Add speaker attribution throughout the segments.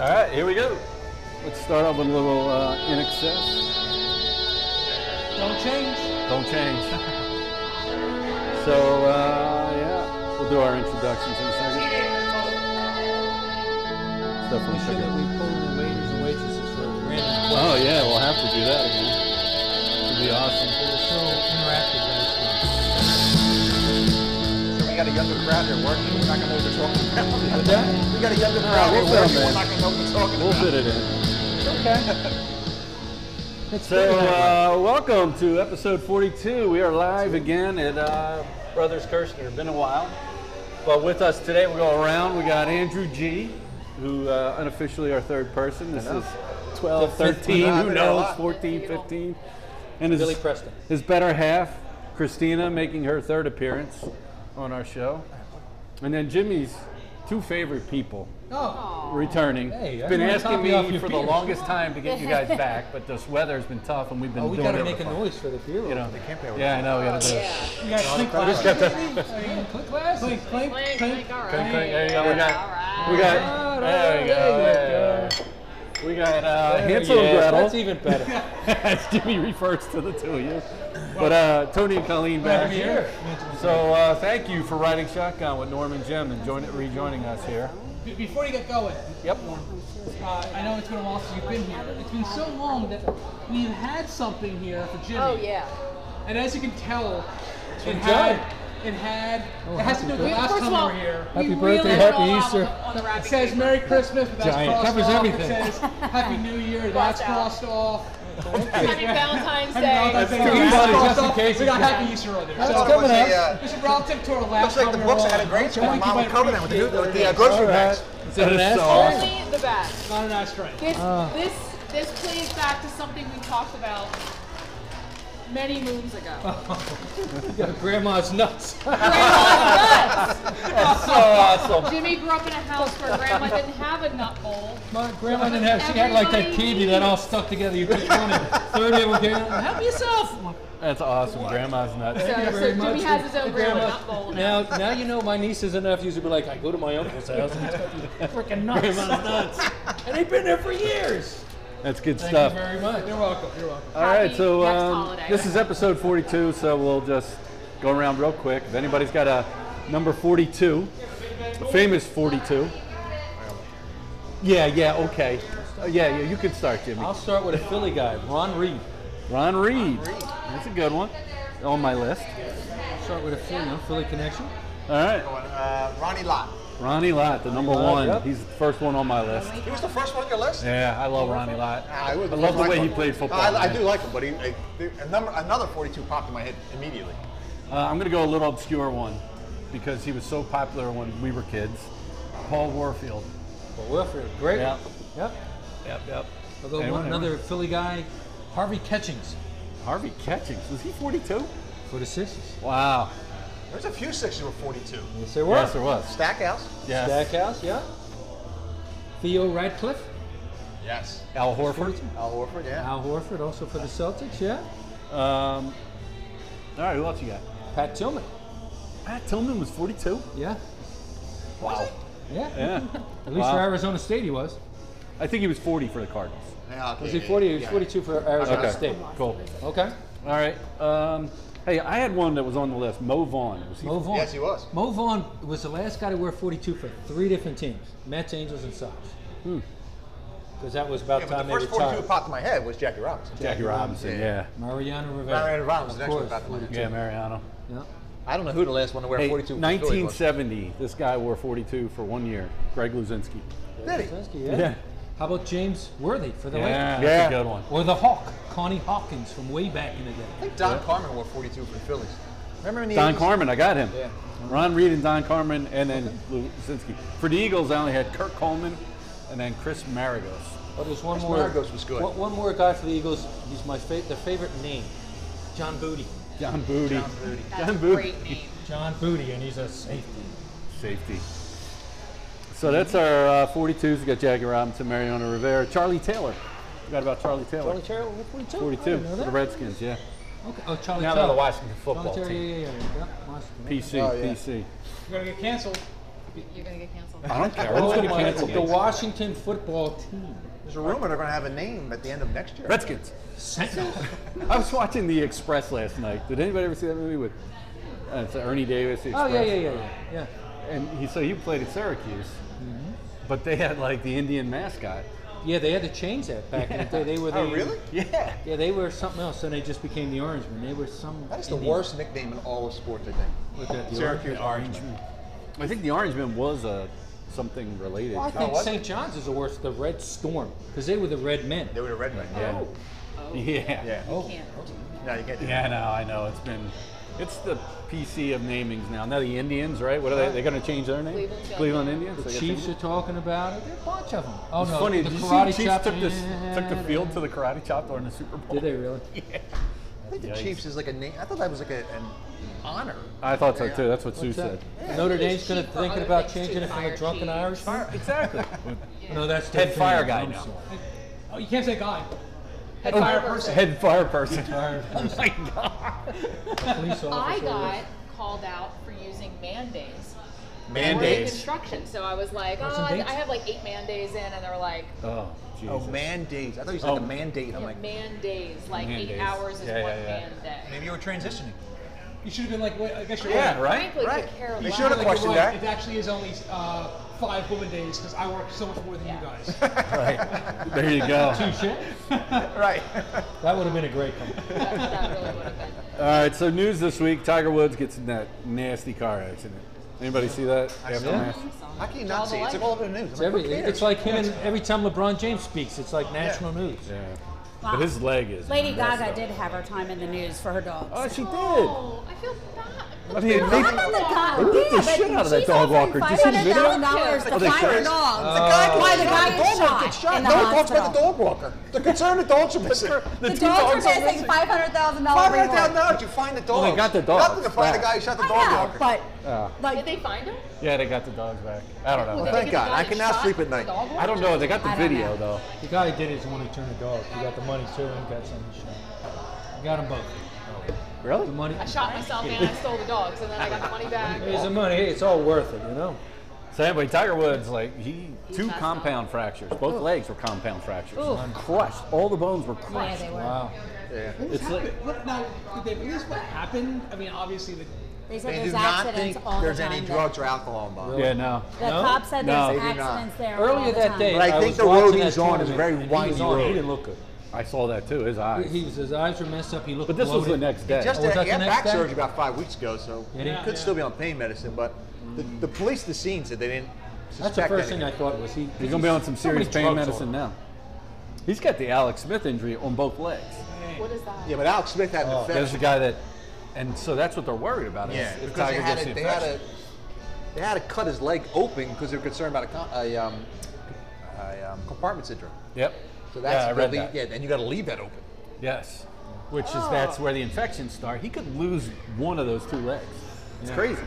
Speaker 1: All right, here we go.
Speaker 2: Let's start off with a little uh, in excess.
Speaker 3: Don't change.
Speaker 2: Don't change. so, uh, yeah, we'll do our introductions in a second. It's
Speaker 3: We
Speaker 2: definitely
Speaker 3: should
Speaker 2: sugar.
Speaker 3: have we pulled the waiters and waitresses for a random play.
Speaker 2: Oh, yeah, we'll have to do that again. It'll be awesome.
Speaker 3: They were so interactive last week.
Speaker 1: So we got a younger crowd here working. We're not gonna know what they're talking about.
Speaker 2: What's that?
Speaker 1: We got a younger
Speaker 2: Ah,
Speaker 1: crowd here
Speaker 2: we'll
Speaker 1: working.
Speaker 2: fit 'em
Speaker 1: We're
Speaker 2: in.
Speaker 1: not gonna know what they're talking
Speaker 2: We'll
Speaker 1: about.
Speaker 2: fit it in.
Speaker 3: Okay. It's
Speaker 2: So,
Speaker 3: been that way.
Speaker 2: uh, welcome to episode 42. We are live again at uh, Brothers Kirshner. Been a while. But with us today, we go around. We got Andrew G., who uh, unofficially our third person. This is 12, 13,
Speaker 1: I've
Speaker 2: who
Speaker 1: been there a
Speaker 2: knows,
Speaker 1: lot.
Speaker 2: 14, 15. And his,
Speaker 3: Billy Preston.
Speaker 2: his better half, Christina, making her third appearance on our show. And then Jimmy's two favorite people
Speaker 3: Oh.
Speaker 2: returning.
Speaker 3: Hey,
Speaker 2: it's
Speaker 3: I
Speaker 2: been
Speaker 3: wanna
Speaker 2: asking
Speaker 3: copy off
Speaker 2: me
Speaker 3: your
Speaker 2: for the
Speaker 3: beers.
Speaker 2: longest time to get you guys back, but this weather's been tough and we've been
Speaker 3: Oh, we
Speaker 2: doing
Speaker 3: gotta
Speaker 2: it.
Speaker 3: make a noise for the funeral.
Speaker 2: you know,
Speaker 1: can't be able to-
Speaker 2: yeah, I know. We gotta do it.
Speaker 4: Yeah.
Speaker 3: You guys click glasses. Are you gonna click glasses? Click, click,
Speaker 4: Click,
Speaker 3: click.
Speaker 4: click, all right.
Speaker 2: Crank, crank, there you go, We got.
Speaker 4: All
Speaker 2: We
Speaker 4: right.
Speaker 2: got. There we go.
Speaker 3: There
Speaker 2: yeah. We got uh,
Speaker 3: There
Speaker 2: Hansel
Speaker 3: he is. That's
Speaker 2: and
Speaker 3: even better.
Speaker 2: Gretel. As Jimmy refers to the two of you, but uh, Tony and Colleen
Speaker 3: Glad to
Speaker 2: back
Speaker 3: be here.
Speaker 2: So uh, thank you for riding shotgun with Norm and Jim and join, rejoining us here.
Speaker 3: Be- Before you get going,
Speaker 2: Yep.
Speaker 3: uh, I know it's been a while since you've been here. It's been so long that we've had something here for Jimmy.
Speaker 4: Oh yeah.
Speaker 3: And as you can tell, it
Speaker 2: been
Speaker 3: had, it had, it has to do with the
Speaker 4: We,
Speaker 3: last
Speaker 4: first of
Speaker 3: time
Speaker 4: all,
Speaker 3: we were here.
Speaker 4: we
Speaker 5: Happy
Speaker 4: really
Speaker 5: birthday,
Speaker 4: let it
Speaker 5: happy
Speaker 4: all out
Speaker 5: Easter.
Speaker 4: On the, on the
Speaker 3: It
Speaker 4: wrapping
Speaker 3: says
Speaker 4: paper.
Speaker 3: Merry Christmas, but that's
Speaker 5: Giant.
Speaker 3: crossed
Speaker 5: Covers
Speaker 3: off.
Speaker 5: everything.
Speaker 3: It says Happy New Year,
Speaker 4: Crossed
Speaker 3: that's
Speaker 4: out.
Speaker 3: crossed off.
Speaker 4: Happy Valentine's
Speaker 3: Valentine's
Speaker 4: Day.
Speaker 3: Day,
Speaker 2: That's
Speaker 3: that's
Speaker 2: everybody,
Speaker 3: crossed
Speaker 2: just in
Speaker 3: off.
Speaker 2: case
Speaker 3: We
Speaker 2: you
Speaker 3: got
Speaker 2: forgot.
Speaker 3: Happy Easter on there.
Speaker 1: I
Speaker 3: So-
Speaker 1: thought it was
Speaker 5: coming
Speaker 1: a,
Speaker 5: up.
Speaker 1: uh,
Speaker 3: This is relative to our last
Speaker 1: Looks like the
Speaker 3: time we
Speaker 1: books
Speaker 3: were
Speaker 1: I had
Speaker 3: on.
Speaker 1: a great
Speaker 3: Only
Speaker 1: spot.
Speaker 3: people
Speaker 1: Mom
Speaker 3: that
Speaker 1: covenant with the,
Speaker 3: appreciate
Speaker 1: with
Speaker 3: it.
Speaker 1: the uh, grocery
Speaker 5: All right.
Speaker 1: bags.
Speaker 5: Is that an
Speaker 2: That is so
Speaker 5: asterisk?
Speaker 2: awesome. Uh.
Speaker 4: Only the best.
Speaker 3: Not an ashtray.
Speaker 4: This this this plays back to something we talked about many moons ago.
Speaker 5: Grandma's nuts.
Speaker 4: Grandma's nuts.
Speaker 2: That's so awesome.
Speaker 4: Jimmy grew up in a house where grandma didn't have a nut bowl.
Speaker 5: My grandma didn't have, she had like that candy that all stuck together. You took one and third of them came out. Help yourself.
Speaker 2: That's awesome. Grandma's nuts.
Speaker 4: So, so
Speaker 5: very
Speaker 4: Jimmy
Speaker 5: much.
Speaker 4: has his own grandma nut bowl. now.
Speaker 5: Now, now you know my nieces and nephews would be like, I go to my uncle's house and he's got these freaking nuts. Grandma's nuts. and they've been there for years.
Speaker 2: That's good
Speaker 5: Thank
Speaker 2: stuff.
Speaker 5: you very much.
Speaker 3: You're welcome, you're welcome.
Speaker 2: All right,
Speaker 4: Happy
Speaker 2: so
Speaker 4: next
Speaker 2: um,
Speaker 4: holiday.
Speaker 2: this is episode 42, so we'll just go around real quick. If anybody's got a number 42, a famous 42. Yeah, yeah, okay. Uh, yeah, yeah, you can start, Jimmy.
Speaker 5: I'll start with a Philly guy, Ron Reed.
Speaker 2: Ron Reed. That's a good one on my list.
Speaker 5: Start with a Philly, no Philly connection.
Speaker 2: All right,
Speaker 1: Uh, Ronnie Lott.
Speaker 2: Ronnie Lott, the number
Speaker 5: Ronnie Lott,
Speaker 2: one.
Speaker 5: yep.
Speaker 2: He's the first one on my list.
Speaker 1: He was the first one on your list.
Speaker 2: Yeah, I love Ronnie Lott.
Speaker 1: Ah, he was
Speaker 2: I love the
Speaker 1: first
Speaker 2: way
Speaker 1: one.
Speaker 2: he played football.
Speaker 1: I, I
Speaker 2: man.
Speaker 1: do like him, but he, I, there- a number, another 42 popped in my head immediately.
Speaker 2: Uh, I'm going to go a little obscure one because he was so popular when we were kids. Paul Warfield.
Speaker 5: Well, Wilfred, great.
Speaker 2: Yep.
Speaker 5: Yep.
Speaker 2: Yep, yep.
Speaker 5: Although
Speaker 2: Anyone,
Speaker 5: one, another
Speaker 2: anyone?
Speaker 5: Philly guy, Harvey Catchings
Speaker 2: Harvey Catchings. Was he 42?
Speaker 5: for the Sixers.
Speaker 2: Wow.
Speaker 1: There's a few sixes with 42.
Speaker 5: Yes, there
Speaker 2: Yes, there was.
Speaker 1: Stackhouse?
Speaker 2: Yes.
Speaker 5: Stackhouse, yeah. Theo Radcliffe,
Speaker 1: Yes.
Speaker 2: Al Horford.
Speaker 1: Al Horford, yeah.
Speaker 5: Al Horford, also for the Celtics, yeah.
Speaker 2: Um, all right, who else you got?
Speaker 5: Pat Tillman,
Speaker 2: Pat Tillman was 42?
Speaker 5: yeah,
Speaker 2: Wow.
Speaker 5: yeah.
Speaker 2: Yeah.
Speaker 5: At least
Speaker 2: Wow.
Speaker 5: for Arizona State, he was.
Speaker 2: I think he was 40 for the Cardinals.
Speaker 1: Yeah, okay,
Speaker 5: Was he
Speaker 1: yeah,
Speaker 5: 40? He was
Speaker 1: yeah.
Speaker 5: 42 for Arizona
Speaker 2: Okay.
Speaker 5: State.
Speaker 2: Cool.
Speaker 5: Okay.
Speaker 2: All right. Um, hey, I had one that was on the list. Mo Vaughn. Was he?
Speaker 5: Mo Vaughn.
Speaker 1: Yes, he was.
Speaker 5: Mo Vaughn was the last guy to wear 42 for three different teams: Mets, Angels, and Sox.
Speaker 2: Hmm.
Speaker 5: Because that was about
Speaker 1: Yeah, but
Speaker 5: time
Speaker 1: the first
Speaker 5: they retired.
Speaker 1: 42 popped in my head was Jackie Robinson.
Speaker 2: Jackie Robinson. Yeah.
Speaker 5: Mariano Rivera.
Speaker 1: Mariano Rivera was the
Speaker 5: of
Speaker 1: next one
Speaker 5: course.
Speaker 1: about the Lions.
Speaker 2: Yeah, Mariano.
Speaker 5: Yeah.
Speaker 1: I don't know who the last one to wear
Speaker 2: Hey,
Speaker 1: 42 was.
Speaker 2: 1970. This guy wore 42 for one year. Greg Luzinski.
Speaker 1: Did he?
Speaker 5: Krasinski, yeah.
Speaker 2: Yeah.
Speaker 5: How about James Worthy for the
Speaker 2: Yeah,
Speaker 5: Lakers?
Speaker 2: that's a good one.
Speaker 5: Or the Hawk, Connie Hawkins from way back in the day.
Speaker 1: I think Don Carmen wore 42 for the Phillies. Remember in the
Speaker 2: Don
Speaker 1: 80s?
Speaker 2: Carmen, I got him.
Speaker 1: Yeah.
Speaker 2: Ron Reed and Don Carmen, and then Luzinski. For the Eagles, I only had Kirk Coleman, and then Chris Maragos.
Speaker 5: Oh, there's one
Speaker 1: Chris
Speaker 5: more.
Speaker 1: Maragos was good.
Speaker 5: One, one more guy for the Eagles. He's my fa- their favorite name, John Booty.
Speaker 2: John Booty. John Booty.
Speaker 4: That's a great name.
Speaker 5: John Booty, and he's a safety.
Speaker 2: Safety. So that's our uh, 42s. We got Jackie Robinson, Mariano Rivera, Charlie Taylor. Forgot about Charlie Taylor.
Speaker 5: Charlie Terry, 42. I
Speaker 2: 42
Speaker 5: didn't know
Speaker 2: for the
Speaker 5: that.
Speaker 2: Redskins, yeah.
Speaker 5: Okay. Oh, Charlie
Speaker 2: Now
Speaker 5: Terry.
Speaker 2: they're the Washington football
Speaker 5: Charlie Terry,
Speaker 2: team.
Speaker 5: yeah, yeah, yeah. yeah. Washington.
Speaker 2: PC,
Speaker 1: Oh, yeah.
Speaker 2: PC.
Speaker 3: You're gonna get canceled.
Speaker 4: You're gonna get canceled.
Speaker 2: I don't care.
Speaker 5: Who's
Speaker 2: It's
Speaker 5: gonna
Speaker 2: gonna
Speaker 5: cancel?
Speaker 2: cancel
Speaker 5: Oh, The
Speaker 2: me.
Speaker 5: Washington football team.
Speaker 1: There's a rumor they're going to have a name at the end of next year.
Speaker 2: Redskins.
Speaker 5: Sentinel.
Speaker 2: I was watching The Express last night. Did anybody ever see that movie with uh, it's Ernie Davis? The
Speaker 5: Oh yeah,
Speaker 2: Express.
Speaker 5: yeah, yeah, yeah, yeah.
Speaker 2: And he so he played at Syracuse,
Speaker 5: Mm-hmm.
Speaker 2: but they had like the Indian mascot.
Speaker 5: Yeah, they had to change that back in the day. They were.
Speaker 1: Oh,
Speaker 5: the-
Speaker 1: really?
Speaker 2: Yeah.
Speaker 5: Yeah, they were something else, and they just became the Orange Men. They were some.
Speaker 1: That is the
Speaker 5: Indian-
Speaker 1: worst nickname in all of sports, I think.
Speaker 5: What's that, the
Speaker 1: Syracuse Orange.
Speaker 2: I think the Orange Man was uh, something related.
Speaker 5: Well, I
Speaker 2: to-
Speaker 5: think
Speaker 1: was it?
Speaker 5: St. John's is the worst. The Red Storm, because they were the Red Men. Oh,
Speaker 1: They were the Red Men.
Speaker 2: yeah. Yeah.
Speaker 1: Yeah.
Speaker 4: You can't.
Speaker 1: No, you can't do
Speaker 2: Yeah, I know, I know. It's been, it's the PC of namings now. Now the Indians, right? What are they? They're going to change their name?
Speaker 4: Cleveland Indians.
Speaker 2: Indians.
Speaker 5: The
Speaker 2: they gotta
Speaker 5: Chiefs
Speaker 2: change
Speaker 5: are
Speaker 2: it?
Speaker 5: talking about it. There are a bunch of them. Oh
Speaker 2: It's
Speaker 5: no!
Speaker 2: funny.
Speaker 5: the
Speaker 2: did you see
Speaker 5: karate
Speaker 2: the Chiefs
Speaker 5: chop-
Speaker 2: took, this, took the field to the karate chop during the Super Bowl?
Speaker 5: Did they really?
Speaker 1: that. I think the
Speaker 2: Yikes.
Speaker 1: Chiefs is like a name. I thought that was like a, an honor.
Speaker 2: I thought so too. That's what Sue
Speaker 5: What's that?
Speaker 2: said.
Speaker 5: Notre
Speaker 4: Use
Speaker 5: Dame's going to
Speaker 4: cheap for
Speaker 5: think
Speaker 4: other
Speaker 5: about
Speaker 4: things too,
Speaker 5: changing it from
Speaker 4: fire
Speaker 5: a drunken
Speaker 4: cheap.
Speaker 5: Irish.
Speaker 2: Exactly.
Speaker 5: No, that's
Speaker 2: Head
Speaker 5: different.
Speaker 2: fire guy
Speaker 5: I'm
Speaker 2: now.
Speaker 5: sorry.
Speaker 6: Oh, you can't say guy.
Speaker 4: Head
Speaker 2: Oh,
Speaker 4: fire person.
Speaker 2: Head fire person.
Speaker 5: Fire
Speaker 2: Oh my god.
Speaker 5: Police
Speaker 4: I
Speaker 5: officer.
Speaker 4: got called out for using man days. We're in
Speaker 1: Mandates.
Speaker 4: construction, so I was like, oh,
Speaker 5: Person
Speaker 4: I
Speaker 5: dates?
Speaker 4: I have like eight man days in, and they were like,
Speaker 2: Oh, Jesus.
Speaker 1: Oh, mandates. I thought you said like
Speaker 2: Oh.
Speaker 1: a mandate. I'm
Speaker 4: yeah,
Speaker 1: like,
Speaker 4: man days, like
Speaker 2: Man
Speaker 4: eight
Speaker 2: days.
Speaker 4: hours is
Speaker 2: Yeah, yeah,
Speaker 4: one
Speaker 2: yeah.
Speaker 4: man day.
Speaker 1: maybe you were transitioning.
Speaker 6: You should have been like, wait, I guess you're
Speaker 2: Yeah,
Speaker 6: right.
Speaker 2: right?
Speaker 4: Frankly,
Speaker 1: Right.
Speaker 4: could care
Speaker 1: You
Speaker 4: less.
Speaker 1: should have
Speaker 6: Like,
Speaker 1: questioned
Speaker 6: you're right.
Speaker 1: that.
Speaker 6: It actually is only uh, five woman days because I work so much more than you guys.
Speaker 2: Right. There you go.
Speaker 1: Right.
Speaker 5: That would have been a great company.
Speaker 4: That, that really would have been.
Speaker 2: All right, so news this week Tiger Woods gets in that nasty car accident. Anybody see that? Aftermath?
Speaker 1: How can you not see? it? It's like all over the news.
Speaker 5: It's,
Speaker 1: I'm like, who
Speaker 5: everything.
Speaker 1: cares?
Speaker 5: it's like him and every time LeBron James speaks, it's like national news.
Speaker 2: Yeah. But his leg is.
Speaker 7: Lady
Speaker 2: messed
Speaker 7: Gaga
Speaker 2: up.
Speaker 7: did have her time in the news for her dogs.
Speaker 2: Oh, she did.
Speaker 4: Oh, I feel bad.
Speaker 2: I mean,
Speaker 4: Look,
Speaker 2: they-
Speaker 4: I'm on the
Speaker 7: dog.
Speaker 2: They beat the shit out of that dog walker. Did you see the video?
Speaker 7: dollars
Speaker 2: Are
Speaker 7: to
Speaker 2: they
Speaker 7: find her
Speaker 2: serious?
Speaker 7: dog.
Speaker 1: The guy gets
Speaker 7: Oh. why the
Speaker 1: shot,
Speaker 7: guy
Speaker 1: the dog
Speaker 7: gets shot
Speaker 1: gets
Speaker 7: in
Speaker 1: shot.
Speaker 7: the
Speaker 1: No one talks about the
Speaker 7: hospital.
Speaker 1: dog walker. They're concerned the dogs are missing.
Speaker 7: The dogs are missing five hundred thousand dollars
Speaker 1: Five hundred
Speaker 7: reward.
Speaker 1: thousand dollars, you find the
Speaker 5: Oh,
Speaker 1: dog.
Speaker 2: Well, they got the dogs
Speaker 1: Nothing to find the
Speaker 2: back.
Speaker 1: guy who shot the
Speaker 7: I
Speaker 1: dog
Speaker 7: know,
Speaker 1: walker.
Speaker 7: but
Speaker 2: Yeah.
Speaker 4: Did
Speaker 7: like
Speaker 4: they find him?
Speaker 2: Yeah, they got the dogs back. I don't know.
Speaker 4: Did they
Speaker 1: thank
Speaker 4: get
Speaker 1: God.
Speaker 4: the guy
Speaker 1: I
Speaker 4: that
Speaker 1: cannot
Speaker 4: shot
Speaker 1: sleep at
Speaker 4: the
Speaker 1: night.
Speaker 4: dog
Speaker 2: I don't know. They got the
Speaker 7: I don't
Speaker 2: video
Speaker 7: know.
Speaker 2: though.
Speaker 5: The guy did his want to turn the dog. He got the money too and got some shit. He got them both.
Speaker 2: Really?
Speaker 5: The money.
Speaker 4: I shot myself and I stole the dogs, and then I got the money back.
Speaker 5: Here's the money. Hey, it's all worth it, you know.
Speaker 2: So anyway, Tiger Woods, like he two
Speaker 4: messed up.
Speaker 2: compound fractures. Both legs were compound fractures. Crushed. All the bones were
Speaker 7: yeah,
Speaker 2: crushed.
Speaker 7: they were.
Speaker 5: Wow.
Speaker 2: It's like
Speaker 6: What, now, did they release what happened? I mean, obviously, the,
Speaker 7: They said
Speaker 1: They do
Speaker 7: there's
Speaker 1: not
Speaker 7: accidents
Speaker 1: think
Speaker 7: all the
Speaker 1: there's
Speaker 7: time.
Speaker 1: any
Speaker 7: that-
Speaker 1: drugs or alcohol involved.
Speaker 2: yeah, no.
Speaker 7: The
Speaker 5: No?
Speaker 7: cop said
Speaker 2: No.
Speaker 7: there's
Speaker 2: They
Speaker 1: do not.
Speaker 7: accidents there all
Speaker 5: Earlier
Speaker 7: the
Speaker 5: that
Speaker 7: time.
Speaker 5: day,
Speaker 1: But I think
Speaker 5: was
Speaker 1: the road
Speaker 5: watching
Speaker 1: he's
Speaker 5: that
Speaker 1: on is
Speaker 5: tournament,
Speaker 1: very
Speaker 5: and he was
Speaker 1: windy
Speaker 5: on,
Speaker 1: road.
Speaker 5: He didn't look good.
Speaker 2: I saw that too. His eyes.
Speaker 5: He was, his eyes were messed up. He looked.
Speaker 2: but this was the
Speaker 5: bloated.
Speaker 2: next day.
Speaker 1: Just
Speaker 5: Oh, was
Speaker 1: had-
Speaker 5: that
Speaker 1: he
Speaker 5: the
Speaker 1: had
Speaker 5: next
Speaker 1: back
Speaker 5: day?
Speaker 1: surgery about five weeks ago, so
Speaker 5: Did he?
Speaker 1: he could still be on pain medicine. But the, the police at the scene said they didn't.
Speaker 5: That's the
Speaker 1: suspect
Speaker 5: first thing I
Speaker 1: anything.
Speaker 5: thought was he.
Speaker 2: He's gonna be on some
Speaker 5: so many
Speaker 2: serious pain
Speaker 5: drugs
Speaker 2: medicine
Speaker 5: on him.
Speaker 2: now. He's got the Alex Smith injury on both legs.
Speaker 4: What is that?
Speaker 1: Yeah, but Alex Smith
Speaker 5: Oh.
Speaker 1: had an
Speaker 2: There's the
Speaker 1: infection.
Speaker 2: guy that, and so that's what they're worried about. Is
Speaker 1: Yeah,
Speaker 2: if
Speaker 1: because
Speaker 2: Tiger
Speaker 1: they had,
Speaker 2: gets
Speaker 1: to,
Speaker 2: the
Speaker 1: they, had
Speaker 2: infection.
Speaker 1: to, they had to cut his leg open because they were concerned about a, co- a, um, a um, compartment syndrome.
Speaker 2: Yep.
Speaker 1: So that's
Speaker 2: yeah, I
Speaker 1: the
Speaker 2: read
Speaker 1: lead-
Speaker 2: that.
Speaker 1: yeah, and you got to leave that open.
Speaker 2: Yes. Which is that's
Speaker 1: Oh.
Speaker 2: where the infections start. He could lose one of those two legs. It's crazy.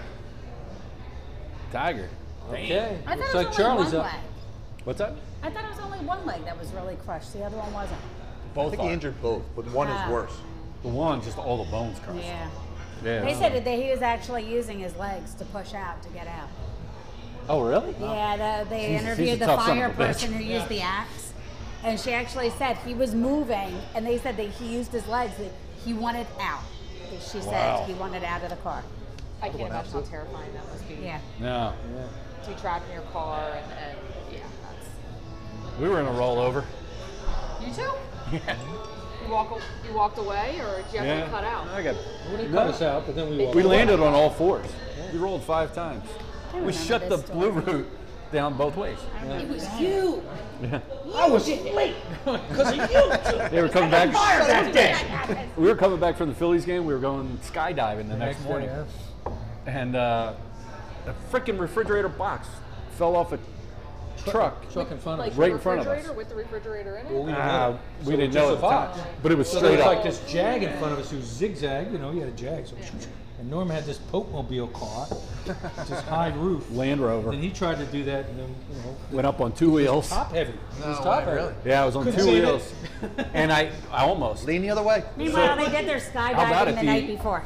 Speaker 2: Tiger.
Speaker 5: Okay.
Speaker 7: I thought
Speaker 5: Looks
Speaker 7: it was
Speaker 5: like
Speaker 7: only
Speaker 5: Charlie's
Speaker 7: one
Speaker 5: up.
Speaker 7: leg.
Speaker 2: What's that?
Speaker 7: I thought it was only one leg that was really crushed. The other one wasn't.
Speaker 1: I
Speaker 2: Both
Speaker 1: think he
Speaker 2: are.
Speaker 1: injured both, but one
Speaker 7: Ah.
Speaker 1: is worse.
Speaker 2: The one, just all the bones crushed.
Speaker 7: Yeah.
Speaker 2: Yeah.
Speaker 7: They said that he was actually using his legs to push out to get out.
Speaker 2: Oh, really?
Speaker 7: Yeah, the, they
Speaker 2: He's- he's
Speaker 7: interviewed
Speaker 2: a
Speaker 7: the
Speaker 2: tough son
Speaker 7: fire
Speaker 2: of a bitch.
Speaker 7: person who used the axe, and she actually said he was moving, and they said that he used his legs that he wanted out. That She said
Speaker 2: Wow.
Speaker 7: he wanted out of the car.
Speaker 4: I can't imagine how terrifying that must be.
Speaker 7: Yeah.
Speaker 2: No.
Speaker 4: To be trapped in your car and, and yeah, that's.
Speaker 2: We were in a rollover.
Speaker 4: You too? Yeah. You walk. You walked away, or did you have to cut out?
Speaker 2: I got.
Speaker 5: Well, they
Speaker 2: No.
Speaker 5: cut us out, but then we walked.
Speaker 2: We
Speaker 5: away.
Speaker 2: landed on all fours. We rolled five times.
Speaker 7: I
Speaker 2: We
Speaker 7: remember
Speaker 2: shut the
Speaker 7: this
Speaker 2: blue
Speaker 7: story.
Speaker 2: route down both ways.
Speaker 4: It was you.
Speaker 5: I was late because of you.
Speaker 2: They were coming back. We were coming back from the Phillies game. We were going skydiving the next morning. and uh, a freaking refrigerator box fell off a truck.
Speaker 5: Truck in front of
Speaker 4: Like
Speaker 5: us.
Speaker 2: Right
Speaker 4: the
Speaker 2: in front of us.
Speaker 4: refrigerator with the refrigerator in it.
Speaker 5: Well, we
Speaker 2: Ah,
Speaker 5: didn't know.
Speaker 2: we
Speaker 5: So
Speaker 2: didn't
Speaker 5: just
Speaker 2: know at the time,
Speaker 5: survived.
Speaker 2: but it was
Speaker 5: So
Speaker 2: straight
Speaker 5: there was
Speaker 2: up.
Speaker 5: like this jag in front of us who zigzagged. You know, he had a jag. So and Norm had this Pope mobile car, just high roof.
Speaker 2: Land Rover
Speaker 5: And he tried to do that, and then you know,
Speaker 2: went up on two wheels.
Speaker 5: top heavy. it was
Speaker 1: No
Speaker 5: top
Speaker 1: way,
Speaker 5: heavy.
Speaker 1: Oh, really?
Speaker 2: Yeah, I was on
Speaker 5: Couldn't
Speaker 2: two
Speaker 5: see it.
Speaker 2: wheels, and I, I almost.
Speaker 1: Lean the other way.
Speaker 7: Meanwhile, they did their
Speaker 2: about
Speaker 7: skydiving
Speaker 2: if
Speaker 7: the
Speaker 2: you-
Speaker 7: night before.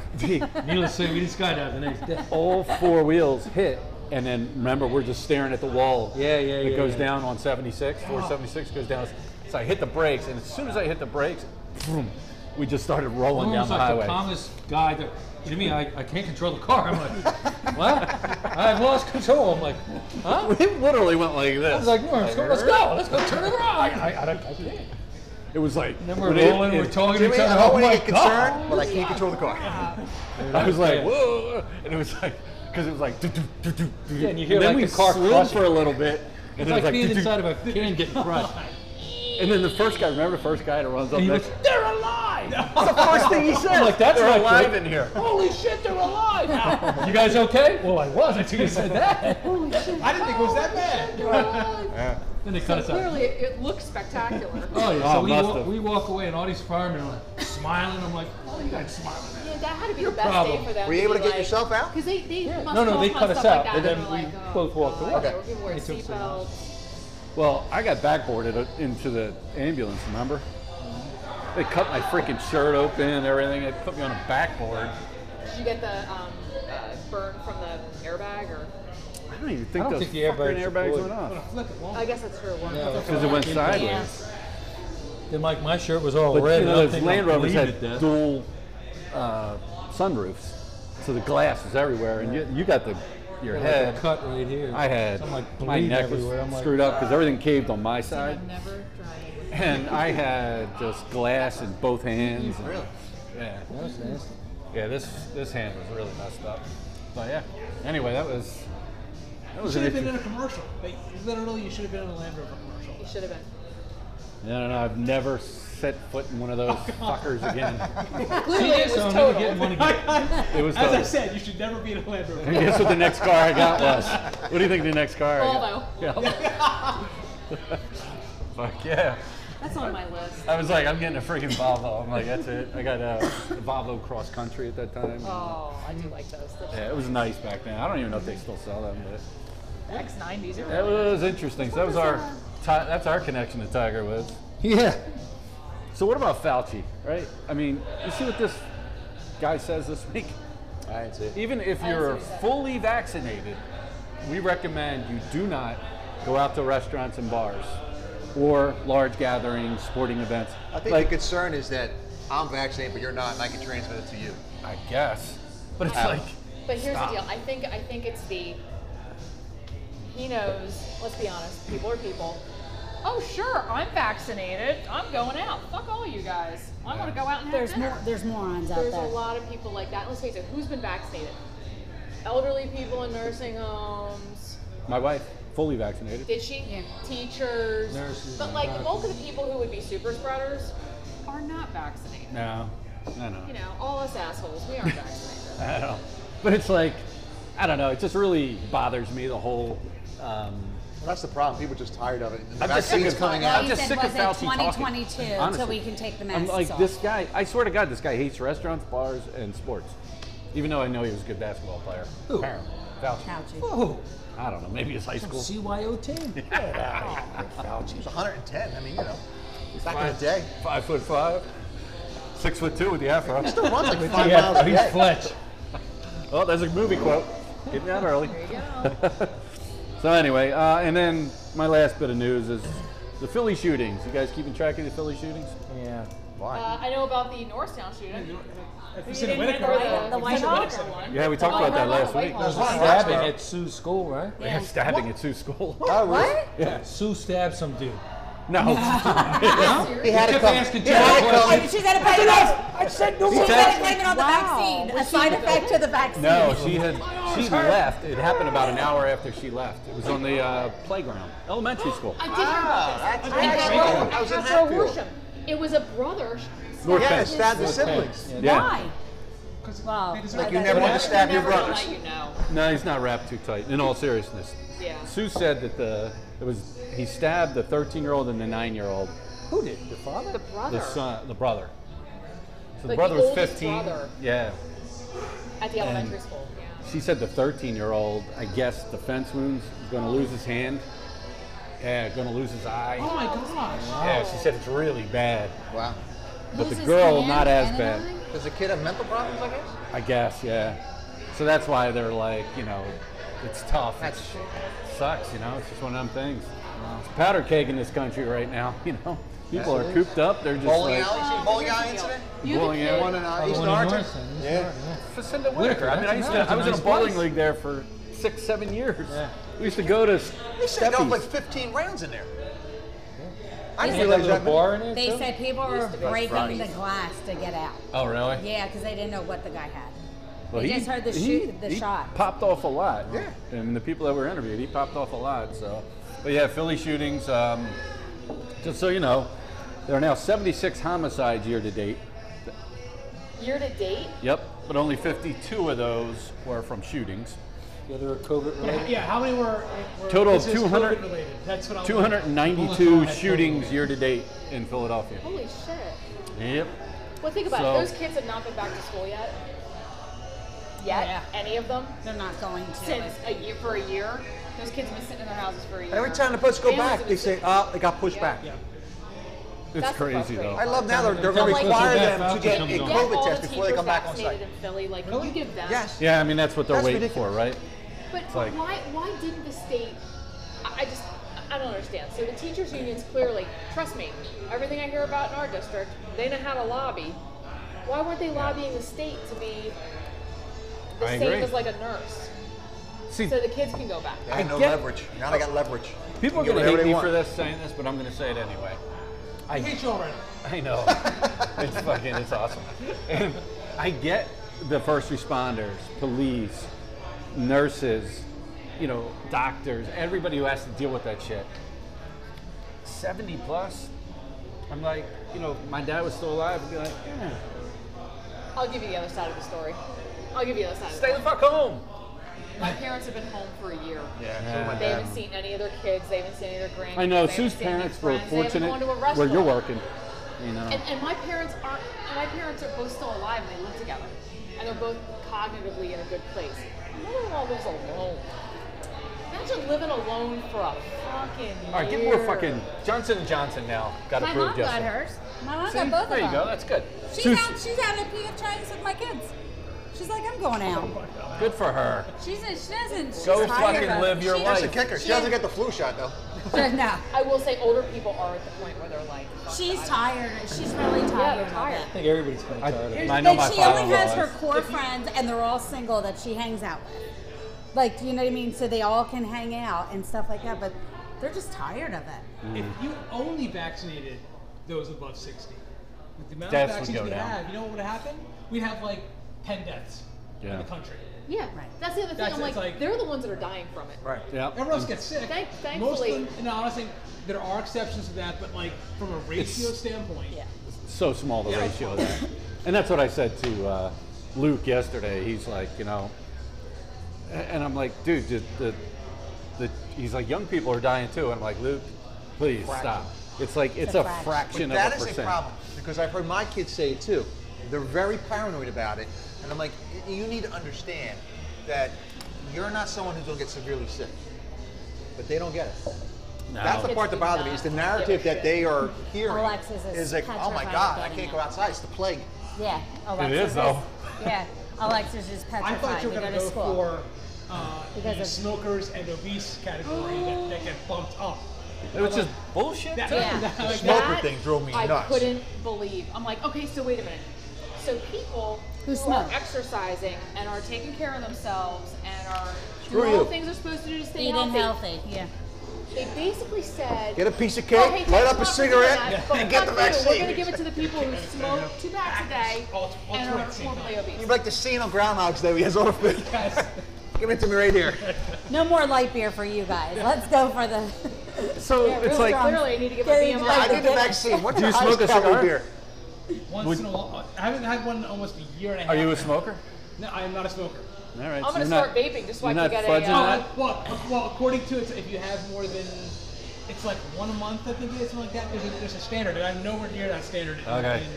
Speaker 5: Needless to say, we didn't skydive the next day.
Speaker 2: All four wheels hit and then remember we're just staring at the wall.
Speaker 8: Yeah, yeah,
Speaker 2: It
Speaker 8: yeah,
Speaker 2: goes
Speaker 8: yeah.
Speaker 2: down on 76. 476 goes down. So I hit the brakes, and as soon as I hit the brakes, boom, we just started rolling down
Speaker 8: Norman's
Speaker 2: the
Speaker 8: like the
Speaker 2: highway.
Speaker 8: calmest guy. That, Jimmy, I, I can't control the car. I'm like, what? I've lost control. I'm like, huh?
Speaker 2: It literally went like this.
Speaker 8: I was like, Norm, let's go, let's go, let's go, turn it around. I, I, I don't, I can't.
Speaker 2: it was like.
Speaker 8: Then we're
Speaker 2: but it-
Speaker 8: rolling,
Speaker 2: it-
Speaker 8: we're talking to
Speaker 1: Jimmy,
Speaker 8: each other.
Speaker 1: I
Speaker 8: Oh
Speaker 1: don't want to get
Speaker 8: my god!
Speaker 1: concerned, but I can't control the car.
Speaker 2: I was like,
Speaker 8: Yeah.
Speaker 2: whoa, and it was like, because it was like, do, do, do, do, do.
Speaker 8: Yeah, and you hear
Speaker 2: then we
Speaker 8: like the car
Speaker 2: slid
Speaker 8: crushing.
Speaker 2: for a little bit, and
Speaker 8: It's
Speaker 2: then
Speaker 8: like,
Speaker 2: it was
Speaker 8: being
Speaker 2: do, do.
Speaker 8: inside of a can getting crushed.
Speaker 2: And then the first guy, remember the first guy that runs up
Speaker 8: And he
Speaker 2: next?
Speaker 8: looks,
Speaker 2: they're alive. That's the first thing he said.
Speaker 8: I'm like, that's
Speaker 2: they're
Speaker 8: not
Speaker 2: alive
Speaker 8: good.
Speaker 2: in here.
Speaker 8: Holy shit, they're alive! you guys okay? Well, I was until you said that.
Speaker 1: I didn't think it was that bad.
Speaker 8: then they cut us out.
Speaker 4: Oh, Clearly, it, it looks spectacular.
Speaker 8: Oh yeah.
Speaker 2: Oh,
Speaker 8: So we,
Speaker 2: must
Speaker 8: wa-
Speaker 2: have.
Speaker 8: we walk away and all these firemen are like smiling. I'm like, oh, you guys smiling.
Speaker 4: Yeah, that had to be the best
Speaker 8: problem.
Speaker 4: day for them.
Speaker 1: Were you able to get yourself out?
Speaker 4: Because they, they must
Speaker 8: No, no,
Speaker 4: talk
Speaker 8: they
Speaker 4: about
Speaker 8: cut us
Speaker 4: stuff
Speaker 8: out,
Speaker 4: like
Speaker 8: and
Speaker 4: that,
Speaker 8: then
Speaker 4: they're
Speaker 8: we
Speaker 4: like,
Speaker 8: both walked
Speaker 4: God,
Speaker 8: away.
Speaker 4: They were people wearing
Speaker 8: It took so long.
Speaker 4: seatbelts.
Speaker 2: Well, I got backboarded uh, into the ambulance. Remember? They cut my freaking shirt open, everything. They put me on a backboard.
Speaker 4: Did you get the um, uh, burn from the airbag? Or
Speaker 2: I don't even
Speaker 8: I
Speaker 2: think
Speaker 8: don't
Speaker 2: those
Speaker 8: think the
Speaker 2: fucking
Speaker 8: airbags are
Speaker 2: airbags
Speaker 8: good.
Speaker 2: went off
Speaker 5: Flip it, won't
Speaker 4: I guess that's true. One.
Speaker 2: because it went sideways.
Speaker 8: Then like my shirt was all
Speaker 2: But
Speaker 8: red.
Speaker 2: you
Speaker 8: and
Speaker 2: know,
Speaker 8: I'm
Speaker 2: those
Speaker 8: thinking,
Speaker 2: Land Rovers
Speaker 8: "Bleed
Speaker 2: had
Speaker 8: to death."
Speaker 2: dual uh, sunroofs, so the glass was everywhere, and you, you got the your
Speaker 8: Like
Speaker 2: head.
Speaker 8: a cut right here.
Speaker 2: I had
Speaker 8: So I'm like
Speaker 2: my
Speaker 8: bleeding
Speaker 2: neck
Speaker 8: everywhere. I'm
Speaker 2: was
Speaker 8: like,
Speaker 2: screwed up because everything caved on my side,
Speaker 7: I've never tried.
Speaker 2: and I had just glass in both hands. and-
Speaker 1: Really?
Speaker 2: Yeah.
Speaker 8: That was nasty.
Speaker 2: Yeah. This this hand was really messed up. But yeah. Anyway, that was that
Speaker 5: You
Speaker 2: was
Speaker 5: should
Speaker 2: an
Speaker 5: have been in
Speaker 2: interesting.
Speaker 5: a commercial. Like, literally, you should have been in a Land Rover commercial.
Speaker 4: You should have been.
Speaker 2: No, no, no. I've never set foot in one of those
Speaker 5: Oh,
Speaker 2: fuckers again.
Speaker 4: Clearly, it was
Speaker 8: So I'm
Speaker 4: total.
Speaker 8: never getting one again.
Speaker 2: It was.
Speaker 5: As I
Speaker 2: total.
Speaker 5: said, you should never be in a Land Rover.
Speaker 2: And guess what the next car I got was? What do you think the next car I got? Yeah. Fuck yeah.
Speaker 4: That's on my list.
Speaker 2: I was like, I'm getting a freaking Volvo. I'm like, that's it. I got a, a Volvo cross country at that time.
Speaker 4: Oh, I do like those. The
Speaker 2: Yeah, it was nice back then. I don't even know if they still sell them, but
Speaker 4: X90s are
Speaker 2: that was interesting. So that was our ti- that's our connection to Tiger Woods. Yeah. So what about Fauci, right? I mean, you see what this guy says this week?
Speaker 1: I didn't see it.
Speaker 2: Even if you're fully vaccinated, we recommend you do not go out to restaurants and bars or large gatherings, sporting events.
Speaker 1: I think
Speaker 2: like,
Speaker 1: the concern is that I'm vaccinated, but you're not, and I can transmit it to you.
Speaker 2: I guess, but it's like,
Speaker 4: But here's the deal. I think I think it's the he knows. Let's be honest. People are people. Oh sure, I'm vaccinated. I'm going out. Fuck all you guys. I want to go out and have
Speaker 9: There's
Speaker 4: dinner.
Speaker 9: more. There's morons out
Speaker 4: There's
Speaker 9: there.
Speaker 4: a lot of people like that. Let's face it. Who's been vaccinated? Elderly people in nursing homes.
Speaker 2: my wife fully vaccinated.
Speaker 4: Did she? Teachers.
Speaker 8: Nurses
Speaker 4: But
Speaker 8: and
Speaker 4: like the bulk of the people who would be super spreaders are not vaccinated.
Speaker 2: No, no, no.
Speaker 4: You know, all us assholes, we aren't vaccinated.
Speaker 2: I don't. But it's like, I don't know. It just really bothers me the whole. Um,
Speaker 1: Well, that's the problem. People are just tired of it. And the
Speaker 2: I'm just sick
Speaker 1: vaccine's
Speaker 2: of-
Speaker 1: coming
Speaker 2: I'm
Speaker 1: out.
Speaker 9: He
Speaker 2: just
Speaker 9: said,
Speaker 2: sick of
Speaker 9: was it
Speaker 2: Fauci talking.
Speaker 9: 2022 till
Speaker 2: Honestly.
Speaker 9: we can take the
Speaker 2: I'm
Speaker 9: masks
Speaker 2: like
Speaker 9: off?
Speaker 2: this guy. I swear to God, this guy hates restaurants, bars, and sports. Even though I know he was a good basketball player.
Speaker 8: Who?
Speaker 2: Apparently, Fauci.
Speaker 9: Fauci.
Speaker 8: Whoa.
Speaker 2: I don't know. Maybe it's high school.
Speaker 8: CYO team.
Speaker 1: Fauci was 110. I mean, you know, back in the day.
Speaker 2: Five foot five. Six foot two with the afro.
Speaker 1: Still runs like five miles
Speaker 8: Yeah,
Speaker 1: a
Speaker 8: he's
Speaker 1: day.
Speaker 8: Fletch.
Speaker 2: oh, there's a movie quote. Getting out early. so anyway, uh, and then my last bit of news is the Philly shootings. You guys keeping track of the Philly shootings?
Speaker 8: Yeah.
Speaker 1: Why?
Speaker 4: Uh, I know about the Norristown shooting.
Speaker 1: uh,
Speaker 5: If
Speaker 4: You
Speaker 5: it's in
Speaker 4: didn't
Speaker 5: Winnetka,
Speaker 4: remember
Speaker 9: the
Speaker 4: the
Speaker 9: White
Speaker 4: Monica
Speaker 9: Hawk.
Speaker 4: one.
Speaker 2: Yeah, we talked
Speaker 4: The
Speaker 2: about that
Speaker 4: White
Speaker 2: last
Speaker 4: Hawk, the White
Speaker 2: week.
Speaker 4: Hawk.
Speaker 1: There's a lot of
Speaker 8: Stabbing
Speaker 1: rocks, bro.
Speaker 8: at Sue's school, right?
Speaker 2: They had stabbing at Sioux School.
Speaker 1: I was-
Speaker 9: What?
Speaker 8: Yeah. Sue stabbed some dude.
Speaker 2: No.
Speaker 1: He had
Speaker 8: Kept
Speaker 1: it coming.
Speaker 8: asking
Speaker 1: He had
Speaker 8: Joe
Speaker 1: it
Speaker 8: questions.
Speaker 1: coming.
Speaker 9: Oh, She's had a payment. I said no. She's had a
Speaker 2: Exactly.
Speaker 9: payment on the
Speaker 4: Wow.
Speaker 9: vaccine. A side effect to the vaccine.
Speaker 2: no, she had she left. It happened about an hour after she left. It was on the uh, playground, elementary school.
Speaker 4: I did hear about
Speaker 1: Ah,
Speaker 4: this.
Speaker 1: that's
Speaker 4: I
Speaker 1: right.
Speaker 4: had
Speaker 1: Yeah.
Speaker 4: Roshan-
Speaker 1: I was in
Speaker 4: Hasbro
Speaker 1: Hatfield.
Speaker 4: Worship. It was a brother.
Speaker 2: North
Speaker 1: Yeah,
Speaker 2: Bend.
Speaker 1: stab the siblings.
Speaker 2: Yeah.
Speaker 9: Why?
Speaker 5: because
Speaker 9: Wow.
Speaker 5: they deserve
Speaker 1: Like
Speaker 5: it.
Speaker 1: you never want to stab your
Speaker 4: Never gonna
Speaker 1: brothers.
Speaker 4: let you know.
Speaker 2: No, he's not wrapped too tight. In all seriousness,
Speaker 4: Yeah.
Speaker 2: Sue said that the it was he stabbed the 13-year-old and the 9-year-old,
Speaker 8: Who did? Your father?
Speaker 2: the
Speaker 4: The brother
Speaker 2: son, the brother. So the
Speaker 4: Uh-huh. Like the
Speaker 2: brother was
Speaker 4: oldest
Speaker 2: 15.
Speaker 4: brother.
Speaker 2: Yeah.
Speaker 4: at the elementary school. Yeah.
Speaker 2: She said the 13-year-old, I guess, defense wounds, is going to lose his hand. Yeah, going to lose his eye.
Speaker 5: Oh my gosh.
Speaker 2: Yeah, she said it's really bad.
Speaker 1: Wow.
Speaker 2: But the
Speaker 9: Loses
Speaker 2: girl,
Speaker 9: hand
Speaker 2: not as
Speaker 9: and
Speaker 2: bad.
Speaker 9: an eye?
Speaker 1: Does the kid have mental problems? I guess.
Speaker 2: I guess, yeah. So that's why they're like, you know, It's tough.
Speaker 1: That's a shame.
Speaker 2: It sucks, you know. It's just one of them things. It's powder keg in this country right now, you know. People
Speaker 1: Yes,
Speaker 2: are
Speaker 1: it is.
Speaker 2: cooped up. They're just
Speaker 1: Bowling
Speaker 2: like
Speaker 1: alley? See bowling alley incident?
Speaker 4: You
Speaker 2: Bowling
Speaker 4: the
Speaker 2: alley.
Speaker 4: kid.
Speaker 1: One in uh,
Speaker 8: Probably
Speaker 1: East
Speaker 8: one in
Speaker 1: Norton?
Speaker 8: Norton, East
Speaker 1: Yeah.
Speaker 8: Norton, yeah.
Speaker 2: Jacinda Whinicker. I mean, I
Speaker 8: that's
Speaker 2: used
Speaker 8: a
Speaker 2: to.
Speaker 8: nice-
Speaker 2: I was in a
Speaker 8: nice
Speaker 2: bowling
Speaker 8: place.
Speaker 2: league there for six, seven years.
Speaker 8: Yeah.
Speaker 2: We used to go to
Speaker 1: They said they
Speaker 2: Steppies.
Speaker 1: opened like 15 rounds in there. I
Speaker 9: They
Speaker 1: didn't
Speaker 9: said
Speaker 8: That
Speaker 1: realize
Speaker 8: little
Speaker 1: that.
Speaker 8: bar in it.
Speaker 9: They
Speaker 8: too?
Speaker 9: said people were breaking the glass to get out.
Speaker 2: Oh, really?
Speaker 9: Yeah, because they didn't know what the guy had.
Speaker 2: Well,
Speaker 9: They just heard the shoot- the
Speaker 2: he
Speaker 9: shot.
Speaker 2: Popped off a lot.
Speaker 1: Yeah.
Speaker 2: And the people that were interviewed, he popped off a lot. So, but yeah, Philly shootings. Um, just so you know, there are now 76 homicides year to date.
Speaker 4: Year to date,
Speaker 2: Yep. But only 52 of those were from shootings.
Speaker 8: The other COVID related.
Speaker 5: Yeah, how many were? were
Speaker 2: Total of
Speaker 5: this is
Speaker 2: 200
Speaker 5: COVID related. That's what I
Speaker 2: 292 shootings year to date in Philadelphia.
Speaker 4: holy shit.
Speaker 2: Yep.
Speaker 4: Well, think about
Speaker 2: So-
Speaker 4: it. Those kids have not been back to school yet. Yet,
Speaker 9: Yeah.
Speaker 4: any of them
Speaker 9: They're not going to.
Speaker 4: since a year for a year. Those kids have been sitting in their houses for a year.
Speaker 1: Every time the bus go
Speaker 4: Families
Speaker 1: back,
Speaker 4: have
Speaker 1: they
Speaker 4: been
Speaker 1: say,
Speaker 4: sitting-
Speaker 1: "Ah, it got pushed back."
Speaker 5: Yeah.
Speaker 2: It's
Speaker 4: That's
Speaker 2: crazy
Speaker 4: frustrating.
Speaker 2: though.
Speaker 1: I love now they're, they're going
Speaker 4: Don't
Speaker 1: to
Speaker 4: like
Speaker 1: require
Speaker 8: the
Speaker 1: them to get a
Speaker 8: faculty
Speaker 4: Get
Speaker 8: comes
Speaker 1: COVID
Speaker 4: all
Speaker 1: test
Speaker 4: the
Speaker 1: before they
Speaker 4: teachers
Speaker 1: come back on site.
Speaker 4: vaccinated in Philly, like you give them.
Speaker 1: Yes.
Speaker 2: Yeah, I mean that's what they're
Speaker 1: That's
Speaker 2: waiting
Speaker 1: ridiculous.
Speaker 2: for, right?
Speaker 4: But
Speaker 2: like-
Speaker 4: why, why didn't the state, I I just, I don't understand. So the teachers unions clearly, trust me, everything I hear about in our district, they know how to lobby. Why weren't they lobbying the state to be the
Speaker 2: I
Speaker 4: same
Speaker 2: agree.
Speaker 4: as like a nurse?
Speaker 2: See,
Speaker 4: So the kids can go back.
Speaker 1: They had no
Speaker 2: get-
Speaker 1: leverage. Now they got leverage.
Speaker 2: people are going
Speaker 1: They can get
Speaker 2: to
Speaker 1: whatever
Speaker 2: hate
Speaker 1: they
Speaker 2: me
Speaker 1: want.
Speaker 2: for this saying this, but I'm going to say it anyway.
Speaker 5: I hate you already.
Speaker 2: I know. it's fucking, it's awesome. And I get the first responders, police, nurses, you know, doctors, everybody who has to deal with that shit. 70 plus, I'm like, you know, if my dad was still alive, I'd be like, eh. yeah,
Speaker 4: I'll give you the other side of the story. I'll give you the other side of the
Speaker 2: stay
Speaker 4: story.
Speaker 2: the fuck home.
Speaker 4: My parents have been home for a year.
Speaker 2: Yeah.
Speaker 4: They haven't seen any of their kids. They haven't seen any of their grandkids.
Speaker 2: Eh. I know,
Speaker 4: they
Speaker 2: Sue's
Speaker 4: haven't seen any
Speaker 2: parents were
Speaker 4: friends, They
Speaker 2: fortunate
Speaker 4: haven't gone to a
Speaker 2: where
Speaker 4: restaurant.
Speaker 2: you're working, you know.
Speaker 4: And, and my parents aren't. and My parents are both still alive and they live together, and they're both cognitively in a good place. My mother-in-law lives alone. Imagine living alone for a fucking.
Speaker 2: All right, get more fucking Johnson & Johnson now. Got
Speaker 4: My
Speaker 2: approved
Speaker 4: mom got
Speaker 2: yesterday.
Speaker 4: hers.
Speaker 9: My mom
Speaker 2: See?
Speaker 9: got both
Speaker 2: there
Speaker 9: of
Speaker 2: you
Speaker 9: them.
Speaker 2: go. That's good.
Speaker 9: She's out. She's out at PF Chinese with my kids. She's like, I'm going out.
Speaker 2: Good for her.
Speaker 9: She's a, she doesn't.
Speaker 2: Oh, Go
Speaker 9: she's tired
Speaker 2: fucking
Speaker 9: of-
Speaker 2: live your
Speaker 9: she
Speaker 1: That's the
Speaker 2: life.
Speaker 1: kicker. She doesn't get the flu shot though.
Speaker 9: doesn't- No,
Speaker 4: I will say, older people are at the point where they're like. fuck
Speaker 9: she's
Speaker 4: that.
Speaker 9: tired. She's really
Speaker 4: Yeah,
Speaker 9: tired.
Speaker 4: they're tired.
Speaker 8: I think everybody's kind of tired of it.
Speaker 2: I know my
Speaker 9: Like she only
Speaker 2: father-in-law
Speaker 9: has her
Speaker 2: is.
Speaker 9: core friends, and they're all single that she hangs out with. Like, you know what I mean? So they all can hang out and stuff like that. But they're just tired of it.
Speaker 5: If you only vaccinated those above 60, with the amount
Speaker 2: Deaths
Speaker 5: of
Speaker 2: would
Speaker 5: vaccines
Speaker 2: go
Speaker 5: we
Speaker 2: down.
Speaker 5: have, you know what would happen? We'd have like 10 deaths in
Speaker 2: Yeah.
Speaker 5: the country.
Speaker 4: Yeah,
Speaker 9: Right.
Speaker 4: that's the other thing.
Speaker 5: That's-
Speaker 4: I'm
Speaker 5: it's
Speaker 4: like,
Speaker 5: like-
Speaker 4: they're the ones that are dying from it.
Speaker 1: Right.
Speaker 2: Yeah.
Speaker 5: Everyone else gets sick.
Speaker 4: Thank-
Speaker 5: Most
Speaker 4: thankfully-
Speaker 5: of them, and honestly, there are exceptions to that, but like from a ratio standpoint,
Speaker 4: Yeah.
Speaker 2: so small the ratio of that. And that's what I said to uh, Luke yesterday. He's like, you know, a- and I'm like, dude, the, the, the, he's like, young people are dying too. And I'm like, Luke, please stop. It's like it's,
Speaker 9: a
Speaker 2: a,
Speaker 9: fraction.
Speaker 2: fraction,
Speaker 1: But that
Speaker 2: of a
Speaker 1: is a
Speaker 2: percent.
Speaker 1: problem because I've heard my kids say it too. They're very paranoid about it, and I'm like, "Y- you need to understand that you're not someone who's gonna get severely sick, but they don't get it.
Speaker 2: No.
Speaker 1: That's the part that
Speaker 4: Kids
Speaker 1: bothers
Speaker 4: do
Speaker 1: me
Speaker 4: not
Speaker 1: is the
Speaker 4: give a
Speaker 1: narrative that
Speaker 4: shit.
Speaker 1: they are hearing
Speaker 9: Alexis is
Speaker 1: like, oh my
Speaker 9: petrified
Speaker 1: god,
Speaker 9: of
Speaker 1: I
Speaker 9: getting
Speaker 1: can't
Speaker 9: it."
Speaker 1: go outside. It's the plague.
Speaker 9: Yeah. Alexis
Speaker 2: is, though.
Speaker 9: Yeah. Alexis is petrified
Speaker 5: I thought you were
Speaker 9: to
Speaker 5: going
Speaker 9: go to
Speaker 5: go
Speaker 9: school.
Speaker 5: for uh,
Speaker 9: Because
Speaker 5: the
Speaker 9: of-
Speaker 5: smokers and obese category that, that get bumped up.
Speaker 2: It was just bullshit.
Speaker 5: That,
Speaker 2: too.
Speaker 9: Yeah.
Speaker 5: that- like,
Speaker 1: Smoker
Speaker 4: That
Speaker 1: thing drove me
Speaker 4: I
Speaker 1: nuts.
Speaker 4: couldn't believe. I'm like, okay, so wait a minute. So people
Speaker 9: Who
Speaker 4: who,
Speaker 9: smoke.
Speaker 4: are exercising and are taking care of themselves and are
Speaker 1: Screw
Speaker 4: doing all
Speaker 1: you.
Speaker 4: the things they're supposed to do to stay
Speaker 9: Eating
Speaker 4: healthy,
Speaker 9: healthy. Yeah.
Speaker 4: they basically said,
Speaker 1: Get a piece of
Speaker 4: "Oh,
Speaker 1: cake,
Speaker 4: hey,
Speaker 1: light up
Speaker 4: thanks
Speaker 1: a
Speaker 4: lot for doing
Speaker 1: cigarette,
Speaker 4: that, but
Speaker 1: and get the
Speaker 4: fuck you, We're going to
Speaker 1: vaccine.
Speaker 4: give it to the people who smoke two packs a day
Speaker 5: All- all
Speaker 4: and are
Speaker 5: twins, you know.
Speaker 4: morbidly obese.
Speaker 1: You're like the scene on Groundhog's Day. He has all the food. Give it to me right here.
Speaker 9: No more light beer for you guys. Let's go for the.
Speaker 2: So
Speaker 9: Yeah,
Speaker 2: it's
Speaker 9: really
Speaker 2: like,
Speaker 9: strong.
Speaker 4: Clearly, I need to give a
Speaker 9: Getting
Speaker 4: BMI.
Speaker 9: back to
Speaker 1: I did the
Speaker 9: dinner.
Speaker 1: vaccine. What's
Speaker 2: Do
Speaker 1: the
Speaker 2: you smoke a
Speaker 1: highest calorie
Speaker 2: cigar?
Speaker 1: beer?
Speaker 5: once in a while, I haven't had one in almost a year and a half.
Speaker 2: are you a smoker?
Speaker 5: No, I am not a smoker.
Speaker 2: All right.
Speaker 4: I'm
Speaker 2: so
Speaker 4: going to
Speaker 2: you're
Speaker 4: start
Speaker 2: not-
Speaker 4: vaping just so I
Speaker 2: you're not
Speaker 4: can get
Speaker 2: fudging
Speaker 4: a.
Speaker 5: Oh,
Speaker 4: Uh,
Speaker 2: that?
Speaker 5: like, well, well, according to it, if you have more than, it's like one a month, I think it is, something like that. There's a, there's a standard, and I'm nowhere near that standard. in-
Speaker 2: Okay.
Speaker 5: in-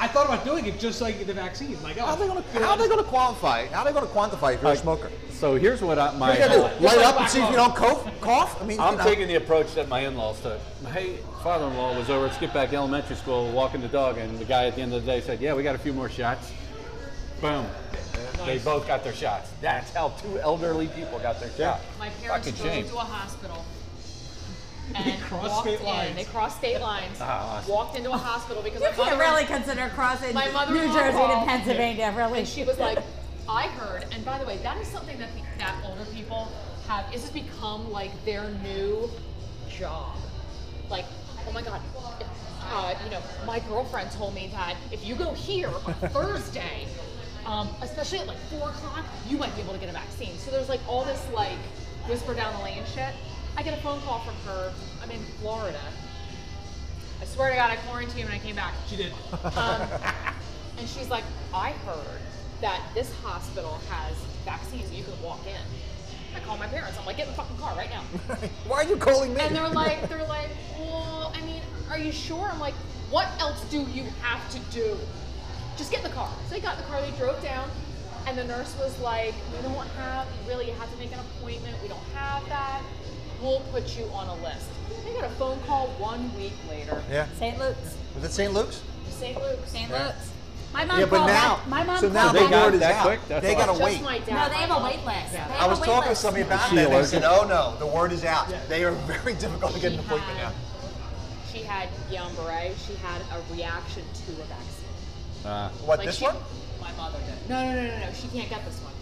Speaker 5: I thought about doing it just like the vaccine. Like, oh,
Speaker 1: How are they gonna
Speaker 5: do
Speaker 1: How are
Speaker 5: it?
Speaker 1: they gonna qualify? it? How are they gonna quantify if you're a
Speaker 2: Like,
Speaker 1: smoker?
Speaker 2: So here's what I, my.
Speaker 1: You gotta
Speaker 5: like-
Speaker 1: light
Speaker 5: like
Speaker 1: up and see if you don't
Speaker 5: black
Speaker 1: cough. Cough. I mean,
Speaker 2: I'm
Speaker 1: you know.
Speaker 2: taking the approach that my in-laws took. My father-in-law was over at Skipback Elementary School walking the dog, and the guy at the end of the day said, "Yeah, we got a few more shots." Boom. They
Speaker 5: Nice.
Speaker 2: both got their shots. That's how two elderly people got their
Speaker 1: Yeah.
Speaker 2: shot.
Speaker 4: My parents
Speaker 2: Fucking
Speaker 4: drove
Speaker 2: shame.
Speaker 4: to a hospital.
Speaker 5: They
Speaker 4: and
Speaker 5: crossed
Speaker 4: walked
Speaker 5: state
Speaker 4: in.
Speaker 5: lines.
Speaker 4: They crossed state lines.
Speaker 2: Ah, awesome.
Speaker 4: Walked into a hospital because
Speaker 9: You
Speaker 4: my mother
Speaker 9: can't really consider crossing
Speaker 4: My mother-in-law
Speaker 9: New Jersey to
Speaker 4: called.
Speaker 9: Pennsylvania, really.
Speaker 4: And she was like, I heard, and by the way, that is something that the, that older people have. This has become like their new job. Like, oh my god, if, uh, you know, my girlfriend told me that if you go here on Thursday, um, especially at like four o'clock, you might be able to get a vaccine. So there's like all this like whisper down the lane shit. I get a phone call from her. I'm in Florida. I swear to God, I quarantined when I came back.
Speaker 5: She did.
Speaker 4: Um, and she's like, I heard that this hospital has vaccines you can walk in. I call my parents. I'm like, get in the fucking car right now.
Speaker 1: Why are you calling me?
Speaker 4: And they're like, they're like, well, I mean, are you sure? I'm like, what else do you have to do? Just get in the car. So they got in the car. They drove down, and the nurse was like, we don't have. You really have to make an appointment. We don't have that. We'll put you on a list. They got a phone call one week later.
Speaker 1: yeah.
Speaker 9: St. Luke's.
Speaker 1: Was it St. Luke's?
Speaker 4: St. Luke's.
Speaker 9: St.
Speaker 1: Yeah.
Speaker 9: Luke's. My mom
Speaker 1: yeah, but
Speaker 9: called
Speaker 1: now,
Speaker 9: back. My mom
Speaker 1: so now
Speaker 9: called
Speaker 2: they
Speaker 1: the
Speaker 9: back.
Speaker 2: got
Speaker 1: word is
Speaker 2: that
Speaker 1: out.
Speaker 2: quick? That's
Speaker 1: They gotta
Speaker 2: awesome.
Speaker 4: Just
Speaker 1: wait.
Speaker 4: my dad.
Speaker 9: No, they have a wait list. They
Speaker 1: I
Speaker 9: have
Speaker 1: was
Speaker 9: a wait
Speaker 1: talking to
Speaker 9: list.
Speaker 1: somebody about
Speaker 2: She
Speaker 1: that. They
Speaker 2: allergic?
Speaker 1: said, "Oh no, the word is out.
Speaker 5: Yeah.
Speaker 1: They are very difficult to get an
Speaker 4: She
Speaker 1: appointment now."
Speaker 4: had- She had Guillain-Barré. She had a reaction to a vaccine.
Speaker 2: Uh,
Speaker 1: What
Speaker 4: Like,
Speaker 1: this
Speaker 4: she-
Speaker 1: one?
Speaker 4: My mother did. No, no, no, no, no. She can't get this one.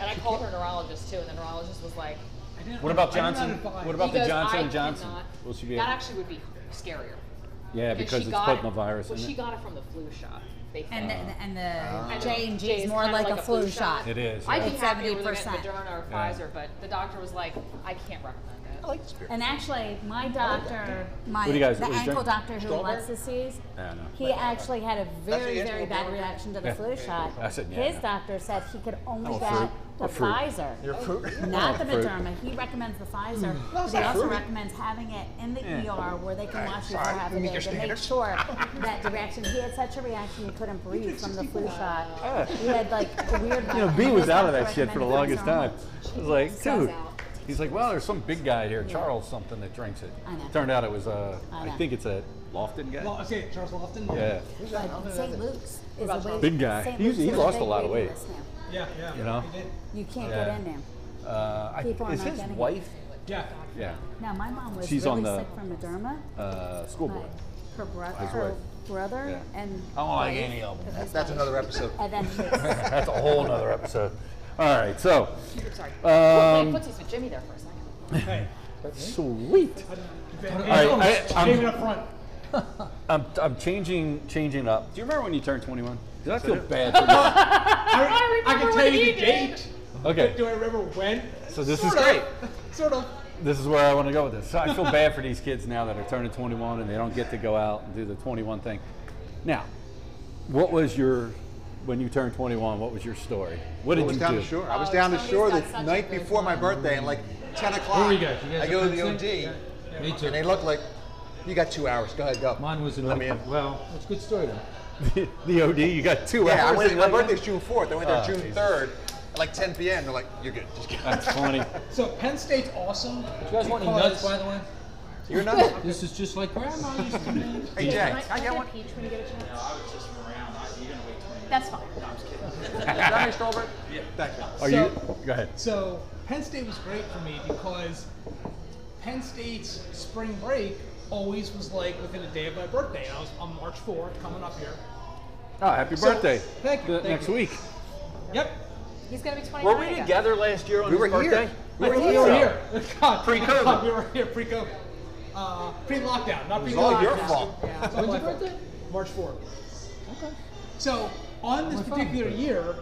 Speaker 4: And I called her neurologist too, and the neurologist was like,
Speaker 5: I didn't-
Speaker 2: what about
Speaker 5: I did not
Speaker 2: Johnson?
Speaker 5: advise.
Speaker 2: What about
Speaker 4: he
Speaker 2: the
Speaker 4: goes,
Speaker 2: Johnson
Speaker 4: "I
Speaker 2: and Johnson?
Speaker 4: cannot."
Speaker 2: Will she be?
Speaker 4: That
Speaker 2: able-
Speaker 4: actually would be scarier.
Speaker 2: yeah,
Speaker 4: And
Speaker 2: because
Speaker 4: she
Speaker 2: it's
Speaker 4: got-
Speaker 2: putnavirus.
Speaker 4: Well,
Speaker 2: isn't
Speaker 4: she
Speaker 2: it?
Speaker 4: got it from the flu shot. They think.
Speaker 9: And the, and the
Speaker 4: And
Speaker 9: Uh, J and G
Speaker 4: J
Speaker 9: is more
Speaker 4: kinda
Speaker 9: like a flu shot.
Speaker 2: It is,
Speaker 4: I'd be
Speaker 9: yeah.
Speaker 4: happy with it,
Speaker 9: 70%.
Speaker 4: Moderna or
Speaker 2: Yeah.
Speaker 4: Pfizer, but the doctor was like, I can't recommend
Speaker 1: I
Speaker 4: it.
Speaker 9: Oh,
Speaker 1: like this beer.
Speaker 9: And actually, my doctor, my
Speaker 2: What do you guys-
Speaker 9: the
Speaker 2: what do you
Speaker 9: ankle
Speaker 2: drink?
Speaker 9: doctor who
Speaker 1: Strawberry?
Speaker 9: Alexis sees,
Speaker 2: Yeah, I know.
Speaker 9: he actually had a very,
Speaker 1: the
Speaker 9: very
Speaker 1: answer.
Speaker 9: bad reaction to the
Speaker 2: Yeah.
Speaker 9: flu shot.
Speaker 2: I said, yeah,
Speaker 9: His
Speaker 2: no.
Speaker 9: doctor said he could only
Speaker 2: Oh,
Speaker 9: get
Speaker 2: fruit.
Speaker 9: the
Speaker 2: Or fruit.
Speaker 9: Pfizer,
Speaker 1: Your fruit.
Speaker 9: not the
Speaker 2: Oh, Hmm. fruit.
Speaker 9: Moderna. He recommends the Pfizer, but he
Speaker 1: not
Speaker 9: also
Speaker 1: fruit.
Speaker 9: recommends having it in the ER where they can
Speaker 1: Alright,
Speaker 9: watch you for
Speaker 1: sorry.
Speaker 9: half a
Speaker 1: Meet
Speaker 9: day
Speaker 1: your
Speaker 9: to make
Speaker 1: standards.
Speaker 9: sure that the reaction. He had such a reaction he couldn't breathe from the flu shot. He had like a weird.
Speaker 2: You know, B was out of that shit for the longest time. I was like,
Speaker 4: Sells
Speaker 2: dude.
Speaker 4: out.
Speaker 2: He's like, well, there's some big guy here, Charles something, that drinks it.
Speaker 9: I know.
Speaker 2: Turned out it was, uh,
Speaker 9: I
Speaker 2: I
Speaker 9: know.
Speaker 2: think it's a Lofton guy.
Speaker 5: Well, okay, Charles Lofton.
Speaker 2: Yeah,
Speaker 9: Like St. Luke's is a wait-
Speaker 2: Big guy.
Speaker 9: St.
Speaker 2: He's-
Speaker 9: Luke's
Speaker 2: he
Speaker 9: is
Speaker 2: lost
Speaker 9: big
Speaker 2: a lot of
Speaker 9: waiting
Speaker 2: weight.
Speaker 9: list now.
Speaker 5: Yeah, yeah.
Speaker 2: You know?
Speaker 5: He did.
Speaker 9: You can't
Speaker 2: Yeah.
Speaker 9: get in now.
Speaker 2: uh, I,
Speaker 9: People are
Speaker 2: is
Speaker 9: not
Speaker 2: his
Speaker 9: getting it.
Speaker 2: wife?
Speaker 5: Yeah.
Speaker 2: Yeah,
Speaker 9: Now my mom was
Speaker 2: She's
Speaker 9: really
Speaker 2: on the-
Speaker 9: sick from Moderna.
Speaker 2: uh, school
Speaker 9: but
Speaker 2: board.
Speaker 9: her brother,
Speaker 2: His
Speaker 9: her
Speaker 2: wife.
Speaker 9: brother,
Speaker 2: Yeah.
Speaker 9: and
Speaker 2: I don't like any of them.
Speaker 1: That's, that's another episode.
Speaker 9: and then she-
Speaker 2: That's a whole nother episode. All right, so
Speaker 4: I'm sorry.
Speaker 2: Um,
Speaker 4: Wait, footsies with Jimmy there for a second.
Speaker 5: Hey.
Speaker 2: sweet.
Speaker 5: I
Speaker 2: right,
Speaker 5: didn't.
Speaker 2: I-
Speaker 5: She
Speaker 2: I'm-
Speaker 5: gave it up front.
Speaker 2: I'm, I'm changing changing up. Do you remember when you turned 21? Because I feel bad. For
Speaker 5: I, I can
Speaker 4: remember
Speaker 5: tell
Speaker 4: when
Speaker 5: you
Speaker 4: he
Speaker 5: the
Speaker 4: did.
Speaker 5: date.
Speaker 2: you. Okay,
Speaker 5: Do I remember when?
Speaker 2: so this is
Speaker 5: Sort
Speaker 2: great.
Speaker 5: of. Sort of.
Speaker 2: This is where I want to go with this. So I feel bad for these kids now that are turning 21 and they don't get to go out and do the 21 thing. Now, what was your when you turned 21? What was your story? What did
Speaker 1: I was
Speaker 2: you
Speaker 1: down
Speaker 2: do?
Speaker 1: the shore. I was
Speaker 4: Oh,
Speaker 1: down the
Speaker 4: somebody's
Speaker 1: shore
Speaker 4: got
Speaker 1: the
Speaker 4: such a
Speaker 1: night
Speaker 4: good
Speaker 1: before my birthday, and like 10 o'clock.
Speaker 8: Where we go? You guys
Speaker 1: I
Speaker 8: are
Speaker 1: go to the
Speaker 8: fencing?
Speaker 1: OD,
Speaker 8: Yeah. Me too.
Speaker 1: and they look like, "You got two hours. Go ahead, go."
Speaker 8: Mine was in
Speaker 1: Let me in.
Speaker 8: Well, it's a good story though.
Speaker 2: the OD. You got two
Speaker 1: Yeah, I
Speaker 2: hours.
Speaker 1: went,
Speaker 2: in
Speaker 1: my
Speaker 2: London?
Speaker 1: birthday's June 4th. I went there
Speaker 2: Oh,
Speaker 1: June
Speaker 2: Jesus.
Speaker 1: 3rd at like 10 p.m. They're like, "You're good. Just go."
Speaker 2: That's funny.
Speaker 5: So Penn State's awesome.
Speaker 8: You guys want any nuts, by the way?
Speaker 1: You're not.
Speaker 8: This is just like grandma used to make.
Speaker 1: Hey, Jack, can I get one?
Speaker 4: peach when you get a chance? No, I was just around. You're gonna wait 20 That's fine.
Speaker 1: Johnny Stolberg? Yeah. Back there.
Speaker 2: Are you? Go ahead.
Speaker 5: So Penn State was great for me because Penn State's spring break always was like within a day of my birthday. And I was on March 4th coming up here.
Speaker 2: Oh, happy
Speaker 5: So-
Speaker 2: birthday!
Speaker 5: thank you,
Speaker 2: The-
Speaker 5: thank
Speaker 2: Next
Speaker 5: you.
Speaker 2: week.
Speaker 5: Yep.
Speaker 4: He's gonna be 20.
Speaker 2: Were we together last year on
Speaker 1: We
Speaker 2: his
Speaker 1: were here.
Speaker 2: birthday?
Speaker 1: We were
Speaker 5: We were
Speaker 1: So-
Speaker 5: here. God,
Speaker 2: Pre-COVID.
Speaker 5: God, we were here pre-COVID. Uh, pre-lockdown, not
Speaker 1: It's
Speaker 5: pre-lockdown.
Speaker 1: all your fault.
Speaker 5: Yeah, it's all my fault. March 4th. Okay. So on this particular year,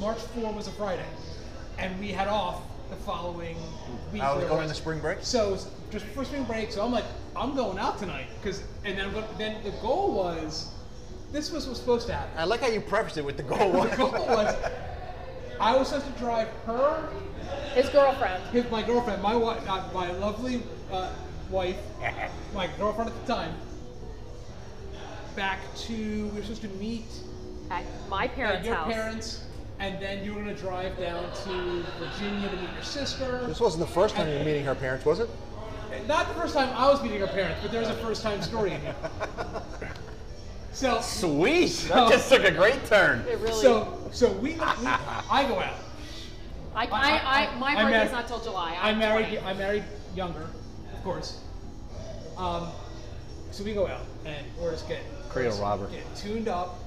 Speaker 5: March 4 was a Friday, and we had off the following week.
Speaker 1: I was
Speaker 5: or-
Speaker 1: going to spring break.
Speaker 5: So s- just before spring break, so I'm like, I'm going out tonight, cause and then what? Then the goal was, this was what's supposed to happen
Speaker 1: I like how you prefaced it with the goal was.
Speaker 5: the goal was I was supposed to drive her,
Speaker 4: His girlfriend.
Speaker 5: his, my girlfriend, my wife, not my lovely uh, wife, my girlfriend at the time, back to we were supposed to meet
Speaker 4: At my
Speaker 5: at
Speaker 4: parents'
Speaker 5: your
Speaker 4: house.
Speaker 5: parents, and then you were gonna drive down to Virginia to meet your sister.
Speaker 1: This wasn't the first time you were meeting her parents, was it?
Speaker 5: Not the first time I was meeting her parents, but there's a first time story in here. So
Speaker 2: Sweet. That just took a great turn.
Speaker 4: It really.
Speaker 5: so so we, we I go out.
Speaker 4: I, I, I, my
Speaker 5: I
Speaker 4: birthday's
Speaker 5: married-
Speaker 4: not till July.
Speaker 5: I
Speaker 4: I'm
Speaker 5: married
Speaker 4: 20.
Speaker 5: I married younger, of course. Um, so we go out and we're just getting
Speaker 2: Creole robber.
Speaker 5: Get tuned up,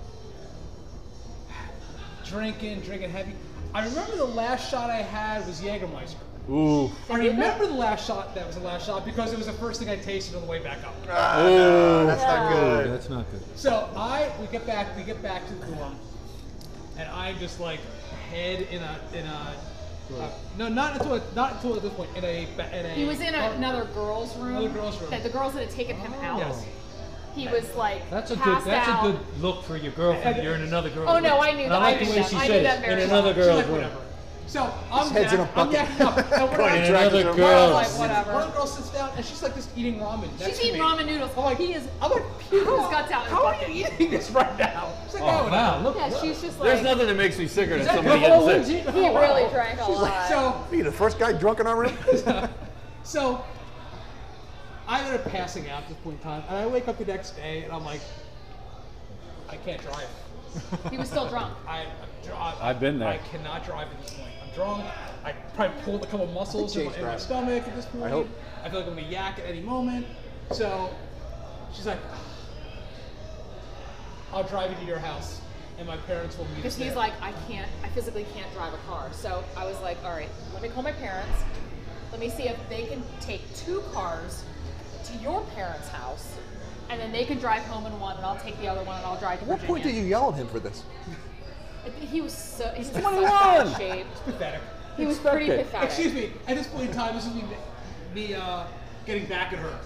Speaker 5: drinking, drinking heavy. I remember the last shot I had was Jägermeister.
Speaker 2: Ooh.
Speaker 5: I remember the last shot that was the last shot because it was the first thing I tasted on the way back up.
Speaker 1: Ah,
Speaker 2: Ooh.
Speaker 1: no, that's not
Speaker 2: Ooh,
Speaker 1: good.
Speaker 2: that's not good.
Speaker 5: So I we get back we get back to the dorm, and I'm just like head in a in a. Uh, no, not until not until at this point in a ba- in a.
Speaker 4: He was in a, another girl's room. Oh.
Speaker 5: Another girl's room.
Speaker 4: That the girls that had taken him out.
Speaker 5: Yes.
Speaker 4: He was like
Speaker 8: That's a good.
Speaker 4: passed
Speaker 8: That's
Speaker 4: out.
Speaker 8: a good look for your girlfriend. You're in another girl.
Speaker 4: Oh, no, I knew
Speaker 8: And
Speaker 4: that.
Speaker 8: I like
Speaker 4: I
Speaker 8: the
Speaker 4: knew
Speaker 8: way
Speaker 4: that.
Speaker 8: she
Speaker 4: I knew
Speaker 8: said
Speaker 4: that
Speaker 8: it. In
Speaker 4: very
Speaker 8: another
Speaker 4: well.
Speaker 5: She's
Speaker 8: girl's
Speaker 5: like,
Speaker 8: room.
Speaker 5: whatever. So I'm
Speaker 1: head's in a
Speaker 5: yak- I'm
Speaker 1: bucket.
Speaker 5: yakking up. And we're
Speaker 8: In
Speaker 5: not
Speaker 8: another
Speaker 1: Attracted to her.
Speaker 8: girl's.
Speaker 4: Like, whatever.
Speaker 5: One girl sits down and she's like just eating ramen. next
Speaker 4: She's
Speaker 5: to
Speaker 4: eating
Speaker 5: me.
Speaker 4: ramen noodles.
Speaker 5: I'm like,
Speaker 4: he is.
Speaker 5: I'm like,
Speaker 4: his guts out in a
Speaker 5: How are
Speaker 4: bucket."
Speaker 5: you eating this right now? She's like,
Speaker 8: Oh
Speaker 5: "No,
Speaker 8: wow, look.
Speaker 4: Yeah, she's just
Speaker 2: There's
Speaker 4: like.
Speaker 2: nothing that makes me sicker than
Speaker 5: Exactly.
Speaker 2: somebody getting sick.
Speaker 4: he
Speaker 5: Oh,
Speaker 4: really drank a lot.
Speaker 5: So,
Speaker 1: Are you the first guy drunk in our room?
Speaker 5: so I ended up passing out at this point in time, and I wake up the next day and I'm like, I can't drive.
Speaker 4: he was still drunk.
Speaker 5: I, I'm dr-
Speaker 2: I've been there.
Speaker 5: I cannot drive at this point. I'm drunk. I probably pulled a couple muscles in my,
Speaker 1: Jake's
Speaker 5: in my
Speaker 1: driving.
Speaker 5: stomach at this point.
Speaker 1: I hope.
Speaker 5: I feel like I'm gonna yak at any moment. So she's like, "Ah, I'll drive you to your house, and my parents will meet us
Speaker 4: Because he's
Speaker 5: there."
Speaker 4: like, I can't, I physically can't drive a car. So I was like, all right, let me call my parents. Let me see if they can take two cars to your parents' house, and then they can drive home in one, and I'll take the other one, and I'll drive to
Speaker 1: At what point did
Speaker 4: Virginia.
Speaker 1: you yell at him for this?
Speaker 4: He was so he was in such
Speaker 2: 21.
Speaker 4: bad shape.
Speaker 5: pathetic.
Speaker 4: He was pretty
Speaker 2: Expected.
Speaker 4: pathetic.
Speaker 5: Excuse me. At this point in time, this is me, me uh, getting back at her.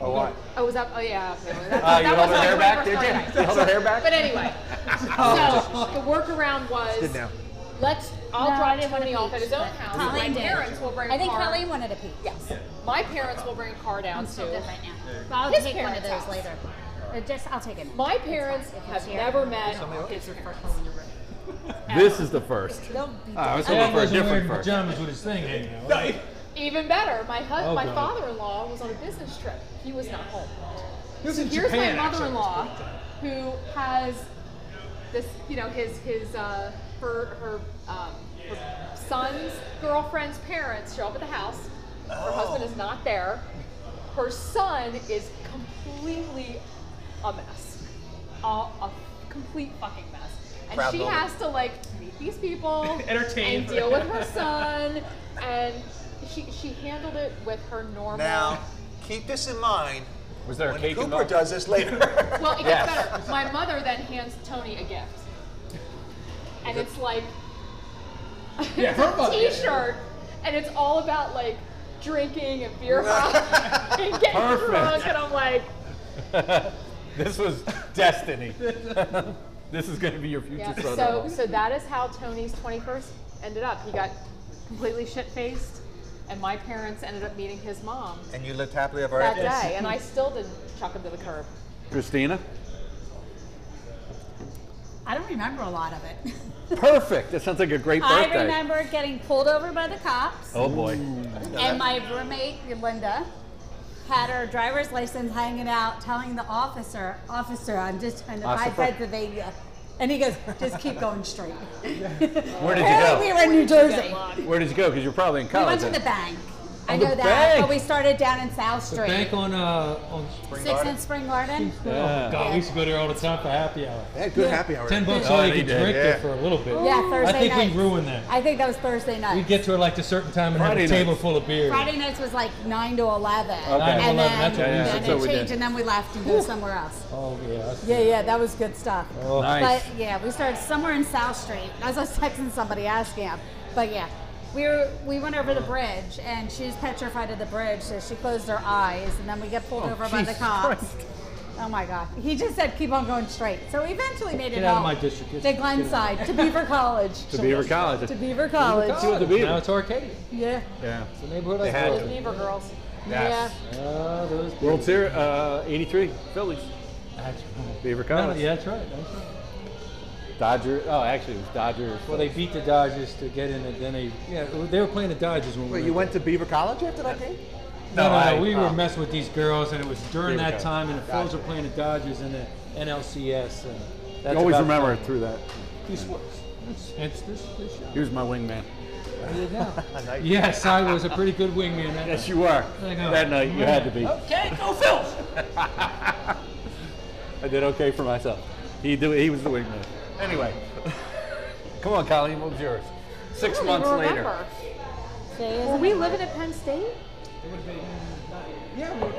Speaker 1: Oh, why?
Speaker 4: Oh, was that? Oh yeah. okay, well, that-
Speaker 2: Ah, you
Speaker 4: that
Speaker 2: held
Speaker 4: was
Speaker 2: her
Speaker 4: like
Speaker 2: hair
Speaker 4: my
Speaker 2: back,
Speaker 4: first
Speaker 2: did you?
Speaker 4: night.
Speaker 2: You held her hair back?
Speaker 4: But anyway, so the workaround was
Speaker 1: Good now.
Speaker 4: let's. I'll
Speaker 7: No, I
Speaker 4: drive
Speaker 7: didn't want
Speaker 4: Tony
Speaker 7: to
Speaker 4: off at his own
Speaker 7: peach, but
Speaker 4: house.
Speaker 7: Colleen
Speaker 4: My
Speaker 7: did.
Speaker 4: parents will bring.
Speaker 7: I think
Speaker 4: a car.
Speaker 7: Colleen wanted a piece.
Speaker 4: Yes. My parents will bring a car down
Speaker 7: I'm so
Speaker 4: too.
Speaker 7: good right now. But I'll
Speaker 4: His
Speaker 7: take one of
Speaker 4: parents'
Speaker 7: those
Speaker 4: house.
Speaker 7: later. Uh, just I'll take it. now.
Speaker 4: My
Speaker 7: It's fine.
Speaker 4: parents
Speaker 7: If it's
Speaker 4: have
Speaker 7: here,
Speaker 4: never
Speaker 7: I'll-
Speaker 4: met
Speaker 7: I'll
Speaker 4: his
Speaker 7: get your
Speaker 4: parents.
Speaker 7: first one when you're ready.
Speaker 2: This is the first.
Speaker 7: Don't be
Speaker 2: Oh, I was
Speaker 7: dumb.
Speaker 2: hoping for a
Speaker 8: wasn't
Speaker 2: different
Speaker 8: wearing
Speaker 2: first.
Speaker 8: pajamas with his thing hanging out.
Speaker 5: No, it-
Speaker 4: Even better, my hus-
Speaker 8: Oh,
Speaker 4: my
Speaker 8: God.
Speaker 4: father-in-law was on a business trip. He was not home.
Speaker 5: this is in
Speaker 4: Here's
Speaker 5: Japan,
Speaker 4: my
Speaker 5: actually, at this
Speaker 4: mother-in-law
Speaker 5: point in time.
Speaker 4: who has this, you know, his his uh, her her, um, her son's girlfriend's parents show up at the house. Her husband is not there. Her son is completely a mess, a, a complete fucking mess, and
Speaker 1: Proud
Speaker 4: she
Speaker 1: moment.
Speaker 4: has to like meet these people,
Speaker 5: Entertain
Speaker 4: and
Speaker 5: her.
Speaker 4: deal with her son, and she she handled it with her normal.
Speaker 1: Now, keep this in mind
Speaker 2: Was there a
Speaker 1: when
Speaker 2: cake
Speaker 1: Cooper
Speaker 2: involved?
Speaker 1: does this later.
Speaker 4: Well, it gets
Speaker 2: Yes.
Speaker 4: better. My mother then hands Tony a gift. And it's like
Speaker 5: Yeah, her mother.
Speaker 4: t shirt, and it's all about like drinking and beer hop and getting
Speaker 2: Perfect.
Speaker 4: drunk. And I'm like,
Speaker 2: this was destiny. this is going to be your future
Speaker 4: yeah.
Speaker 2: son.
Speaker 4: So, so that is how Tony's 21st ended up. He got completely shit faced, and my parents ended up meeting his mom
Speaker 1: and you lived happily ever
Speaker 4: that
Speaker 1: after.
Speaker 4: day. And I still didn't chuck him to the curb.
Speaker 2: Christina?
Speaker 7: I don't remember a lot of it.
Speaker 2: Perfect. That sounds like a great
Speaker 7: I
Speaker 2: birthday.
Speaker 7: remember getting pulled over by the cops,
Speaker 2: Oh, boy.
Speaker 7: and my roommate Linda had her driver's license hanging out, telling the officer, "Officer, I'm just trying to
Speaker 2: Officer.
Speaker 7: find Pennsylvania." And he goes, "Just keep going straight."
Speaker 2: Where did you
Speaker 7: Apparently, we
Speaker 2: go?
Speaker 7: were in New Jersey.
Speaker 2: Where did you go? Because you're probably in
Speaker 7: We
Speaker 2: college.
Speaker 7: went to
Speaker 2: then.
Speaker 7: the bank. I
Speaker 2: Oh, the
Speaker 7: know that,
Speaker 2: bank.
Speaker 7: but we started down in South
Speaker 8: The
Speaker 7: Street,
Speaker 8: bank on uh on.
Speaker 7: Six and Spring Garden.
Speaker 8: Oh, God,
Speaker 7: Yeah.
Speaker 8: we used to go there all the time for happy hour.
Speaker 1: They had good happy hour.
Speaker 8: Ten bucks
Speaker 2: Oh,
Speaker 8: all you
Speaker 2: they
Speaker 8: could
Speaker 2: did,
Speaker 8: drink
Speaker 1: yeah.
Speaker 8: there for a little bit.
Speaker 7: Yeah, Thursday
Speaker 8: I think
Speaker 7: night.
Speaker 8: we ruined that.
Speaker 7: I think that was Thursday night.
Speaker 8: We'd get to her like a certain time and
Speaker 2: Friday
Speaker 8: have a table
Speaker 2: nights.
Speaker 8: full of beer.
Speaker 7: Friday nights was like nine to eleven,
Speaker 2: Nine to
Speaker 7: and then,
Speaker 8: 11,
Speaker 7: then
Speaker 8: that's what we used to
Speaker 7: it
Speaker 2: do. That's what we
Speaker 7: changed,
Speaker 2: did.
Speaker 7: and then we left and go somewhere else.
Speaker 8: Oh yeah.
Speaker 7: Yeah, yeah, that was good stuff.
Speaker 8: Oh.
Speaker 2: Nice.
Speaker 7: But yeah, we started somewhere in South Street. I was just texting somebody asking him, but yeah, we were we went over the
Speaker 8: Oh.
Speaker 7: bridge, and she was petrified of the bridge, so she closed her eyes, and then we get pulled over by the
Speaker 8: Oh, Jesus
Speaker 7: cops.
Speaker 8: Christ.
Speaker 7: Oh my God! He just said, "Keep on going straight." So we eventually made it
Speaker 8: Get out of
Speaker 7: home
Speaker 8: my district. Get-
Speaker 7: to
Speaker 8: get out.
Speaker 7: Glenside, to Beaver College,
Speaker 2: To Beaver College.
Speaker 7: to Beaver College.
Speaker 2: what the beaver-
Speaker 8: Now it's Arcadia.
Speaker 7: Yeah,
Speaker 2: Yeah.
Speaker 8: It's the neighborhood
Speaker 1: They
Speaker 8: I
Speaker 1: had
Speaker 8: grew
Speaker 1: to.
Speaker 8: up in.
Speaker 4: Beaver girls.
Speaker 7: yeah.
Speaker 8: Oh, those
Speaker 2: World Series, uh, 83, Phillies.
Speaker 8: That's right.
Speaker 2: Beaver
Speaker 8: No, no,
Speaker 2: College.
Speaker 8: yeah, that's right. That's right.
Speaker 2: Dodger. Oh, actually, it was Dodgers.
Speaker 8: Well, they beat the Dodgers to get in, and then they yeah, they were playing the Dodgers when we
Speaker 1: Wait, you went to Beaver College after that game?
Speaker 8: there. No, no,
Speaker 2: I-
Speaker 8: no, we were
Speaker 2: oh.
Speaker 8: messing with these girls, and it was during
Speaker 2: Here we
Speaker 8: that
Speaker 2: go.
Speaker 8: time, and the Phillies were playing the Dodgers in the NLCS. And that's
Speaker 2: You always
Speaker 8: about-
Speaker 2: remember it through that.
Speaker 8: This works. Hence this, this shot.
Speaker 2: He was my wingman.
Speaker 8: There you go.
Speaker 1: Nice.
Speaker 8: yes, I was a pretty good wingman. That
Speaker 2: Yes, you were.
Speaker 8: There you go.
Speaker 2: That night, you had to be.
Speaker 8: Okay, go Phils.
Speaker 2: I did okay for myself. He do, He was the wingman. Anyway, come on, Colleen. What was yours? Six
Speaker 7: don't even
Speaker 2: months later.
Speaker 7: remember.
Speaker 9: Were
Speaker 7: we living at Penn State?
Speaker 5: It would have been. Yeah, we were-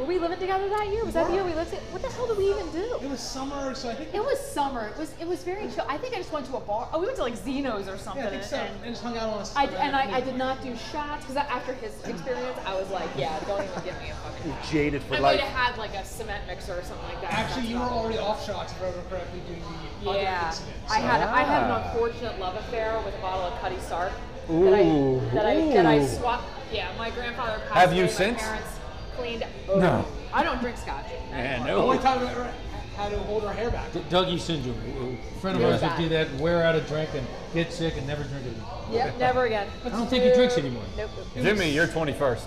Speaker 7: Were we living together that year? Was that the year we lived? To- what the hell did we even
Speaker 5: it
Speaker 7: do?
Speaker 5: was summer, so I think.
Speaker 7: It was summer. It was it was very chill. I think I just went to a bar. Oh, we went to like Zeno's or something.
Speaker 5: Yeah, I think so.
Speaker 7: and-
Speaker 5: And just hung out on a
Speaker 7: I, and I, I did not do shots because after his experience, I was like, yeah, don't even give me a fucking.
Speaker 1: Jaded for
Speaker 7: I might
Speaker 1: life.
Speaker 7: have had like a cement mixer or something like that.
Speaker 5: Actually,
Speaker 7: That's
Speaker 5: you were
Speaker 7: about it.
Speaker 5: already off shots, if I remember correctly, doing the other
Speaker 7: Yeah,
Speaker 5: incident.
Speaker 7: I had I had an
Speaker 2: Ah.
Speaker 7: unfortunate love affair with a bottle of Cutty Sark
Speaker 2: Ooh.
Speaker 7: that I that I, that I
Speaker 2: Ooh.
Speaker 7: swapped. Yeah, my grandfather passed
Speaker 2: Have you
Speaker 7: away,
Speaker 2: since?
Speaker 7: My parents cleaned. Oh,
Speaker 2: No.
Speaker 7: I don't drink scotch.
Speaker 2: Man,
Speaker 5: The only
Speaker 2: no.
Speaker 5: time Oh, we ever had to hold our hair back.
Speaker 8: Dougie syndrome. A friend of
Speaker 7: Really
Speaker 8: ours would
Speaker 7: bad.
Speaker 8: do that, wear out a drink, and get sick, and never drink it again.
Speaker 7: Yep, never again. I
Speaker 8: don't think he drinks anymore.
Speaker 7: Nope. nope, nope.
Speaker 2: Jimmy, you're 21st.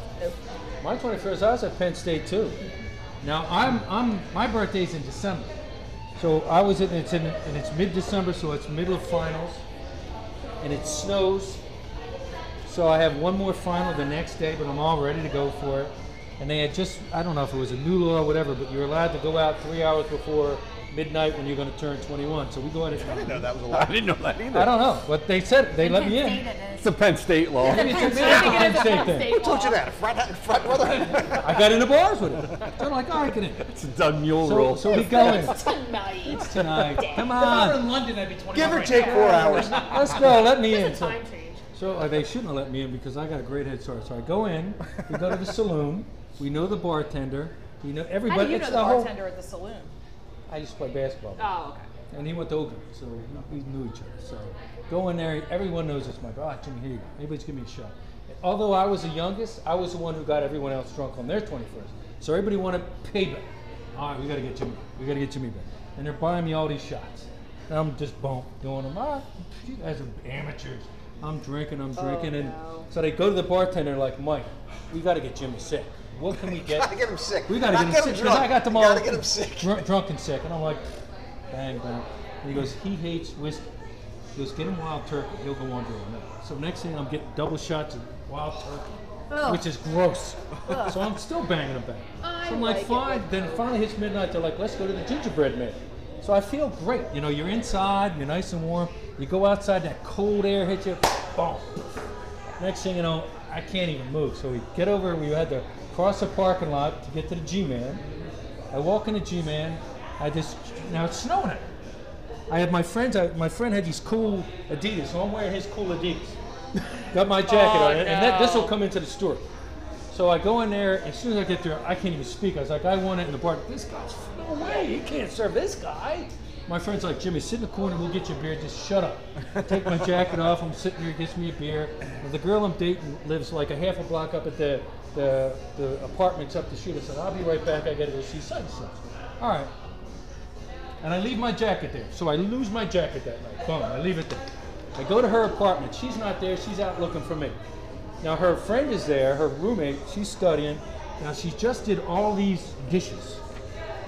Speaker 8: My 21st, I was at Penn State too. Now I'm I'm my birthday's in December, so I was in it's in and it's mid-December, so it's middle of finals, and it snows. So I have one more final the next day, but I'm all ready to go for it. And they had just I don't know if it was a new law or whatever, but you're allowed to go out three hours before midnight when you're going to turn 21. So we go out at
Speaker 1: I didn't know that was a
Speaker 2: I
Speaker 1: lot.
Speaker 2: didn't know that either.
Speaker 8: I don't know, but they said they let me
Speaker 9: Penn
Speaker 8: in.
Speaker 9: State it is.
Speaker 2: It's a Penn State law.
Speaker 8: Maybe it's a
Speaker 7: I think it is
Speaker 8: Penn
Speaker 7: a
Speaker 8: State
Speaker 7: Penn
Speaker 8: thing.
Speaker 7: State
Speaker 1: Told you
Speaker 7: law.
Speaker 1: that. Frat, frat brother.
Speaker 8: I got into bars with it. They're like, all right, get in.
Speaker 2: It's a Doug Mule
Speaker 8: So,
Speaker 2: rule.
Speaker 8: so we go in.
Speaker 7: Tonight.
Speaker 8: tonight.
Speaker 5: If
Speaker 8: Come
Speaker 5: I were
Speaker 8: on,
Speaker 5: in London, I'd be 21.
Speaker 1: Give or
Speaker 5: right
Speaker 1: take
Speaker 5: now.
Speaker 1: four hours.
Speaker 8: let's go. Let me in.
Speaker 7: It's a
Speaker 8: So,
Speaker 7: time change.
Speaker 8: so, uh, they shouldn't have let me in because I got a great head start. So I go in. We go to the saloon. We know the bartender. We know
Speaker 7: How
Speaker 8: everybody.
Speaker 7: do you
Speaker 8: it's
Speaker 7: know the
Speaker 8: the whole-
Speaker 7: bartender at the saloon?
Speaker 8: I used to play basketball,
Speaker 7: Oh, okay.
Speaker 8: and he went to Oakland, so we knew each other. So go in there. Everyone knows it's my brother. Oh, Jimmy, here you go. Everybody's giving me a shot. Although I was the youngest, I was the one who got everyone else drunk on their 21st. So everybody wanted payback. All right, we got to get Jimmy. We got to get Jimmy back. And they're buying me all these shots. And I'm just bump doing them. Ah, you guys are amateurs. I'm drinking, I'm drinking. and
Speaker 7: no.
Speaker 8: so they go to the bartender like, Mike, we got to get Jimmy sick. What can we get?
Speaker 1: Gotta get him sick.
Speaker 8: We gotta
Speaker 1: Not
Speaker 8: get him
Speaker 1: get him
Speaker 8: sick because
Speaker 1: drunk.
Speaker 8: I got them
Speaker 1: You
Speaker 8: all.
Speaker 1: gotta get him sick.
Speaker 8: Drunk, drunk and sick, and I'm like, bang bang. And he goes, he hates whiskey. He goes, get him wild turkey. He'll go on doing that. So next thing, I'm getting double shots of wild turkey,
Speaker 9: Ugh.
Speaker 8: which is gross. so I'm still banging them back.
Speaker 7: I
Speaker 8: so I'm like,
Speaker 7: like it
Speaker 8: fine.
Speaker 7: with
Speaker 8: Then it finally hits midnight. They're like, let's go to the gingerbread man. So I feel great. You know, you're inside, you're nice and warm. You go outside, that cold air hits you. Boom. Next thing you know, I can't even move. So we get over, we had to cross the parking lot to get to the G Man. I walk in the G Man, I just, now it's snowing out. I had my friends, I, my friend had these cool Adidas, so I'm wearing his cool Adidas. Got my jacket on, and that, this will come into the store. So I go in there, as soon as I get there, I can't even speak. I was like, I want it in the bar. This guy's, no way, you can't serve this guy. My friend's like, Jimmy, sit in the corner, we'll get you a beer, just shut up. I take my jacket off, I'm sitting here, gets me a beer. And the girl I'm dating lives like a half a block up at the, the, the apartments up the street. I said, I'll be right back, I gotta go see Sunset. All right. And I leave my jacket there. So I lose my jacket that night. Boom, I leave it there. I go to her apartment. She's not there. She's out looking for me. Now her friend is there, her roommate. She's studying. Now she just did all these dishes.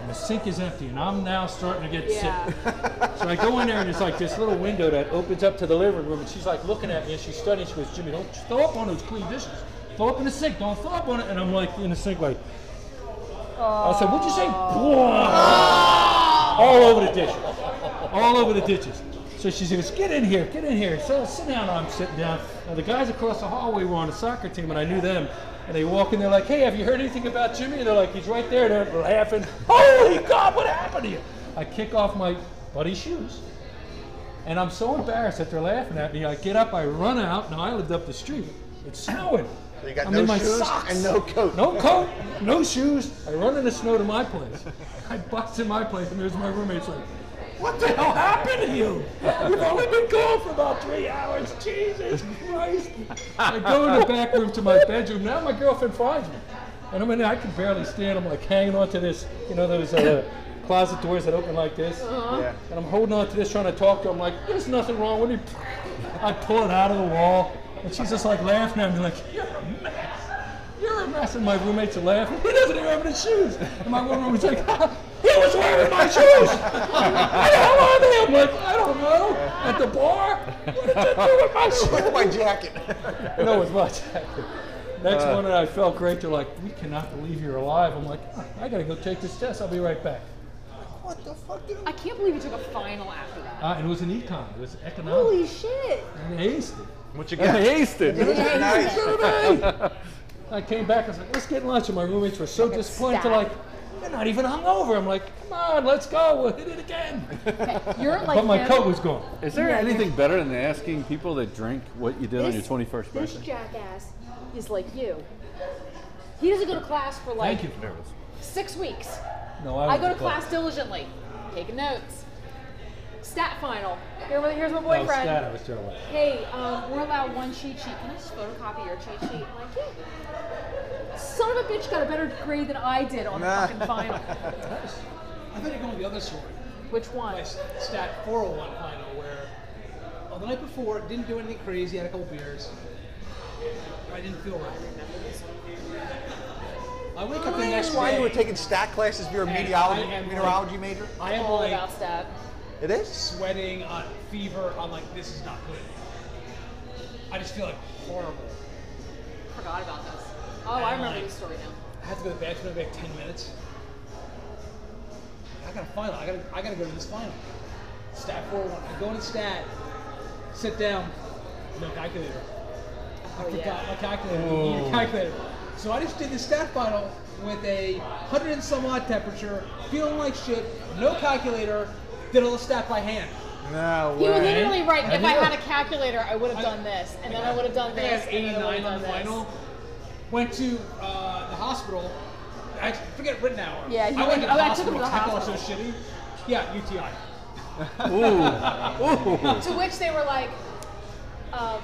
Speaker 8: And the sink is empty. And I'm now starting to get
Speaker 7: Yeah.
Speaker 8: sick. So I go in there and it's like this little window that opens up to the living room, and she's like looking at me and she's studying. She goes, Jimmy, don't throw up on those clean dishes. Throw up in the sink. Don't throw up on it. And I'm like in the sink, like. I said, what'd you say? All over the dishes. All over the ditches. So she says, get in here, get in here. So sit down. And I'm sitting down. Now the guys across the hallway were on a soccer team, and I knew them. And they walk in, they're like, hey, have you heard anything about Jimmy? And they're like, he's right there. They're laughing. Holy God, what happened to you? I kick off my buddy's shoes. And I'm so embarrassed that they're laughing at me. I get up, I run out. Now I lived up the street. It's snowing.
Speaker 1: So you got
Speaker 8: I'm
Speaker 1: no
Speaker 8: in my
Speaker 1: shoes
Speaker 8: socks.
Speaker 1: and no coat.
Speaker 8: No coat, no shoes. I run in the snow to my place. I bust in my place, and there's my roommate's like, What the hell happened to you? You've only been gone for about three hours. Jesus Christ. I go in the back room to my bedroom. Now my girlfriend finds me. And I'm in there, I can barely stand. I'm like hanging on to this, you know, those uh, closet doors that open like this.
Speaker 1: Yeah.
Speaker 8: And I'm holding on to this, trying to talk to her. I'm like, there's nothing wrong with you. I pull it out of the wall, and she's just like laughing at me, like, you're a mess. You're a messing. My roommates are laughing. He doesn't even have any shoes. And my one roommate's like, he was wearing my shoes. I don't I'm like, I don't know. At the bar. What did you do with my shoes?
Speaker 1: Look at my jacket.
Speaker 8: No, it's much. Next morning, I felt great. They're like, "We cannot believe you're alive." I'm like, "I gotta go take this test. I'll be right back."
Speaker 1: what the fuck, dude?
Speaker 4: I can't believe you took a final after that.
Speaker 8: Uh, and it was an econ. It was economics.
Speaker 7: Holy shit.
Speaker 8: And I aced it.
Speaker 1: What you
Speaker 2: I
Speaker 1: got?
Speaker 2: hasted.
Speaker 1: nice.
Speaker 8: I came back. I was like, "Let's get lunch." And my roommates were so disappointed. They're like,
Speaker 9: stacked.
Speaker 8: "They're not even hungover." I'm like, "Come on, let's go. We'll hit it again."
Speaker 7: You're like
Speaker 8: But my
Speaker 7: him.
Speaker 8: coat was gone.
Speaker 2: Is there anything better than asking people that drink what you did on your 21st
Speaker 7: This
Speaker 2: birthday?
Speaker 7: jackass.
Speaker 4: He's like you. He doesn't go to class for like
Speaker 8: Thank you. Nervous.
Speaker 4: six weeks.
Speaker 8: No, I,
Speaker 4: I
Speaker 8: went
Speaker 4: go to
Speaker 8: club.
Speaker 4: class diligently, taking notes. Stat final. Here, here's my
Speaker 8: No, it's
Speaker 4: boyfriend.
Speaker 8: that I was terrible.
Speaker 4: hey, um, we're allowed one cheat sheet. Can I just photocopy your cheat sheet? I'm like, yeah. Son of a bitch got a better grade than I did on the
Speaker 1: Nah.
Speaker 4: fucking final.
Speaker 5: I thought you'd go on the other story.
Speaker 4: Which one?
Speaker 5: my s- stat 401 final where on the night before didn't do anything crazy, had a couple beers. I didn't feel right. I wake up the next
Speaker 1: why you were
Speaker 5: day.
Speaker 1: taking stat classes if you're a
Speaker 5: And
Speaker 1: meteorology,
Speaker 5: I am-
Speaker 1: meteorology major?
Speaker 5: I am
Speaker 4: All
Speaker 5: like
Speaker 4: about stat.
Speaker 1: It is.
Speaker 5: sweating, on fever. I'm like, this is not good. I just feel like horrible.
Speaker 4: Forgot about this. Oh, I remember
Speaker 5: like-
Speaker 4: this story now.
Speaker 5: I have to go to the bathroom in like 10 minutes. I got a final. I gotta, I gotta go to this final. Stat 401. I go to stat, sit down, no calculator. I
Speaker 4: Oh,
Speaker 5: forgot
Speaker 4: yeah.
Speaker 5: my calculator. We need a calculator. So I just did the stat final with a hundred and some odd temperature, feeling like shit, no calculator, did all the stat by hand.
Speaker 1: No
Speaker 4: You were
Speaker 1: way.
Speaker 4: literally right.
Speaker 8: I
Speaker 4: If I
Speaker 8: knew.
Speaker 4: had a calculator, I would have done this, and then I would have
Speaker 5: I
Speaker 4: done
Speaker 5: think I
Speaker 4: this.
Speaker 5: had
Speaker 4: and then I would've
Speaker 5: 89 on the
Speaker 4: done this.
Speaker 5: final. Went to uh, the hospital. I forget Rittenhour.
Speaker 4: Yeah, he
Speaker 5: I
Speaker 4: went-
Speaker 5: went to the
Speaker 4: oh, I took
Speaker 5: hospital.
Speaker 4: him to the
Speaker 5: I felt so shitty. Yeah, UTI.
Speaker 2: Ooh. Ooh.
Speaker 4: To which they were like, um,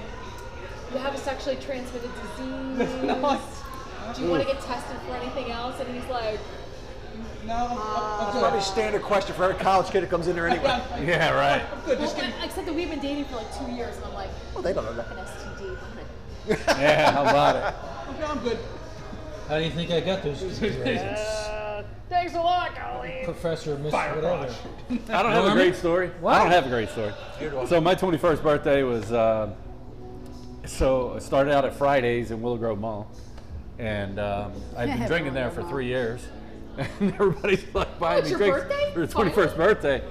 Speaker 4: you have a sexually transmitted disease.
Speaker 5: No,
Speaker 4: Do you want to get tested for anything else? And he's like,
Speaker 5: no, I'm, I'm, I'm
Speaker 1: That's
Speaker 5: good.
Speaker 1: probably a standard question for every college kid that comes in there anyway.
Speaker 4: Uh,
Speaker 5: I'm
Speaker 2: Yeah, right.
Speaker 5: good.
Speaker 4: well,
Speaker 5: Just give me.
Speaker 4: I- except that we've been dating for like two years, and I'm like,
Speaker 1: Well, they don't know that.
Speaker 4: an STD. I'm gonna-
Speaker 2: Yeah, how about it?
Speaker 5: Okay, I'm good.
Speaker 8: How do you think I got those grades?
Speaker 4: Uh, Thanks a lot, Colleen.
Speaker 8: Professor, Miss, whatever.
Speaker 2: I don't have a
Speaker 8: Norman?
Speaker 2: great story. I don't have a great story. So my 21st birthday was uh, so I started out at Fridays in Willow Grove Mall, and um, I've been drinking there for three years, and everybody's like buying me
Speaker 4: it's your
Speaker 2: drinks
Speaker 4: birthday?
Speaker 2: for the 21st birthday.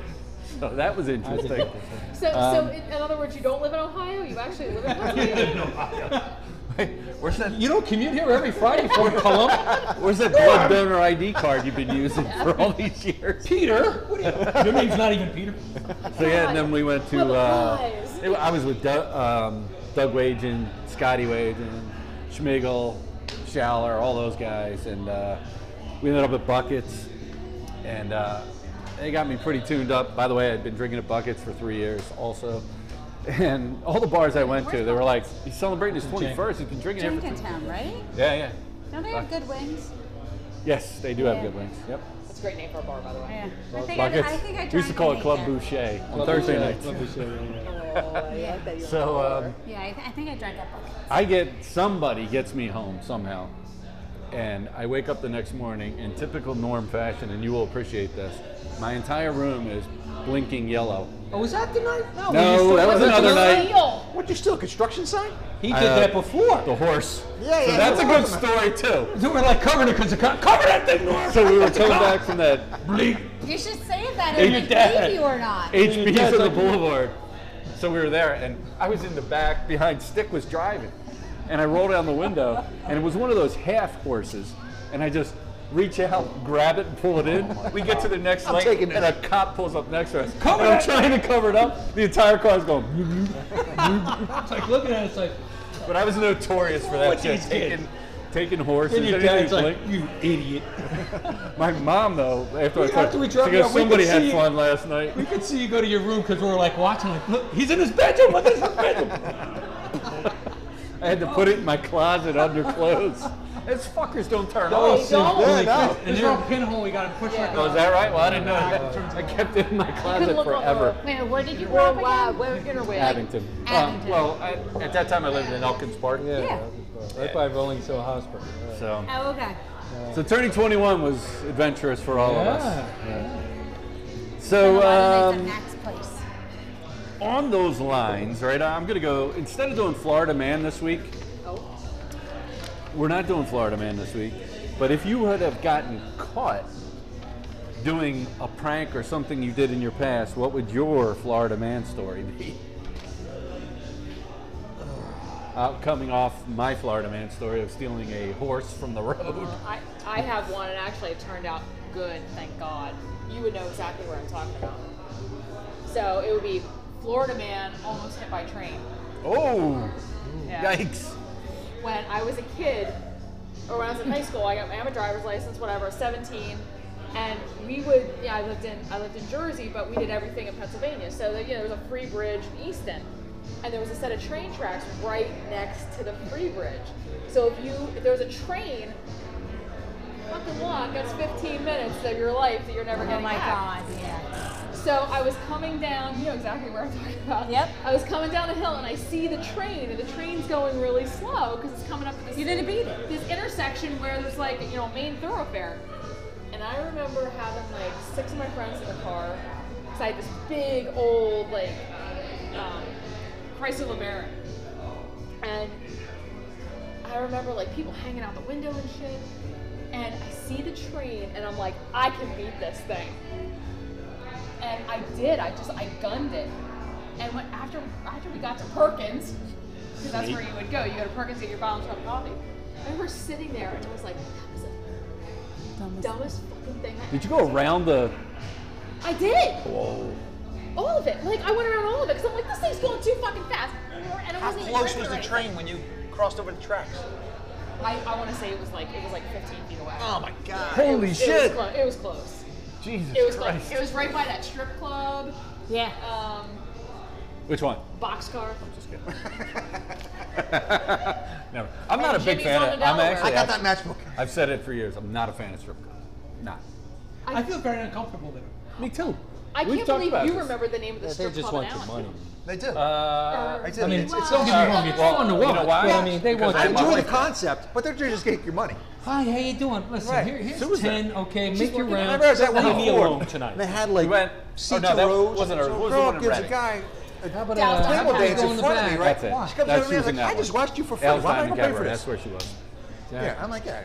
Speaker 2: So that was interesting.
Speaker 4: So, so in, in other words, you don't live in Ohio. You actually live in Pennsylvania.
Speaker 2: Where's that?
Speaker 8: You don't commute here every Friday for Columbus?
Speaker 2: Where's that blood donor ID card you've been using for all these years?
Speaker 8: Peter? What do you, your name's not even Peter.
Speaker 2: So yeah, and then we went to. Uh,
Speaker 4: Surprise.
Speaker 2: it- I was with Doug, um, Doug Wagen, Scotty Wagen, Schmigel, Schaller, all those guys, and uh, we ended up at Buckets, and uh, they got me pretty tuned up. By the way, I'd been drinking at Buckets for three years, also. And all the bars I went to, they were like, "He's celebrating his 21st. He's been drinking here for
Speaker 9: Jenkintown, right?
Speaker 2: three-" Yeah, yeah.
Speaker 9: Don't they have good wings?
Speaker 2: Yes, they do have good wings. Yep.
Speaker 4: That's a great name for a bar, by the way.
Speaker 9: Yeah. I think I,
Speaker 2: Buckets.
Speaker 9: I think I
Speaker 2: we used to
Speaker 9: drank
Speaker 2: call
Speaker 9: an
Speaker 2: it Club
Speaker 9: eight there.
Speaker 2: Boucher on Thursday nights.
Speaker 9: Yeah,
Speaker 2: So. Um,
Speaker 9: yeah I, th- I think I drank that bucket.
Speaker 2: I get somebody gets me home somehow, and I wake up the next morning in typical Norm fashion, and you will appreciate this. My entire room is blinking yellow.
Speaker 5: Oh, was that the night? No, we
Speaker 2: No,
Speaker 5: just-
Speaker 2: that was another night.
Speaker 4: Deal.
Speaker 1: What, you still a construction site?
Speaker 8: He did
Speaker 2: Uh,
Speaker 8: that before.
Speaker 2: The horse.
Speaker 1: Yeah,
Speaker 2: So
Speaker 1: yeah,
Speaker 2: that's a
Speaker 1: yeah.
Speaker 2: good story too.
Speaker 8: They were like covering it because of co- cover that thing, Norm.
Speaker 2: So we were coming back from that
Speaker 8: Bleep.
Speaker 9: You should say that
Speaker 2: Hey,
Speaker 9: if
Speaker 2: your
Speaker 9: they
Speaker 2: dad.
Speaker 9: gave you or not.
Speaker 2: HB's
Speaker 8: That's
Speaker 2: on the
Speaker 8: like-
Speaker 2: boulevard. So we were there, and I was in the back behind Stick was driving, and I rolled down the window, and it was one of those half horses, and I just reach out, grab it, and pull it in. we get to the next
Speaker 1: I'm
Speaker 2: lane,
Speaker 1: taking
Speaker 2: and a
Speaker 1: this.
Speaker 2: cop pulls up next to us.
Speaker 8: Cover
Speaker 2: and I'm
Speaker 8: that
Speaker 2: trying to cover it up. The entire car is going.
Speaker 8: It's like looking at it, it's like,
Speaker 2: But I was notorious for that
Speaker 8: What you
Speaker 2: shit,
Speaker 8: did.
Speaker 2: taking, taking horses.
Speaker 8: then your
Speaker 2: anything
Speaker 8: dad's like,
Speaker 2: blink.
Speaker 8: you idiot.
Speaker 2: My mom though, after I
Speaker 8: We-
Speaker 2: talked,
Speaker 8: after we
Speaker 2: she
Speaker 8: dropped you
Speaker 2: goes,
Speaker 8: off, we could
Speaker 2: somebody had
Speaker 8: see-
Speaker 2: fun last night.
Speaker 8: We could see you go to your room because we were like watching, like, look, he's in his bedroom. Look at his bedroom.
Speaker 2: I had to put it in my closet under clothes. Those fuckers don't turn
Speaker 4: They
Speaker 8: Oh,
Speaker 2: off.
Speaker 4: don't.
Speaker 1: Yeah, no.
Speaker 5: There's no pinhole we got to push
Speaker 4: Yeah.
Speaker 5: like
Speaker 2: Oh, is that right? Well, I didn't know that. I kept it in my closet
Speaker 4: look on
Speaker 2: forever.
Speaker 9: Wait, where did you grow
Speaker 4: World
Speaker 9: up
Speaker 4: wide,
Speaker 9: again?
Speaker 4: web interweb.
Speaker 2: Abington.
Speaker 9: Abington.
Speaker 2: Uh, well, I, at that time I lived in Elkins Park.
Speaker 9: Yeah.
Speaker 8: Right by Rolling Hill Hospital. right.
Speaker 2: So,
Speaker 9: Oh, okay.
Speaker 2: so turning 21 was adventurous for all of us.
Speaker 8: Yeah.
Speaker 2: So,
Speaker 9: Why do
Speaker 2: um,
Speaker 9: they say Max Place?
Speaker 2: on those lines, right? I'm gonna go instead of doing Florida Man this week.
Speaker 4: Oh,
Speaker 2: We're not doing Florida Man this week, but if you would have gotten caught doing a prank or something you did in your past, what would your Florida Man story be? Uh, coming off my Florida Man story of stealing a horse from the road.
Speaker 4: uh, I, I have one, and actually it turned out good, thank God. You would know exactly where I'm talking about. So it would be Florida man almost hit by train.
Speaker 2: Oh,
Speaker 1: Mm.
Speaker 4: Yeah.
Speaker 2: yikes!
Speaker 4: When I was a kid, or when I was in high school, I got I have a driver's license, whatever, 17, and we would. Yeah, I lived in I lived in Jersey, but we did everything in Pennsylvania. So there, you know, there was a free bridge in Easton, and there was a set of train tracks right next to the free bridge. So if you if there was a train fucking walk. That's 15 minutes of your life that you're never
Speaker 9: Oh
Speaker 4: getting
Speaker 9: my God,
Speaker 4: back.
Speaker 9: yeah.
Speaker 4: So I was coming down. You know exactly where I'm talking about.
Speaker 9: Yep.
Speaker 4: I was coming down the hill and I see the train, and the train's going really slow because it's coming up to this. You didn't beat it. This intersection where there's like you know main thoroughfare, and I remember having like six of my friends in the car. Cause I had this big old like um, Chrysler LeBaron, and I remember like people hanging out the window and shit. And I see the train and I'm like, I can beat this thing. And I did. I just I gunned it. And when, after after we got to Perkins, because that's where you would go. You go to Perkins get your bottle of coffee. I remember sitting there and I was like, that was the dumbest, fucking thing. I,
Speaker 2: Did you go around the?
Speaker 4: I did
Speaker 2: Whoa.
Speaker 4: all of it. Like I went around all of it because I'm like, this thing's going too fucking fast. And it
Speaker 1: How
Speaker 4: wasn't
Speaker 1: close was
Speaker 4: even
Speaker 1: the
Speaker 4: right.
Speaker 1: train when you crossed over the tracks?
Speaker 4: I, I want to say it was like it was like 15 feet away.
Speaker 1: Oh my god.
Speaker 4: It
Speaker 2: Holy
Speaker 4: was-
Speaker 2: shit!
Speaker 4: It was, clo- it was close.
Speaker 2: Jesus
Speaker 4: It was
Speaker 2: Christ!
Speaker 4: like it was right by that strip club,
Speaker 9: Yeah.
Speaker 4: um,
Speaker 2: Which one?
Speaker 4: boxcar.
Speaker 2: Never. I'm not a big
Speaker 4: Jimmy's
Speaker 2: fan
Speaker 4: on
Speaker 2: of.
Speaker 4: the
Speaker 2: I'm
Speaker 4: Delaware.
Speaker 1: I
Speaker 2: actually.
Speaker 1: got that matchbook.
Speaker 2: I've said it for years. I'm not a fan of strip clubs. Not.
Speaker 5: I feel very uncomfortable there.
Speaker 2: Me too.
Speaker 4: I
Speaker 2: We've
Speaker 4: can't
Speaker 2: talked
Speaker 4: believe
Speaker 2: about
Speaker 4: you
Speaker 2: this.
Speaker 4: remember the name of the
Speaker 8: They
Speaker 4: strip
Speaker 8: just
Speaker 4: club
Speaker 8: want
Speaker 4: in
Speaker 8: your
Speaker 4: Allentown.
Speaker 8: money.
Speaker 1: They do.
Speaker 2: Uh,
Speaker 1: I do.
Speaker 8: I mean,
Speaker 1: It's-
Speaker 8: it's,
Speaker 1: it's-
Speaker 8: don't get me wrong, it's fun to
Speaker 2: You know
Speaker 8: watch.
Speaker 2: why?
Speaker 8: But I mean, they
Speaker 2: Because
Speaker 8: want.
Speaker 1: I
Speaker 2: I'm
Speaker 8: your
Speaker 2: not
Speaker 1: enjoy
Speaker 2: like
Speaker 1: the
Speaker 2: that.
Speaker 1: concept, but they're just getting your money.
Speaker 8: Hi, how you doing? Listen,
Speaker 1: Right.
Speaker 8: here, here's
Speaker 2: So was
Speaker 8: ten. Okay, make your round.
Speaker 1: Remember, I was at one
Speaker 8: Leave me
Speaker 1: before,
Speaker 8: alone tonight.
Speaker 1: and They had
Speaker 2: We
Speaker 1: like
Speaker 2: went-
Speaker 1: seats
Speaker 2: oh, no, that
Speaker 1: rows.
Speaker 2: wasn't
Speaker 1: and
Speaker 2: her.
Speaker 1: so
Speaker 2: What was the
Speaker 1: girl
Speaker 2: one in
Speaker 1: gives a
Speaker 2: Reading?
Speaker 1: guy
Speaker 8: How
Speaker 1: a
Speaker 8: about uh, how
Speaker 1: table
Speaker 8: about we
Speaker 1: dance
Speaker 8: go
Speaker 1: in
Speaker 8: in the
Speaker 1: front of me,
Speaker 8: back?
Speaker 1: right?
Speaker 2: That's it.
Speaker 1: She comes
Speaker 2: That's
Speaker 1: over to me. I was
Speaker 2: using
Speaker 1: like,
Speaker 2: that
Speaker 1: I just
Speaker 2: one.
Speaker 1: watched you for free.
Speaker 2: That was
Speaker 1: Why am I
Speaker 2: Diamond
Speaker 1: gonna pay for
Speaker 2: Gabber.
Speaker 1: this?
Speaker 2: That's where she was.
Speaker 1: Yeah, I'm like, yeah.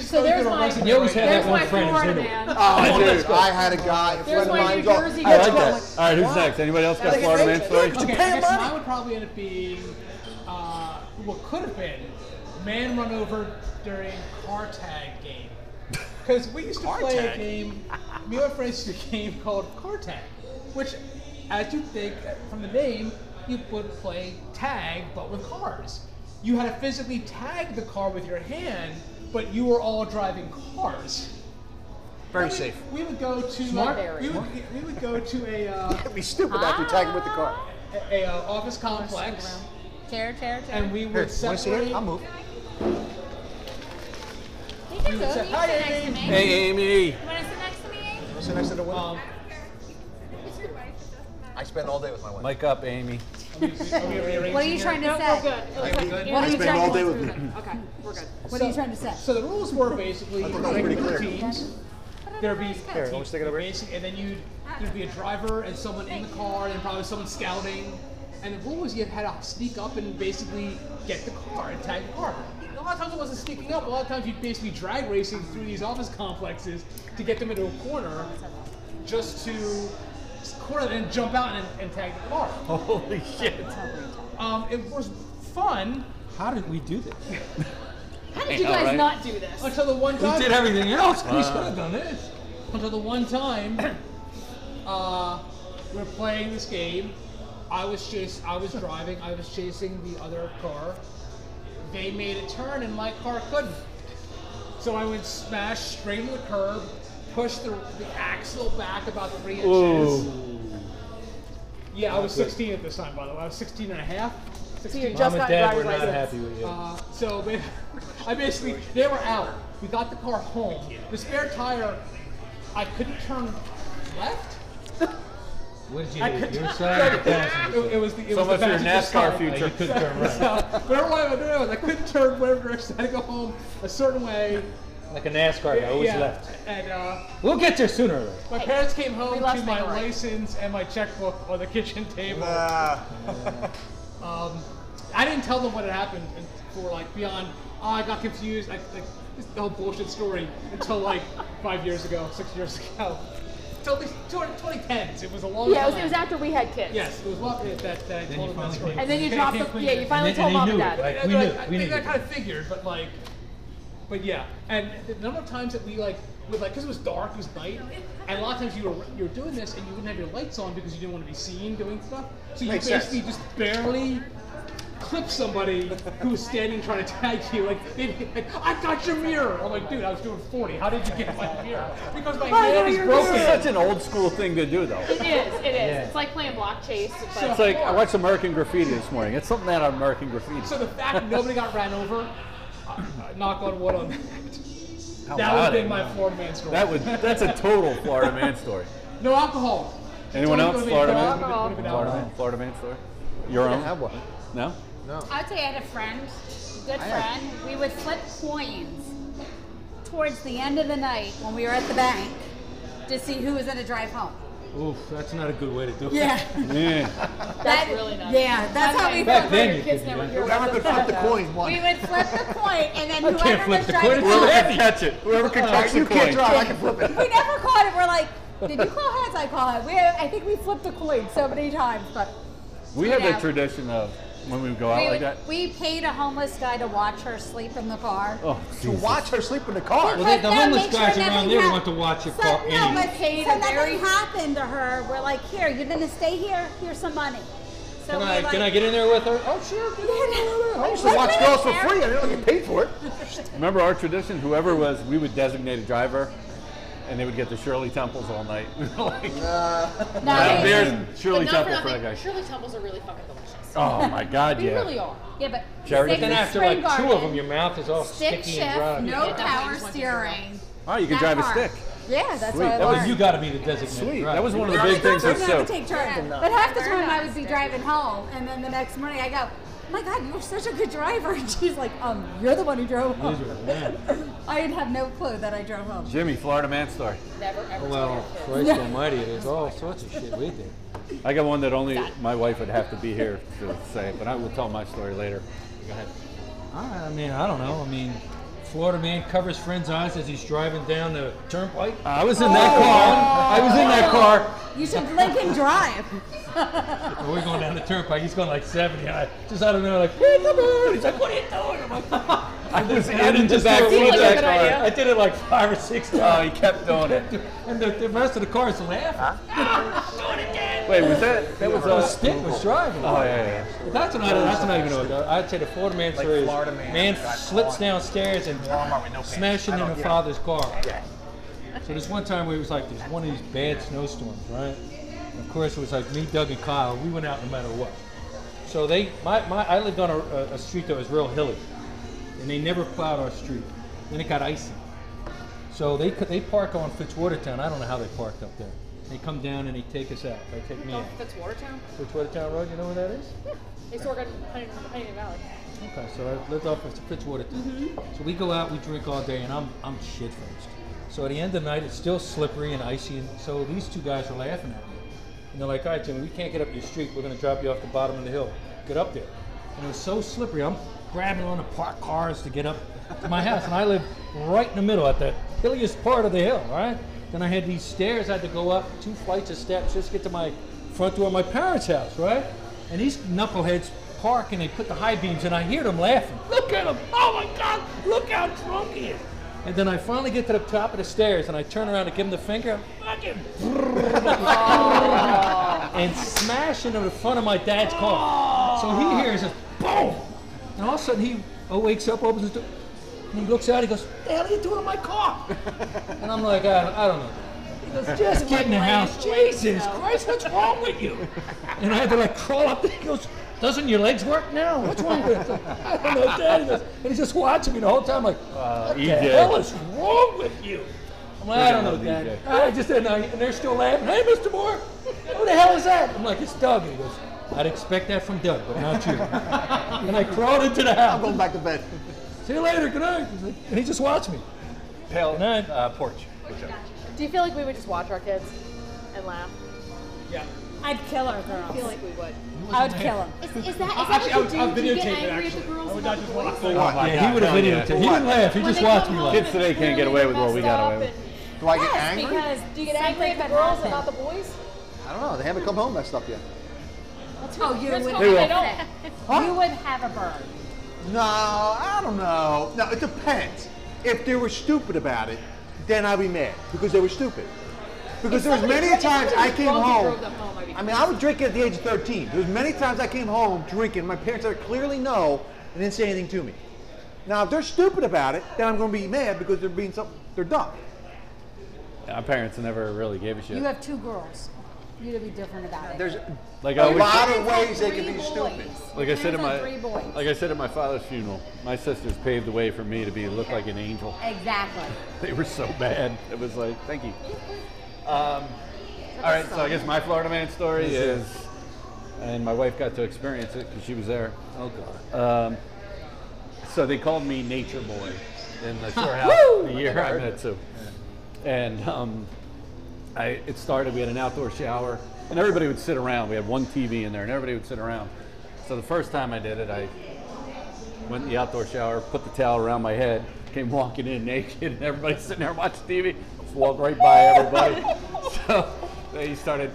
Speaker 4: So there's my
Speaker 8: You always had
Speaker 4: there's
Speaker 8: that one
Speaker 4: my
Speaker 8: friend who's
Speaker 4: Florida
Speaker 8: into it.
Speaker 4: man.
Speaker 1: Oh, dude, I had a guy, a
Speaker 4: There's
Speaker 1: friend of
Speaker 4: my New
Speaker 1: mine, go.
Speaker 4: Jersey
Speaker 2: I
Speaker 4: guy.
Speaker 2: like that. All right, who's next? Anybody else got a
Speaker 1: Like,
Speaker 2: Florida
Speaker 1: hey,
Speaker 2: man story?
Speaker 1: look,
Speaker 5: Okay,
Speaker 1: Japan
Speaker 5: I guess
Speaker 1: money.
Speaker 5: mine would probably end up being uh, what could have been man run over during car tag game. Because we used to
Speaker 1: Car
Speaker 5: play
Speaker 1: tag?
Speaker 5: a game, me and my friends used to play a game called car tag, which, as you think from the name, you would play tag but with cars. You had to physically tag the car with your hand, but you were all driving cars.
Speaker 1: Very
Speaker 5: We-
Speaker 1: safe.
Speaker 5: We would go to uh,
Speaker 4: Smart.
Speaker 5: we would, we would go to a uh,
Speaker 1: It'd be stupid after you tag him with the car.
Speaker 5: a, a, uh, office complex,
Speaker 9: Chair, chair, chair.
Speaker 5: and we
Speaker 1: Here,
Speaker 5: would
Speaker 1: wanna see
Speaker 5: separate.
Speaker 1: it? I'll move.
Speaker 9: You can
Speaker 5: You
Speaker 9: go. You
Speaker 5: said,
Speaker 9: can
Speaker 5: "Hi,
Speaker 9: sit next to
Speaker 5: Amy."
Speaker 9: me.
Speaker 2: Hey, Amy.
Speaker 9: You want to sit next to me? Amy?
Speaker 1: Sit next to the window.
Speaker 5: Um,
Speaker 1: I spend all day with my wife.
Speaker 2: Mic up, Amy.
Speaker 9: What are you trying to say?
Speaker 4: Good. It was like,
Speaker 9: What are you trying to
Speaker 1: with me.
Speaker 4: okay, we're good.
Speaker 9: What are you trying to say?
Speaker 5: So the rules were basically
Speaker 1: I thought that was
Speaker 5: like
Speaker 1: pretty
Speaker 5: two
Speaker 1: clear.
Speaker 5: teams. There'd be
Speaker 1: Here, want me to stick it over here?
Speaker 5: basic, and then you'd there'd be a driver and someone in the car, and probably someone scouting. And the rule was you had to sneak up and basically get the car and tag the car. A lot of times it wasn't sneaking up. A lot of times you'd basically drag racing through these office complexes to get them into a corner, just to corner and jump out and, and tag the car.
Speaker 2: Holy shit.
Speaker 1: Oh.
Speaker 5: Um, it was fun
Speaker 8: How did we do this?
Speaker 4: How did you
Speaker 2: Yeah,
Speaker 4: guys
Speaker 2: right.
Speaker 4: not do this?
Speaker 5: until the one
Speaker 8: We
Speaker 5: time
Speaker 8: did everything else. We should have done this.
Speaker 5: until the one time uh, we're playing this game. I was chase. I was driving. I was chasing the other car. They made a turn and my car couldn't. So I went smash straight into the curb, push the, the axle back about three inches. Yeah, I was 16 at this time, by the way. I was 16 and a half.
Speaker 4: so you
Speaker 5: 16.
Speaker 4: just
Speaker 8: Mom and
Speaker 4: got
Speaker 8: Dad
Speaker 4: your
Speaker 8: were
Speaker 4: driver's
Speaker 8: not
Speaker 4: license.
Speaker 8: happy with you.
Speaker 5: Uh, so, ba- I basically, they were out. We got the car home. The spare tire, I couldn't turn left.
Speaker 8: What did you
Speaker 5: I
Speaker 8: do?
Speaker 5: couldn't.
Speaker 8: Your side or the passenger
Speaker 5: it,
Speaker 8: side?
Speaker 5: it was the. It
Speaker 2: So
Speaker 5: was
Speaker 2: much
Speaker 5: the
Speaker 2: for your
Speaker 5: passenger
Speaker 2: NASCAR
Speaker 5: side.
Speaker 8: Oh,
Speaker 2: future.
Speaker 8: you couldn't turn right.
Speaker 5: So, whatever way I was doing, I couldn't turn whatever direction. I had to go home a certain way.
Speaker 8: Like a NASCAR guy, always
Speaker 5: Yeah.
Speaker 8: left.
Speaker 5: And uh,
Speaker 8: We'll get there sooner or later.
Speaker 5: my parents came home
Speaker 4: we
Speaker 5: to
Speaker 4: lost
Speaker 5: my
Speaker 4: Nicolai.
Speaker 5: license and my checkbook on the kitchen table.
Speaker 1: Nah.
Speaker 5: Um, I didn't tell them what had happened and for like beyond. Oh, I got confused. I, like this is the whole bullshit story until like five years ago, six years ago. Till the 2010s. It was a long
Speaker 4: Yeah, it
Speaker 5: time.
Speaker 4: was, it was after we had kids.
Speaker 5: Yes, it was long, that, that, that I
Speaker 8: Then
Speaker 5: told
Speaker 8: you
Speaker 5: them that
Speaker 8: finally
Speaker 5: story.
Speaker 8: came
Speaker 4: And then you dropped the, yeah, you finally
Speaker 8: And they-
Speaker 4: told
Speaker 8: and they
Speaker 4: mom and
Speaker 8: knew it,
Speaker 4: dad.
Speaker 8: right? Like,
Speaker 5: I,
Speaker 8: we
Speaker 5: like,
Speaker 8: knew-
Speaker 5: I
Speaker 8: we
Speaker 5: think
Speaker 8: knew.
Speaker 5: I kind of figured, but like, but yeah. And the number of times that we like would like, because it was dark, it was night, and a lot of times you were you were doing this and you wouldn't have your lights on because you didn't want to be seen doing stuff. So you
Speaker 1: Makes sense.
Speaker 5: basically just barely clip somebody who was standing trying to tag you. Like, they'd be like, I got your mirror. I'm like, dude, I was doing 40. How did you get my mirror? Because my hand is
Speaker 2: This is such
Speaker 5: broken.
Speaker 2: an old school thing to do, though.
Speaker 4: It is, it is.
Speaker 8: Yeah.
Speaker 4: It's like playing block chase. But
Speaker 2: It's like I watched American Graffiti this morning. It's something out of American Graffiti.
Speaker 5: So the fact that nobody got ran over, uh, uh, knock on wood on that.
Speaker 2: How
Speaker 5: that
Speaker 2: about
Speaker 5: would
Speaker 2: it?
Speaker 5: be my Florida man story.
Speaker 2: That would that's a total Florida man story.
Speaker 5: No alcohol.
Speaker 2: Anyone
Speaker 5: Don't
Speaker 2: else?
Speaker 5: go to
Speaker 2: Florida
Speaker 5: the-
Speaker 2: man?
Speaker 5: don't go to the-
Speaker 2: Florida man, Florida man story. Your own?
Speaker 1: I didn't have one.
Speaker 2: No.
Speaker 1: No.
Speaker 9: I would say I had a friend, good
Speaker 1: I had-
Speaker 9: friend. We would flip coins towards the end of the night when we were at the bank to see who was going to drive home.
Speaker 8: Oof, that's not a good way to do it.
Speaker 9: Yeah,
Speaker 2: Yeah.
Speaker 4: That's really nice.
Speaker 9: Yeah, that's how we
Speaker 4: That's
Speaker 9: felt.
Speaker 8: Back then
Speaker 4: Your
Speaker 8: you
Speaker 4: kids
Speaker 8: could do
Speaker 4: never
Speaker 8: that.
Speaker 4: hear
Speaker 1: Whoever
Speaker 4: what
Speaker 1: could
Speaker 4: was
Speaker 1: flip the
Speaker 4: said,
Speaker 1: coin won.
Speaker 9: We would flip the coin, and then
Speaker 8: I can't
Speaker 9: whoever
Speaker 8: flip
Speaker 9: was
Speaker 8: the
Speaker 9: driving
Speaker 8: coin, it's so
Speaker 9: home-
Speaker 8: heavy.
Speaker 2: catch it. Whoever can catch the
Speaker 1: you
Speaker 2: coin.
Speaker 1: can't drive. I can flip it.
Speaker 9: we never caught it. We're like, did you call heads? I call it. We, I think we flipped a coin so many times, but
Speaker 2: We have
Speaker 9: Yeah.
Speaker 2: that tradition of when we go out
Speaker 9: we,
Speaker 2: like that.
Speaker 9: we paid a homeless guy to watch her sleep in the car.
Speaker 2: Oh,
Speaker 1: To
Speaker 2: Jesus.
Speaker 1: watch her sleep in the car.
Speaker 8: Well, they- the
Speaker 9: But no,
Speaker 8: homeless
Speaker 9: make sure
Speaker 8: guys around
Speaker 9: nothing
Speaker 8: there
Speaker 9: hap-
Speaker 8: want to watch your
Speaker 9: so,
Speaker 8: car
Speaker 9: No,
Speaker 8: anyway.
Speaker 9: but
Speaker 4: Paid
Speaker 9: so
Speaker 4: a very-
Speaker 9: nothing happened to her. We're like, here, you're gonna stay here. Here's some money. So
Speaker 8: Can
Speaker 9: we
Speaker 8: I,
Speaker 9: like,
Speaker 8: can I get in there with her? Oh, sure.
Speaker 1: I used to
Speaker 9: What
Speaker 1: watch
Speaker 9: the
Speaker 1: girls for
Speaker 9: heck?
Speaker 1: free. I didn't get paid for it.
Speaker 2: Remember our tradition? Whoever was, we would designate a driver, and they would get the Shirley Temples all night. like,
Speaker 9: No, we-
Speaker 2: there's
Speaker 4: But
Speaker 2: Shirley
Speaker 4: not
Speaker 2: Temple for that
Speaker 4: nothing,
Speaker 2: guy.
Speaker 4: Shirley Temples are really fucking delicious.
Speaker 2: Oh my God,
Speaker 4: They
Speaker 2: yeah.
Speaker 4: really are.
Speaker 9: yeah, but
Speaker 2: Jerry,
Speaker 9: stick
Speaker 2: but
Speaker 8: Then
Speaker 9: to
Speaker 8: after
Speaker 9: spring
Speaker 8: like two of
Speaker 9: garden,
Speaker 8: them, your mouth is all
Speaker 9: stick
Speaker 8: sticky and dry.
Speaker 9: shift, no
Speaker 4: Yeah,
Speaker 9: power
Speaker 4: that's what I
Speaker 9: steering.
Speaker 2: Oh, you can
Speaker 9: That
Speaker 2: drive
Speaker 9: hard.
Speaker 2: a stick.
Speaker 9: Yeah, that's
Speaker 2: Sweet.
Speaker 9: what I
Speaker 2: That was
Speaker 9: learned.
Speaker 8: You got to be the designated
Speaker 2: Sweet.
Speaker 8: driver.
Speaker 2: That was one of the
Speaker 9: Well,
Speaker 2: big
Speaker 9: my
Speaker 2: things with
Speaker 9: girlfriend had
Speaker 2: soap.
Speaker 9: to take charge.
Speaker 1: Yeah.
Speaker 9: But half the time I would be driving home, and then the next morning I go, "Oh my God, you're such a good driver. And she's like, um, you're the one who drove home. I didn't have no clue that I drove home.
Speaker 2: Jimmy, Florida man story.
Speaker 4: Never ever tell your
Speaker 8: Well,
Speaker 4: kids.
Speaker 8: Christ almighty, there's all sorts of shit we did.
Speaker 2: I got one that only my wife would have to be here to say, but I will tell my story later. Go ahead.
Speaker 8: I I mean, I don't know. I mean, Florida man covers friend's eyes as he's driving down the turnpike.
Speaker 2: I was
Speaker 8: Oh.
Speaker 2: in that car. I was in that car.
Speaker 9: You should blink and drive.
Speaker 8: And we're going down the turnpike. He's going like 70. I just out of nowhere, like, hey, come on. He's like, what are you doing? I'm like,
Speaker 2: I was
Speaker 8: I
Speaker 2: in
Speaker 8: didn't
Speaker 2: the
Speaker 8: just
Speaker 2: back
Speaker 8: do it
Speaker 2: seat
Speaker 8: once.
Speaker 2: of
Speaker 4: Good idea.
Speaker 2: that car.
Speaker 8: I did it like five or six
Speaker 2: Oh,
Speaker 8: times.
Speaker 2: he kept doing it. Ah.
Speaker 8: And the, the rest of the car's laughing.
Speaker 2: Wait, was that? That was
Speaker 8: The
Speaker 2: uh,
Speaker 8: stick was driving.
Speaker 2: Oh yeah,
Speaker 8: But That's not, that's not even what I- I'd say the Florida man story is
Speaker 1: Florida man got
Speaker 8: slips
Speaker 1: caught.
Speaker 8: downstairs and
Speaker 1: Walmart with no pants.
Speaker 8: smashing
Speaker 1: I
Speaker 8: into
Speaker 1: don't-
Speaker 8: her
Speaker 1: yeah.
Speaker 8: father's car.
Speaker 1: Yeah.
Speaker 8: So this one time where it was like there's one of these bad snowstorms, right? And of course it was like me, Doug, and Kyle. We went out no matter what. So they, my, my I lived on a, a, a street that was real hilly, and they never plowed our street. Then it got icy. So they co- they park on Fitzwatertown. I don't know how they parked up there. They come down and they take us out. They take me out.
Speaker 4: That's Watertown.
Speaker 8: Fitzwatertown Road. You know where that is?
Speaker 4: They still got Honey Honeydew Valley.
Speaker 8: Okay, so I lived off of Fitzwater. So we go out, we drink all day, and I'm I'm shit faced. So at the end of the night, it's still slippery and icy, and so these two guys are laughing at me, and they're like, "All right, Jimmy, we can't get up your street. We're gonna drop you off the bottom of the hill. Get up there." And it was so slippery. I'm grabbing on the parked cars to get up to my house, and I live right in the middle at the hilliest part of the hill. All right. Then I had these stairs. I had to go up two flights of steps just to get to my front door of my parents' house. Right. And these knuckleheads park and they put the high beams, and I hear them laughing. Look at him! Oh my God! Look how drunk he is! And then I finally get to the top of the stairs, and I turn around to give him the finger. Fuck him! and smash into the front of my dad's car. So he hears a boom, and all of a sudden he oh, wakes up, opens his door, and he looks out. He goes, "The hell are you doing in my car?" and I'm like, I, "I don't know." He goes, just get in the house. Jesus Christ, what's wrong with you? And I had to like crawl up there. He goes, doesn't your legs work now? What's wrong with you? I don't know, Dad. He goes, and he's just watching me the whole time, like,
Speaker 1: Uh,
Speaker 8: what
Speaker 1: E
Speaker 8: the
Speaker 2: EJ.
Speaker 8: hell is wrong with you? I'm like, I don't know,
Speaker 2: Look at
Speaker 8: Dad. I just didn't know. And they're still laughing. Hey, Mr. Moore, who the hell is that? I'm like, it's Doug. And he goes, I'd expect that from Doug, but not you. and I crawled into the house.
Speaker 1: I'm going back to bed.
Speaker 8: See you later. Good night. He's like- And he just watched me.
Speaker 2: Pale
Speaker 8: No.
Speaker 2: uh, porch.
Speaker 4: Do you feel like we would just watch our kids and laugh?
Speaker 5: Yeah.
Speaker 9: I'd kill her,
Speaker 4: I feel
Speaker 9: girls.
Speaker 4: like we would.
Speaker 9: I would kill him.
Speaker 10: Is, is
Speaker 5: Actually,
Speaker 10: that, is
Speaker 5: I
Speaker 10: that
Speaker 5: would, I
Speaker 10: what
Speaker 5: would
Speaker 10: you do? Do you get
Speaker 5: videotape it,
Speaker 10: angry at the
Speaker 5: actually.
Speaker 10: girls
Speaker 5: I would not
Speaker 10: and not the
Speaker 5: just
Speaker 10: boys?
Speaker 5: watch the
Speaker 1: What?
Speaker 8: Oh, yeah, he would have
Speaker 1: Hell yeah.
Speaker 8: videotaped. He
Speaker 1: Oh What?
Speaker 8: didn't laugh. He
Speaker 10: When
Speaker 8: just
Speaker 10: they come
Speaker 8: watched me
Speaker 10: home
Speaker 8: laugh.
Speaker 2: Kids
Speaker 10: and
Speaker 2: today
Speaker 10: they're
Speaker 2: can't get
Speaker 10: really
Speaker 2: away with what we got
Speaker 10: messed
Speaker 2: away
Speaker 10: up
Speaker 2: with.
Speaker 10: and-
Speaker 1: Do I get
Speaker 9: Yes,
Speaker 1: angry?
Speaker 9: because
Speaker 4: Do you get angry
Speaker 9: something
Speaker 4: at the
Speaker 9: could
Speaker 4: girls and not
Speaker 9: happen.
Speaker 4: the boys?
Speaker 1: I don't know. They haven't come home messed up yet.
Speaker 9: Oh, you
Speaker 4: Let's
Speaker 9: would.
Speaker 4: hope They
Speaker 2: will.
Speaker 1: Huh?
Speaker 9: You would have a bird.
Speaker 1: No, I don't know. No, it depends. If they were stupid about it, then I'd be mad because they were stupid. Because there was many
Speaker 4: somebody- if
Speaker 1: times I
Speaker 4: somebody
Speaker 1: came
Speaker 4: drunk and
Speaker 1: home.
Speaker 4: drove them home, I'd be
Speaker 1: I mean, I was drinking at the age of 13. There was many times I came home drinking. My parents had to clearly know and didn't say anything to me. Now, if they're stupid about it, then I'm going to be mad because they're being some, they're dumb.
Speaker 2: Our parents never really gave a shit.
Speaker 9: You have two girls. You'd be different about it.
Speaker 1: There's
Speaker 2: like I
Speaker 1: a
Speaker 2: always,
Speaker 1: lot of ways they can be stupid.
Speaker 2: like I said
Speaker 9: Parents
Speaker 2: at
Speaker 9: on
Speaker 2: my,
Speaker 9: three boys.
Speaker 2: like I said at my father's funeral, my sisters paved the way for me to be look like an angel.
Speaker 9: Exactly.
Speaker 2: They were so bad. It was like, thank you. Um, all right, so I guess my Florida man story is, and my wife got to experience it because she was there.
Speaker 8: Oh, God.
Speaker 2: Um, so they called me Nature Boy in the shore house the year I met Sue. And um, I, it started, we had an outdoor shower, and everybody would sit around. We had one TV in there, and everybody would sit around. So the first time I did it, I went in the outdoor shower, put the towel around my head, came walking in naked, and everybody's sitting there watching TV. Just walked right by everybody. so they started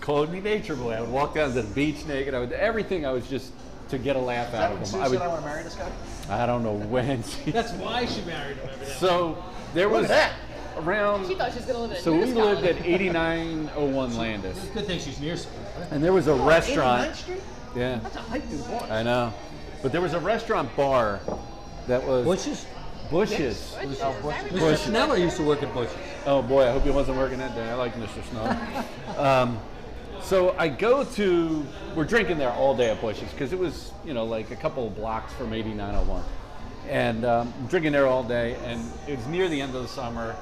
Speaker 2: calling me Nature Boy. I would walk down to the beach naked. I would everything. I was just to get a laugh out of them. I, would,
Speaker 1: to marry this guy?
Speaker 2: I don't know when. She,
Speaker 5: That's why she married him. evidently.
Speaker 2: so there was
Speaker 1: that?
Speaker 2: around.
Speaker 4: She thought she was going to live in a
Speaker 2: so we
Speaker 4: nudist
Speaker 2: lived
Speaker 4: colony.
Speaker 2: at 8901 Landis,
Speaker 8: Good thing she's near school.
Speaker 2: and there was a restaurant.
Speaker 1: 89th Street?
Speaker 2: Yeah,
Speaker 1: That's a hype dude boy.
Speaker 2: I know, but there was a restaurant bar that was
Speaker 8: Bushes?
Speaker 2: Bushes.
Speaker 8: Mr. Schneller used to work at Bushes.
Speaker 2: Oh boy, I hope he wasn't working that day. I like Mr. Snow. um, so I go to, we're drinking there all day at Bush's because it was, you know, like a couple of blocks from 8901. And um, I'm drinking there all day, and it was near the end of the summer,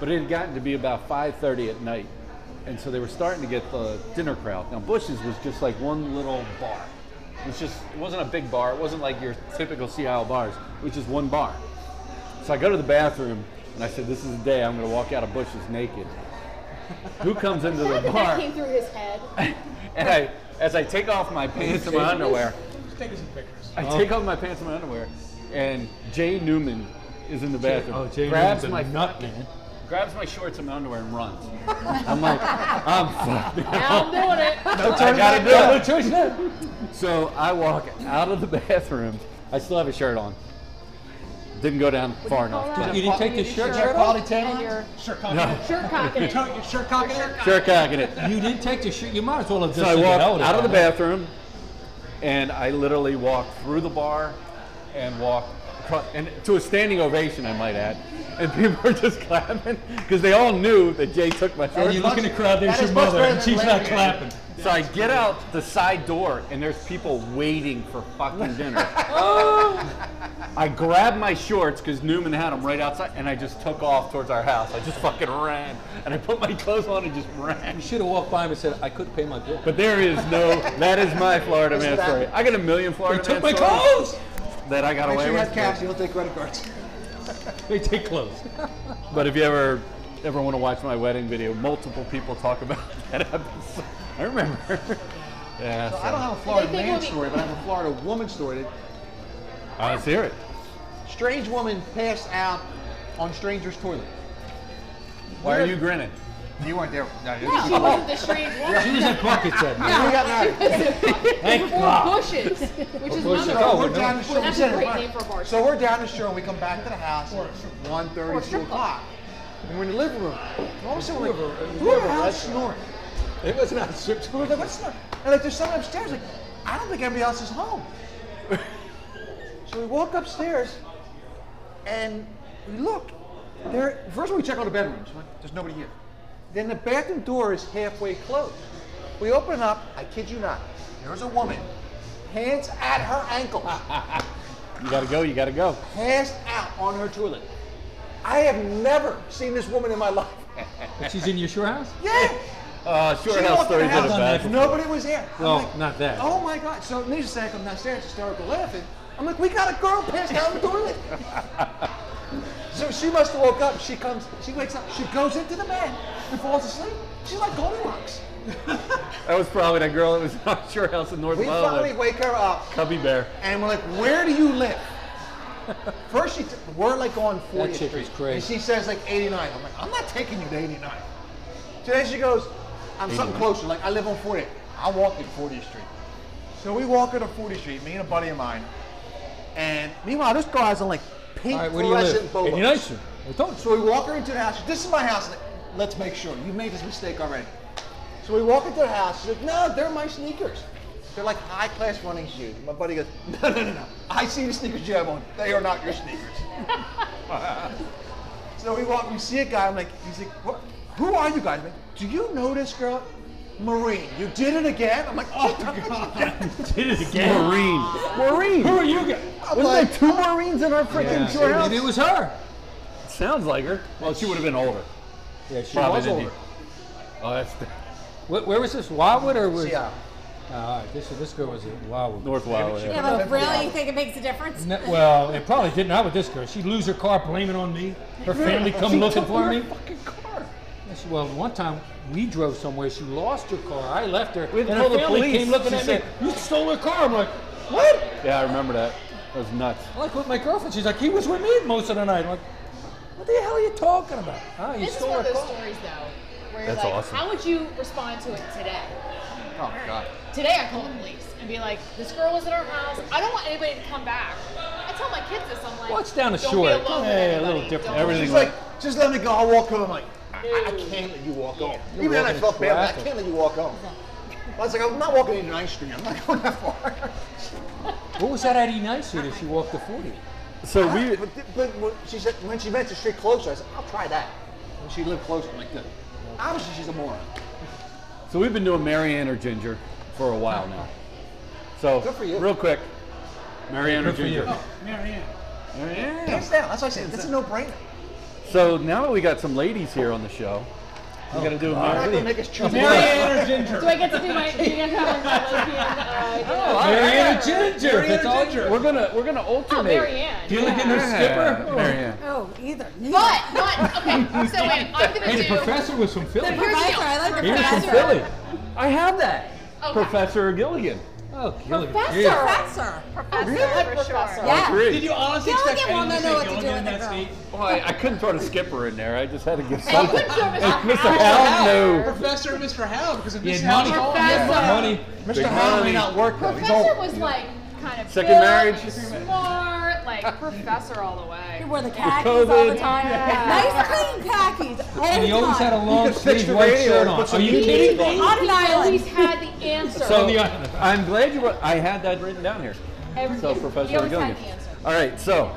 Speaker 2: but it had gotten to be about 5.30 at night. And so they were starting to get the dinner crowd. Now, Bush's was just like one little bar. It was just, it wasn't a big bar. It wasn't like your typical Sea Isle bars. It was just one bar. So I go to the bathroom and I said, This is the day I'm gonna walk out of bushes naked. Who comes into the
Speaker 4: That
Speaker 2: bar?
Speaker 4: came through his head.
Speaker 2: And I as I take off my pants and my underwear,
Speaker 5: Just taking some pictures.
Speaker 8: Oh.
Speaker 2: I take off my pants and my underwear, and Jay Newman is in the bathroom.
Speaker 8: Oh, Jay
Speaker 2: grabs
Speaker 8: Newman's a
Speaker 2: my
Speaker 8: nut, man.
Speaker 2: grabs my shorts and my underwear and runs. I'm like, I'm fucked
Speaker 4: Now I'm doing it.
Speaker 2: I gotta do it.
Speaker 8: No choice now.
Speaker 2: So I walk out of the bathroom. I still have a shirt on. Didn't go down far enough.
Speaker 8: You didn't take the shirt shirt
Speaker 1: Quality
Speaker 8: off?
Speaker 4: And
Speaker 1: tan
Speaker 4: your
Speaker 5: Shirt cock.
Speaker 2: No.
Speaker 4: shirt cocking it.
Speaker 5: Your shirt cock. in it?
Speaker 2: Shirt cocking it.
Speaker 8: You didn't take the shirt. You might as well have just
Speaker 2: So I
Speaker 8: said the hell
Speaker 2: walked
Speaker 8: with
Speaker 2: out
Speaker 8: it,
Speaker 2: of the
Speaker 8: man.
Speaker 2: bathroom, and I literally walked through the bar and walked across, and to a standing ovation, I might add. And people were just clapping because they all knew that Jay took my
Speaker 8: And
Speaker 2: shirt.
Speaker 8: you look in the crowd, there's
Speaker 1: That
Speaker 8: your
Speaker 1: is much
Speaker 8: mother,
Speaker 1: better
Speaker 8: and
Speaker 1: than
Speaker 8: she's not
Speaker 1: Larry.
Speaker 8: clapping.
Speaker 2: So I get out the side door, and there's people waiting for fucking dinner. I grabbed my shorts because Newman had them right outside, and I just took off towards our house. I just fucking ran, and I put my clothes on and just ran.
Speaker 8: You should have walked by him and said, I couldn't pay my bill.
Speaker 2: But there is no. That is my Florida man
Speaker 1: that-
Speaker 2: story. I got a million
Speaker 8: They
Speaker 2: Florida
Speaker 8: took my
Speaker 2: man stories
Speaker 8: clothes!
Speaker 2: that I got
Speaker 1: Make
Speaker 2: away
Speaker 1: sure you
Speaker 2: with.
Speaker 1: have cash. You don't take credit cards.
Speaker 8: They take clothes.
Speaker 2: But if you ever ever want to watch my wedding video, multiple people talk about that episode. I remember. Yeah.
Speaker 1: I don't have a
Speaker 4: They
Speaker 1: Florida
Speaker 4: think
Speaker 1: man
Speaker 4: we'll be-
Speaker 1: story, but I have a Florida woman story. That
Speaker 2: Uh, let's hear it.
Speaker 1: strange woman passed out on stranger's toilet.
Speaker 2: Why are you grinning?
Speaker 1: You weren't there. No, you
Speaker 4: She wasn't the strange woman.
Speaker 8: She was at Bucket Head, man.
Speaker 1: we got married.
Speaker 8: Thank
Speaker 4: Or
Speaker 8: God.
Speaker 4: bushes, which is
Speaker 8: Bushes.
Speaker 4: another.
Speaker 8: Oh,
Speaker 1: we're
Speaker 8: no.
Speaker 1: down the shore.
Speaker 4: Well, that's
Speaker 1: we
Speaker 4: a
Speaker 1: said it,
Speaker 4: great
Speaker 1: right.
Speaker 4: name for a bar.
Speaker 1: So we're down the shore and we come back to the house at 1.30, 2
Speaker 4: strip club.
Speaker 1: o'clock. And we're in the living room. And all of a sudden we're like, who the hell is snoring?
Speaker 8: It was not a strip
Speaker 1: We're like, what's snoring? And like, there's someone upstairs. Like, I don't think everybody else is home. so we walk upstairs and we look. There, first we check all the bedrooms. I'm like, There's nobody here. Then the bathroom door is halfway closed. We open it up. I kid you not. There's a woman, hands at her ankles,
Speaker 2: You gotta go. You gotta go.
Speaker 1: passed out on her toilet. I have never seen this woman in my life.
Speaker 8: But she's in your sure house?
Speaker 1: Yeah.
Speaker 2: Uh, sure
Speaker 1: She
Speaker 2: house
Speaker 1: walked in
Speaker 2: story
Speaker 1: the
Speaker 2: did it
Speaker 1: house.
Speaker 2: bad.
Speaker 1: Nobody was there. I'm
Speaker 8: No,
Speaker 1: like,
Speaker 8: not that.
Speaker 1: Oh my God. So needless to say, I come downstairs, hysterical laughing. I'm like, we got a girl passed out in the toilet. so she must have woke up. She comes, she wakes up, she goes into the bed and falls asleep. She's like Goldilocks.
Speaker 2: That was probably that girl that was on Sure House in North
Speaker 1: We finally
Speaker 2: Carolina.
Speaker 1: wake her up
Speaker 2: Cubby Bear.
Speaker 1: and we're like, where do you live? First, she t- we're like on 40th
Speaker 8: chick
Speaker 1: Street,
Speaker 8: is crazy.
Speaker 1: and she says like 89. I'm like, I'm not taking you to 89. So then she goes, I'm something closer. Like I live on 40th. I walk in 40th Street. So we walk into 40th Street, me and a buddy of mine. And meanwhile, this guy's on like pink
Speaker 8: All right, where do you
Speaker 1: fluorescent
Speaker 8: live?
Speaker 1: boba.
Speaker 8: In your nice room. I told you.
Speaker 1: So we walk her into the house. This is my house. Let's make sure. You made this mistake already. So we walk into the house. She's like, no, they're my sneakers. They're like high class running shoes. My buddy goes, no, no, no, no. I see the sneakers you have on. They are not your sneakers. so we walk, we see a guy. I'm like, he's like, what? who are you guys? I'm like, Do you know this girl? Maureen, you did it again? I'm like, oh, God.
Speaker 8: Did it again.
Speaker 2: Marine.
Speaker 8: Maureen. Who are you guys?
Speaker 1: I'm like, two Marines in our freaking
Speaker 8: Yeah.
Speaker 1: short house.
Speaker 8: Maybe it was her.
Speaker 2: Sounds like her. Well, she would have been older.
Speaker 8: Yeah, she
Speaker 2: Probably
Speaker 8: was
Speaker 2: didn't
Speaker 8: older.
Speaker 2: he? Oh, that's
Speaker 8: Where, where was this? Wildwood or was?
Speaker 1: Yeah.
Speaker 8: Oh, all right. This this girl was in Wildwood.
Speaker 2: North Wild. Yeah.
Speaker 9: Yeah, but really, you think it makes a difference?
Speaker 8: No, well, it probably did not with this girl. She'd lose her car, blame it on me. Her family come looking for me.
Speaker 1: Fucking car.
Speaker 8: Yes, Well, one time we drove somewhere. She lost her car. I left her,
Speaker 2: We had to
Speaker 8: and
Speaker 2: call
Speaker 8: her
Speaker 2: the
Speaker 8: family
Speaker 2: police.
Speaker 8: came looking
Speaker 2: She
Speaker 8: at
Speaker 2: said-
Speaker 8: me. You stole her car. I'm like, what?
Speaker 2: yeah, I remember that. That was nuts.
Speaker 8: I like with my girlfriend. She's like, he was with me most of the night. I'm like, what the hell are you talking about? Huh? You
Speaker 4: This is
Speaker 8: stole
Speaker 4: one of
Speaker 8: her
Speaker 4: those
Speaker 8: car.
Speaker 4: stories though, where you're
Speaker 2: That's
Speaker 4: like,
Speaker 2: awesome.
Speaker 4: how would you respond to it today?
Speaker 1: Oh, God.
Speaker 4: Today I call the police and be like, this girl was at our house. I don't want anybody to come back. I tell my kids this. I'm like,
Speaker 8: Well, it's down the
Speaker 4: don't
Speaker 8: shore.
Speaker 4: Be alone with
Speaker 8: Yeah, a
Speaker 4: anybody.
Speaker 8: little different.
Speaker 4: Don't-
Speaker 2: Everything-
Speaker 1: She's like, just let me go. I'll walk home. I'm like, I, I
Speaker 4: No.
Speaker 1: can't let you walk home.
Speaker 8: You're
Speaker 1: Even then, I
Speaker 8: walking
Speaker 1: felt
Speaker 8: in
Speaker 1: bad. like, I
Speaker 8: traffic.
Speaker 1: can't let you walk home. I was like, I'm not walking into 9th Street. I'm not going that far.
Speaker 8: What was that at E Nice that she walked the 40?
Speaker 2: So we.
Speaker 1: but, th- but when she said when she meant to street closer, I said, I'll try that. When she lived closer, I'm like, good. Obviously, she's a moron.
Speaker 2: So we've been doing Marianne or Ginger for a while now. So
Speaker 1: Good for you.
Speaker 2: real quick, Marianne or
Speaker 8: Good for you.
Speaker 2: Ginger.
Speaker 5: Marianne.
Speaker 2: Marianne.
Speaker 1: Hands down. That's what I said. That's a no-brainer.
Speaker 2: So now that we got some ladies here on the show, we got to do a
Speaker 1: I'm not
Speaker 2: Marianne.
Speaker 1: going to make us choose.
Speaker 8: Marianne or Ginger?
Speaker 7: Do I get to do my? Do you guys have a lesbian? Uh, you know,
Speaker 8: Marianne or Ginger? That's all you-
Speaker 2: We're gonna we're gonna alternate.
Speaker 4: Oh, Marianne.
Speaker 8: Gilligan or
Speaker 2: Yeah,
Speaker 8: Skipper?
Speaker 2: Marianne.
Speaker 9: Oh, either.
Speaker 4: But, but, okay. So wait, I'm gonna
Speaker 8: Hey,
Speaker 4: do.
Speaker 8: the professor was from Philly.
Speaker 4: Here's the deal.
Speaker 9: I like the
Speaker 8: He was from
Speaker 9: professor.
Speaker 8: Philly.
Speaker 2: I have that.
Speaker 4: Okay.
Speaker 2: Professor Gilligan.
Speaker 8: Oh, Gilligan.
Speaker 4: Professor.
Speaker 9: Professor.
Speaker 4: Professor, for sure.
Speaker 9: Yeah.
Speaker 2: Great.
Speaker 5: Did you honestly
Speaker 9: Gilligan
Speaker 5: expect anyone
Speaker 9: won't
Speaker 5: to
Speaker 9: know what
Speaker 5: say
Speaker 9: to do
Speaker 5: Gilligan
Speaker 9: with the
Speaker 5: in that
Speaker 9: girl.
Speaker 5: sneak?
Speaker 2: Well, I, I couldn't throw the skipper in there. I just had to give
Speaker 4: Hey, you
Speaker 2: something.
Speaker 4: couldn't throw Mr.
Speaker 2: And Mr.
Speaker 4: Howell.
Speaker 2: Howell, no.
Speaker 5: Professor and Mr. Howell, because if
Speaker 8: He
Speaker 5: Mr.
Speaker 8: had
Speaker 5: Howell
Speaker 8: money.
Speaker 5: called,
Speaker 8: He had
Speaker 4: Professor.
Speaker 8: money.
Speaker 1: Mr. Howell may
Speaker 2: money.
Speaker 1: not work, though. He's
Speaker 4: Professor
Speaker 1: old.
Speaker 4: was like kind of
Speaker 2: Second
Speaker 4: built,
Speaker 2: marriage.
Speaker 4: smart, like professor all the way.
Speaker 9: He wore the khakis all the
Speaker 2: COVID.
Speaker 9: time. Nice
Speaker 4: Yeah.
Speaker 9: clean khakis.
Speaker 8: And he always had a long
Speaker 1: could fix
Speaker 8: sleeve
Speaker 1: the
Speaker 8: white
Speaker 1: radio
Speaker 8: shirt
Speaker 1: and
Speaker 8: on.
Speaker 1: put
Speaker 8: Are
Speaker 1: some
Speaker 8: you
Speaker 1: music
Speaker 8: kidding
Speaker 1: on.
Speaker 8: me?
Speaker 4: He
Speaker 9: On an
Speaker 4: always
Speaker 9: island.
Speaker 4: had the answer.
Speaker 2: So
Speaker 8: the island.
Speaker 2: I'm glad you. Were, I had that written down here.
Speaker 4: Every-
Speaker 2: So
Speaker 4: he
Speaker 2: Professor
Speaker 4: always
Speaker 2: Gilligan.
Speaker 4: had the answer.
Speaker 2: All right. So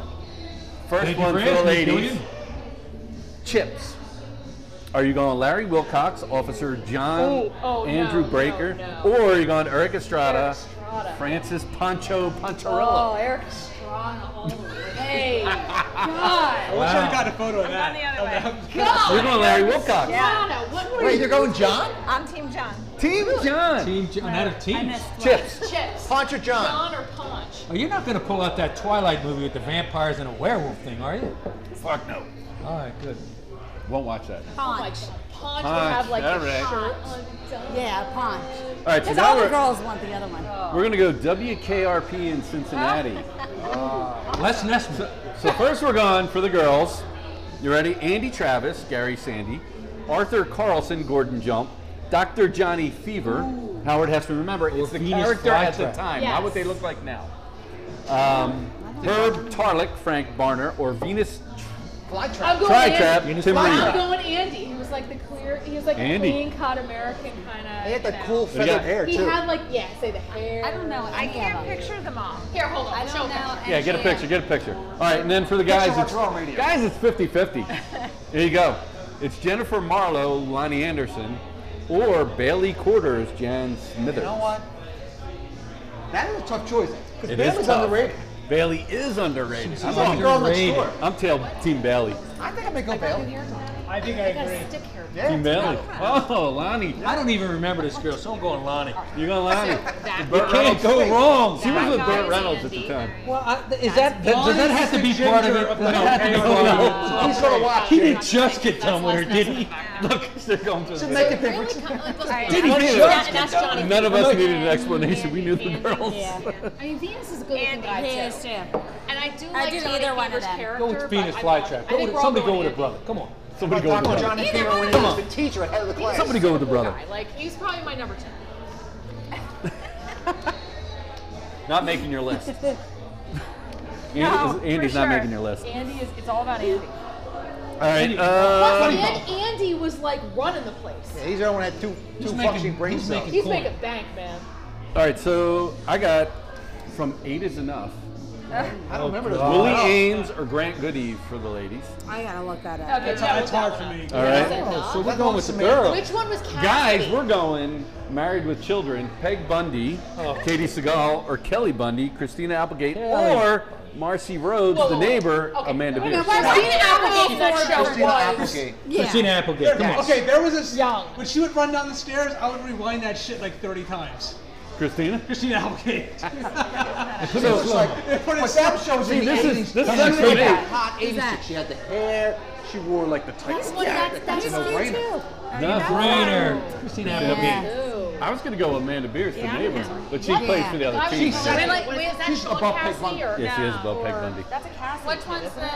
Speaker 2: first
Speaker 8: Thank you
Speaker 2: one
Speaker 8: for
Speaker 2: for the
Speaker 8: asking,
Speaker 2: ladies.
Speaker 8: Gilligan.
Speaker 2: Chips. Are you going Larry Wilcox, Officer John
Speaker 4: Ooh, oh,
Speaker 2: Andrew
Speaker 4: no,
Speaker 2: Breaker,
Speaker 4: no, no.
Speaker 2: or are you going Eric Estrada,
Speaker 4: Eric Estrada.
Speaker 2: Francis Pancho
Speaker 4: Oh,
Speaker 2: Poncherello?
Speaker 4: Eric Estrada all the way. God.
Speaker 5: I should have gotten a photo of that. Of that.
Speaker 4: God.
Speaker 2: You're going Larry Wilcox.
Speaker 4: Estrada, what were
Speaker 1: Wait,
Speaker 4: you
Speaker 1: you're going John?
Speaker 10: I'm Team John.
Speaker 2: Team John.
Speaker 8: Team, J- I'm out of
Speaker 9: I
Speaker 8: teams.
Speaker 9: missed one.
Speaker 2: Chips.
Speaker 4: chips?
Speaker 1: Ponch or John?
Speaker 4: John or Punch?
Speaker 8: Oh, you're not going to pull out that Twilight movie with the vampires and a werewolf thing, are you?
Speaker 2: Fuck no.
Speaker 8: All right, good.
Speaker 2: Won't watch that.
Speaker 4: Like
Speaker 9: Punch.
Speaker 4: Punch would have like
Speaker 2: All
Speaker 4: the
Speaker 2: right.
Speaker 4: shirt undone.
Speaker 9: Yeah, punch.
Speaker 2: All right, so
Speaker 9: Because
Speaker 2: now
Speaker 9: all the
Speaker 2: we're,
Speaker 9: girls want the other one.
Speaker 2: we're gonna go WKRP in Cincinnati.
Speaker 8: Les Nessman.
Speaker 2: so first we're going for the girls. You ready? Andy Travis, Gary Sandy, Arthur Carlson, Gordon Jump, Dr. Johnny Fever. Howard has to remember it's the
Speaker 8: Venus
Speaker 2: character at the
Speaker 8: flytrap.
Speaker 2: time,
Speaker 4: Yes.
Speaker 2: not what they look like now. Um, Herb Tarlick, Frank Barner, or Venus
Speaker 1: Fly trap.
Speaker 4: I'm going
Speaker 2: Tri
Speaker 4: Andy.
Speaker 2: Trap, Tim
Speaker 4: I'm
Speaker 2: Reed.
Speaker 4: going Andy. He was like the clear. He was like
Speaker 2: Andy.
Speaker 4: a clean cut American kind of.
Speaker 1: He had the cool
Speaker 2: But he got-
Speaker 1: feathered hair
Speaker 4: He
Speaker 1: too.
Speaker 4: had like yeah, say the hair.
Speaker 7: I don't know.
Speaker 10: I
Speaker 7: any
Speaker 10: can't
Speaker 7: of them.
Speaker 10: picture them all.
Speaker 4: Here, hold on.
Speaker 7: I
Speaker 4: show
Speaker 7: don't
Speaker 4: them.
Speaker 7: know.
Speaker 2: Yeah,
Speaker 7: any
Speaker 2: get a
Speaker 7: of
Speaker 2: picture,
Speaker 7: them.
Speaker 2: get a picture. All right, and then for the guys, it's
Speaker 1: what's wrong radio.
Speaker 2: guys, it's 50-50. there you go. It's Jennifer Marlowe, Lonnie Anderson, or Bailey Quarters, Jan Smithers.
Speaker 1: You know what? That is a tough choice.
Speaker 2: It
Speaker 1: Because
Speaker 2: is
Speaker 1: Bama's
Speaker 2: tough.
Speaker 1: underrated.
Speaker 2: Bailey is underrated. I'm,
Speaker 1: She's like the girl next
Speaker 8: underrated.
Speaker 1: door.
Speaker 2: I'm tail Team Bailey.
Speaker 1: I think I may go Bailey.
Speaker 8: I think I agree.
Speaker 1: Yeah.
Speaker 2: Team Bailey. Oh, Lonnie.
Speaker 8: I don't even remember this girl, so I'm going Lonnie.
Speaker 2: You're going Lonnie.
Speaker 10: That-
Speaker 2: Burt
Speaker 8: You can't
Speaker 2: Reynolds.
Speaker 8: go wrong.
Speaker 2: She was with
Speaker 10: That
Speaker 2: Burt
Speaker 10: guy's
Speaker 2: Reynolds at the
Speaker 10: Andy.
Speaker 2: time.
Speaker 8: Well, I, is that, that does
Speaker 5: Lonnie's
Speaker 8: that have to be
Speaker 5: the
Speaker 8: part of
Speaker 5: ginger
Speaker 8: it?
Speaker 5: of the
Speaker 8: Does that have to go along?
Speaker 1: He's gonna watch.
Speaker 8: He
Speaker 1: it.
Speaker 8: didn't just get done with her, did he?
Speaker 2: Look, they're going to the
Speaker 1: Make the
Speaker 4: Really
Speaker 1: difference.
Speaker 4: kind of, like, those-
Speaker 10: Alright.
Speaker 4: Yeah,
Speaker 8: he
Speaker 4: and
Speaker 8: just
Speaker 4: that- that's Johnny.
Speaker 2: None of us
Speaker 8: Look.
Speaker 2: needed an explanation. We knew the
Speaker 4: Andy,
Speaker 2: girls.
Speaker 4: Andy, Andy.
Speaker 7: I mean, Venus is a good looking
Speaker 10: Andy,
Speaker 7: guy
Speaker 10: he
Speaker 7: too.
Speaker 10: is
Speaker 4: And I do
Speaker 7: I
Speaker 4: like
Speaker 7: did
Speaker 4: Johnny
Speaker 7: either one of
Speaker 4: Fever's
Speaker 7: them.
Speaker 4: character.
Speaker 8: Go with
Speaker 4: but
Speaker 8: Venus
Speaker 4: I-
Speaker 8: Flytrap.
Speaker 4: I
Speaker 8: Go
Speaker 4: think
Speaker 8: with,
Speaker 4: we're all
Speaker 8: somebody go
Speaker 4: going
Speaker 8: with a
Speaker 4: Andy.
Speaker 8: brother. Come on.
Speaker 2: Somebody go
Speaker 1: Talk
Speaker 2: with the
Speaker 1: about
Speaker 2: brother.
Speaker 1: Johnny
Speaker 4: Either
Speaker 1: Fever
Speaker 4: one
Speaker 1: when
Speaker 4: of
Speaker 1: he
Speaker 4: them.
Speaker 1: was the teacher, head of the class.
Speaker 2: Somebody go with the brother.
Speaker 4: Guy. Like he's probably my number ten.
Speaker 2: Not making your list. Andy,
Speaker 10: No, for
Speaker 2: Andy's not
Speaker 10: sure.
Speaker 2: making your list.
Speaker 4: Andy is. It's all about Andy.
Speaker 2: All right.
Speaker 4: Plus,
Speaker 2: Uh,
Speaker 4: and Andy was like running the place.
Speaker 1: Yeah, he's the only one that had two, two
Speaker 8: making-
Speaker 1: functioning brain
Speaker 8: who's
Speaker 1: cells.
Speaker 8: making-
Speaker 4: He's
Speaker 8: Cool.
Speaker 4: making bank, man.
Speaker 2: all right. So I got from eight is enough.
Speaker 1: I don't remember those.
Speaker 2: Willie
Speaker 1: Oh.
Speaker 2: Ames or Grant Goodeve for the ladies.
Speaker 9: I gotta look that up.
Speaker 4: Okay, that was that one.
Speaker 8: me.
Speaker 2: All right.
Speaker 8: So we're
Speaker 1: That
Speaker 8: going
Speaker 1: one's
Speaker 8: with the
Speaker 1: Samantha.
Speaker 8: girl.
Speaker 4: Which one was Cassidy?
Speaker 2: Guys, we're going Married with Children. Peg Bundy,
Speaker 4: Oh.
Speaker 2: Katie Segal, or Kelly Bundy, Christina Applegate,
Speaker 8: Kelly.
Speaker 2: or Marcy Rhodes,
Speaker 4: Whoa,
Speaker 2: the
Speaker 4: whoa, whoa.
Speaker 2: neighbor,
Speaker 4: Okay,
Speaker 2: Amanda
Speaker 4: wait,
Speaker 2: Bierce.
Speaker 4: why-
Speaker 7: Christina Applegate
Speaker 4: Applegate
Speaker 7: in
Speaker 4: that show
Speaker 7: that
Speaker 1: Christina
Speaker 4: was.
Speaker 1: Applegate.
Speaker 8: Christina
Speaker 9: Yeah.
Speaker 8: Applegate. Come on.
Speaker 5: Okay, there was this
Speaker 4: Young.
Speaker 5: When she would run down the stairs, I would rewind that shit like 30 times.
Speaker 2: Christina?
Speaker 5: Christina Applegate.
Speaker 1: She looks like,
Speaker 5: Put it
Speaker 1: but that shows
Speaker 2: See,
Speaker 1: in the
Speaker 2: this is-
Speaker 1: 80s.
Speaker 2: this is
Speaker 1: She
Speaker 2: actually
Speaker 1: looked
Speaker 2: me.
Speaker 1: like hot
Speaker 9: Who's
Speaker 1: 80s
Speaker 9: that?
Speaker 1: chick. She had the hair. She wore like the tights.
Speaker 7: Well, that's that's
Speaker 1: It's a
Speaker 7: me
Speaker 1: no-brainer.
Speaker 7: too.
Speaker 2: No.
Speaker 8: Brainer. Christina Applegate.
Speaker 9: Yeah.
Speaker 4: Ooh.
Speaker 2: I was going to go with Amanda Bierce, the
Speaker 10: Yeah, I
Speaker 2: neighbor,
Speaker 10: know.
Speaker 2: but she
Speaker 9: What?
Speaker 2: plays for the other
Speaker 4: I was
Speaker 2: team.
Speaker 4: gonna
Speaker 2: so-
Speaker 4: say, like, wait, is that
Speaker 1: She's
Speaker 4: Sean
Speaker 1: above Peg
Speaker 4: Cassidy
Speaker 1: Bundy.
Speaker 4: or
Speaker 2: Yeah, she is above Peg
Speaker 4: or-
Speaker 2: Bundy.
Speaker 10: That's a Cassie.
Speaker 7: Which one's the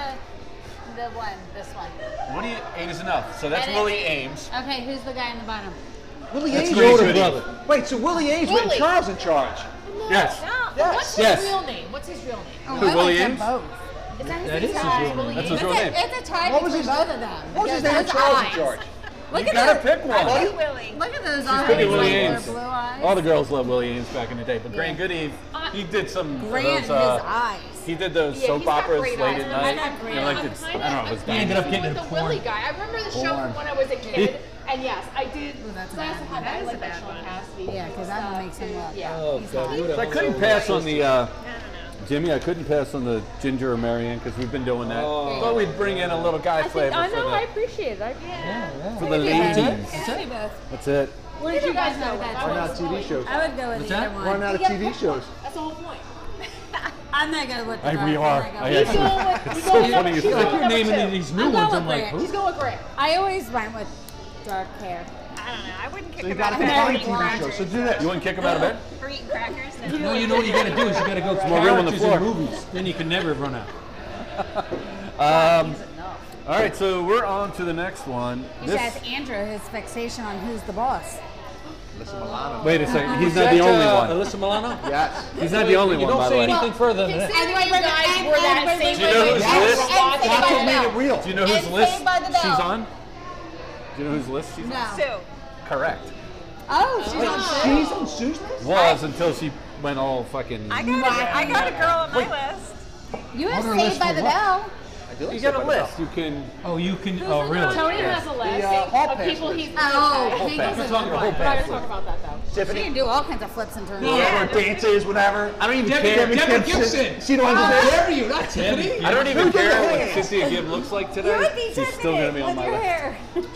Speaker 7: the one? This one.
Speaker 2: What do you? Eight is enough. So that's
Speaker 7: That is-
Speaker 2: Willie Ames.
Speaker 7: Okay, who's the guy in the bottom?
Speaker 1: Willie
Speaker 2: That's
Speaker 1: Ames.
Speaker 2: Grace
Speaker 1: older
Speaker 2: Goody.
Speaker 1: brother. Wait, so Willie Ames went
Speaker 4: Willie.
Speaker 1: Charles in charge.
Speaker 2: Yes.
Speaker 4: No,
Speaker 1: Yes.
Speaker 4: What's his
Speaker 2: Yes.
Speaker 4: real name? What's his real name?
Speaker 9: Oh,
Speaker 2: Who,
Speaker 9: I
Speaker 2: Willie
Speaker 9: like them
Speaker 2: Ames?
Speaker 9: both.
Speaker 7: Is that his
Speaker 8: That is his real name.
Speaker 9: It's
Speaker 2: That's his real name.
Speaker 9: a, it's a tie
Speaker 1: What was
Speaker 9: between
Speaker 1: his-
Speaker 9: both of them.
Speaker 1: What was his
Speaker 9: because
Speaker 1: name?
Speaker 9: those
Speaker 1: Charles in
Speaker 9: eyes.
Speaker 1: charge.
Speaker 9: Look
Speaker 2: You
Speaker 9: at
Speaker 2: gotta
Speaker 9: those-
Speaker 2: pick one.
Speaker 1: Buddy?
Speaker 10: Willie.
Speaker 9: Look at those
Speaker 2: She's
Speaker 9: eyes.
Speaker 2: pretty
Speaker 9: like
Speaker 2: Willie
Speaker 9: their
Speaker 2: Ames.
Speaker 9: blue eyes.
Speaker 2: All the girls loved Willie Ames back in the day, but Grant Goodeve,
Speaker 4: Uh,
Speaker 2: he did some of
Speaker 9: Grant,
Speaker 2: those. uh,
Speaker 9: his eyes.
Speaker 2: He did those
Speaker 4: Yeah,
Speaker 2: soap
Speaker 4: he's got
Speaker 2: operas
Speaker 4: great
Speaker 2: late
Speaker 4: eyes.
Speaker 2: at
Speaker 4: I
Speaker 2: night.
Speaker 7: got
Speaker 2: You know, like
Speaker 4: I'm
Speaker 2: this- I
Speaker 4: kinda-
Speaker 2: don't know. It was
Speaker 4: I'm
Speaker 8: He
Speaker 2: bad.
Speaker 4: kinda
Speaker 8: ended up getting
Speaker 4: with
Speaker 8: into
Speaker 4: the
Speaker 8: porn.
Speaker 4: Willie guy. I remember the show
Speaker 1: Porn.
Speaker 4: from when I was a kid, and yes, I did.
Speaker 7: that's a
Speaker 4: I
Speaker 7: bad
Speaker 4: also
Speaker 7: one.
Speaker 4: had that. I like that Sean Cassidy.
Speaker 9: Yeah, because that one makes him look.
Speaker 4: Yeah.
Speaker 8: Oh, God.
Speaker 2: So I couldn't pass on the uh, Jimmy. I couldn't pass on the ginger or Marianne because we've been doing that.
Speaker 8: Oh.
Speaker 2: Thought we'd bring in a little guy
Speaker 10: I
Speaker 2: flavor
Speaker 10: think I
Speaker 2: for
Speaker 10: know.
Speaker 2: the
Speaker 10: I appreciate it. I
Speaker 2: for the ladies. That's it.
Speaker 9: Where did you guys know
Speaker 1: Run
Speaker 9: that?
Speaker 1: out of TV shows.
Speaker 9: I would go with
Speaker 8: What's
Speaker 9: either
Speaker 8: that?
Speaker 1: Run
Speaker 9: one.
Speaker 1: out of TV shows.
Speaker 4: That's the whole point.
Speaker 9: I'm not gonna look.
Speaker 2: I,
Speaker 9: them
Speaker 7: Oh
Speaker 2: we
Speaker 9: up.
Speaker 2: are.
Speaker 9: I'm not
Speaker 2: I
Speaker 9: gonna-
Speaker 2: actually-
Speaker 4: going with-
Speaker 2: it's
Speaker 4: she's
Speaker 2: so
Speaker 4: going with-
Speaker 2: Oh, funny. you
Speaker 4: she's
Speaker 2: say
Speaker 8: Like
Speaker 2: that.
Speaker 8: you're naming
Speaker 4: two.
Speaker 8: these
Speaker 9: I'm
Speaker 8: new
Speaker 9: going
Speaker 8: ones. I'm
Speaker 9: with
Speaker 8: like,
Speaker 9: Grant.
Speaker 8: who?
Speaker 4: He's going with Grant.
Speaker 9: I always went with dark hair.
Speaker 10: I don't know. I wouldn't kick
Speaker 1: So you
Speaker 10: him
Speaker 1: got
Speaker 10: out
Speaker 1: to pick
Speaker 10: of
Speaker 1: any
Speaker 10: bed
Speaker 1: TV show. So do
Speaker 2: You
Speaker 1: this.
Speaker 2: wouldn't kick him out of bed?
Speaker 10: for eating crackers. No.
Speaker 8: No, you know what you got to do is you got to go
Speaker 2: more room on the
Speaker 8: characters
Speaker 2: floor.
Speaker 8: in movies. Then you can never run out.
Speaker 2: Um, all right, so we're on to the next one.
Speaker 9: He
Speaker 2: This,
Speaker 9: says Andrew his fixation on who's the boss.
Speaker 1: Listen, Milano.
Speaker 2: wait a second. He's not the only one.
Speaker 8: Alyssa Milano?
Speaker 1: Yes.
Speaker 2: He's not the only
Speaker 8: You
Speaker 2: one,
Speaker 8: don't
Speaker 2: by the
Speaker 8: say
Speaker 2: way.
Speaker 8: anything further than that.
Speaker 4: Considering you guys were that same
Speaker 2: wait, wait, wait, wait, wait,
Speaker 1: That's what-
Speaker 4: wait,
Speaker 1: that's
Speaker 4: wait,
Speaker 1: what
Speaker 4: wait,
Speaker 1: made it
Speaker 4: wait.
Speaker 1: real.
Speaker 2: Do you know whose
Speaker 7: And
Speaker 2: list
Speaker 7: Saved by the Bell.
Speaker 2: she's on? Do you know whose list she's on?
Speaker 9: No.
Speaker 10: Sue.
Speaker 2: Correct.
Speaker 9: Oh, she's on Sue.
Speaker 1: She's on Sue's list?
Speaker 2: Was until she went all fucking.
Speaker 10: I got a, I got a girl on my list.
Speaker 9: You have
Speaker 8: What are
Speaker 9: Saved
Speaker 8: those
Speaker 9: by
Speaker 8: for
Speaker 9: the
Speaker 8: what?
Speaker 9: Bell.
Speaker 1: I do like
Speaker 2: You got
Speaker 1: Saved
Speaker 2: a
Speaker 1: by the Bell.
Speaker 2: list. You can.
Speaker 8: Oh, you can. Oh, really?
Speaker 4: Tony has a list
Speaker 1: The, uh, hall
Speaker 4: of
Speaker 1: pass
Speaker 4: people
Speaker 1: list.
Speaker 4: he's.
Speaker 9: Oh, he
Speaker 2: pass.
Speaker 9: doesn't-
Speaker 2: Talking about whole
Speaker 4: We're not
Speaker 2: pass
Speaker 4: gonna talk
Speaker 2: list.
Speaker 4: about that though.
Speaker 9: she
Speaker 1: Tiffany.
Speaker 9: can do all kinds of flips and turns.
Speaker 1: Or dances, whatever. I don't even
Speaker 5: Debbie-
Speaker 1: care.
Speaker 5: Debbie
Speaker 1: Because
Speaker 5: Gibson.
Speaker 1: She don't
Speaker 5: How
Speaker 1: even care.
Speaker 5: dare you? Not Tiffany.
Speaker 2: I don't even
Speaker 1: Who did
Speaker 2: care
Speaker 1: it?
Speaker 2: what Cynthia Gibb looks like today. She's still gonna be on my list.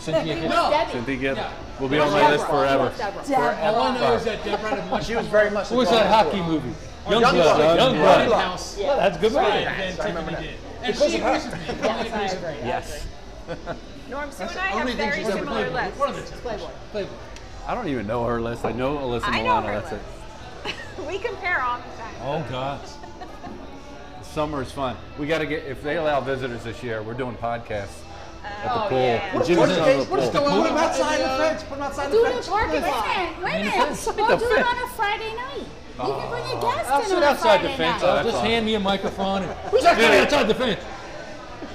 Speaker 8: Cynthia Gibbs.
Speaker 5: No.
Speaker 4: Debbie.
Speaker 2: Cynthia Gibb
Speaker 5: Yeah.
Speaker 2: will be on my list forever.
Speaker 4: Deborah.
Speaker 5: All I know is that Deb Ryan had much
Speaker 1: She was very much.
Speaker 8: What was that hockey movie? Young
Speaker 1: Young
Speaker 8: Blood.
Speaker 1: Blood.
Speaker 8: Young
Speaker 1: Young
Speaker 8: Blood.
Speaker 1: Blood.
Speaker 5: house
Speaker 8: Well, that's a good movie.
Speaker 5: than
Speaker 1: I remember
Speaker 5: Tiffany
Speaker 1: that.
Speaker 5: did. And
Speaker 1: Because
Speaker 5: she
Speaker 1: of her.
Speaker 5: agrees with me. Totally agrees with me.
Speaker 2: Yes.
Speaker 10: Norm, Sue and I
Speaker 1: the
Speaker 10: have
Speaker 1: only thing
Speaker 10: very
Speaker 1: she's ever
Speaker 10: similar
Speaker 1: done.
Speaker 10: lists.
Speaker 5: One of the two.
Speaker 4: Playboy.
Speaker 5: Playboy.
Speaker 2: I don't even know her list. I know Alyssa
Speaker 10: I know
Speaker 2: Milano.
Speaker 10: her
Speaker 2: That's it.
Speaker 10: list. we compare all the time.
Speaker 8: Oh, God.
Speaker 2: Summer's fun. We got to get if they allow visitors this year. We're doing podcasts at the
Speaker 10: Oh,
Speaker 2: pool.
Speaker 10: yeah.
Speaker 2: The
Speaker 1: What
Speaker 2: gym's
Speaker 1: what-
Speaker 2: down
Speaker 1: what
Speaker 2: the
Speaker 1: is
Speaker 2: pool.
Speaker 1: going on? Put them outside the fence. Put them outside
Speaker 4: Do
Speaker 1: the
Speaker 4: it in
Speaker 1: fence.
Speaker 4: the parking lot.
Speaker 9: Wait a
Speaker 8: Outside
Speaker 9: minute.
Speaker 8: the
Speaker 9: We'll do it
Speaker 8: fence.
Speaker 9: on a Friday night. You can bring a guest
Speaker 2: I'll
Speaker 9: in
Speaker 2: sit
Speaker 9: on a
Speaker 2: outside the
Speaker 9: Friday
Speaker 2: fence.
Speaker 9: night.
Speaker 8: Just hand me a microphone. and-
Speaker 2: Who's that
Speaker 8: Get outside the fence.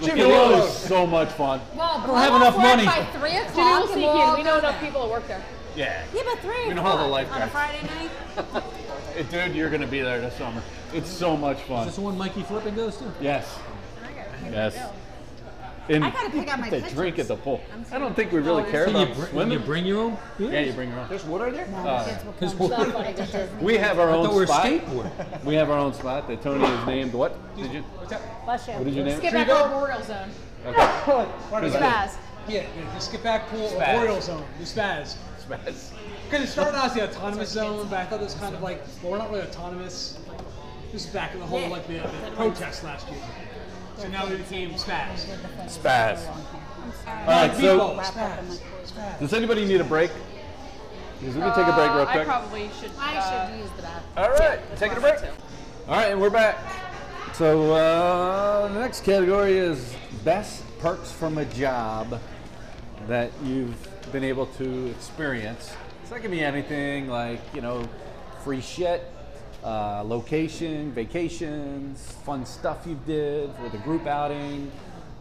Speaker 2: Jimmy, it was so much fun.
Speaker 4: Well,
Speaker 8: don't have enough money.
Speaker 7: By three o'clock,
Speaker 4: Jimmy, we'll
Speaker 7: and
Speaker 4: sneak
Speaker 7: we'll all
Speaker 4: in. We
Speaker 7: go
Speaker 4: know enough
Speaker 7: there.
Speaker 4: people that work there.
Speaker 2: Yeah.
Speaker 7: Yeah, but three.
Speaker 2: We know all the
Speaker 7: o'clock
Speaker 2: lifeguards.
Speaker 7: on a Friday night.
Speaker 2: Eh, Dude, you're going to be there this summer. It's so much fun.
Speaker 8: This one Mikey Flipping goes to.
Speaker 2: Yes.
Speaker 10: I gotta pay my
Speaker 2: Yes.
Speaker 10: bill.
Speaker 2: And
Speaker 7: I gotta pick out my
Speaker 2: they drink at
Speaker 7: pictures.
Speaker 2: the pool.
Speaker 7: I'm
Speaker 2: I don't think we really care
Speaker 8: So you,
Speaker 2: about
Speaker 8: br- you
Speaker 2: swimming.
Speaker 8: bring your own?
Speaker 2: yeah, you bring your own.
Speaker 1: There's water there?
Speaker 7: No, the kids will
Speaker 8: Because
Speaker 7: come.
Speaker 8: we're,
Speaker 4: Funny pictures.
Speaker 2: We have our
Speaker 8: I
Speaker 2: own
Speaker 8: thought we were
Speaker 2: spot.
Speaker 8: skateboard.
Speaker 2: We have our own spot that Tony has named. What did you?
Speaker 5: What's that?
Speaker 7: Bless you.
Speaker 2: What did you name?
Speaker 4: Let's get
Speaker 2: it?
Speaker 4: back to Memorial Zone.
Speaker 2: Okay.
Speaker 5: Pardon me.
Speaker 7: Spaz.
Speaker 5: Yeah, yeah, the skip back pool,
Speaker 2: Spaz.
Speaker 5: Memorial Zone, the spaz.
Speaker 2: Spaz.
Speaker 5: Because it started out as the autonomous zone, but I thought it was kind of like, well, we're not really autonomous. This is back in the whole, like, the, the protest last year. So now we became spaz.
Speaker 2: Spaz. All
Speaker 5: Like
Speaker 2: right. So,
Speaker 5: meatballs, spaz.
Speaker 2: does anybody need a break? Because we can take a break real
Speaker 4: Uh, I
Speaker 2: quick.
Speaker 4: probably should.
Speaker 7: I should use the bathroom.
Speaker 2: All right, taking a break. All right, and we're back. So uh, the next category is best perks from a job that you've been able to experience. It's not gonna be anything like you know, free shit, uh, location, vacations, fun stuff you did with a group outing.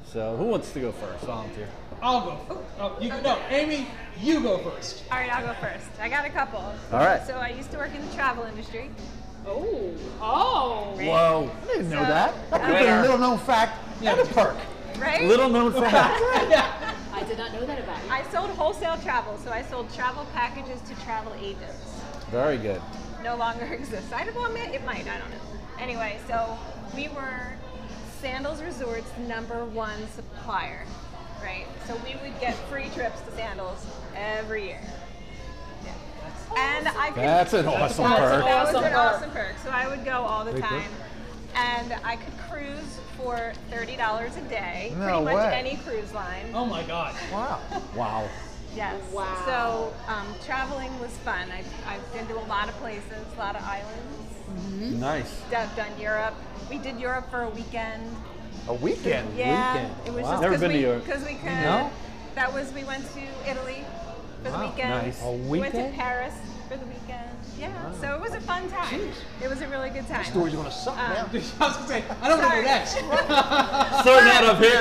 Speaker 2: So who wants to go first? Volunteer.
Speaker 5: I'll go first. Oh, you, no, Amy, you go first.
Speaker 10: All right, I'll go first. I got a couple.
Speaker 2: All right.
Speaker 10: So I used to work in the travel industry.
Speaker 4: Oh, oh.
Speaker 2: Whoa.
Speaker 1: I didn't know
Speaker 10: So-
Speaker 1: that. That could have been a little known fact and a perk.
Speaker 10: Right?
Speaker 2: Little known fact.
Speaker 4: I did not know that about you.
Speaker 10: I sold wholesale travel, so I sold travel packages to travel agents.
Speaker 2: Very good.
Speaker 10: No longer exists. I don't know, it might, I don't know. Anyway, so we were Sandals Resort's number one supplier, right? So we would get free trips to Sandals every year. Yeah. And I could
Speaker 2: That's an awesome
Speaker 10: That's-
Speaker 2: perk.
Speaker 10: That was
Speaker 4: Awesome
Speaker 10: an
Speaker 4: perk.
Speaker 10: awesome perk. So I would go all the
Speaker 2: Pretty cool.
Speaker 10: time. And I could cruise for thirty dollars a day.
Speaker 1: No
Speaker 10: pretty much
Speaker 1: way.
Speaker 10: any cruise line.
Speaker 5: Oh my god.
Speaker 1: Wow.
Speaker 2: Wow.
Speaker 10: Yes.
Speaker 7: Wow.
Speaker 10: So um, traveling was fun. I've, I've been to a lot of places, a lot of islands.
Speaker 2: Nice.
Speaker 10: I've done Europe. We did Europe for a weekend.
Speaker 1: A weekend.
Speaker 10: Yeah.
Speaker 2: Weekend.
Speaker 10: It was
Speaker 2: Wow.
Speaker 10: just
Speaker 2: Never
Speaker 10: because
Speaker 2: been to
Speaker 10: we,
Speaker 2: Europe.
Speaker 10: 'cause we could.
Speaker 8: No?
Speaker 10: That was we went to Italy for the
Speaker 8: Wow.
Speaker 10: weekend.
Speaker 2: Nice. A
Speaker 10: We went to
Speaker 8: weekend?
Speaker 10: Paris for the weekend. Yeah. So it was a fun time. It was a really good time.
Speaker 1: Stories are gonna suck now.
Speaker 10: Um,
Speaker 5: I was gonna say, I don't know
Speaker 10: Sorry.
Speaker 5: the next.
Speaker 2: Third out of here.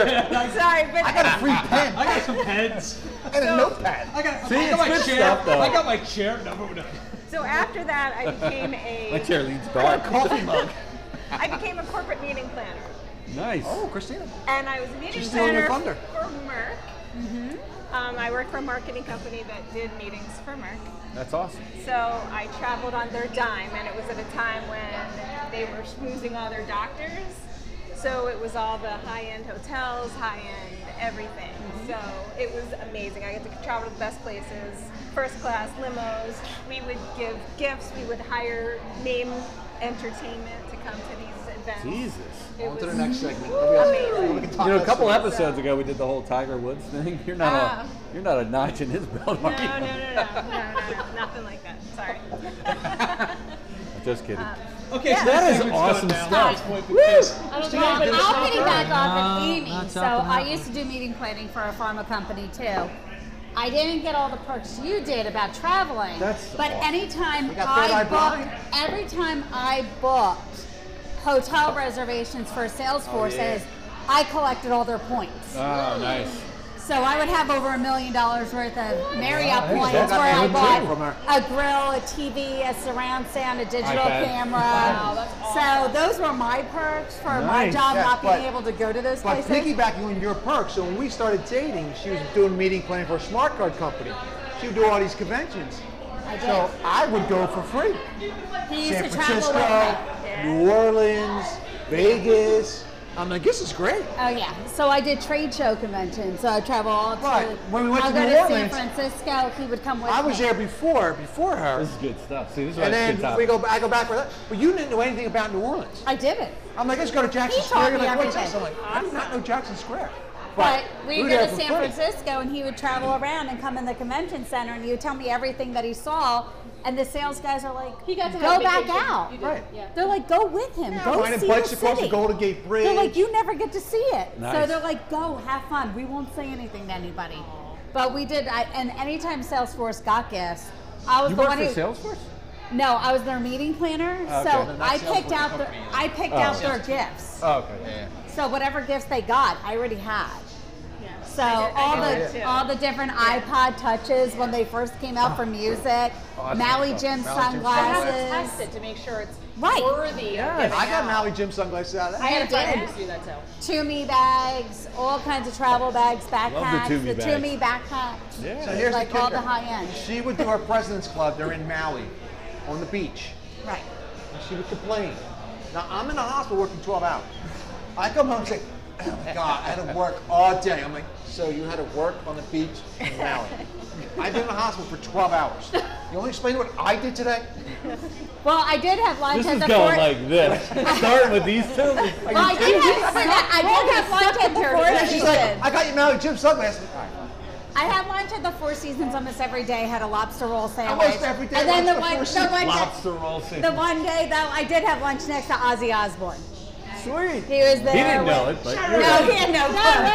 Speaker 10: Sorry, but
Speaker 1: I got a free pen
Speaker 5: I got some pens.
Speaker 1: and a notepad.
Speaker 5: I got,
Speaker 2: See,
Speaker 5: I
Speaker 2: it's
Speaker 5: got my
Speaker 2: good
Speaker 5: chair.
Speaker 2: stuff, though.
Speaker 5: I got my chair. No, no, no.
Speaker 10: so after that, I became
Speaker 2: My
Speaker 10: a
Speaker 2: chair leads back.
Speaker 1: Coffee mug.
Speaker 10: I became a corporate meeting planner,
Speaker 2: Nice.
Speaker 1: Oh, Christina.
Speaker 10: and I was a meeting
Speaker 1: She's stealing
Speaker 10: planner
Speaker 1: your thunder.
Speaker 10: for Merck. Um, I worked for a marketing company that did meetings for Merck.
Speaker 2: That's awesome.
Speaker 10: So I traveled on their dime, and it was at a time when they were schmoozing all their doctors. So it was all the high-end hotels, high-end everything.
Speaker 7: Mm-hmm.
Speaker 10: So it was amazing. I got to travel to the best places, first-class limos. We would give gifts. We would hire name entertainment to come to these events.
Speaker 2: Jesus.
Speaker 10: It
Speaker 1: On to the
Speaker 10: was
Speaker 1: next segment.
Speaker 10: amazing.
Speaker 1: We can talk
Speaker 2: You know, a
Speaker 1: less
Speaker 2: couple
Speaker 1: about-
Speaker 2: episodes ago, we did the whole Tiger Woods thing. You're not
Speaker 10: Ah.
Speaker 2: a you're not a notch in his belt,
Speaker 10: No,
Speaker 2: are you?
Speaker 10: no, no, no, no, no, no, no, nothing like that. Sorry.
Speaker 2: Just kidding.
Speaker 5: Okay, so
Speaker 2: That
Speaker 5: this
Speaker 2: is
Speaker 5: segment's
Speaker 2: awesome
Speaker 5: done now.
Speaker 2: stuff.
Speaker 5: Last point, because-
Speaker 7: I don't
Speaker 5: Steve,
Speaker 7: know, but
Speaker 5: did it
Speaker 7: I'm
Speaker 5: stop
Speaker 7: getting
Speaker 5: her?
Speaker 7: back off
Speaker 8: No,
Speaker 7: with Amy.
Speaker 8: not
Speaker 7: So
Speaker 8: something
Speaker 7: I
Speaker 8: happened.
Speaker 7: used to do meeting planning for a pharma company too. I didn't get all the perks you did about traveling.
Speaker 2: That's
Speaker 7: but
Speaker 2: awesome.
Speaker 7: anytime
Speaker 1: We got third
Speaker 7: I
Speaker 1: eye blind.
Speaker 7: booked, every time I booked hotel reservations for sales
Speaker 1: Oh,
Speaker 7: forces, I collected all their points.
Speaker 2: Oh, nice.
Speaker 7: So I would have over a million dollars worth of Marriott
Speaker 2: Wow,
Speaker 7: points
Speaker 2: that's
Speaker 7: where I
Speaker 2: good
Speaker 7: bought
Speaker 2: too. From our-
Speaker 7: a grill, a TV, a surround sound, a digital
Speaker 2: iPad.
Speaker 7: camera.
Speaker 4: Wow, that's awesome.
Speaker 7: So those were my perks for my
Speaker 2: Nice.
Speaker 7: job
Speaker 1: Yeah,
Speaker 7: not
Speaker 1: but-
Speaker 7: being able to go to those
Speaker 1: But
Speaker 7: places.
Speaker 1: piggybacking on your perks, so when we started dating, she was doing meeting planning for a smart card company. She would do all these conventions.
Speaker 7: I did.
Speaker 1: So I would go for free.
Speaker 7: he used
Speaker 1: San
Speaker 7: to travel with
Speaker 1: Francisco,
Speaker 7: me.
Speaker 1: New Orleans, Vegas. I'm like, this is great.
Speaker 7: Oh yeah. So I did trade show conventions. So I travel all to.
Speaker 1: Right. When we went
Speaker 7: I'll
Speaker 1: to
Speaker 7: go
Speaker 1: New
Speaker 7: to
Speaker 1: Orleans-
Speaker 7: San Francisco. He would come with
Speaker 1: I was
Speaker 7: me.
Speaker 1: there before, before
Speaker 2: This
Speaker 1: her.
Speaker 2: is good stuff. See, this is why
Speaker 1: And
Speaker 2: it's a good
Speaker 1: then
Speaker 2: topic.
Speaker 1: we go, I go back with her. But you didn't know anything about New Orleans.
Speaker 7: I did it.
Speaker 1: I'm like, let's go to Jackson
Speaker 7: He
Speaker 1: Square. You're
Speaker 7: taught me
Speaker 1: like, what's this?
Speaker 7: everything.
Speaker 1: I'm like, I do not know Jackson Square.
Speaker 7: But we
Speaker 1: were
Speaker 7: would
Speaker 1: there
Speaker 7: go to
Speaker 1: for
Speaker 7: San
Speaker 1: free.
Speaker 7: Francisco and he would travel around and come in the convention center and he would tell me everything that he saw. And the sales guys are like,
Speaker 4: He got to
Speaker 7: go
Speaker 4: have
Speaker 7: back
Speaker 4: vacation.
Speaker 7: out.
Speaker 4: You did,
Speaker 1: Right.
Speaker 4: Yeah.
Speaker 7: They're like, go with him. go
Speaker 1: Riding
Speaker 7: see
Speaker 1: bikes
Speaker 7: the
Speaker 1: across the
Speaker 7: city."
Speaker 1: Golden Gate Bridge.
Speaker 7: They're like, you never get to see it. So
Speaker 2: Nice.
Speaker 7: they're like, go, have fun. We won't say anything to anybody. But we did, I, and anytime Salesforce got gifts, I was
Speaker 2: you
Speaker 7: the
Speaker 2: work
Speaker 7: one
Speaker 2: for
Speaker 7: who.
Speaker 2: Salesforce?
Speaker 7: No, I was their meeting planner,
Speaker 2: Okay.
Speaker 7: so
Speaker 1: Not
Speaker 7: I
Speaker 1: Salesforce,
Speaker 7: picked out
Speaker 1: the
Speaker 7: their
Speaker 1: company,
Speaker 7: I picked
Speaker 2: Oh.
Speaker 7: out their gifts.
Speaker 2: Oh, okay. Yeah.
Speaker 7: So whatever gifts they got, I already had.
Speaker 10: Yeah.
Speaker 7: So
Speaker 10: I did- I
Speaker 7: all
Speaker 10: did
Speaker 7: the
Speaker 10: too.
Speaker 7: all the different iPod touches when they first came out
Speaker 2: Ah.
Speaker 7: for music,
Speaker 2: Oh,
Speaker 1: that's
Speaker 7: Maui
Speaker 1: good
Speaker 7: Jim
Speaker 1: stuff. Maui Jim
Speaker 4: I had to
Speaker 7: sunglasses.
Speaker 4: test it to make sure it's
Speaker 7: Right.
Speaker 4: worthy of giving
Speaker 1: I got
Speaker 4: out.
Speaker 1: Maui Jim sunglasses out of
Speaker 4: I
Speaker 1: that.
Speaker 4: had a friend
Speaker 7: did.
Speaker 4: who used to do that too.
Speaker 7: Toomey bags, all kinds of travel bags, backpacks,
Speaker 2: Toomey
Speaker 7: the
Speaker 2: bags.
Speaker 7: Toomey backpacks,
Speaker 1: So here's
Speaker 7: like
Speaker 1: the
Speaker 7: all
Speaker 1: kicker.
Speaker 7: the high end.
Speaker 1: She would do her president's club. They're in Maui, on the beach.
Speaker 7: Right.
Speaker 1: And she would complain. Now I'm in the hospital working 12 hours. I come home and say, "Oh my God, I had to work all day." I'm like, "So you had to work on the beach in Maui? I've been in the hospital for 12 hours. You only explain what I did today?
Speaker 7: Well, I did have lunch
Speaker 2: This
Speaker 7: at
Speaker 2: is
Speaker 7: the
Speaker 2: going
Speaker 7: Fort-
Speaker 2: like this. Starting with these two.
Speaker 7: Well, I did have, I did have lunch at the Four
Speaker 1: She's
Speaker 7: Seasons.
Speaker 1: like, "I got you Maui Jim sunglasses." All right.
Speaker 7: I had lunch at the Four Seasons almost every day. Had a lobster roll sandwich.
Speaker 1: every day
Speaker 7: And then the
Speaker 1: lunch
Speaker 7: one,
Speaker 1: at the
Speaker 7: the
Speaker 1: Four
Speaker 7: one,
Speaker 2: Lobster roll
Speaker 7: the
Speaker 2: sandwich.
Speaker 7: one day though, I did have lunch next to Ozzy Osbourne.
Speaker 2: Sweet.
Speaker 7: He was there.
Speaker 2: He didn't
Speaker 7: with-
Speaker 2: know it, but
Speaker 7: No, he had no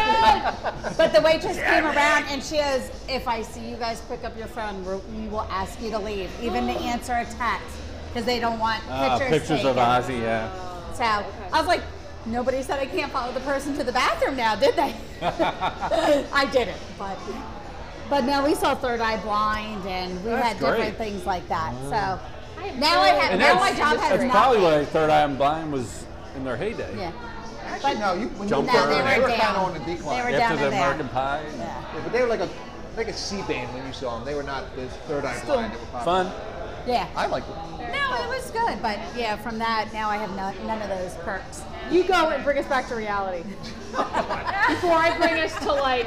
Speaker 7: clue. But the waitress came around and she goes, "If I see you guys pick up your phone, we're- we will ask you to leave, even to answer a text, because they don't want
Speaker 2: Ah,
Speaker 7: pictures,
Speaker 2: pictures of
Speaker 7: taken."
Speaker 2: Ozzy, yeah.
Speaker 7: So I was like, nobody said I can't follow the person to the bathroom now, did they? I didn't, but but no, we saw Third Eye Blind and we
Speaker 2: That's
Speaker 7: had
Speaker 2: great.
Speaker 7: different things like that. So
Speaker 4: am
Speaker 7: now I
Speaker 4: so-
Speaker 7: have
Speaker 2: And
Speaker 7: now
Speaker 2: that's,
Speaker 7: my job has
Speaker 2: that's
Speaker 7: nothing.
Speaker 2: probably why Third Eye and Blind was in their heyday.
Speaker 7: yeah.
Speaker 1: Actually,
Speaker 7: But
Speaker 1: no. You, when
Speaker 2: Jumper.
Speaker 1: you
Speaker 7: No,
Speaker 1: were there,
Speaker 7: they
Speaker 1: they
Speaker 7: were
Speaker 1: were kind
Speaker 7: down.
Speaker 1: of on the decline.
Speaker 7: They were down
Speaker 2: After
Speaker 7: and
Speaker 2: the
Speaker 7: down.
Speaker 2: American Pie.
Speaker 7: Yeah.
Speaker 1: Yeah, but they were like a like a C band when you saw them. They were not the third eye blind. They were popular.
Speaker 2: Fun.
Speaker 7: Yeah.
Speaker 1: I liked them.
Speaker 7: No, it was good, but yeah, from that now I have no, none of those perks. You go and bring us back to reality.
Speaker 4: Before I bring us to like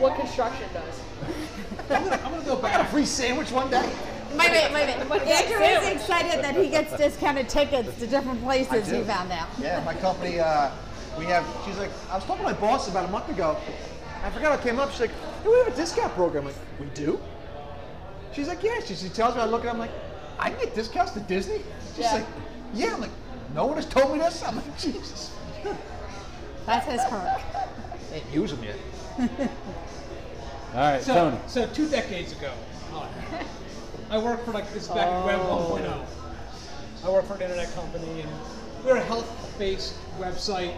Speaker 4: what construction does.
Speaker 5: I'm gonna go
Speaker 1: I got
Speaker 5: back.
Speaker 1: a free sandwich one day.
Speaker 7: Wait, wait, wait, wait. Andrew is excited that he gets discounted tickets to different places.
Speaker 1: do.
Speaker 7: He found out.
Speaker 1: Yeah, my company. Uh, we have. She's like, I was talking to my boss about a month ago. I forgot I came up. She's like, hey, we have a discount program. I'm like, we do? She's like, yeah. She, she tells me. I look at. Her, I'm like, I can get discounts to Disney. She's
Speaker 4: Yeah.
Speaker 1: like, yeah. I'm like, no one has told me this. I'm like, Jesus.
Speaker 7: That's his perk.
Speaker 1: Ain't use them yet.
Speaker 2: All right, Tony.
Speaker 5: So, so two decades ago, I worked for like this back in Web 1.0. I worked for an internet company, and we were a health-based website,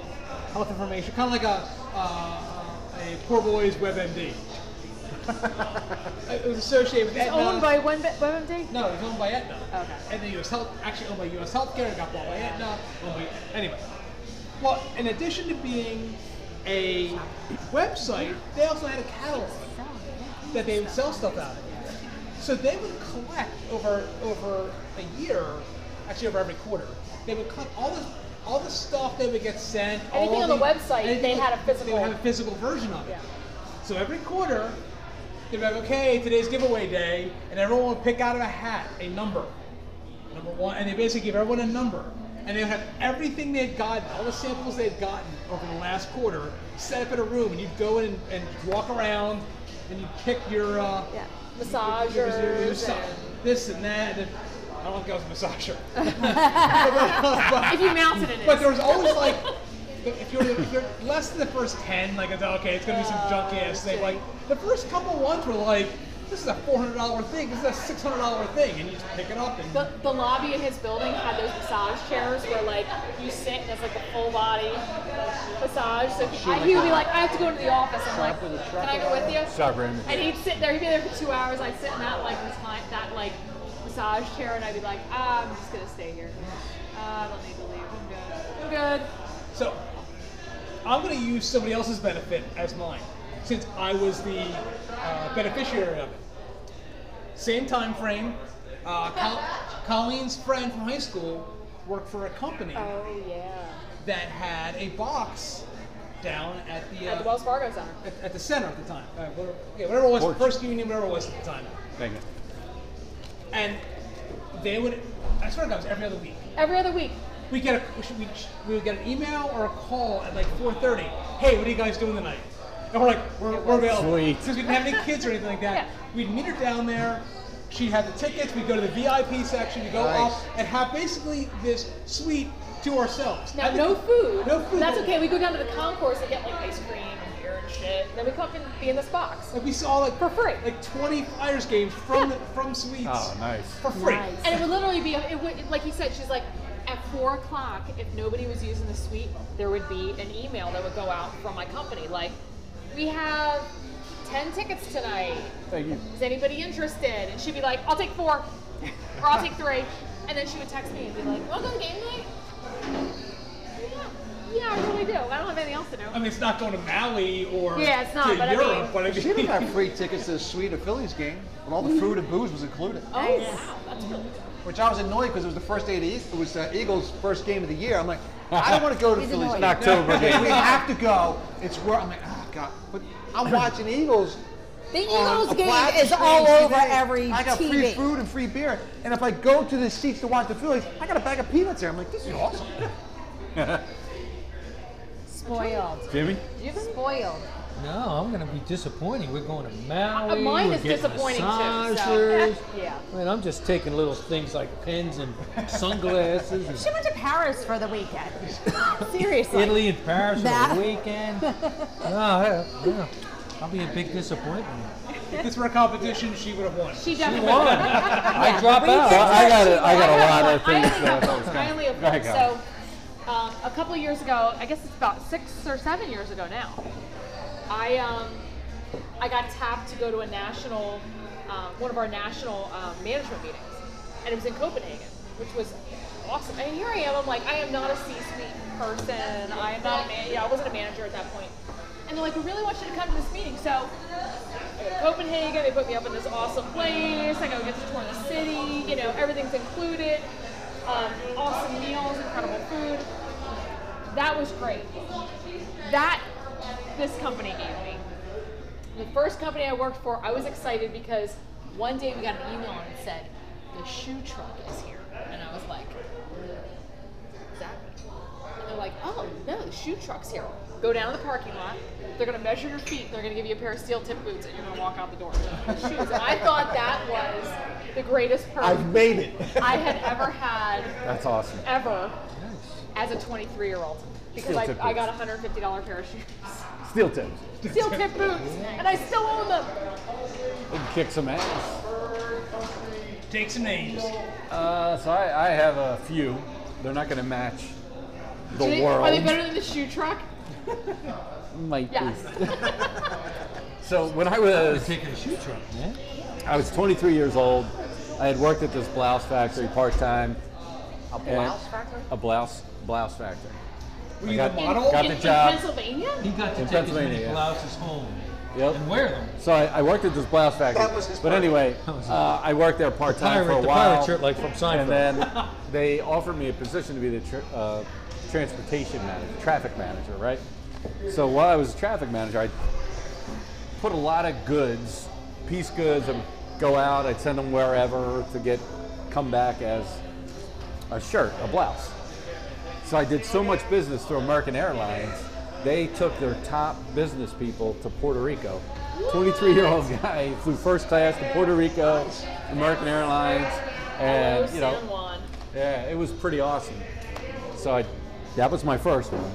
Speaker 5: health information, kind of like a uh, a poor boys WebMD. it was associated with.
Speaker 4: It's
Speaker 5: Aetna.
Speaker 4: owned by WebMD?
Speaker 5: No, it was owned by Aetna.
Speaker 4: Okay.
Speaker 5: And then US Health, actually owned by US Healthcare, it got bought by Aetna, owned by, anyway. Well, in addition to being a website, they also had a catalog that they would sell stuff out of. So they would collect over over a year, actually over every quarter, they would collect all the all the stuff they would get sent. all
Speaker 4: Anything on the website,
Speaker 5: anything
Speaker 4: they had a
Speaker 5: They would
Speaker 4: physical-
Speaker 5: have a physical version of it.
Speaker 4: Yeah.
Speaker 5: So every quarter, they'd be like, okay, today's giveaway day, and everyone would pick out of a hat a number. Number one, and they basically gave everyone a number. And they would have everything they had gotten, all the samples they had gotten over the last quarter, set up in a room, and you'd go in and, and walk around, and you'd pick your, uh,
Speaker 4: Yeah.
Speaker 5: your- your- your- your
Speaker 4: Massagers.
Speaker 5: stuff,
Speaker 4: and-
Speaker 5: this and that. And, I don't think I was a massager.
Speaker 4: If you mounted it, it
Speaker 5: But
Speaker 4: is.
Speaker 5: there was always like, if you're, if you're less than the first 10, like, it's okay, it's gonna be some junk ass thing. Like, the first couple ones were like, this is a $400 thing, this is a $600 thing, and you just pick it up and.
Speaker 4: The, the lobby in his building had those massage chairs where like you sit and it's like a full body massage. So he, I, he would be like, I have to go to the office. I'm like, can I go with you?
Speaker 2: Sharp Raymond.
Speaker 4: And he'd sit there. He'd be there for two hours. I'd sit in that like recline, that like massage chair, and I'd be like, ah, I'm just gonna stay here. Uh, I don't need to leave. I'm good. I'm good.
Speaker 5: So, I'm going to use somebody else's benefit as mine, since I was the uh, beneficiary of it. Same time frame. Uh, Col- Colleen's friend from high school worked for a company
Speaker 4: Oh yeah.
Speaker 5: that had a box down at the, uh,
Speaker 4: At the Wells Fargo Center.
Speaker 5: at, at the center at the time. Uh, whatever, yeah, whatever it was,
Speaker 2: Porch.
Speaker 5: First Union, whatever it was at the time.
Speaker 2: Thank you.
Speaker 5: And they would, I swear to God, it was every other week.
Speaker 4: Every other week.
Speaker 5: we get a we, should- we, should- we would get an email or a call at like 4:30. Hey, what are you guys doing tonight? And we're like, we're, we're available.
Speaker 2: Sweet.
Speaker 5: Because we didn't have any kids or anything like that.
Speaker 4: Yeah.
Speaker 5: We'd meet her down there. She'd have the tickets. We'd go to the VIP section. We go
Speaker 1: Nice.
Speaker 5: up and have basically this suite to ourselves.
Speaker 4: Now,
Speaker 5: And
Speaker 4: no
Speaker 5: the-
Speaker 4: food.
Speaker 5: No food.
Speaker 4: That's okay. We go down to the concourse and get like ice cream and beer and shit. And then we come up and be in this box.
Speaker 5: Like we saw like
Speaker 4: For free.
Speaker 5: like 20 Flyers games from the, from suites
Speaker 2: Oh, nice.
Speaker 5: for free.
Speaker 4: And it would literally be, it would, like you said, she's like, at four o'clock, if nobody was using the suite, there would be an email that would go out from my company like, we have 10 tickets tonight.
Speaker 2: Thank you.
Speaker 4: Is anybody interested? And she'd be like, I'll take four, or I'll take three. And then she would text me and be like, Welcome to game night? Yeah, yeah, I really do. I don't have anything else to do.
Speaker 5: I mean, it's not going to Maui or
Speaker 4: Yeah, it's not,
Speaker 5: to
Speaker 4: but I
Speaker 5: Europe,
Speaker 4: mean-
Speaker 5: but I mean,
Speaker 1: She even got free tickets to the suite of Phillies game, and all the food and booze was included.
Speaker 4: oh, wow, that's really good.
Speaker 1: Which I was annoyed because it was the first day of the East. It was uh, Eagles' first game of the year. I'm like, I don't want to go to the Phillies.
Speaker 2: An
Speaker 1: game.
Speaker 2: October game.
Speaker 1: we have to go. It's where I'm like, oh god. But I'm watching Eagles.
Speaker 7: The
Speaker 1: on
Speaker 7: Eagles
Speaker 1: a
Speaker 7: game
Speaker 1: flat
Speaker 7: is
Speaker 1: screen
Speaker 7: all
Speaker 1: TV.
Speaker 7: over every
Speaker 1: I got free
Speaker 7: TV.
Speaker 1: food and free beer, and if I go to the seats to watch the Phillies, I got a bag of peanuts there. I'm like, this is awesome.
Speaker 7: Spoiled.
Speaker 2: Jimmy?
Speaker 7: Spoiled.
Speaker 8: No, I'm gonna be disappointing. We're going to Maui.
Speaker 4: Uh, mine
Speaker 8: we're
Speaker 4: is
Speaker 8: getting
Speaker 4: disappointing too, so-
Speaker 8: massages.
Speaker 4: Yeah.
Speaker 8: Man, I'm just taking little things like pens and sunglasses.
Speaker 7: She
Speaker 8: And
Speaker 7: went to Paris for the weekend. Seriously.
Speaker 8: Italy and Paris for
Speaker 7: That-
Speaker 8: the weekend. no, I- yeah. I'll be a big disappointment.
Speaker 5: if this were a competition, she would have won.
Speaker 4: She definitely won.
Speaker 8: I drop
Speaker 7: but you
Speaker 8: out.
Speaker 7: can't
Speaker 8: I- I got it.
Speaker 2: I got a
Speaker 4: have
Speaker 2: lot of
Speaker 4: one.
Speaker 2: things
Speaker 4: I only
Speaker 2: that I
Speaker 4: have
Speaker 2: thought was
Speaker 4: one. I only have
Speaker 2: Go
Speaker 4: one.
Speaker 2: ahead, Colin.
Speaker 4: So, um, a couple years ago, I guess it's about six or seven years ago now. I um, I got tapped to go to a national, um, one of our national um, management meetings, and it was in Copenhagen, which was awesome. And here I am. I'm like, I am not a C-suite person. I am not a man. Yeah, I wasn't a manager at that point. And they're like, we really want you to come to this meeting. So Copenhagen. They put me up in this awesome place. I go get to tour the city. You know, everything's included. Um, awesome meals, incredible food. That was great. That this company gave me. The first company I worked for, I was excited because one day we got an email and it said, "The shoe truck is here," and I was like, "Exactly." And they're like, oh, no, the shoe truck's here. Go down to the parking lot. They're going to measure your feet. They're going to give you a pair of steel tip boots, and you're going to walk out the door. with Shoes. And I thought that was the greatest perk
Speaker 1: I've made it.
Speaker 4: I had ever had,
Speaker 2: That's awesome.
Speaker 4: ever, as a 23 year old. Because
Speaker 2: Steel
Speaker 4: I,
Speaker 2: tip
Speaker 4: I got a $150 pair of shoes.
Speaker 2: Steel tips.
Speaker 4: Steel tip boots. And I still own them.
Speaker 2: It'd kick some ass.
Speaker 5: Take some names.
Speaker 2: Uh, so I, I have a few. They're not going to match the
Speaker 4: Do they-
Speaker 2: world.
Speaker 4: Are they better than the shoe truck?
Speaker 2: Might be.
Speaker 4: Yes.
Speaker 2: So when I was
Speaker 8: Taking a shoe truck, man.
Speaker 2: I was 23 years old, I had worked at this blouse factory part time.
Speaker 1: A
Speaker 2: blouse factory? A blouse blouse factory.
Speaker 5: Were you
Speaker 2: got-
Speaker 5: the model?
Speaker 2: got
Speaker 4: in,
Speaker 2: the
Speaker 4: in
Speaker 2: job.
Speaker 4: Pennsylvania?
Speaker 8: He got to
Speaker 2: In
Speaker 8: take as
Speaker 2: Pennsylvania,
Speaker 8: many
Speaker 2: yeah.
Speaker 8: blouses home
Speaker 2: Yep.
Speaker 8: and wear them.
Speaker 2: So I, I worked at this blouse factory.
Speaker 1: That was his
Speaker 2: but
Speaker 1: part.
Speaker 2: anyway, uh, I worked there part time for a
Speaker 8: Pirate, the
Speaker 2: while.
Speaker 8: pirate shirt, like from Seinfeld.
Speaker 2: and then they offered me a position to be the tr uh, transportation manager, traffic manager, right? So while I was a traffic manager, I put a lot of goods, piece goods, and go out. I'd send them wherever to get come back as a shirt, a blouse. So I did so much business through American Airlines. They took their top business people to Puerto Rico. 23 year old guy flew first class to Puerto Rico, American Airlines,
Speaker 4: Hello,
Speaker 2: and you
Speaker 4: San
Speaker 2: know,
Speaker 4: Juan.
Speaker 2: yeah, it was pretty awesome. So I, that was my first one.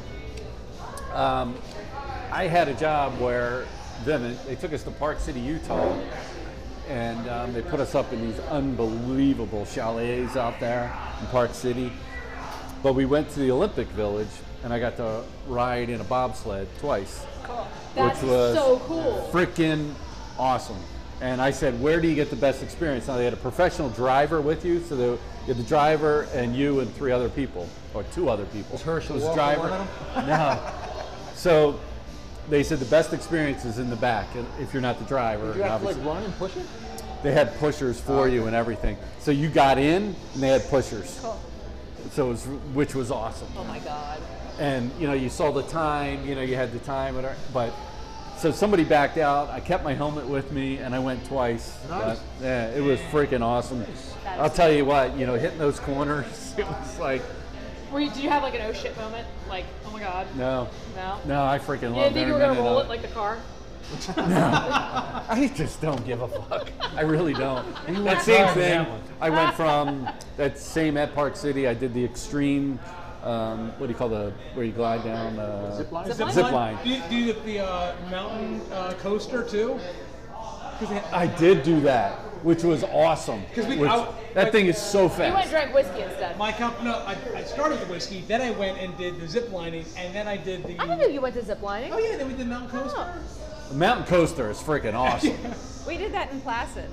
Speaker 2: Um, I had a job where then they took us to Park City, Utah, and um, they put us up in these unbelievable chalets out there in Park City. But we went to the Olympic Village, and I got to ride in a bobsled twice,
Speaker 4: That's
Speaker 2: which was
Speaker 4: so cool.
Speaker 2: freaking awesome. And I said, where do you get the best experience? Now they had a professional driver with you, so they, you had the driver and you and three other people, or two other people.
Speaker 8: Was Herschel
Speaker 2: It was
Speaker 8: Walker
Speaker 2: driver.
Speaker 8: one of
Speaker 2: no. So they said the best experience is in the back and if you're not the driver.
Speaker 1: You
Speaker 2: and
Speaker 1: have to
Speaker 2: obviously
Speaker 1: like run and push it.
Speaker 2: they had pushers for you and everything. So you got in and they had pushers. So it was, which was awesome.
Speaker 4: Oh my god.
Speaker 2: And you know, you saw the time, you know, you had the time, whatever, but so somebody backed out. I kept my helmet with me and I went twice.
Speaker 8: Nice.
Speaker 2: But, yeah, it was freaking awesome. I'll tell you what, you know, hitting those corners, it was like,
Speaker 4: Were you, do you have like an oh shit moment? Like, oh my god.
Speaker 2: no,
Speaker 4: No.
Speaker 2: no, I freaking
Speaker 4: You didn't
Speaker 2: love
Speaker 4: think you were gonna roll it like the car?
Speaker 2: I just don't give a fuck. I really don't. that
Speaker 8: went
Speaker 2: same
Speaker 8: far with
Speaker 2: thing.
Speaker 8: that one.
Speaker 2: I went from that same at Park City. I did the extreme. Um, what do you call the where you glide down? Uh, zip
Speaker 1: line?
Speaker 2: Zip,
Speaker 5: Fun.
Speaker 2: line.
Speaker 5: Do you do you do the uh, mountain uh, coaster too? 'Cause they-
Speaker 2: I did do that. which was awesome.
Speaker 5: 'Cause we-
Speaker 2: Which-
Speaker 5: I-
Speaker 2: that
Speaker 5: like-
Speaker 2: thing is so
Speaker 4: You went and
Speaker 2: fast.
Speaker 4: drank whiskey instead.
Speaker 5: My company, no, I, I started the whiskey, then I went and did the zip lining, and then I did the.
Speaker 4: I didn't know you went to ziplining.
Speaker 5: Oh yeah, then we did Mountain Coast.
Speaker 4: Oh.
Speaker 2: The mountain coaster is freaking awesome.
Speaker 10: We did that in Placid.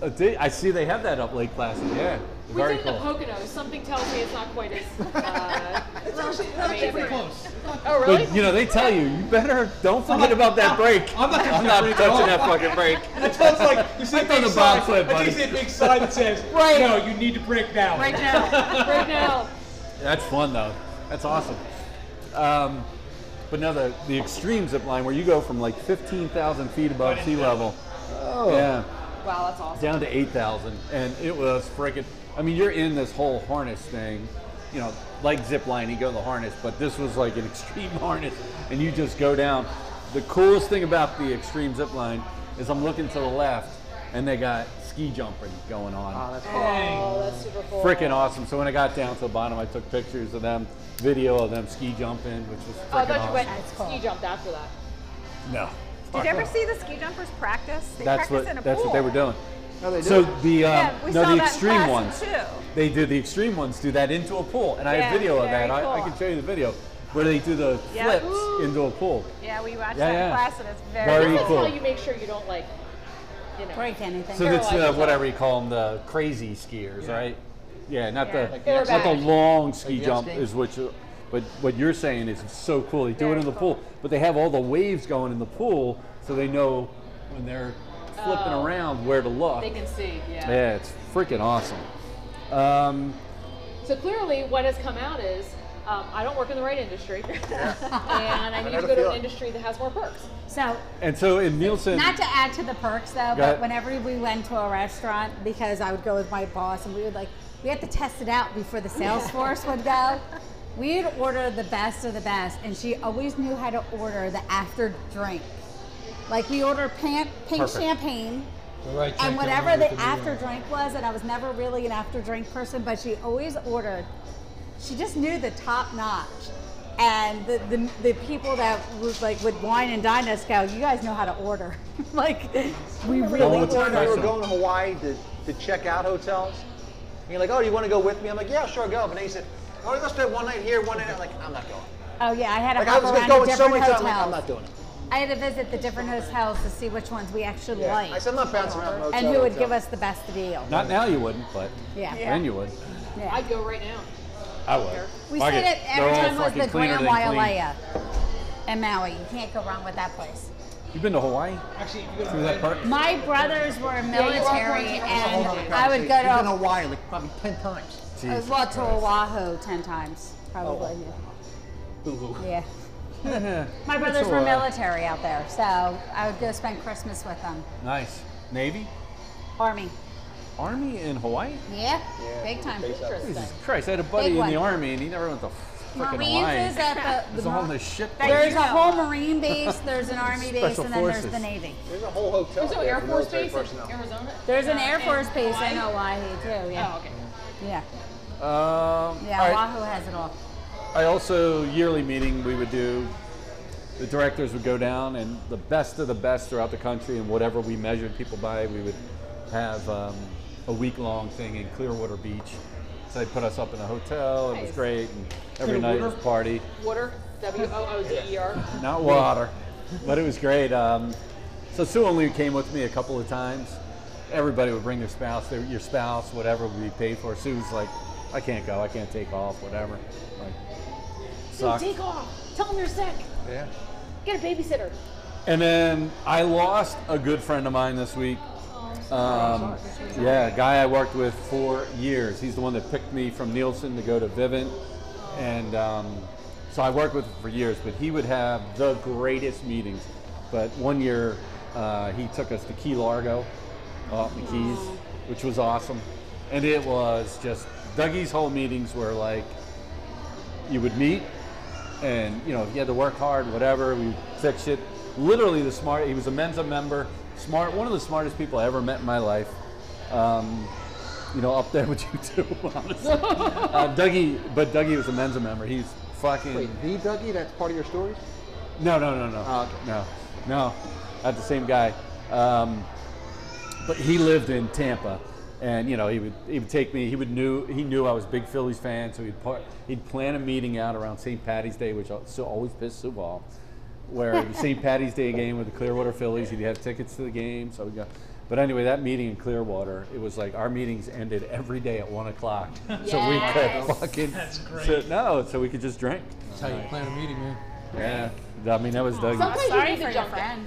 Speaker 2: Uh, they- I see they have that up Lake Placid. Yeah,
Speaker 4: We
Speaker 2: very
Speaker 4: did it in the
Speaker 2: cool.
Speaker 4: Poconos. Something tells me it's not quite as. Uh,
Speaker 5: It's actually, it's actually pretty
Speaker 4: amazing.
Speaker 5: close.
Speaker 4: Oh really?
Speaker 2: But you know they tell you you better don't forget about that break.
Speaker 5: I'm not gonna break at all.
Speaker 2: touching that fucking break.
Speaker 5: That's why it's like you see a
Speaker 2: That's on
Speaker 5: big
Speaker 2: the
Speaker 5: sign.
Speaker 2: bobsled,
Speaker 5: I
Speaker 2: buddy.
Speaker 5: think you see a big sign that says,
Speaker 7: Right.
Speaker 5: "No, you need to break now."
Speaker 7: Right now.
Speaker 4: right now.
Speaker 2: That's fun though. That's awesome. Um, but now the, the extreme zip line where you go from like 15,000 feet above sea level. Oh. Yeah,
Speaker 4: Wow, that's awesome.
Speaker 2: down to 8,000. And it was freaking, I mean, you're in this whole harness thing, you know, like zip line, you go the harness, but this was like an extreme harness and you just go down. The coolest thing about the extreme zip line is I'm looking to the left and they got ski jumping going on.
Speaker 4: Oh, that's super cool.
Speaker 2: Freaking awesome. So when I got down to the bottom, I took pictures of them, video of them ski jumping, which was
Speaker 4: Oh, I
Speaker 2: freaking
Speaker 4: thought you
Speaker 2: awesome.
Speaker 4: went
Speaker 7: That's cool.
Speaker 4: ski jumped after that.
Speaker 2: no.
Speaker 10: Did you ever see the ski jumpers practice? They
Speaker 2: That's
Speaker 10: practice
Speaker 2: what
Speaker 10: in a
Speaker 2: that's
Speaker 10: pool.
Speaker 2: what they were doing.
Speaker 1: No, they
Speaker 2: So
Speaker 1: do.
Speaker 2: the um,
Speaker 10: Yeah, we
Speaker 2: no
Speaker 10: saw
Speaker 2: the
Speaker 10: that in
Speaker 2: extreme
Speaker 10: Placid,
Speaker 2: ones.
Speaker 10: too.
Speaker 2: They do the extreme ones do that into a pool, and I have
Speaker 10: Yeah,
Speaker 2: video of
Speaker 10: very
Speaker 2: that. I, I
Speaker 10: cool.
Speaker 2: can show you the video where they do the
Speaker 10: Yeah.
Speaker 2: flips
Speaker 10: Ooh.
Speaker 2: into a pool.
Speaker 10: Yeah, we watched
Speaker 2: Yeah,
Speaker 10: that in
Speaker 2: yeah.
Speaker 10: Placid. It's very,
Speaker 2: Very
Speaker 4: That's
Speaker 2: cool.
Speaker 4: how you make sure you don't like, you know.
Speaker 7: Break anything.
Speaker 2: So that's uh,
Speaker 4: Paralyzed.
Speaker 2: whatever you call them, the crazy skiers, right? Yeah, not
Speaker 10: Yeah.
Speaker 2: the
Speaker 4: the
Speaker 2: not the
Speaker 4: Airbag.
Speaker 2: long ski
Speaker 1: Like the
Speaker 2: jump
Speaker 1: F-ski?
Speaker 2: is what. You, but what you're saying is so cool. They do it
Speaker 10: Very
Speaker 2: in the
Speaker 10: cool.
Speaker 2: pool, but they have all the waves going in the pool, so they know when they're flipping
Speaker 4: Oh.
Speaker 2: around where to look.
Speaker 4: They can see, yeah.
Speaker 2: Yeah, it's freaking awesome. Um,
Speaker 4: So clearly, what has come out is um, I don't work in the right industry, and I need
Speaker 1: know
Speaker 4: to
Speaker 1: the
Speaker 4: go to an
Speaker 1: feeling.
Speaker 4: industry that has more perks.
Speaker 7: So
Speaker 2: and so in Nielsen,
Speaker 7: Not to add to the perks though,
Speaker 2: ahead.
Speaker 7: but whenever we went to a restaurant, because I would go with my boss and we would like, we had to test it out before the sales force would go. We'd order the best of the best, and she always knew how to order the after drink. Like we ordered pan- pink
Speaker 2: Perfect.
Speaker 7: champagne.
Speaker 8: The right drink
Speaker 7: and
Speaker 8: to
Speaker 7: whatever
Speaker 8: remember
Speaker 7: the
Speaker 8: to do
Speaker 7: after
Speaker 8: that.
Speaker 7: drink was, and I was never really an after drink person, but she always ordered. She just knew the top notch, and the, the, the people that would like would wine and dine us go, you guys know how to order, like we really
Speaker 2: Well,
Speaker 1: All the time
Speaker 2: it's
Speaker 1: we were
Speaker 2: awesome.
Speaker 1: going to Hawaii to, to check out hotels, and you're like, oh, you want to go with me? I'm like, yeah, sure, go. But then he said, oh, let's stay one night here, one night. I'm like, I'm not going.
Speaker 7: Oh yeah, I had to
Speaker 1: Like, I
Speaker 7: hop
Speaker 1: was
Speaker 7: around to
Speaker 1: going so
Speaker 7: different
Speaker 1: many times,
Speaker 7: hotels.
Speaker 1: I'm like, I'm not doing it.
Speaker 7: I had to visit the different hotels to see which ones we actually
Speaker 1: Yeah.
Speaker 7: liked
Speaker 1: I said, I'm not bouncing around motel.
Speaker 7: and who would
Speaker 1: hotel."
Speaker 7: give us the best deal.
Speaker 2: not now you wouldn't, but
Speaker 7: Yeah.
Speaker 2: then you would.
Speaker 7: Yeah.
Speaker 4: I'd go right now.
Speaker 2: I would.
Speaker 7: we
Speaker 2: Fuck
Speaker 7: said it every
Speaker 2: They're all
Speaker 7: time was
Speaker 2: fucking
Speaker 7: the
Speaker 2: cleaner
Speaker 7: Grand
Speaker 2: than clean.
Speaker 7: Wailea and Maui. You can't go wrong with that place.
Speaker 2: You've been to Hawaii?
Speaker 5: Actually, if you go
Speaker 2: Through
Speaker 5: to
Speaker 2: that park?
Speaker 7: My brothers were military, and I would go
Speaker 1: I've been
Speaker 7: to
Speaker 1: Hawaii like probably ten times.
Speaker 2: Jesus
Speaker 7: well to
Speaker 2: Christ.
Speaker 7: Oahu ten times, probably.
Speaker 4: Oh,
Speaker 7: Yeah. My brothers
Speaker 2: That's
Speaker 7: were
Speaker 2: all right.
Speaker 7: military out there, so I would go spend Christmas with them.
Speaker 2: Nice. Navy?
Speaker 7: Army.
Speaker 2: Army in Hawaii?
Speaker 7: Yeah, big time.
Speaker 2: Jesus Christ, I had a buddy
Speaker 7: Big
Speaker 2: in the
Speaker 7: one.
Speaker 2: Army and he never went to freaking
Speaker 7: Marines
Speaker 2: Hawaii.
Speaker 7: is at the.
Speaker 2: It's
Speaker 7: the
Speaker 2: all on this shit place.
Speaker 7: there's a whole Marine base, there's an Army base,
Speaker 2: Special
Speaker 7: and then there's the
Speaker 2: forces.
Speaker 7: Navy.
Speaker 1: There's a whole hotel.
Speaker 4: There's no
Speaker 1: there
Speaker 4: Air
Speaker 1: for
Speaker 4: Force
Speaker 1: military
Speaker 4: base in
Speaker 1: personnel.
Speaker 4: Arizona.
Speaker 7: There's an
Speaker 4: Uh,
Speaker 7: Air
Speaker 4: in
Speaker 7: Force base in
Speaker 4: Hawaii?
Speaker 7: Oahu too.
Speaker 4: Oh,
Speaker 7: Yeah,
Speaker 4: okay.
Speaker 7: yeah,
Speaker 2: Um,
Speaker 7: yeah.
Speaker 2: all right.
Speaker 7: Oahu has it all.
Speaker 2: I also yearly meeting we would do. The directors would go down, and the best of the best throughout the country, and whatever we measured people by, we would have um, a week-long thing in Clearwater Beach. So they put us up in a hotel. It was
Speaker 4: Nice.
Speaker 2: great, and every night was party.
Speaker 4: Water. W O O D E R.
Speaker 2: Not water, but it was great. Um, so Sue only came with me a couple of times. Everybody would bring their spouse, their, your spouse, whatever would be paid for. Sue was like, "I can't go. I can't take off. Whatever." Like, sucks.
Speaker 4: Take off. Tell them you're sick.
Speaker 1: Yeah.
Speaker 4: Get a babysitter.
Speaker 2: And then I lost a good friend of mine this week. Um, yeah, a guy I worked with for years. He's the one that picked me from Nielsen to go to Vivint. And um, so I worked with him for years, but he would have the greatest meetings. But one year, uh, he took us to Key Largo, off the Keys, which was awesome. And it was just, Dougie's whole meetings were like, you would meet and you know if you had to work hard whatever we would fix it literally the smart he was a mensa member smart one of the smartest people i ever met in my life um, you know up there with you too honestly uh, dougie but dougie was a mensa member he's fucking
Speaker 1: Wait, the Dougie? That's part of your stories?
Speaker 2: no, no, no, no,
Speaker 1: Oh, okay.
Speaker 2: no, no. Not the same guy. Um, but he lived in Tampa, and you know he would he would take me. He would knew he knew I was a big Phillies fan, so he'd part, he'd plan a meeting out around St. Patty's Day, which al- so always pissed Sue off. Where the St. Patty's Day game with the Clearwater Phillies, he'd have tickets to the game, so we got. But anyway, that meeting in Clearwater, it was like our meetings ended every day at one o'clock, so we
Speaker 4: Yes.
Speaker 2: could fucking
Speaker 8: That's great.
Speaker 2: sit- no, so we could just drink.
Speaker 8: That's how you plan a meeting, man.
Speaker 2: Yeah, I mean that was Doug.
Speaker 7: Sometimes you
Speaker 4: Sorry to
Speaker 7: need for your
Speaker 4: jump in.
Speaker 7: friend.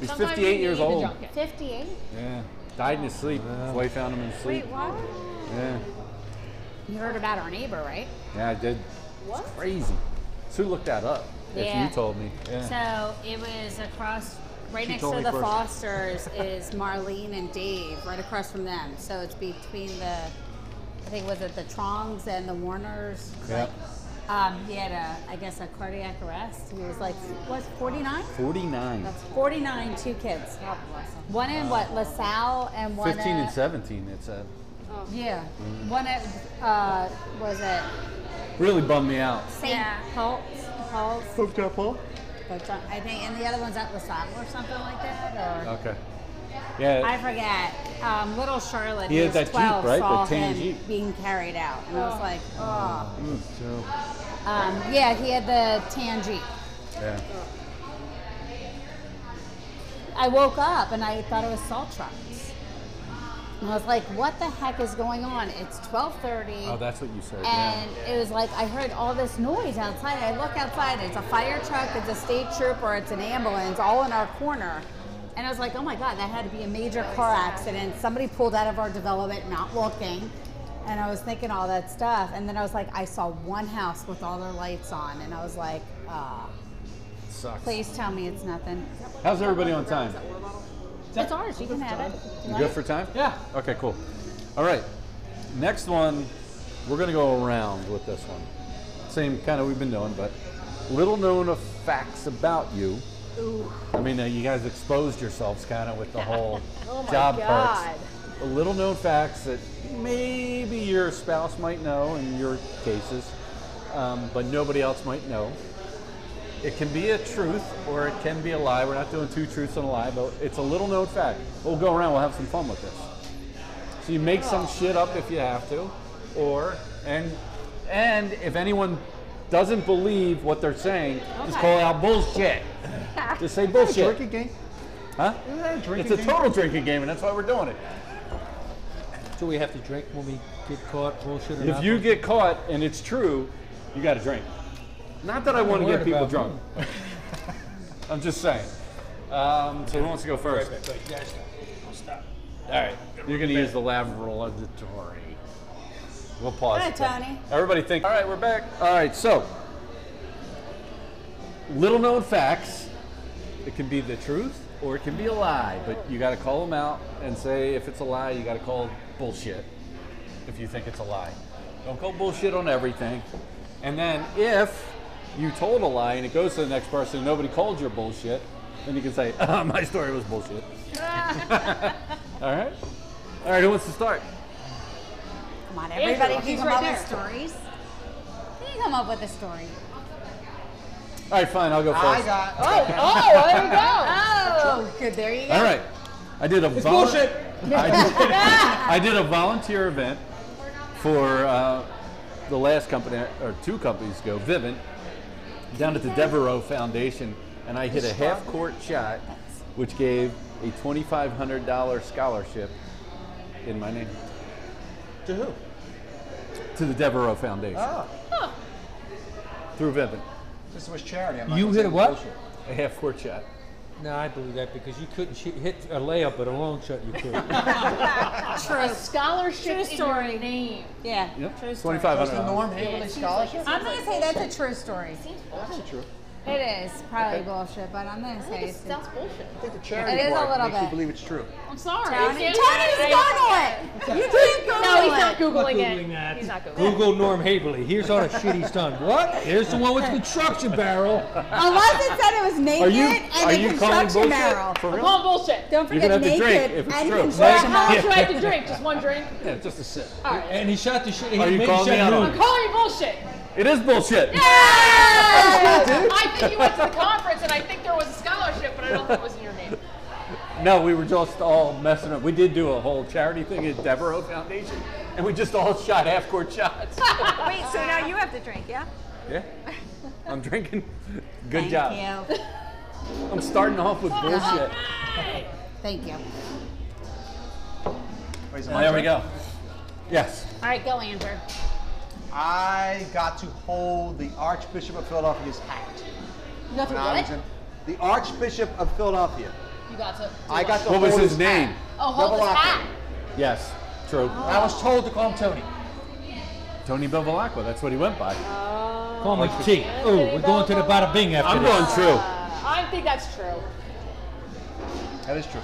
Speaker 2: He's
Speaker 4: Sometimes
Speaker 2: 58
Speaker 4: you
Speaker 2: years
Speaker 4: need to
Speaker 2: old.
Speaker 4: junk it.
Speaker 9: 58?
Speaker 2: Yeah, died in his sleep. His wife found him in his sleep.
Speaker 9: Wait, what?
Speaker 2: Yeah,
Speaker 7: You heard about our neighbor, right?
Speaker 2: yeah, I did.
Speaker 4: What?
Speaker 2: Crazy. Sue looked that up.
Speaker 7: Yeah.
Speaker 2: If you told me. Yeah.
Speaker 7: So it was across, right
Speaker 2: She
Speaker 7: next
Speaker 2: told
Speaker 7: to
Speaker 2: me
Speaker 7: the
Speaker 2: first.
Speaker 7: Fosters is Marlene and Dave, right across from them. So it's between the, I think was it the Trongs and the Warners.
Speaker 2: Yep.
Speaker 7: Um, he had a, I guess, a cardiac arrest. He was like, what, 49?
Speaker 2: 49.
Speaker 7: That's 49, two kids. One in what, LaSalle and one uh,
Speaker 2: 15 and Mm-hmm.
Speaker 7: at-
Speaker 2: 17. It's a
Speaker 7: Yeah. One at, uh, was it
Speaker 2: really bummed me out.
Speaker 7: St. Paul's? Paul's? But, uh, I think, and the other one's at LaSalle or something like that, or?
Speaker 2: Okay. Yeah.
Speaker 7: I forget. Um, little Charlotte,
Speaker 2: He
Speaker 7: who
Speaker 2: had
Speaker 7: was
Speaker 2: that Jeep,
Speaker 7: 12,
Speaker 2: right?
Speaker 7: saw
Speaker 2: That tan
Speaker 7: him
Speaker 2: Jeep. Mm,
Speaker 7: being carried out, and I was like, oh. Um, yeah, he had the tan Jeep.
Speaker 2: yeah.
Speaker 7: I woke up and I thought it was salt trucks. And I was like, what the heck is going on? It's 1230.
Speaker 2: Oh, that's what you said.
Speaker 7: and
Speaker 2: yeah.
Speaker 7: it was like I heard all this noise outside. I look outside, it's a fire truck, it's a state trooper, it's an ambulance, all in our corner. And I was like, oh my God, that had to be a major car accident. Somebody pulled out of our development not looking. And I was thinking all that stuff. And then I was like, I saw one house with all their lights on. And I was like, ah,
Speaker 2: Sucks.
Speaker 7: please tell me it's nothing.
Speaker 2: How's everybody on time?
Speaker 7: It's ours, you can have it. You
Speaker 2: You
Speaker 7: want
Speaker 2: good
Speaker 7: it?
Speaker 2: for time?
Speaker 8: Yeah.
Speaker 2: Okay, cool. All right. Next one, we're going to go around with this one. Same kind of we've been doing, but little known of facts about you. I mean, uh, you guys exposed yourselves kind of with the whole
Speaker 4: Oh my
Speaker 2: job
Speaker 4: God.
Speaker 2: perks. But little known facts that maybe your spouse might know in your cases, um, but nobody else might know. It can be a truth or it can be a lie. We're not doing two truths and a lie, but it's a little known fact. We'll go around, we'll have some fun with this. So you make some shit up if you have to, or and and if anyone doesn't believe what they're saying, just call out bullshit. just say bullshit,
Speaker 1: Drinking game?
Speaker 2: huh?
Speaker 1: Isn't that a drinking
Speaker 2: It's a
Speaker 1: game?
Speaker 2: total drinking game, and that's why we're doing it.
Speaker 8: So we have to drink when we get caught bullshit or
Speaker 2: If
Speaker 8: not?
Speaker 2: you get caught and it's true, you got to drink. Not that I want to
Speaker 8: worried
Speaker 2: get people
Speaker 8: about
Speaker 2: drunk. I'm just saying. Um, so who wants to go first? All right, you're going to use the laboratory. We'll pause.
Speaker 7: Hi,
Speaker 2: it then.
Speaker 7: Tony.
Speaker 2: Everybody think. All right, we're back. All right, so little known facts. It can be the truth or it can be a lie, but you got to call them out and say if it's a lie, you got to call bullshit if you think it's a lie. Don't go bullshit on everything. And then if you told a lie and it goes to the next person and nobody called your bullshit, then you can say, "Ah, my story was bullshit. All right? All right, who wants to start?
Speaker 7: Come on,
Speaker 4: Andrew,
Speaker 7: everybody can
Speaker 4: he's
Speaker 7: come
Speaker 4: right
Speaker 7: up
Speaker 4: there.
Speaker 7: with stories. You can come up with a story.
Speaker 2: All right, fine, I'll go first.
Speaker 1: got.
Speaker 4: Oh, oh, there you go.
Speaker 7: Oh, good, there you go.
Speaker 2: All right. I did a volu-
Speaker 8: bullshit.
Speaker 2: I did, I did a volunteer event for uh, the last company or two companies ago, Vivint, down at the Devereaux Foundation, and I hit a half court shot, which gave a twenty-five hundred dollar scholarship in my name
Speaker 1: To who?
Speaker 2: to the Devereaux Foundation
Speaker 1: Ah,
Speaker 2: through Vivint.
Speaker 1: this was charity. I'm not
Speaker 8: You
Speaker 1: gonna
Speaker 8: hit
Speaker 1: say
Speaker 8: a what?
Speaker 1: bullshit.
Speaker 2: A half court shot.
Speaker 8: No, I believe that because you couldn't shoot, hit a layup, but a long shot you could.
Speaker 4: A scholarship
Speaker 7: True
Speaker 4: in your
Speaker 7: story.
Speaker 4: name.
Speaker 7: Yeah.
Speaker 2: Yep.
Speaker 7: True story.
Speaker 2: Twenty-five
Speaker 1: Was
Speaker 2: hundred.
Speaker 1: the Norm Haberlin scholarship?
Speaker 7: I'm gonna say that's a true story.
Speaker 1: That's the truth.
Speaker 7: It is probably bullshit, but I'm gonna
Speaker 4: I
Speaker 7: say
Speaker 4: think
Speaker 7: it's.
Speaker 4: it's, that's bullshit.
Speaker 1: I think the charity
Speaker 7: It is a
Speaker 1: part
Speaker 7: little
Speaker 1: makes you
Speaker 7: bit.
Speaker 1: believe it's true.
Speaker 4: I'm sorry.
Speaker 7: Tony,
Speaker 4: Can't-
Speaker 7: Tony's got it. You can't Google
Speaker 4: No, he's not
Speaker 7: it.
Speaker 4: googling
Speaker 8: Not
Speaker 4: it.
Speaker 8: Googling that.
Speaker 4: uh, He's not googling. it.
Speaker 8: Google Norm Haverly. Here's all the shit he's done. What? Here's the one with the construction barrel.
Speaker 7: Unless it said it was naked
Speaker 2: you-
Speaker 7: and
Speaker 2: are
Speaker 7: the
Speaker 2: you calling
Speaker 7: construction
Speaker 2: bullshit?
Speaker 7: barrel.
Speaker 2: For
Speaker 4: I'm
Speaker 2: real?
Speaker 4: calling bullshit.
Speaker 7: Don't
Speaker 2: You're gonna
Speaker 7: forget
Speaker 2: have to
Speaker 7: naked
Speaker 2: drink if it's
Speaker 7: and
Speaker 2: true.
Speaker 7: construction
Speaker 4: How much
Speaker 7: barrel.
Speaker 4: do I have to drink? Just one drink?
Speaker 2: Yeah, just a sip.
Speaker 4: All right.
Speaker 8: And he shot the shit. He
Speaker 2: Are you
Speaker 8: made
Speaker 2: calling
Speaker 8: shot
Speaker 2: me out on
Speaker 8: Norm.
Speaker 4: I'm calling you bullshit.
Speaker 2: It is bullshit.
Speaker 4: I think you went to the conference, and I think there was a scholarship, but I don't think it was in your name.
Speaker 2: No, we were just all messing up. We did do a whole charity thing at Devereaux Foundation, and we just all shot half court shots.
Speaker 10: Wait, so now you have to drink, yeah?
Speaker 2: Yeah. I'm drinking. Good
Speaker 7: Thank
Speaker 2: job.
Speaker 7: you.
Speaker 2: I'm starting off with bullshit.
Speaker 7: Thank you.
Speaker 1: Wait,
Speaker 7: Oh,
Speaker 1: is it my
Speaker 2: There we
Speaker 1: turn?
Speaker 2: go. Yes.
Speaker 7: All right, go, Andrew.
Speaker 1: I got to hold the Archbishop of Philadelphia's hat
Speaker 4: You got to
Speaker 1: when I
Speaker 4: what?
Speaker 1: was in the Archbishop of Philadelphia.
Speaker 4: You got to.
Speaker 1: I got to
Speaker 2: What was
Speaker 1: hold
Speaker 2: his
Speaker 1: hat.
Speaker 2: name?
Speaker 4: Oh, hold his
Speaker 1: Bevilacqua.
Speaker 4: hat.
Speaker 2: Yes. True.
Speaker 1: I was told to call him Tony.
Speaker 2: Tony Bevilacqua. That's what he went by.
Speaker 8: Call me T. Oh, we're going to the bada bing after
Speaker 2: I'm
Speaker 8: this.
Speaker 2: going true.
Speaker 4: Uh, I think that's true.
Speaker 1: That is true.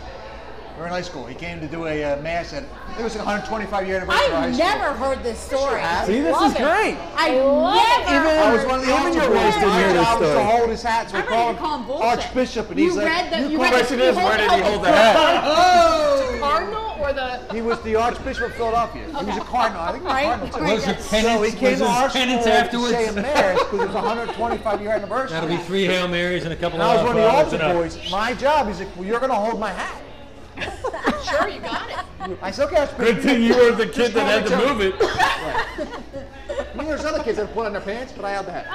Speaker 1: We were in high school. He came to do a uh, mass, and it was the 125 year anniversary of high
Speaker 7: I've
Speaker 1: school.
Speaker 7: never heard this story.
Speaker 2: See, this is great.
Speaker 7: I never.
Speaker 2: Even-
Speaker 1: I was one of the
Speaker 2: Even
Speaker 1: altar
Speaker 2: your
Speaker 1: boys.
Speaker 2: boys didn't
Speaker 1: My
Speaker 2: hear this
Speaker 1: job was to
Speaker 2: story.
Speaker 1: hold his hat, so
Speaker 7: I'm
Speaker 1: we
Speaker 7: ready to
Speaker 1: called
Speaker 7: call him bullshit.
Speaker 1: Archbishop, and
Speaker 7: You
Speaker 1: he's like,
Speaker 7: read the- you
Speaker 1: call him
Speaker 7: read the-
Speaker 2: Question is, where did he hold the hat?
Speaker 1: Oh!
Speaker 4: Cardinal or the.
Speaker 1: He was the Archbishop of Philadelphia. He was a cardinal. I think he was a
Speaker 7: Right,
Speaker 1: cardinal. too.
Speaker 7: right.
Speaker 8: Was your
Speaker 1: So
Speaker 8: penance,
Speaker 1: he came
Speaker 8: was
Speaker 1: to
Speaker 8: his
Speaker 1: our
Speaker 8: penance
Speaker 1: school
Speaker 8: afterwards?
Speaker 1: to say a mass because it's 125 year anniversary.
Speaker 8: That'll be three Hail Marys and a couple
Speaker 1: And I was
Speaker 8: of
Speaker 1: one of the
Speaker 8: uh,
Speaker 1: altar
Speaker 8: and a-
Speaker 1: boys. My job, he's like, well, you're going to hold my hat.
Speaker 4: Sure, you got it.
Speaker 1: I said, okay, Archbishop.
Speaker 2: Good thing you were the kid
Speaker 1: Just
Speaker 2: that had to
Speaker 1: call me
Speaker 2: move it.
Speaker 1: I mean, there's other kids that put on their pants, but I held the hat.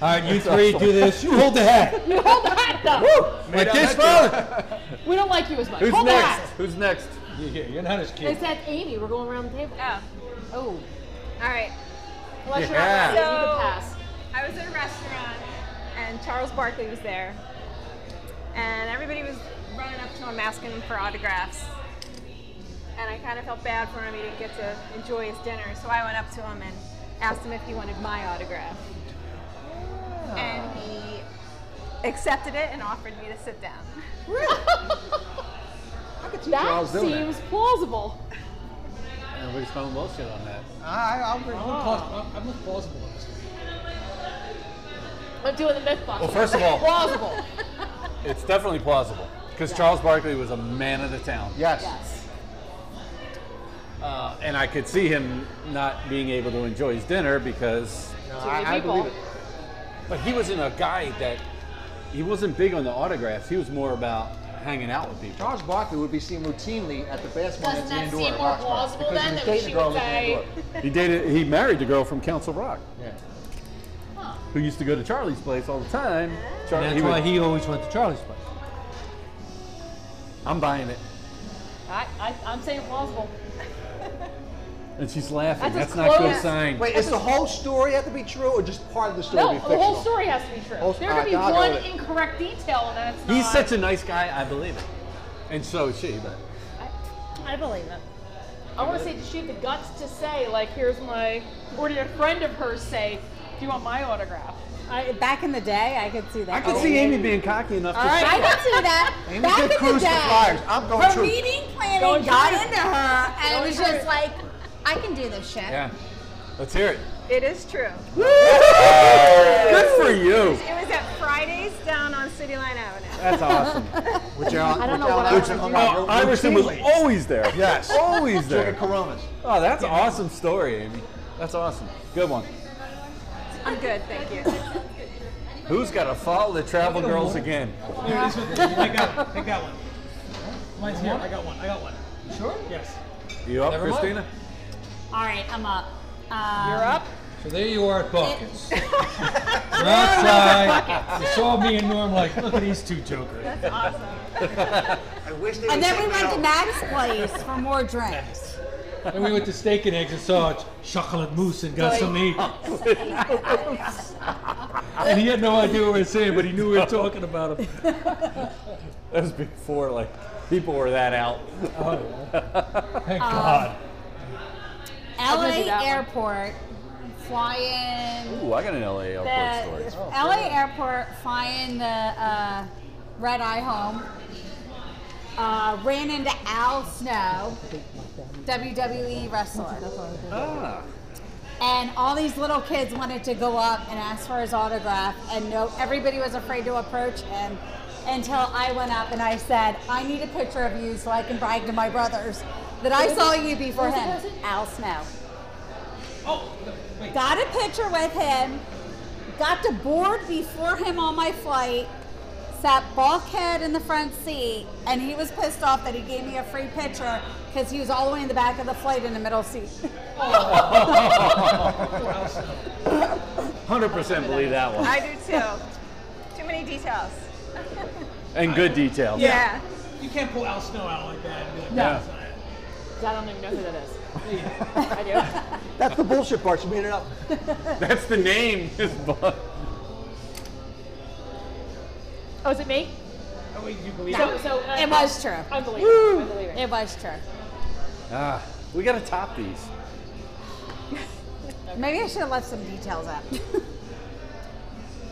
Speaker 8: All right, you three do this. You hold the hat.
Speaker 4: You hold the hat though.
Speaker 2: Like
Speaker 8: out
Speaker 2: this,
Speaker 8: that
Speaker 2: fella.
Speaker 4: We don't like you as much.
Speaker 2: Who's
Speaker 4: hold the
Speaker 2: next?
Speaker 4: hat.
Speaker 2: Who's next?
Speaker 8: Yeah, you're not as cute.
Speaker 4: It's that Amy. We're going around the table.
Speaker 10: Oh,
Speaker 4: Oh.
Speaker 10: all right.
Speaker 4: Unless
Speaker 2: Yeah.
Speaker 4: you're not ready, you can pass.
Speaker 10: I was at a restaurant and Charles Barkley was there. And everybody was running up to him asking him for autographs. And I kind of felt bad for him. He didn't get to enjoy his dinner. So I went up to him and asked him if he wanted my autograph. And he accepted it and offered me to sit down.
Speaker 4: That
Speaker 1: Charles doing that.
Speaker 4: seems plausible.
Speaker 2: Everybody's calling bullshit on that.
Speaker 1: I, I'll bring
Speaker 5: I'm not plausible on this one.
Speaker 4: I'm doing the mythbuster.
Speaker 2: Well, first of all-
Speaker 4: plausible.
Speaker 2: It's definitely plausible because Charles Barkley was a man of the town,
Speaker 1: Yes.
Speaker 2: uh, and I could see him not being able to enjoy his dinner because.
Speaker 1: No,
Speaker 4: many
Speaker 1: I, I
Speaker 4: people.
Speaker 1: believe it.
Speaker 2: But he wasn't a guy that he wasn't big on the autographs. He was more about hanging out with people.
Speaker 1: Charles Barkley would be seen routinely at the basketball
Speaker 4: Doesn't
Speaker 1: that's
Speaker 4: that
Speaker 1: indoor
Speaker 4: seem
Speaker 1: at
Speaker 4: more
Speaker 1: Roxbury
Speaker 4: plausible
Speaker 1: because he
Speaker 4: then
Speaker 1: was
Speaker 4: that
Speaker 1: dating
Speaker 4: she
Speaker 1: a girl
Speaker 4: would
Speaker 1: that was
Speaker 4: say-
Speaker 1: indoor.
Speaker 2: He dated. He married the girl from Council Rock,
Speaker 1: Yeah.
Speaker 2: who used to go to Charlie's place all the time. Charlie,
Speaker 8: That's
Speaker 2: he
Speaker 8: why
Speaker 2: would-
Speaker 8: he always went to Charlie's place.
Speaker 2: I'm buying it,
Speaker 4: I, I, I'm saying plausible.
Speaker 2: and she's laughing.
Speaker 4: That's
Speaker 2: That's,
Speaker 4: as
Speaker 2: not
Speaker 4: close-
Speaker 2: good sign.
Speaker 1: Wait, is the whole story have to be true or just part of the story
Speaker 4: No,
Speaker 1: be
Speaker 4: the
Speaker 1: fictional?
Speaker 4: whole story has to be true.
Speaker 2: Oh,
Speaker 1: Whole-
Speaker 4: there could
Speaker 1: I-
Speaker 4: be
Speaker 1: I'll go
Speaker 4: one
Speaker 1: with it.
Speaker 4: incorrect detail, and then it's not.
Speaker 2: He's such a nice guy. I believe it, and so is she. But
Speaker 4: I believe it. I want to say, did she have the guts to say, like, here's my, or did a friend of hers say, do you want my autograph?
Speaker 7: I, back in the day, I could see that. Oh.
Speaker 2: I could see Amy being cocky enough to
Speaker 7: I
Speaker 2: say.
Speaker 7: could see that.
Speaker 1: Amy
Speaker 7: back
Speaker 1: did
Speaker 7: in the
Speaker 1: cruise for
Speaker 7: day,
Speaker 1: flyers. I'm going
Speaker 7: her
Speaker 1: true.
Speaker 7: meeting planning
Speaker 4: Going
Speaker 7: got
Speaker 4: true.
Speaker 7: into her, and
Speaker 4: Going
Speaker 7: it was
Speaker 4: true.
Speaker 7: just like, I can do this shit.
Speaker 2: Yeah, let's hear it.
Speaker 10: It is true.
Speaker 2: Good for you.
Speaker 10: It was at Fridays down on City Line Avenue.
Speaker 2: That's awesome.
Speaker 1: Which
Speaker 2: uh,
Speaker 1: Alan, I
Speaker 4: don't
Speaker 1: which
Speaker 4: know what
Speaker 1: Alan
Speaker 4: I
Speaker 1: Iverson
Speaker 4: would
Speaker 1: hung
Speaker 2: Oh,
Speaker 1: out routinely.
Speaker 4: do.
Speaker 2: Iverson was always there.
Speaker 1: Yes.
Speaker 2: always
Speaker 1: drinking
Speaker 2: there.
Speaker 1: Coronas.
Speaker 2: Oh, that's an awesome story, Amy. That's awesome. Good one.
Speaker 10: I'm good, thank you.
Speaker 2: Who's got to follow the travel girls again?
Speaker 5: Here, this one. I got, I got one. Mine's here. I got one. I got one. You sure? Yes.
Speaker 2: You up,
Speaker 8: Never mind.
Speaker 2: Christina?
Speaker 7: All right, I'm up. Um,
Speaker 4: You're up.
Speaker 8: So there you are at Buckets. You're outside. You saw me and Norm like, look at these two jokers.
Speaker 1: I wish they
Speaker 7: And
Speaker 1: would
Speaker 7: then
Speaker 1: take that
Speaker 7: we went to
Speaker 1: out.
Speaker 7: Matt's place for more drinks.
Speaker 8: And we went to Steak and Eggs and saw a chocolate mousse and got something to eat. and he had no idea what we were saying, but he knew we were talking about him.
Speaker 2: That was before, like, people were that out.
Speaker 8: Thank God.
Speaker 4: gonna do
Speaker 7: LA
Speaker 4: that one.
Speaker 7: Airport, flying.
Speaker 2: Ooh, I got an LA airport
Speaker 7: the
Speaker 2: story.
Speaker 7: LA airport flying the uh, red eye home. Uh, ran into Al Snow, WWE wrestler,
Speaker 2: Ah,
Speaker 7: and all these little kids wanted to go up and ask for his autograph, and no, everybody was afraid to approach him until I went up and I said, "I need a picture of you so I can brag to my brothers that I saw you before him." Al Snow.
Speaker 5: Oh, wait.
Speaker 7: Got a picture with him. Got to board before him on my flight. sat bulkhead in the front seat, and he was pissed off that he gave me a free picture because he was all the way in the back of the flight in the middle seat.
Speaker 2: Hundred percent believe that one.
Speaker 10: I do too. Too many details.
Speaker 2: And good detail.
Speaker 10: Yeah.
Speaker 5: You can't pull Al Snow out like that. And be like,
Speaker 2: Yeah.
Speaker 5: "That's not it."
Speaker 4: I don't even know who that is. I do.
Speaker 1: That's the bullshit part. You made it up.
Speaker 2: That's the name. is bu-
Speaker 4: Oh, is it me?
Speaker 5: That way Oh, you believe
Speaker 4: So,
Speaker 5: it.
Speaker 4: so uh,
Speaker 7: It was true.
Speaker 4: I believe it. I believe it.
Speaker 7: It was true.
Speaker 2: ah, we gotta top these.
Speaker 7: Maybe I should have left some details out.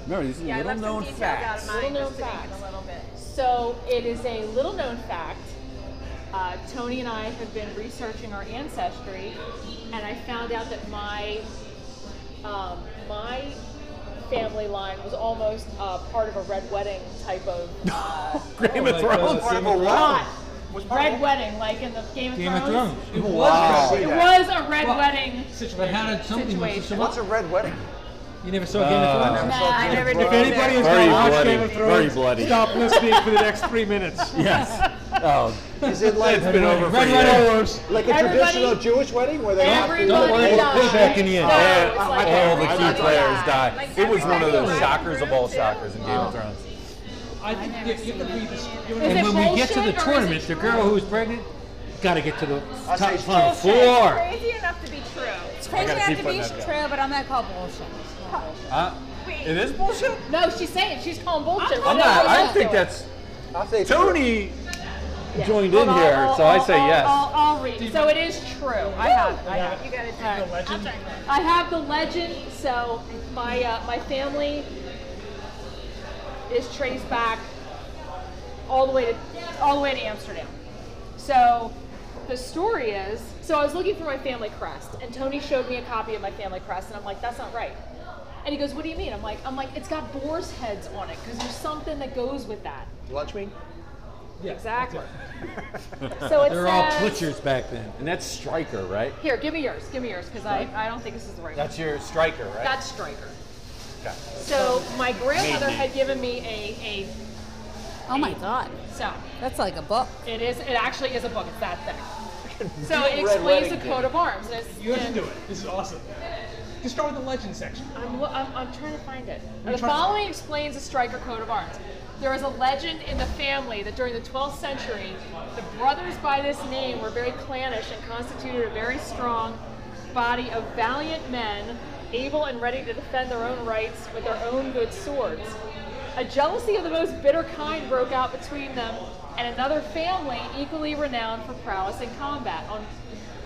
Speaker 2: Remember, these are
Speaker 10: Yeah, I
Speaker 2: little
Speaker 10: left some
Speaker 2: known
Speaker 10: details out of
Speaker 2: facts.
Speaker 10: mine
Speaker 4: Little
Speaker 10: just to
Speaker 4: known
Speaker 10: make it
Speaker 4: facts.
Speaker 10: a little bit.
Speaker 4: So it is a little known fact. Uh, Tony and I have been researching our ancestry, and I found out that my um, my family line was almost uh, part of a red wedding type of uh,
Speaker 2: Game of
Speaker 8: Oh my
Speaker 2: Thrones.
Speaker 8: God.
Speaker 4: plot.
Speaker 1: Was part
Speaker 4: Red
Speaker 1: of-
Speaker 4: wedding, like in the Game of
Speaker 8: Game of
Speaker 4: Thrones.
Speaker 8: Thrones.
Speaker 5: It was
Speaker 1: Wow.
Speaker 5: red.
Speaker 4: It
Speaker 1: Yeah.
Speaker 4: was a red
Speaker 8: Well,
Speaker 4: wedding.
Speaker 8: But how did something
Speaker 4: Situation.
Speaker 8: so
Speaker 1: What's
Speaker 8: what?
Speaker 1: a red wedding?
Speaker 8: You never saw Game of Thrones?
Speaker 10: Uh, I never
Speaker 8: If anybody is
Speaker 2: Very
Speaker 8: going to watch
Speaker 2: bloody,
Speaker 8: Game of
Speaker 2: very
Speaker 8: Thrones,
Speaker 2: bloody.
Speaker 8: stop listening for the next three minutes.
Speaker 2: Yes. Oh,
Speaker 1: Is it like
Speaker 2: it's been over for
Speaker 8: Red
Speaker 2: years.
Speaker 8: Wedding.
Speaker 1: like a
Speaker 4: Everybody-
Speaker 1: traditional Jewish wedding where they have to
Speaker 4: Everybody
Speaker 1: Well,
Speaker 4: dies.
Speaker 1: it's
Speaker 8: Checking
Speaker 2: Oh,
Speaker 8: in.
Speaker 4: No,
Speaker 2: Yeah,
Speaker 4: it's like
Speaker 2: all the
Speaker 4: everybody
Speaker 2: key
Speaker 4: dies.
Speaker 2: players died.
Speaker 10: Like
Speaker 2: it was one of those
Speaker 10: everybody
Speaker 2: shockers of all
Speaker 10: died.
Speaker 2: shockers in Game of Thrones.
Speaker 5: I think you have, you have to read this. You know,
Speaker 8: And
Speaker 4: it
Speaker 8: when we get to the
Speaker 4: bullshit or is it
Speaker 8: tournament, the girl who's pregnant, got to get to the
Speaker 1: I say
Speaker 8: top
Speaker 1: it's
Speaker 8: final
Speaker 1: bullshit.
Speaker 8: four.
Speaker 10: Crazy enough to be true.
Speaker 7: It's crazy
Speaker 2: gotta
Speaker 7: enough
Speaker 2: keep
Speaker 7: to
Speaker 2: putting
Speaker 7: be
Speaker 2: that
Speaker 7: true, but I'm not called bullshit.
Speaker 2: Huh?
Speaker 10: Wait.
Speaker 2: It is bullshit.
Speaker 4: No, she's saying she's calling bullshit.
Speaker 2: I'm
Speaker 4: Whatever
Speaker 2: not.
Speaker 4: it
Speaker 2: I
Speaker 4: is
Speaker 2: think
Speaker 4: to her.
Speaker 2: that's
Speaker 1: I say
Speaker 2: Tony joined
Speaker 4: Hold
Speaker 2: in
Speaker 4: on,
Speaker 2: here,
Speaker 4: I'll-
Speaker 2: so I
Speaker 4: I'll-
Speaker 2: say
Speaker 4: I'll-
Speaker 2: yes.
Speaker 4: I'll, I'll read. So it is true. I have it. I have it.
Speaker 10: You gotta do
Speaker 5: the legend.
Speaker 4: I have the legend. So my uh, my family is traced back all the way to all the way to Amsterdam. So the story is, so I was looking for my family crest, and Tony showed me a copy of my family crest, and I'm like, that's not right. And he goes, what do you mean? I'm like, I'm like, it's got boar's heads on it because there's something that goes with that.
Speaker 1: lunch meat.
Speaker 4: Exactly. so it's
Speaker 8: They're all butchers back then.
Speaker 2: And that's Striker, right?
Speaker 4: Here, give me yours. Give me yours because I, I don't think this is the right one.
Speaker 2: That's your Striker, right?
Speaker 4: That's Striker.
Speaker 2: Okay.
Speaker 4: So my grandmother had given me a,
Speaker 7: Oh my god,
Speaker 4: a so
Speaker 7: that's like a book.
Speaker 4: it is it actually is a book. It's that thick. So
Speaker 1: Red
Speaker 4: it explains
Speaker 1: wedding
Speaker 4: the coat of arms. and it's-
Speaker 5: You have to
Speaker 4: and
Speaker 5: do it. This is awesome. Just start with the legend section.
Speaker 4: I'm, lo- I'm, I'm trying to find it. The following explains the striker coat of arms. There is a legend in the family that during the 12th century, the brothers by this name were very clannish and constituted a very strong body of valiant men, able and ready to defend their own rights with their own good swords. A jealousy of the most bitter kind broke out between them and another family equally renowned for prowess in combat. On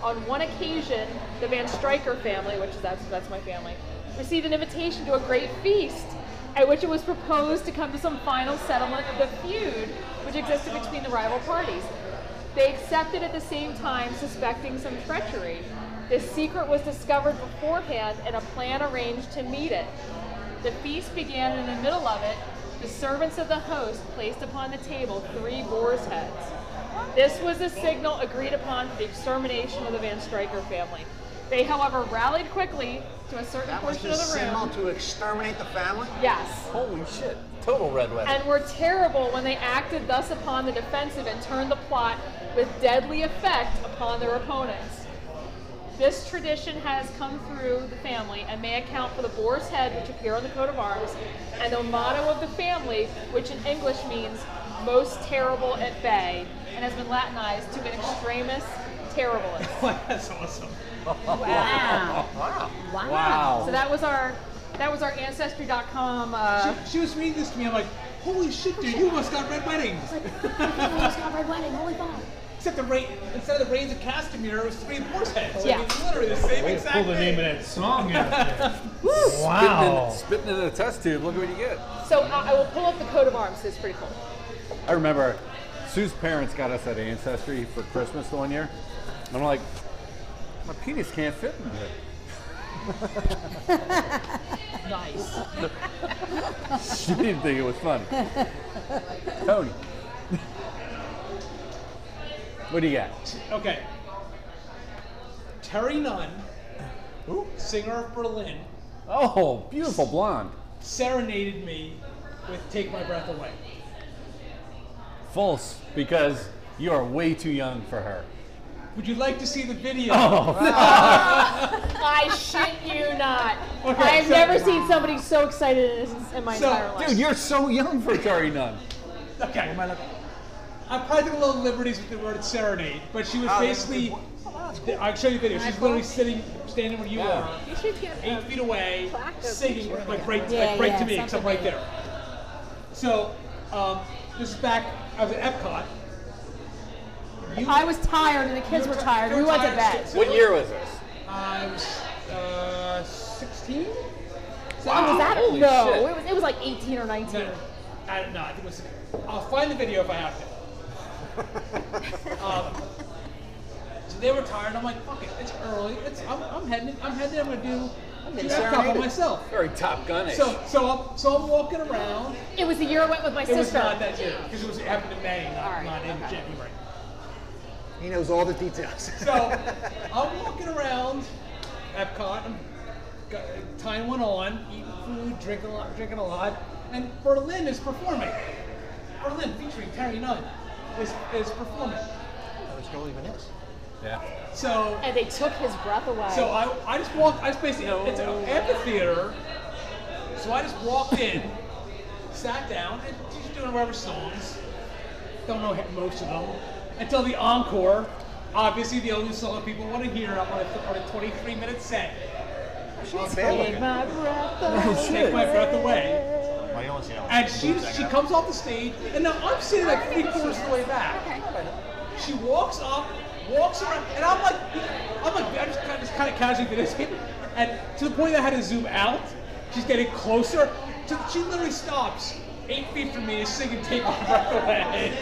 Speaker 4: on one occasion, the Van Stryker family, which is that's, that's my family, received an invitation to a great feast at which it was proposed to come to some final settlement of the feud which existed between the rival parties. They accepted at the same time, suspecting some treachery. This secret was discovered beforehand and a plan arranged to meet it. The feast began and in the middle of it. The servants of the host placed upon the table three boar's heads. This was the signal agreed upon for the extermination of the Van Stryker family. They, however, rallied quickly to a certain
Speaker 1: That was
Speaker 4: portion
Speaker 1: the
Speaker 4: of the
Speaker 1: signal
Speaker 4: room.
Speaker 1: to exterminate the family.
Speaker 4: Yes.
Speaker 2: Holy shit. Total Red Wedding.
Speaker 4: And were terrible when they acted thus upon the defensive and turned the plot with deadly effect upon their opponents. This tradition has come through the family and may account for the boar's head which appear on the coat of arms and the motto of the family, which in English means most terrible at bay, and has been Latinized to an extremus terribilis.
Speaker 5: That's awesome.
Speaker 7: Wow. Wow.
Speaker 2: wow.
Speaker 4: So that was our that was our ancestry.com uh,
Speaker 5: she, she was reading this to me. I'm like, holy shit, dude, you almost got red wedding. Except the rain, instead of the rains of Castamere, it was three horse heads.
Speaker 4: Yeah.
Speaker 5: I mean, literally the same exact
Speaker 8: Pull the
Speaker 5: thing.
Speaker 8: name of that song out there.
Speaker 2: Wow.
Speaker 8: Wow.
Speaker 2: Spitting in, a test tube. Look what you get.
Speaker 4: so I I will pull up the coat of arms 'cause it's pretty cool.
Speaker 2: I remember Sue's parents got us at Ancestry for Christmas the one year. And I'm like, my penis can't fit in there.
Speaker 4: Nice.
Speaker 2: She didn't think it was funny. Tony. what do you got?
Speaker 5: Okay. Terry Nunn, singer of Berlin,
Speaker 2: Oh, beautiful blonde.
Speaker 5: serenaded me with Take My Breath Away.
Speaker 2: False, because you are way too young for her.
Speaker 5: Would you like to see the video?
Speaker 2: Oh,
Speaker 4: I shit you not.
Speaker 5: Okay,
Speaker 4: I have
Speaker 5: so-
Speaker 4: never seen somebody so excited in, his- in my
Speaker 5: So,
Speaker 4: entire life.
Speaker 2: dude, you're so young for Kari Nunn.
Speaker 5: Okay, am I looking? I probably took a little liberties with the word serenade, but she was basically. I'll show you the video. She's literally sitting, standing where you
Speaker 2: Yeah.
Speaker 5: are,
Speaker 4: You should get
Speaker 5: eight feet away,
Speaker 10: plaque or
Speaker 5: singing
Speaker 10: picture.
Speaker 5: like right,
Speaker 7: Yeah,
Speaker 5: like right
Speaker 7: yeah,
Speaker 5: to me, except
Speaker 7: something
Speaker 5: right
Speaker 7: like-
Speaker 5: there. So, um, this is back. I was at Epcot. You,
Speaker 7: I was tired and the kids were tired. We went to bed.
Speaker 2: What year was this?
Speaker 5: I was uh, 16.
Speaker 4: Wow, was that?
Speaker 2: holy
Speaker 4: no,
Speaker 2: shit.
Speaker 4: it was it was like 18 or 19.
Speaker 5: No, I, no, I think it was. I'll find the video if I have to. um, so they were tired. I'm like, fuck it, it's early. It's I'm, I'm heading. I'm heading. I'm gonna do. I'm gonna do Epcot by myself.
Speaker 2: Very Top Gun-ish.
Speaker 5: So so I'm, so I'm walking around.
Speaker 4: It was the year I went with my
Speaker 5: It
Speaker 4: sister.
Speaker 5: was not that year because it was it happened in May, not,
Speaker 4: All right,
Speaker 5: not in
Speaker 4: okay.
Speaker 5: January.
Speaker 1: He knows all the details.
Speaker 5: So I'm walking around Epcot. I'm got, time went on, eating food, drinking a lot, drinking a lot, and Berlin is performing. Berlin featuring Terry Nunn is, is performing.
Speaker 1: Which girl even is?
Speaker 2: yeah.
Speaker 5: So
Speaker 4: And they took his breath away.
Speaker 5: so I, I just walked. I just basically it's an amphitheater. So I just walked in, sat down, and she's doing whatever songs. Don't know most of them until the encore. Obviously, the only song people want to hear on a, on a 23 minute set.
Speaker 1: She's bad
Speaker 4: Take
Speaker 1: looking.
Speaker 4: my breath away.
Speaker 5: Take my breath away.
Speaker 1: Well, you don't see that one.
Speaker 5: And she she comes off the stage, and now I'm sitting like three quarters of the way back. She walks up, walks around, and I'm like, I'm like, I just kind of, just kind of casually did this, and to the point that I had to zoom out. She's getting closer. To, she literally stops eight feet from me, is singing "Take My Breath Away."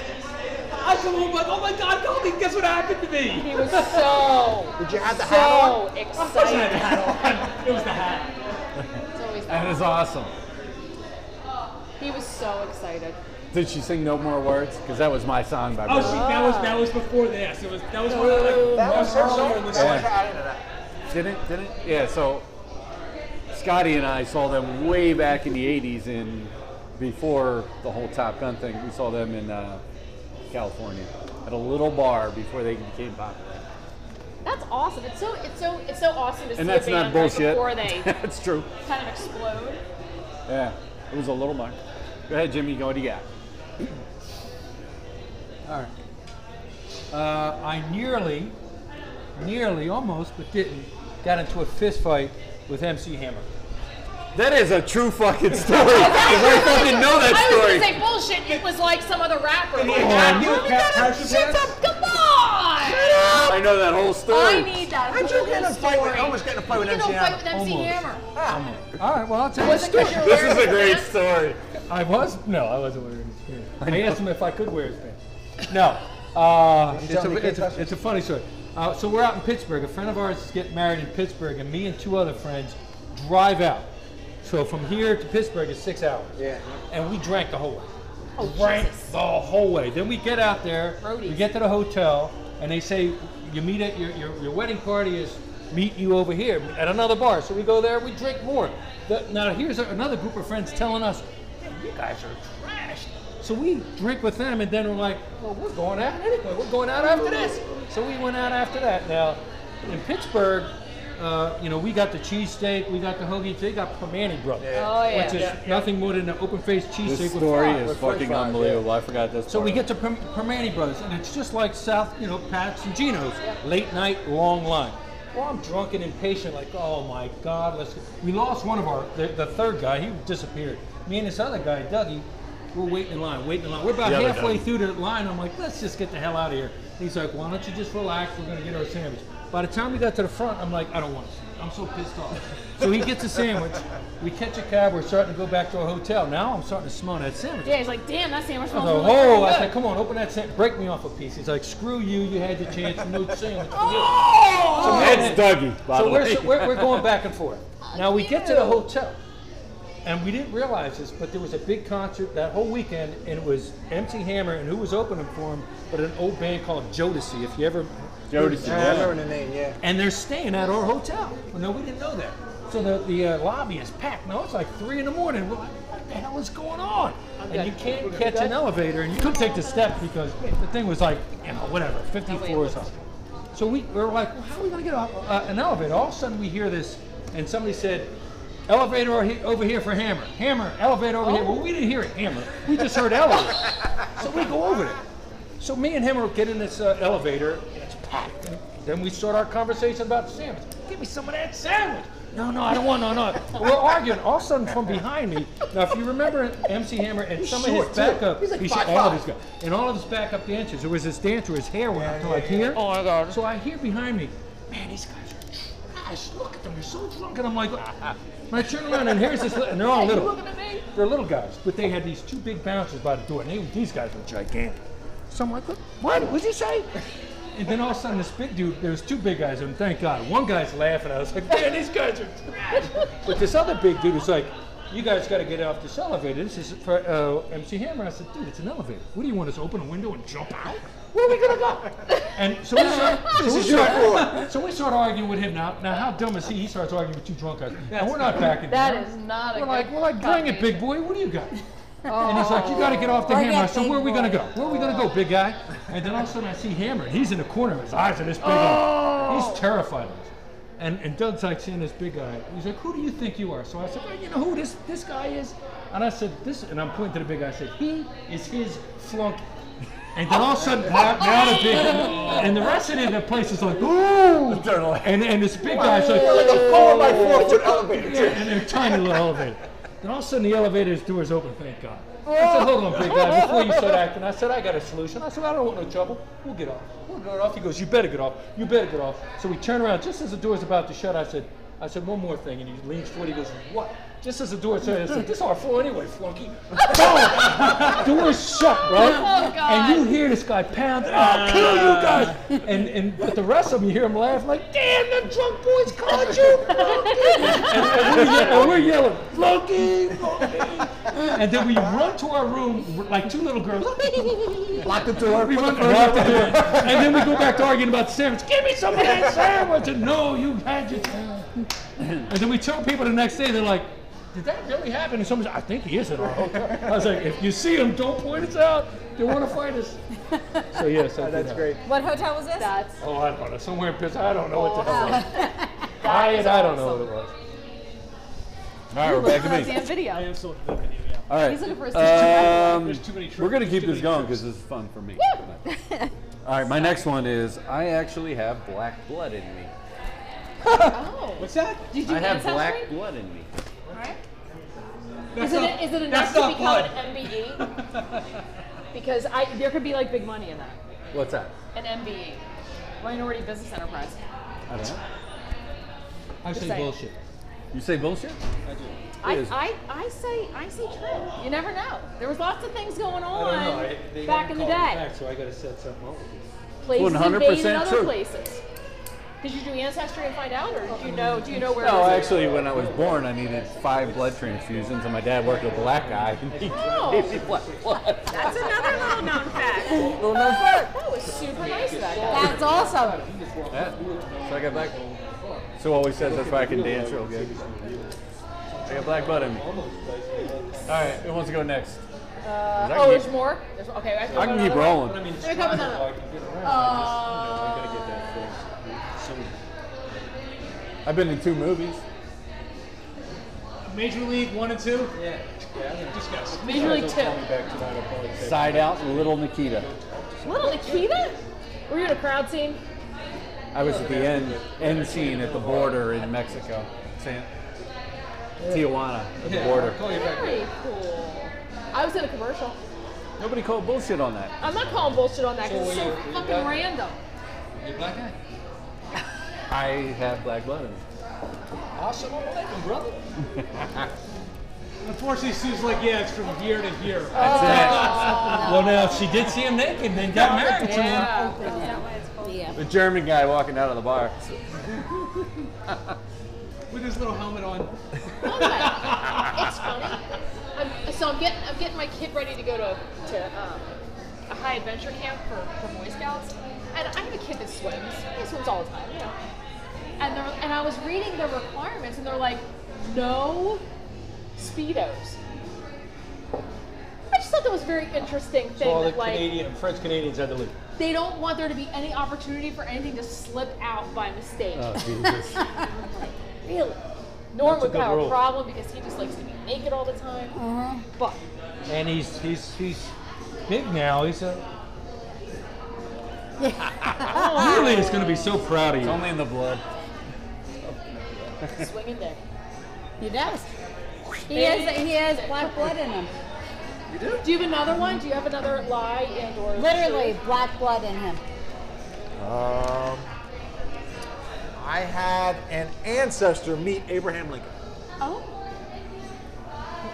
Speaker 5: I just I'm like, oh my God, Goldie, guess what happened to me?
Speaker 4: He was so
Speaker 1: Did you have the hat on?
Speaker 4: so
Speaker 5: Of course I had the
Speaker 4: excited.
Speaker 5: hat on. It was the hat.
Speaker 4: It's always that.
Speaker 2: That is awesome.
Speaker 4: He was so excited.
Speaker 2: Did she sing No More Words? Because that was my song by
Speaker 5: Oh,
Speaker 2: Bruce.
Speaker 5: she, that was that was before this. It was that was one of the, like,
Speaker 1: That was her
Speaker 5: earlier
Speaker 1: song.
Speaker 5: in the
Speaker 1: That was
Speaker 5: summer.
Speaker 1: her- I didn't know that.
Speaker 2: Didn't? Didn't? Yeah, so Scotty and I saw them way back in the 80s in before the whole Top Gun thing. We saw them in uh, California at a little bar before they became popular.
Speaker 4: That's awesome. It's so it's so it's so awesome to see
Speaker 2: And that's
Speaker 4: a
Speaker 2: not
Speaker 4: band
Speaker 2: bullshit.
Speaker 4: right before they
Speaker 2: that's true.
Speaker 4: kind of explode.
Speaker 2: Yeah, it was a little bar. Go ahead, Jimmy. Go. What do you got?
Speaker 8: All right. Uh, I nearly, nearly, almost, but didn't, got into a fist fight with MC Hammer.
Speaker 2: That is a true fucking story. 'cause I fucking know that
Speaker 4: I was
Speaker 2: story.
Speaker 4: gonna say bullshit. It was like some other rapper.
Speaker 5: And he
Speaker 4: Like,
Speaker 5: attacked you
Speaker 4: "Ah,
Speaker 5: with Pat Patrick's
Speaker 4: shut
Speaker 5: ass?
Speaker 4: up! Come on!
Speaker 2: I know that whole story.
Speaker 4: I need that.
Speaker 1: How'd you
Speaker 4: whole
Speaker 1: get in a fight with,
Speaker 4: story.
Speaker 1: I almost get in a fight with
Speaker 4: You
Speaker 1: MC
Speaker 4: know, fight with
Speaker 1: Hammer?
Speaker 4: MC
Speaker 8: Almost.
Speaker 4: Hammer.
Speaker 8: All right, well, I'll tell you
Speaker 4: Was it because you were
Speaker 2: This
Speaker 4: wearing
Speaker 2: is a
Speaker 4: his
Speaker 2: great
Speaker 4: pants?
Speaker 2: story.
Speaker 8: I was? No, I wasn't wearing his pants. I asked him if I could wear his pants. No. Uh,
Speaker 1: Did you
Speaker 8: it's,
Speaker 1: tell him
Speaker 8: a,
Speaker 1: you couldn't
Speaker 8: it's,
Speaker 1: touch
Speaker 8: a,
Speaker 1: it?
Speaker 8: it's a funny story. Uh, so we're out in Pittsburgh. A friend of ours is getting married in Pittsburgh, and me and two other friends drive out. So from here to Pittsburgh is six hours.
Speaker 1: Yeah.
Speaker 8: And we drank the whole way.
Speaker 4: Oh,
Speaker 8: drank the whole way. Then we get out there, we
Speaker 4: Roadies.
Speaker 8: get to the hotel, and they say, you meet at your, your, your wedding party is meet you over here at another bar. So we go there, we drink more. The- now here's another group of friends telling us, you guys are trashed. So we drink with them, and then we're like, well, we're going out anyway. We're going out after this. So we went out after that. Now, in Pittsburgh, uh, you know, we got the cheesesteak, we got the hoagie, they got Permani Brothers,
Speaker 4: Oh yeah.
Speaker 8: which is nothing more than an open-faced cheesesteak
Speaker 2: This
Speaker 8: with
Speaker 2: story
Speaker 8: fries.
Speaker 2: is fucking unbelievable. I forgot this.
Speaker 8: So we
Speaker 2: part.
Speaker 8: get to Perm- Permani Brothers, and it's just like South, you know, Pat's and Gino's, late night, long line. Well, I'm drunk and impatient, like, oh my God, let's. We lost one of our, the, the third guy, he disappeared. Me and this other guy, Dougie, we're waiting in line, waiting in line. We're about
Speaker 2: The other
Speaker 8: halfway
Speaker 2: Dougie.
Speaker 8: through the line, I'm like, let's just get the hell out of here. And he's like, why don't you just relax, we're gonna get our sandwich. By the time we got to the front, I'm like, I don't want a sandwich. I'm so pissed off. so he gets a sandwich, we catch a cab, we're starting to go back to our hotel. Now I'm starting to smell that sandwich.
Speaker 4: Yeah, he's like, damn, that sandwich
Speaker 8: I
Speaker 4: smells
Speaker 8: was like,
Speaker 4: really
Speaker 8: whoa! I
Speaker 4: freaking
Speaker 8: said,
Speaker 4: good.
Speaker 8: come on, open that sandwich. Break me off a piece. He's like, screw you. You had your chance. No sandwich. for you."
Speaker 4: Oh!
Speaker 2: That's Dougie, by
Speaker 8: so
Speaker 2: the
Speaker 8: we're,
Speaker 2: way.
Speaker 8: so we're, we're going back and forth. Now we get to the hotel, and we didn't realize this, but there was a big concert that whole weekend, and it was MC Hammer, and who was opening for him? But an old band called Jodeci. If you ever
Speaker 2: Jodeci,
Speaker 1: Yeah, I remember the name, yeah.
Speaker 8: and they're staying at our hotel. Well, no, we didn't know that. So the, the uh, lobby is packed. Now it's like three in the morning. We're like, what the hell is going on? and you can't catch an elevator, and you couldn't take the steps because the thing was like, you know, whatever, 50 floors up. So we, we were like, well, how are we going to get a, uh, an elevator? All of a sudden, we hear this, and somebody said, elevator over he- over here for hammer, hammer, elevator over here. Well, we didn't hear it, hammer. We just heard elevator. so we go over there. So me and him are getting this uh, elevator, and it's packed. And then we start our conversation about sandwich. Give me some of that sandwich. No, no, I don't want no, no. We're arguing. All of a sudden, from behind me. Now, if you remember MC Hammer and some of his backup,
Speaker 1: He's like
Speaker 8: should-
Speaker 1: 5'5".
Speaker 8: all of his guy, and all of his backup dancers. There was this dancer, his hair went up to like here. Oh my god! So I hear behind me, man, these guys are trash. Look at them, they're so drunk, and I'm like, and I turn around and here's this, li- and they're all little. They're little guys, but they had these two big bouncers by the door, and they, these guys were gigantic. So I'm like, what? What did he say? And then all of a sudden, this big dude, there's two big guys, and thank God, one guy's laughing. I was like, man, these guys are trash. But this other big dude was like, you guys got to get off this elevator. This is for uh, MC Hammer. I said, dude, it's an elevator. What do you want us to open a window and jump out? Where are we gonna go? And so we start, so we start, so we start arguing with him now. Now, how dumb is he? He starts arguing with two drunk guys, and we're not backing
Speaker 4: That
Speaker 8: down.
Speaker 4: is not a
Speaker 8: We're
Speaker 4: good
Speaker 8: like, we're like, bring it, big boy. What do you got? And he's like, you got to get off the
Speaker 7: Bring
Speaker 8: hammer.
Speaker 7: it,
Speaker 8: So
Speaker 7: Oh. big
Speaker 8: where are we gonna
Speaker 7: boy.
Speaker 8: go? Where are we gonna go, big guy? And then all of a sudden I see Hammer. and He's in the corner. His eyes are this big. Oh. He's terrified of us. And and Doug's like seeing this big guy. He's like, who do you think you are? So I said, well, you know who this this guy is? And I said, this. And I'm pointing to the big guy. I said, he is his flunk. And then all of a sudden, now, now the big, and the rest of the place is like, ooh, and and this big guy's like,
Speaker 1: We're like a four by four foot elevator.
Speaker 8: yeah, and they're tiny little elevator. Then all of a sudden the elevator's doors open, thank God. I
Speaker 4: Oh.
Speaker 8: said, hold on, big guy, before you start acting, I said, I got a solution. I said, I don't want no trouble. We'll get off. We'll get off. He goes, you better get off. You better get off. So we turn around. Just as the door's about to shut, I said, I said, one more thing. And he leans forward. He goes, what? Just as the door shut, I said, this is our floor anyway, flunky. Boom! door's shut, right?
Speaker 4: Oh, God.
Speaker 8: And you hear this guy pound, I'll kill you guys. And, and but the rest of them, you hear them laugh like, damn, them drunk boys caught you. and, and we're, ye- and we're yelling, Loki, Loki. And then we run to our room like two little girls.
Speaker 1: Lock the door.
Speaker 8: We
Speaker 1: put
Speaker 8: run
Speaker 1: the
Speaker 8: and lock the door. And then we go back to arguing about the sandwich. Give me some of that sandwich. And no, you had your And then we tell people the next day, they're like, did that really happen? And someone's I think he is at our hotel. I was like, if you see him, don't point us out. They want to fight us. So, yes, I did
Speaker 1: That's
Speaker 8: that.
Speaker 1: great.
Speaker 7: What hotel was this?
Speaker 4: That's
Speaker 8: Oh, I don't know. Somewhere in Pittsburgh. I don't know what the hell it was. Hyatt, I don't know what it was.
Speaker 2: All right, we're back to me.
Speaker 4: damn video.
Speaker 5: am still in the video, yeah.
Speaker 2: All right.
Speaker 4: He's looking for a
Speaker 2: um,
Speaker 5: There's too many tricks.
Speaker 2: We're going to keep
Speaker 5: Too
Speaker 2: this
Speaker 5: many
Speaker 2: going
Speaker 5: tricks.
Speaker 2: because this is fun for me. All right, my next one is I actually have black blood in me.
Speaker 4: Oh.
Speaker 5: What's that?
Speaker 4: Did you
Speaker 2: I have
Speaker 4: get
Speaker 2: black
Speaker 4: ancestry?
Speaker 2: blood in me.
Speaker 4: Is it, is it
Speaker 5: that's
Speaker 4: enough to
Speaker 5: not
Speaker 4: become an MBE? because I, there could be like big money in that.
Speaker 2: What's that?
Speaker 4: An MBE, minority business enterprise.
Speaker 2: I don't know.
Speaker 8: I
Speaker 4: Just
Speaker 8: say
Speaker 4: saying.
Speaker 8: bullshit.
Speaker 2: You say bullshit?
Speaker 4: I,
Speaker 2: is.
Speaker 4: I, I say I say true. You never know. There was lots of things going
Speaker 8: I
Speaker 4: on
Speaker 8: don't know. I, they
Speaker 4: back
Speaker 8: haven't
Speaker 4: in the
Speaker 8: called me
Speaker 4: day.
Speaker 8: Back, so I got to set something up.
Speaker 4: Places
Speaker 2: 100%
Speaker 4: invaded other
Speaker 2: true.
Speaker 4: places. Did you do ancestry and find out, or did you know? Do you know where? it
Speaker 2: No,
Speaker 4: was?
Speaker 2: actually, when I was born, I needed five blood transfusions, and my dad worked with a black guy. and he gave me black blood.
Speaker 10: That's another little known fact.
Speaker 2: Little known fact.
Speaker 4: That was super nice of that guy.
Speaker 7: That's awesome.
Speaker 2: Yeah. So I got black. So always says that's why I can dance real good. I got black blood in me. All right, who wants to go next?
Speaker 4: Uh,
Speaker 2: I
Speaker 4: oh,
Speaker 2: can
Speaker 4: there's
Speaker 2: keep-
Speaker 4: more. There's, okay, I,
Speaker 2: I can keep rolling.
Speaker 4: There comes another. Uh,
Speaker 2: I've been in two movies.
Speaker 5: Major League one and two. Yeah. Discuss.
Speaker 4: Major League Two.
Speaker 2: Side Out and Little Nikita.
Speaker 4: Little Nikita? Were you in a crowd scene?
Speaker 2: I was at the end end scene at the border in Mexico, San Tijuana, at the border.
Speaker 4: Very cool. I was in a commercial.
Speaker 2: Nobody called bullshit on that.
Speaker 4: I'm not calling bullshit on that because it's so fucking random.
Speaker 8: You black guy?
Speaker 2: I have black blood in me.
Speaker 8: Awesome, brother.
Speaker 5: Unfortunately, Sue's like, yeah, it's from year to year.
Speaker 8: Well, now if she did see him Uh, naked, then got married to someone.
Speaker 4: Yeah.
Speaker 2: That's it. The German guy walking out of the bar.
Speaker 5: With his little helmet on.
Speaker 4: Okay. it's funny. I'm, so I'm getting I'm getting my kid ready to go to to um, a high adventure camp for, for Boy Scouts, and I have a kid that swims. He swims all the time, you know. And they're, and I was reading the requirements, and they're like, no speedos. I that was a very interesting thing.
Speaker 8: So all the
Speaker 4: that, like,
Speaker 8: Canadian and French Canadians had to leave.
Speaker 4: they don't want there to be any opportunity for anything to slip out by mistake.
Speaker 2: Oh, Jesus.
Speaker 4: Really? Norm
Speaker 8: That's a
Speaker 4: would
Speaker 8: good
Speaker 4: have
Speaker 8: rule.
Speaker 4: a problem because he just likes to be naked all the time.
Speaker 7: Uh-huh.
Speaker 4: But
Speaker 8: And he's he's he's big now. He's a. Really is going to be so proud of
Speaker 2: It's
Speaker 8: you.
Speaker 2: only in the blood.
Speaker 4: swinging dick.
Speaker 7: He does. He has he has black blood in him.
Speaker 4: Do you have another one? Do you have another lie and or
Speaker 7: Literally black blood in him.
Speaker 1: Um, I had an ancestor meet Abraham Lincoln.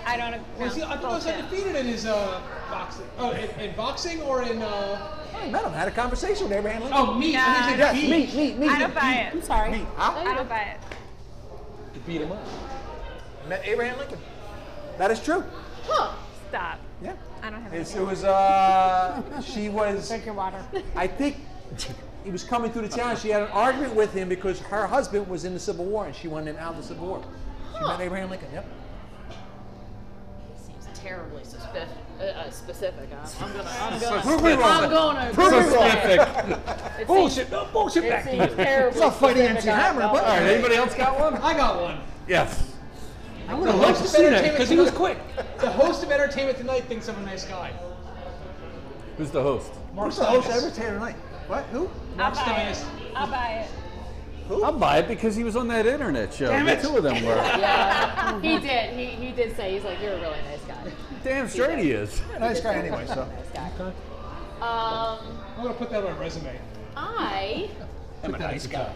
Speaker 10: I don't know.
Speaker 5: Well, see, I thought I was undefeated in his uh, boxing. Oh, in, in boxing or in uh,
Speaker 1: I met him, had a conversation with Abraham Lincoln.
Speaker 5: oh me? I think
Speaker 10: Nah.
Speaker 1: yes,
Speaker 5: he-
Speaker 1: meet, meet, meet.
Speaker 10: I don't buy it.
Speaker 7: I'm sorry.
Speaker 1: Meet, huh?
Speaker 10: I don't buy it.
Speaker 8: You beat him up.
Speaker 1: Met Abraham Lincoln. That is true.
Speaker 4: Huh.
Speaker 10: Stop.
Speaker 1: Yeah.
Speaker 10: I don't have
Speaker 1: It's, it was, uh, she was,
Speaker 7: Drink your water.
Speaker 1: I think he was coming through the town. She had an argument with him because her husband was in the Civil War and she wanted him out of the Civil War. She met Abraham Lincoln, yep.
Speaker 4: Seems terribly suspe- uh, uh, specific. I'm, I'm gonna. I'm
Speaker 2: So
Speaker 4: gonna.
Speaker 1: Prove me wrong.
Speaker 4: I'm gonna.
Speaker 1: Prove me wrong.
Speaker 4: It seems,
Speaker 1: Bullshit, no bullshit
Speaker 4: it
Speaker 1: back.
Speaker 4: seems terribly.
Speaker 1: It's not fighting
Speaker 4: specific
Speaker 1: MC
Speaker 4: on
Speaker 1: Hammer,
Speaker 4: adult
Speaker 1: but-
Speaker 2: All right, anybody else got one?
Speaker 5: I got one.
Speaker 2: Yes.
Speaker 5: I would have
Speaker 8: liked to see that, 'cause he was
Speaker 5: quick. The host of Entertainment Tonight thinks I'm a nice guy.
Speaker 2: Who's the host?
Speaker 5: Mark
Speaker 1: Who's the host of
Speaker 5: Stein.
Speaker 1: Entertainment Tonight? What? Who?
Speaker 10: I'll
Speaker 5: Mark
Speaker 10: buy
Speaker 5: Stein is.
Speaker 10: it. I'll buy it.
Speaker 2: I'll buy it because he was on that internet show.
Speaker 1: Damn
Speaker 2: the
Speaker 1: it.
Speaker 2: two of them were.
Speaker 4: Yeah, he did. He, he did say he's like you're a really nice guy.
Speaker 2: Damn straight he is.
Speaker 1: Nice guy anyway, so.
Speaker 4: Um,
Speaker 5: I'm gonna put that on my resume.
Speaker 4: I
Speaker 2: I'm a nice guy.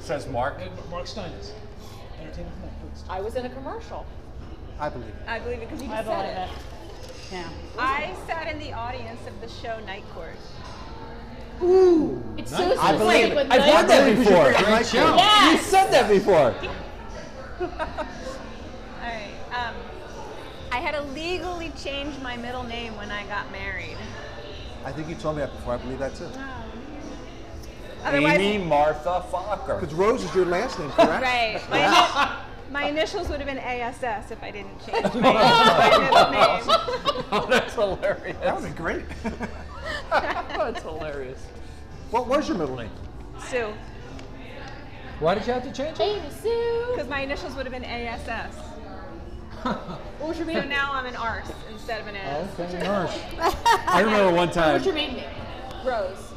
Speaker 2: Says Mark.
Speaker 5: Mark Stein is. Entertainment Tonight. host.
Speaker 4: I was in a commercial.
Speaker 1: I believe it.
Speaker 10: I believe it because you
Speaker 7: I
Speaker 10: just
Speaker 7: believe
Speaker 10: said
Speaker 7: it. Yeah.
Speaker 10: it. I sat in the audience of the show Night Court.
Speaker 4: It's so
Speaker 1: I believe
Speaker 4: specific.
Speaker 1: it.
Speaker 4: with
Speaker 2: I've heard
Speaker 4: nice-
Speaker 2: that before.
Speaker 1: Great show.
Speaker 2: You
Speaker 4: Yes.
Speaker 2: said that before.
Speaker 10: All right. Um, I had to legally change my middle name when I got married.
Speaker 1: I think you told me that before. I believe that too.
Speaker 10: Otherwise,
Speaker 2: Martha Fokker.
Speaker 1: Because Rose is your last name, correct?
Speaker 10: right. My, ini- my initials would have been ASS if I didn't change my, my middle name.
Speaker 2: Oh, that's hilarious.
Speaker 1: That would be great.
Speaker 2: That's hilarious.
Speaker 1: what was your middle name?
Speaker 10: Sue,
Speaker 8: Why did you have to change it?
Speaker 4: Amy Sue.
Speaker 10: because my initials would have been ASS.
Speaker 4: What was your
Speaker 10: So
Speaker 4: maiden name?
Speaker 10: now I'm an arse instead of an S.
Speaker 8: Okay, harsh.
Speaker 2: I remember one
Speaker 4: What
Speaker 2: time.
Speaker 4: was your maiden name?
Speaker 5: Oh.
Speaker 4: Rose.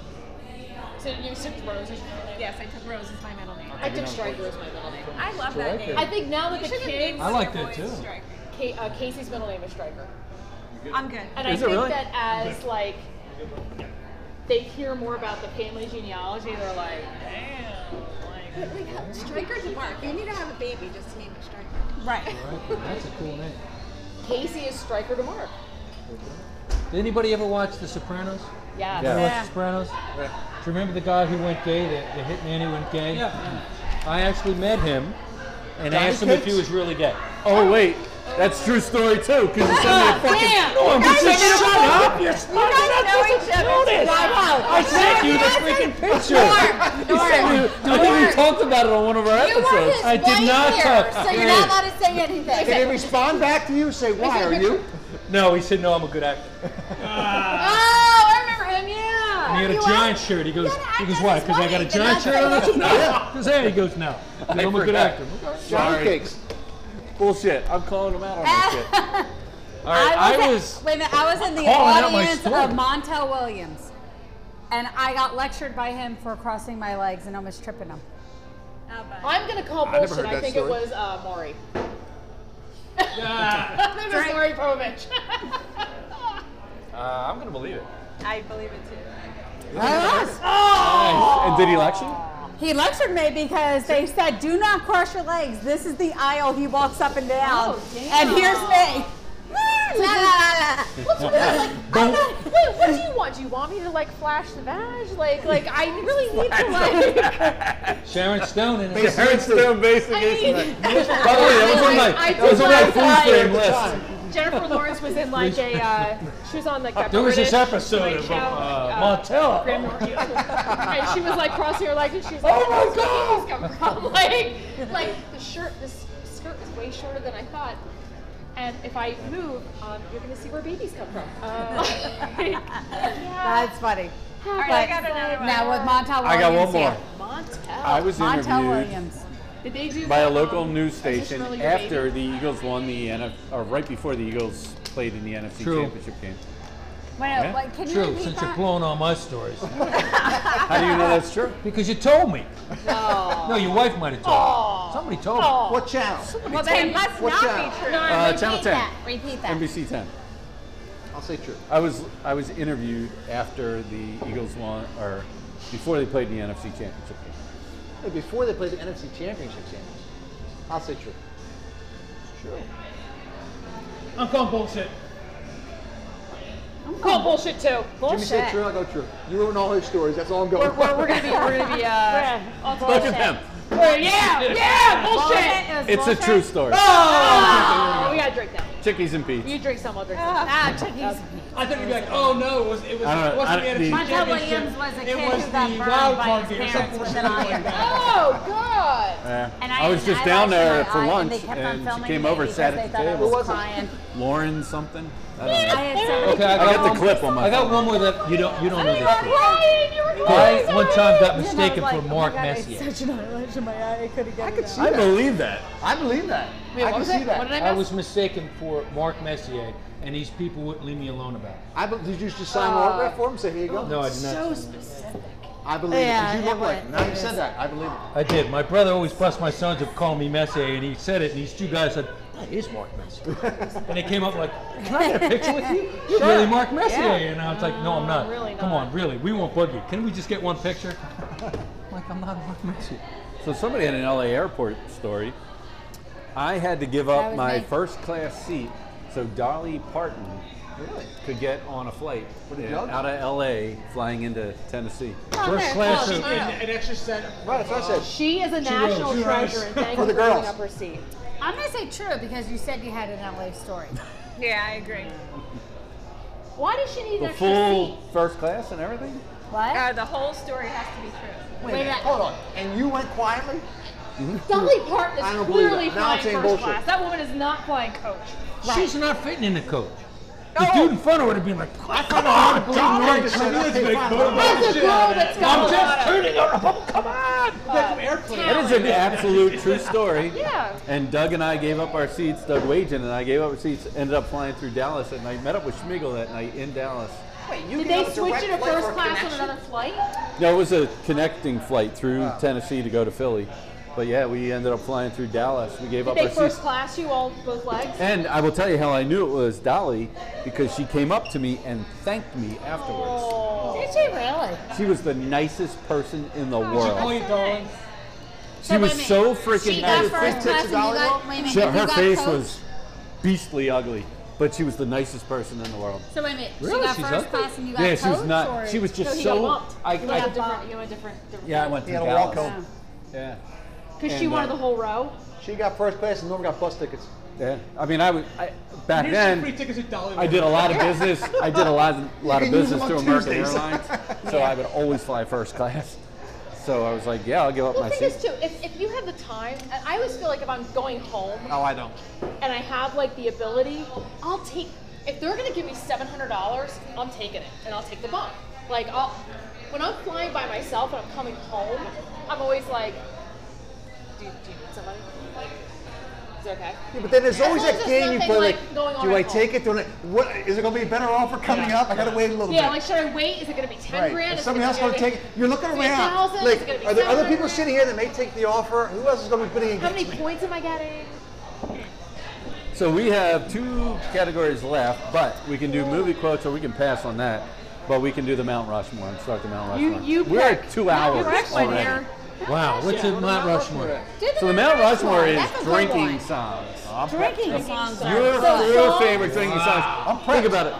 Speaker 4: So you took Rose as your middle name.
Speaker 10: Yes, I took Rose as my middle name.
Speaker 4: I took Stryker as my middle name.
Speaker 10: I love
Speaker 8: like
Speaker 10: that
Speaker 8: it.
Speaker 10: name.
Speaker 4: I think now that the
Speaker 10: should have
Speaker 4: kids,
Speaker 10: named
Speaker 8: I like
Speaker 10: your
Speaker 8: that
Speaker 10: boys
Speaker 8: too.
Speaker 10: Striker.
Speaker 4: Ca- uh, Casey's middle name is Stryker.
Speaker 10: I'm good.
Speaker 4: And
Speaker 2: Is it
Speaker 4: I think
Speaker 2: really?
Speaker 4: that as like they hear more about the family genealogy, they're like, damn. like,
Speaker 10: Striker's a mark. You need to have a baby just to name it Striker.
Speaker 7: Right.
Speaker 8: That's a cool name.
Speaker 4: Casey is Stryker to Mark.
Speaker 8: Did anybody ever watch The Sopranos?
Speaker 4: Yeah.
Speaker 8: Ever
Speaker 2: Yeah.
Speaker 8: watch The Sopranos? Do you remember the guy who went gay, the, the hitman who went gay?
Speaker 5: Yeah.
Speaker 8: I actually met him and
Speaker 1: Johnny
Speaker 8: asked him if he
Speaker 1: Cakes?
Speaker 8: was really gay.
Speaker 2: Oh wait, that's true story too. Because you sent me a fucking.
Speaker 4: Oh, Damn!
Speaker 2: No, I'm just shut up. You're smart
Speaker 10: guys
Speaker 2: enough
Speaker 10: know
Speaker 2: to
Speaker 10: each other.
Speaker 2: notice. I sent you the freaking picture. You sent me- I think we talked about it on one of our
Speaker 7: You were
Speaker 2: episodes.
Speaker 7: his
Speaker 8: I did
Speaker 7: wife
Speaker 8: not
Speaker 7: here,
Speaker 8: talk-
Speaker 7: so you're not allowed to say anything.
Speaker 1: Did he respond back to you? Say, why are you?
Speaker 8: No, he said, no, I'm a good actor.
Speaker 7: Oh, I remember him. Yeah.
Speaker 8: And he had a
Speaker 7: You
Speaker 8: giant
Speaker 7: asked-
Speaker 8: shirt. He goes,
Speaker 7: You gotta
Speaker 8: he
Speaker 7: act
Speaker 8: goes,
Speaker 7: as
Speaker 8: why?
Speaker 7: his
Speaker 8: Because I got a
Speaker 7: wife,
Speaker 8: giant
Speaker 7: and
Speaker 8: shirt
Speaker 7: not
Speaker 8: on? I
Speaker 7: the-
Speaker 8: said, no. Because there he goes, no. 'Cause
Speaker 2: I
Speaker 8: I'm a good
Speaker 2: forgot.
Speaker 8: actor. Okay.
Speaker 1: Johnny
Speaker 2: Sorry.
Speaker 1: Cakes.
Speaker 2: Bullshit. I'm calling him out on this shit. All right,
Speaker 7: I was,
Speaker 2: I
Speaker 7: at-
Speaker 2: was.
Speaker 7: wait a minute, I was in the
Speaker 8: calling out my
Speaker 7: audience
Speaker 8: story.
Speaker 7: of Montel Williams, and I got lectured by him for crossing my legs and almost tripping him.
Speaker 10: I'll buy it.
Speaker 4: I'm gonna call
Speaker 1: never
Speaker 4: bullshit.
Speaker 1: heard
Speaker 4: I,
Speaker 1: that
Speaker 4: think
Speaker 1: story.
Speaker 4: it was uh, Maury.
Speaker 5: Ah,
Speaker 4: I think it was Maury Povich.
Speaker 2: Uh, I'm gonna believe it.
Speaker 10: I believe it too.
Speaker 2: Nice. And did he like you?
Speaker 7: He lectured me because they said, "Do not cross your legs. This is the aisle he walks up and down,
Speaker 4: Oh, damn.
Speaker 7: and here's me." La, la, la, la.
Speaker 4: What's with that? Like, I'm not, wait, what do you want? Do you want me to like flash the badge? Like, like I really need to like.
Speaker 8: Sharon Stone in it.
Speaker 2: Sharon Stone
Speaker 4: I
Speaker 2: basically.
Speaker 4: mean,
Speaker 2: By the way, that was on my,
Speaker 4: I
Speaker 2: that was on my
Speaker 4: took my
Speaker 2: food frame
Speaker 4: time.
Speaker 2: list.
Speaker 4: Jennifer Lawrence was in like a. Uh, she was on like that.
Speaker 8: There was this
Speaker 4: British
Speaker 8: episode
Speaker 4: late
Speaker 8: of
Speaker 4: show,
Speaker 8: uh,
Speaker 4: uh,
Speaker 8: Montel.
Speaker 4: Graham Norton. and she was like crossing her legs, and she was like,
Speaker 2: Oh my
Speaker 4: "Where's these come from?" Like, like the shirt, this skirt is way shorter than I thought. And if I move, um, you're going to see where babies come from. Uh,
Speaker 7: That's funny.
Speaker 4: All right,
Speaker 7: But
Speaker 4: I got another one.
Speaker 7: Now with Montel
Speaker 2: I got one
Speaker 7: Williams, yeah.
Speaker 2: more.
Speaker 4: Montel.
Speaker 2: I was
Speaker 7: Montel
Speaker 2: interviewed
Speaker 7: Williams.
Speaker 4: Did they do
Speaker 2: by a
Speaker 4: the,
Speaker 2: local
Speaker 4: um,
Speaker 2: news
Speaker 4: Is This
Speaker 2: station
Speaker 4: Really Your
Speaker 2: after
Speaker 4: Baby?
Speaker 2: the Eagles won the NF, or right before the Eagles played in the NFC
Speaker 8: True.
Speaker 2: Championship game.
Speaker 7: Wait,
Speaker 2: Yeah.
Speaker 7: what- can you
Speaker 8: True,
Speaker 7: repeat
Speaker 8: since you're
Speaker 7: that?
Speaker 8: blowing all my stories.
Speaker 2: How do you know that's true?
Speaker 8: because you told me.
Speaker 4: No.
Speaker 8: No, your wife might have told me. Somebody told me.
Speaker 1: What channel?
Speaker 4: Well, then let's
Speaker 1: What's that?
Speaker 4: not be true.
Speaker 2: Uh, Channel 10,
Speaker 7: Repeat that.
Speaker 2: NBC 10.
Speaker 1: I'll say true.
Speaker 2: I was I was interviewed after the Eagles won, or before they played in the NFC Championship game.
Speaker 1: Hey, Before they played the NFC Championship games, I'll say true.
Speaker 5: I'm calling bullshit.
Speaker 4: I'm calling bullshit too.
Speaker 1: Jimmy said true, I'll go true. You ruin all his stories. That's all I'm going
Speaker 4: We're, we're, we're gonna be we're gonna be uh on
Speaker 2: Look at them.
Speaker 4: Well, yeah yeah bullshit.
Speaker 7: Bullshit
Speaker 2: It's a
Speaker 7: is bullshit. Ah!
Speaker 2: true story.
Speaker 4: Oh, we gotta drink now.
Speaker 2: Chickies and peas.
Speaker 4: You drink some, I'll drink some.
Speaker 7: Ah, Chucky's.
Speaker 5: I thought you'd be like, oh no, it was it was
Speaker 2: I don't-
Speaker 5: it wasn't
Speaker 2: I don't-
Speaker 5: the NFC
Speaker 2: the-
Speaker 7: Montel
Speaker 5: championship.
Speaker 7: Williams was a
Speaker 5: it
Speaker 7: kid
Speaker 5: was
Speaker 7: who got
Speaker 5: the
Speaker 7: burned
Speaker 5: wild
Speaker 7: by
Speaker 5: card
Speaker 7: his
Speaker 5: game or
Speaker 7: parents
Speaker 5: something.
Speaker 7: with an
Speaker 5: like
Speaker 7: iron.
Speaker 5: that.
Speaker 4: Oh God.
Speaker 2: Yeah.
Speaker 7: And
Speaker 2: I, was just
Speaker 7: I
Speaker 2: down
Speaker 7: lost
Speaker 2: there
Speaker 7: my
Speaker 2: for
Speaker 7: eye,
Speaker 2: lunch,
Speaker 7: they kept on
Speaker 2: and she
Speaker 7: filming
Speaker 2: came
Speaker 7: me
Speaker 2: over,
Speaker 7: because
Speaker 2: sat
Speaker 7: they
Speaker 2: at the
Speaker 7: thought I
Speaker 2: table.
Speaker 7: was
Speaker 1: was it?
Speaker 7: crying.
Speaker 2: Lauren something. I don't
Speaker 7: I
Speaker 2: know.
Speaker 7: had so
Speaker 8: Okay, I
Speaker 2: I
Speaker 8: got,
Speaker 2: got
Speaker 8: one-
Speaker 2: the clip on my.
Speaker 8: I got
Speaker 2: phone.
Speaker 8: one more that you don't you don't know
Speaker 4: You were
Speaker 8: this. story.
Speaker 4: crying. You were crying.
Speaker 8: I one time got mistaken
Speaker 7: like,
Speaker 8: for
Speaker 7: oh my
Speaker 8: Mark
Speaker 7: God, I
Speaker 8: Messier.
Speaker 7: Such an eyelash in my eye, I couldn't get
Speaker 1: I
Speaker 7: it
Speaker 1: could
Speaker 7: out.
Speaker 1: see
Speaker 2: I
Speaker 1: that.
Speaker 2: believe that.
Speaker 1: I believe that.
Speaker 4: Wait,
Speaker 1: I
Speaker 4: what
Speaker 1: can
Speaker 4: was
Speaker 1: see
Speaker 4: it?
Speaker 1: that.
Speaker 4: What did I
Speaker 8: I
Speaker 4: miss?
Speaker 8: was mistaken for Mark Messier, and these people wouldn't leave me alone about it.
Speaker 1: I be- did you just sign an
Speaker 4: Uh,
Speaker 1: autograph for him? and Say, here you go.
Speaker 8: No, I did not.
Speaker 1: I believe
Speaker 7: Yeah,
Speaker 1: it. 'Cause
Speaker 7: it
Speaker 1: You look like
Speaker 7: was-
Speaker 1: it. Now
Speaker 7: it
Speaker 1: you said
Speaker 7: is.
Speaker 1: that. I believe it.
Speaker 8: I did. My brother always busts my sons up calling me Messier, and he said it, and these two guys said, That is Mark Messier. and they came up like, Can I get a picture with you? You're really Mark Messier. And I was like, No, I'm not.
Speaker 4: really
Speaker 8: Come
Speaker 4: not."
Speaker 8: on, really. We won't bug you. Can we just get one picture? I'm like, I'm not Mark Messier.
Speaker 2: So somebody had an LA airport story. I had to give
Speaker 7: That
Speaker 2: up
Speaker 7: was
Speaker 2: my
Speaker 7: me.
Speaker 2: first class seat so Dolly Parton
Speaker 1: Really?
Speaker 2: could get on a flight
Speaker 1: With the
Speaker 2: in-
Speaker 1: drugs?
Speaker 2: out of LA, flying into Tennessee.
Speaker 8: First class.
Speaker 4: Oh,
Speaker 8: of-
Speaker 4: yeah.
Speaker 5: And it actually said,
Speaker 1: Right, that's what I said.
Speaker 4: She is a national
Speaker 5: Two rows.
Speaker 4: treasure, and thank
Speaker 1: For
Speaker 4: you for
Speaker 1: the
Speaker 4: giving
Speaker 1: girls.
Speaker 4: up her seat.
Speaker 7: I'm gonna say true because you said you had an LA story.
Speaker 10: Yeah, I agree.
Speaker 4: Why does she need an
Speaker 2: The
Speaker 4: extra
Speaker 2: full
Speaker 4: seat?
Speaker 2: first class and everything.
Speaker 7: What?
Speaker 10: Uh, the whole story has to be true.
Speaker 1: Wait a minute. Hold on. And you went quietly?
Speaker 4: Dolly Parton
Speaker 1: I
Speaker 4: is
Speaker 1: don't believe
Speaker 4: clearly
Speaker 1: it. Now I'm
Speaker 4: flying
Speaker 1: saying
Speaker 4: first
Speaker 1: bullshit.
Speaker 4: class. That woman is not flying coach.
Speaker 8: She's not fitting in the coach. The dude in front of her would have been like, Come on,
Speaker 1: Dolly just said, okay, fine.
Speaker 4: That's a girl that's got
Speaker 8: I'm
Speaker 4: a lot
Speaker 8: just
Speaker 4: of-
Speaker 8: turning on a bubble. Come on.
Speaker 2: That is an absolute true story.
Speaker 4: Yeah.
Speaker 2: And Doug and I gave up our seats. Doug Wagen and I gave up our seats. Ended up flying through Dallas at night. Met up with Schmigel that night in Dallas.
Speaker 1: Wait, you gave
Speaker 4: Did they
Speaker 1: up a
Speaker 4: switch
Speaker 1: direct
Speaker 4: you to
Speaker 1: flight
Speaker 4: first
Speaker 1: for a
Speaker 4: class on
Speaker 1: connection?
Speaker 4: another flight?
Speaker 2: No, it was a connecting flight through Tennessee to go to Philly. But yeah, we ended up flying through Dallas. We gave
Speaker 4: Did
Speaker 2: up
Speaker 4: they
Speaker 2: our
Speaker 4: first
Speaker 2: seats.
Speaker 4: class you all both legs?
Speaker 2: And I will tell you how I knew it was Dolly because she came up to me and thanked me afterwards.
Speaker 4: Oh.
Speaker 7: Did she really?
Speaker 2: She was the nicest person in the
Speaker 8: Call
Speaker 2: world.
Speaker 8: you, darling.
Speaker 2: She was
Speaker 7: wait a
Speaker 2: so
Speaker 7: minute.
Speaker 2: freaking
Speaker 7: She
Speaker 2: nice.
Speaker 7: got first
Speaker 1: Fifty
Speaker 7: class and you
Speaker 1: dollars
Speaker 7: got, wait a minute,
Speaker 2: She-
Speaker 7: you
Speaker 2: her
Speaker 7: got
Speaker 2: face
Speaker 7: coach?
Speaker 2: was beastly ugly, but she was the nicest person in the world.
Speaker 7: So wait a minute,
Speaker 8: Really?
Speaker 7: she got
Speaker 8: She's
Speaker 7: first
Speaker 8: ugly?
Speaker 7: class and you got
Speaker 2: yeah,
Speaker 7: coach?
Speaker 2: she was not.
Speaker 7: or-
Speaker 2: She was just
Speaker 4: No, he got
Speaker 2: so.
Speaker 4: bumped.
Speaker 2: I,
Speaker 4: You went a
Speaker 2: I,
Speaker 4: different. You went a different. different
Speaker 2: yeah, I went to
Speaker 1: He had a
Speaker 2: Dallas.
Speaker 1: walkover.
Speaker 2: Yeah,
Speaker 4: Because she
Speaker 2: And,
Speaker 4: wanted
Speaker 2: uh,
Speaker 4: the whole row.
Speaker 1: She got first class and Norm got bus tickets.
Speaker 2: yeah. I mean, I was I, back
Speaker 5: here's some free
Speaker 2: then.
Speaker 5: tickets at Dollywood.
Speaker 2: I did a lot of business. I did a lot, of, lot of
Speaker 1: can use
Speaker 2: business
Speaker 1: them
Speaker 2: through
Speaker 1: on
Speaker 2: American
Speaker 1: Tuesdays.
Speaker 2: Airlines, so I would always fly first class. So I was like, yeah, I'll give up
Speaker 4: Well,
Speaker 2: my
Speaker 4: the thing is
Speaker 2: seat.
Speaker 4: too, if, if you have the time, and I always feel like if I'm going home
Speaker 1: Oh, I don't.
Speaker 4: and I have like the ability, I'll take. If they're gonna give me seven hundred dollars, I'm taking it, and I'll take the bump. Like I'll, when I'm flying by myself and I'm coming home, I'm always like, do, do you need somebody? Like, is it okay?
Speaker 1: Yeah, but then there's
Speaker 4: As
Speaker 1: always
Speaker 4: long
Speaker 1: that
Speaker 4: as there's
Speaker 1: game you
Speaker 4: nothing,
Speaker 1: play like,
Speaker 4: like, going on
Speaker 1: do I
Speaker 4: at
Speaker 1: take it? Don't I, what, is it going to be a better offer coming up? I got to wait a little
Speaker 4: Yeah,
Speaker 1: bit.
Speaker 4: like should I wait? Is it gonna be ten
Speaker 1: Right.
Speaker 4: grand?
Speaker 1: Is
Speaker 4: Is it
Speaker 1: somebody else going to
Speaker 4: be-
Speaker 1: take it? You're looking around.
Speaker 4: 3,000? Is it
Speaker 1: Like,
Speaker 4: gonna be
Speaker 1: are there other people
Speaker 4: 700?
Speaker 1: sitting here that may take the offer? Who else is going to be bidding
Speaker 4: How
Speaker 1: against
Speaker 4: many
Speaker 1: me?
Speaker 4: points am I getting?
Speaker 2: So we have two categories left, but we can do movie quotes or we can pass on that. But we can do the Mount Rushmore and start the Mount Rushmore.
Speaker 4: you
Speaker 2: We're at
Speaker 4: pick.
Speaker 2: two
Speaker 4: Mount
Speaker 2: hours
Speaker 4: Rushmore.
Speaker 2: already.
Speaker 8: Wow, what's in Mount Rushmore?
Speaker 7: Do
Speaker 2: So the Mount Rushmore is
Speaker 7: That's a good
Speaker 2: drinking
Speaker 7: one.
Speaker 2: songs.
Speaker 7: Drinking songs. are
Speaker 2: Your,
Speaker 7: good.
Speaker 2: your favorite drinking songs. Think about it.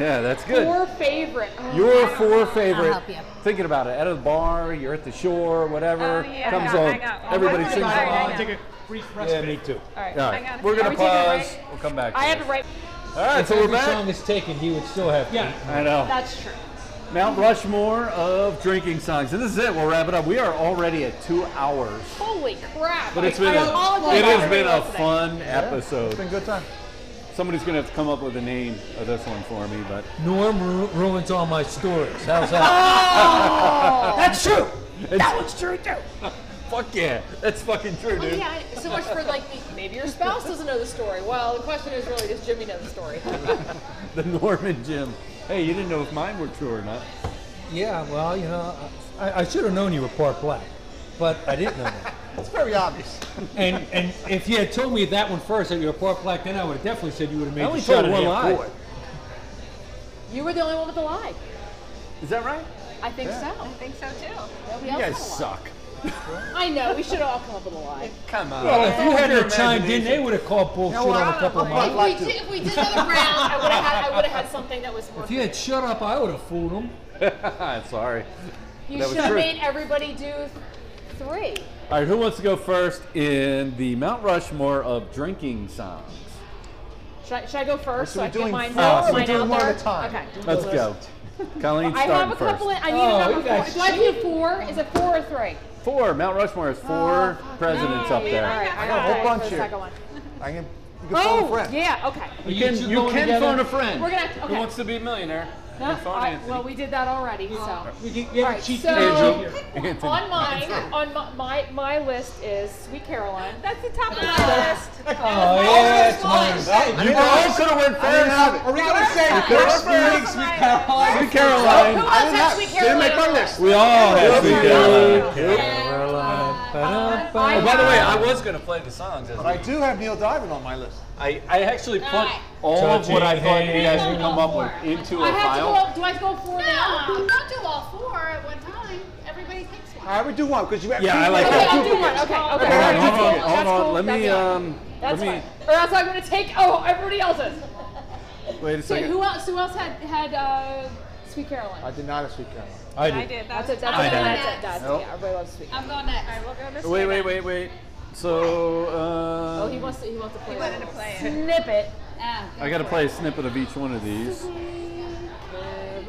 Speaker 2: Yeah, that's good.
Speaker 4: Your favorite. Oh,
Speaker 2: Your four favorite.
Speaker 7: help you.
Speaker 2: Thinking about it. At a bar, you're at the shore, whatever.
Speaker 10: Oh, yeah, I
Speaker 2: comes
Speaker 10: got-
Speaker 2: on.
Speaker 10: I got one.
Speaker 2: Everybody
Speaker 10: Why
Speaker 2: sings
Speaker 10: don't we
Speaker 2: along.
Speaker 10: try
Speaker 5: I'll
Speaker 10: I know.
Speaker 5: take a brief
Speaker 8: Yeah,
Speaker 5: respite.
Speaker 8: me too.
Speaker 10: All right,
Speaker 2: All
Speaker 10: I
Speaker 2: right.
Speaker 10: got it.
Speaker 2: We're
Speaker 10: Are
Speaker 2: going
Speaker 10: we
Speaker 2: to
Speaker 10: taking a break?
Speaker 2: pause. We'll come back.
Speaker 4: I
Speaker 2: to
Speaker 4: had to
Speaker 2: this.
Speaker 4: write.
Speaker 2: All right,
Speaker 8: If
Speaker 2: so we're
Speaker 8: every song
Speaker 2: back.
Speaker 8: is taken, he would still have
Speaker 5: Yeah.
Speaker 8: eight.
Speaker 2: I know.
Speaker 4: That's true.
Speaker 2: Mount Rushmore of drinking songs. And this is it. We'll wrap it up. We are already at two hours.
Speaker 4: Holy crap!
Speaker 2: But it's
Speaker 4: I-
Speaker 2: been
Speaker 4: I
Speaker 2: a,
Speaker 4: apologize
Speaker 2: it
Speaker 4: to
Speaker 2: has been
Speaker 4: everyone
Speaker 2: a
Speaker 4: listening.
Speaker 2: fun episode.
Speaker 1: It's been a good time.
Speaker 2: Somebody's gonna have to come up with a name of this one for me, but
Speaker 8: Norm ru- ruins all my stories. How's that?
Speaker 2: that's true. that one's true too. Fuck yeah, that's fucking true,
Speaker 4: Well,
Speaker 2: dude.
Speaker 4: yeah, I- so much for like the, maybe your spouse doesn't know the story. Well, the question is really, does Jimmy know the story?
Speaker 2: The Norman Jim. Hey, you didn't know if mine were true or not.
Speaker 8: yeah, well, you know, I, I should have known you were part black, but I didn't know that.
Speaker 1: It's very obvious.
Speaker 8: And and if you had told me that one first that you were part black, then I would have definitely said you would have made
Speaker 2: I only
Speaker 8: the shot
Speaker 2: told
Speaker 8: at
Speaker 2: one
Speaker 8: the
Speaker 2: lie.
Speaker 8: boy.
Speaker 4: you were the only one with a lie.
Speaker 2: Is that right?
Speaker 4: I think so.
Speaker 10: I think so too.
Speaker 4: Nobody
Speaker 2: You
Speaker 4: else
Speaker 2: guys
Speaker 4: had a lie.
Speaker 2: suck.
Speaker 4: I know. We should all come up with a lie.
Speaker 1: Uh,
Speaker 2: Come on.
Speaker 8: Well, if you hadn't have chimed in,
Speaker 2: imagination.
Speaker 8: they would have called bullshit
Speaker 1: what?
Speaker 8: on a couple of
Speaker 1: I'm
Speaker 8: mine.
Speaker 1: not- like
Speaker 4: if, we
Speaker 1: to.
Speaker 4: did, if we did another round, I would have had. I would have had something that was more.
Speaker 8: If you had shut up, I would have fooled them.
Speaker 2: Sorry.
Speaker 4: You
Speaker 2: That was
Speaker 4: should have
Speaker 2: true.
Speaker 4: made everybody do three.
Speaker 2: All right, who wants to go first in the Mount Rushmore of drinking songs?
Speaker 4: Should I, should I go first so
Speaker 1: we're
Speaker 4: I can get
Speaker 1: doing
Speaker 4: mine,
Speaker 1: four.
Speaker 4: out-
Speaker 1: We're
Speaker 4: mine
Speaker 1: doing
Speaker 4: out
Speaker 1: one
Speaker 4: there?
Speaker 1: at a time.
Speaker 4: Okay.
Speaker 2: Let's go. Colleen,
Speaker 4: I have
Speaker 2: starting
Speaker 4: a
Speaker 2: first.
Speaker 4: couple. In, I need
Speaker 8: Oh,
Speaker 4: a
Speaker 8: you
Speaker 4: number
Speaker 8: guys
Speaker 4: four. Do I need a four? Is it four or three?
Speaker 2: Four. Mount Rushmore has
Speaker 4: Oh,
Speaker 2: four presidents up there.
Speaker 4: All right, I
Speaker 1: got a whole
Speaker 4: got
Speaker 1: bunch
Speaker 4: for the
Speaker 1: here.
Speaker 4: second one.
Speaker 1: I can, you can phone a
Speaker 4: Oh,
Speaker 1: friend.
Speaker 4: yeah. Okay.
Speaker 2: You can,
Speaker 8: two
Speaker 2: you
Speaker 8: going
Speaker 2: can
Speaker 8: together?
Speaker 2: phone a friend.
Speaker 4: We're gonna-
Speaker 2: Who
Speaker 4: okay.
Speaker 2: wants to be a millionaire?
Speaker 4: No,
Speaker 2: You can phone
Speaker 4: I-
Speaker 2: Anthony.
Speaker 4: well, we did that already, so.
Speaker 8: You can-
Speaker 4: All
Speaker 8: you have
Speaker 4: right,
Speaker 8: a cheat
Speaker 4: so
Speaker 8: code.
Speaker 2: Andrew. Anthony.
Speaker 4: on mine, on my, my my list is Sweet Caroline.
Speaker 10: That's the top of the list.
Speaker 8: Oh, yeah, it's mine.
Speaker 1: You all could have went first. I didn't have it.
Speaker 8: Are we going to say first meeting, sweet Caroline?
Speaker 2: Sweet Caroline.
Speaker 4: Who
Speaker 1: didn't
Speaker 4: else has
Speaker 1: have-
Speaker 4: Sweet
Speaker 1: didn't
Speaker 4: Caroline?
Speaker 1: make my
Speaker 4: on
Speaker 1: list.
Speaker 2: We all have Sweet Caroline.
Speaker 8: Caroline.
Speaker 2: Oh, by the way, I was going to play the songs. As
Speaker 1: But I do have Neil Diamond on my list.
Speaker 2: I, I actually put all of what I thought you guys would come up with into
Speaker 4: I
Speaker 2: a
Speaker 4: have to go
Speaker 2: file.
Speaker 4: up, do I have to go four now?
Speaker 11: No, don't do all four at one time. Everybody picks one.
Speaker 1: All right, we do one because you have.
Speaker 2: Yeah,
Speaker 1: two
Speaker 2: I like
Speaker 1: more.
Speaker 4: Okay,
Speaker 2: that.
Speaker 4: I'll do one, okay, okay.
Speaker 2: Hold on,
Speaker 1: That's
Speaker 2: hold on, hold
Speaker 1: cool.
Speaker 2: on. Let
Speaker 4: That's
Speaker 2: me,
Speaker 4: cool.
Speaker 2: um, let
Speaker 4: That's
Speaker 2: me,
Speaker 4: fine. Or else I'm gonna take, oh, everybody else's.
Speaker 2: wait a
Speaker 4: So
Speaker 2: second.
Speaker 4: who else, who else had, had, uh, Sweet Caroline?
Speaker 1: I did not have Sweet Caroline.
Speaker 8: I
Speaker 10: I
Speaker 8: did.
Speaker 10: did.
Speaker 4: That's
Speaker 10: That's
Speaker 4: it,
Speaker 10: it.
Speaker 4: that's
Speaker 2: I
Speaker 4: it,
Speaker 2: know.
Speaker 4: that's it, that's it,
Speaker 1: Nope.
Speaker 4: yeah, everybody loves Sweet.
Speaker 11: I'm going next.
Speaker 10: We'll go to
Speaker 2: Wait,
Speaker 10: Sweden.
Speaker 2: wait, wait, wait. So,
Speaker 4: Oh, he
Speaker 2: uh,
Speaker 4: wants to, he wants to play.
Speaker 10: You wanted to play it.
Speaker 4: Snippet.
Speaker 2: I got to play a snippet of each one of these.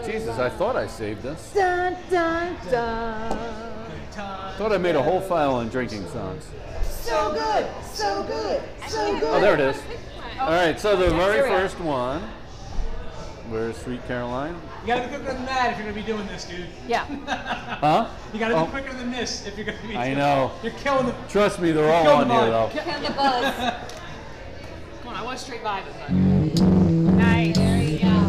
Speaker 2: Jesus, I thought I saved this.
Speaker 4: Dun, dun, dun.
Speaker 2: Thought I made a whole file on drinking songs.
Speaker 11: So good, so good, so
Speaker 2: Oh, there it is. All right, so the very
Speaker 4: Here we are.
Speaker 2: first one. Where's Sweet Caroline?
Speaker 5: You gotta be quicker than that if you're gonna be doing this, dude.
Speaker 4: Yeah.
Speaker 2: Huh?
Speaker 5: You gotta
Speaker 2: Oh.
Speaker 5: be quicker than this if you're gonna be.
Speaker 2: I
Speaker 5: doing-
Speaker 2: know.
Speaker 5: You're killing the.
Speaker 2: Trust me, they're all on
Speaker 5: Come
Speaker 2: here
Speaker 5: on.
Speaker 2: though.
Speaker 7: Count the buzz.
Speaker 4: Come on, I want straight vibes.
Speaker 10: Nice.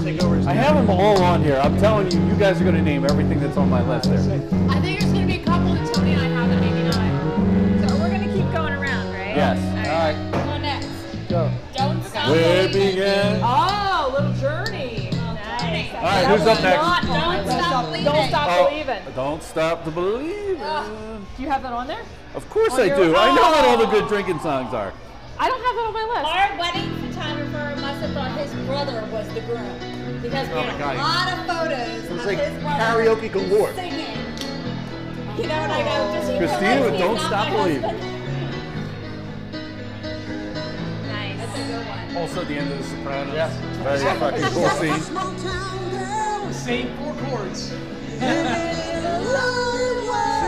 Speaker 1: Take over. his-
Speaker 2: I have them all on here. I'm telling you, you guys are gonna name everything that's on my list there.
Speaker 4: I think there's gonna be a couple that Tony and I have that maybe not.
Speaker 10: So we're gonna keep going around, right?
Speaker 2: Yes.
Speaker 10: All right.
Speaker 4: Don't stop.
Speaker 2: Where began? All
Speaker 4: Oh, little journey.
Speaker 10: Nice.
Speaker 2: right, who's up
Speaker 4: Not,
Speaker 2: next?
Speaker 4: don't stop believing. Don't stop
Speaker 2: Oh.
Speaker 4: believing.
Speaker 2: don't stop the believing.
Speaker 4: Do you have that on there?
Speaker 2: Of course
Speaker 4: On
Speaker 2: I
Speaker 4: your-
Speaker 2: do. I know what all the good drinking songs are.
Speaker 4: I don't have that on my
Speaker 11: Our wedding photographer must have thought his brother was the groom because we
Speaker 1: Oh my
Speaker 11: had
Speaker 1: God.
Speaker 11: a lot of photos
Speaker 1: It was
Speaker 11: of
Speaker 1: like
Speaker 11: his brother
Speaker 1: karaoke galore.
Speaker 11: singing. You know, and I go, does he
Speaker 2: Christina
Speaker 11: realize
Speaker 2: with
Speaker 11: he's
Speaker 2: Don't
Speaker 11: not
Speaker 2: Stop
Speaker 11: my husband?"
Speaker 10: Nice.
Speaker 2: Also, the end of The Sopranos.
Speaker 1: Yeah.
Speaker 2: Very fucking cool scene.
Speaker 5: Same four chords.
Speaker 2: So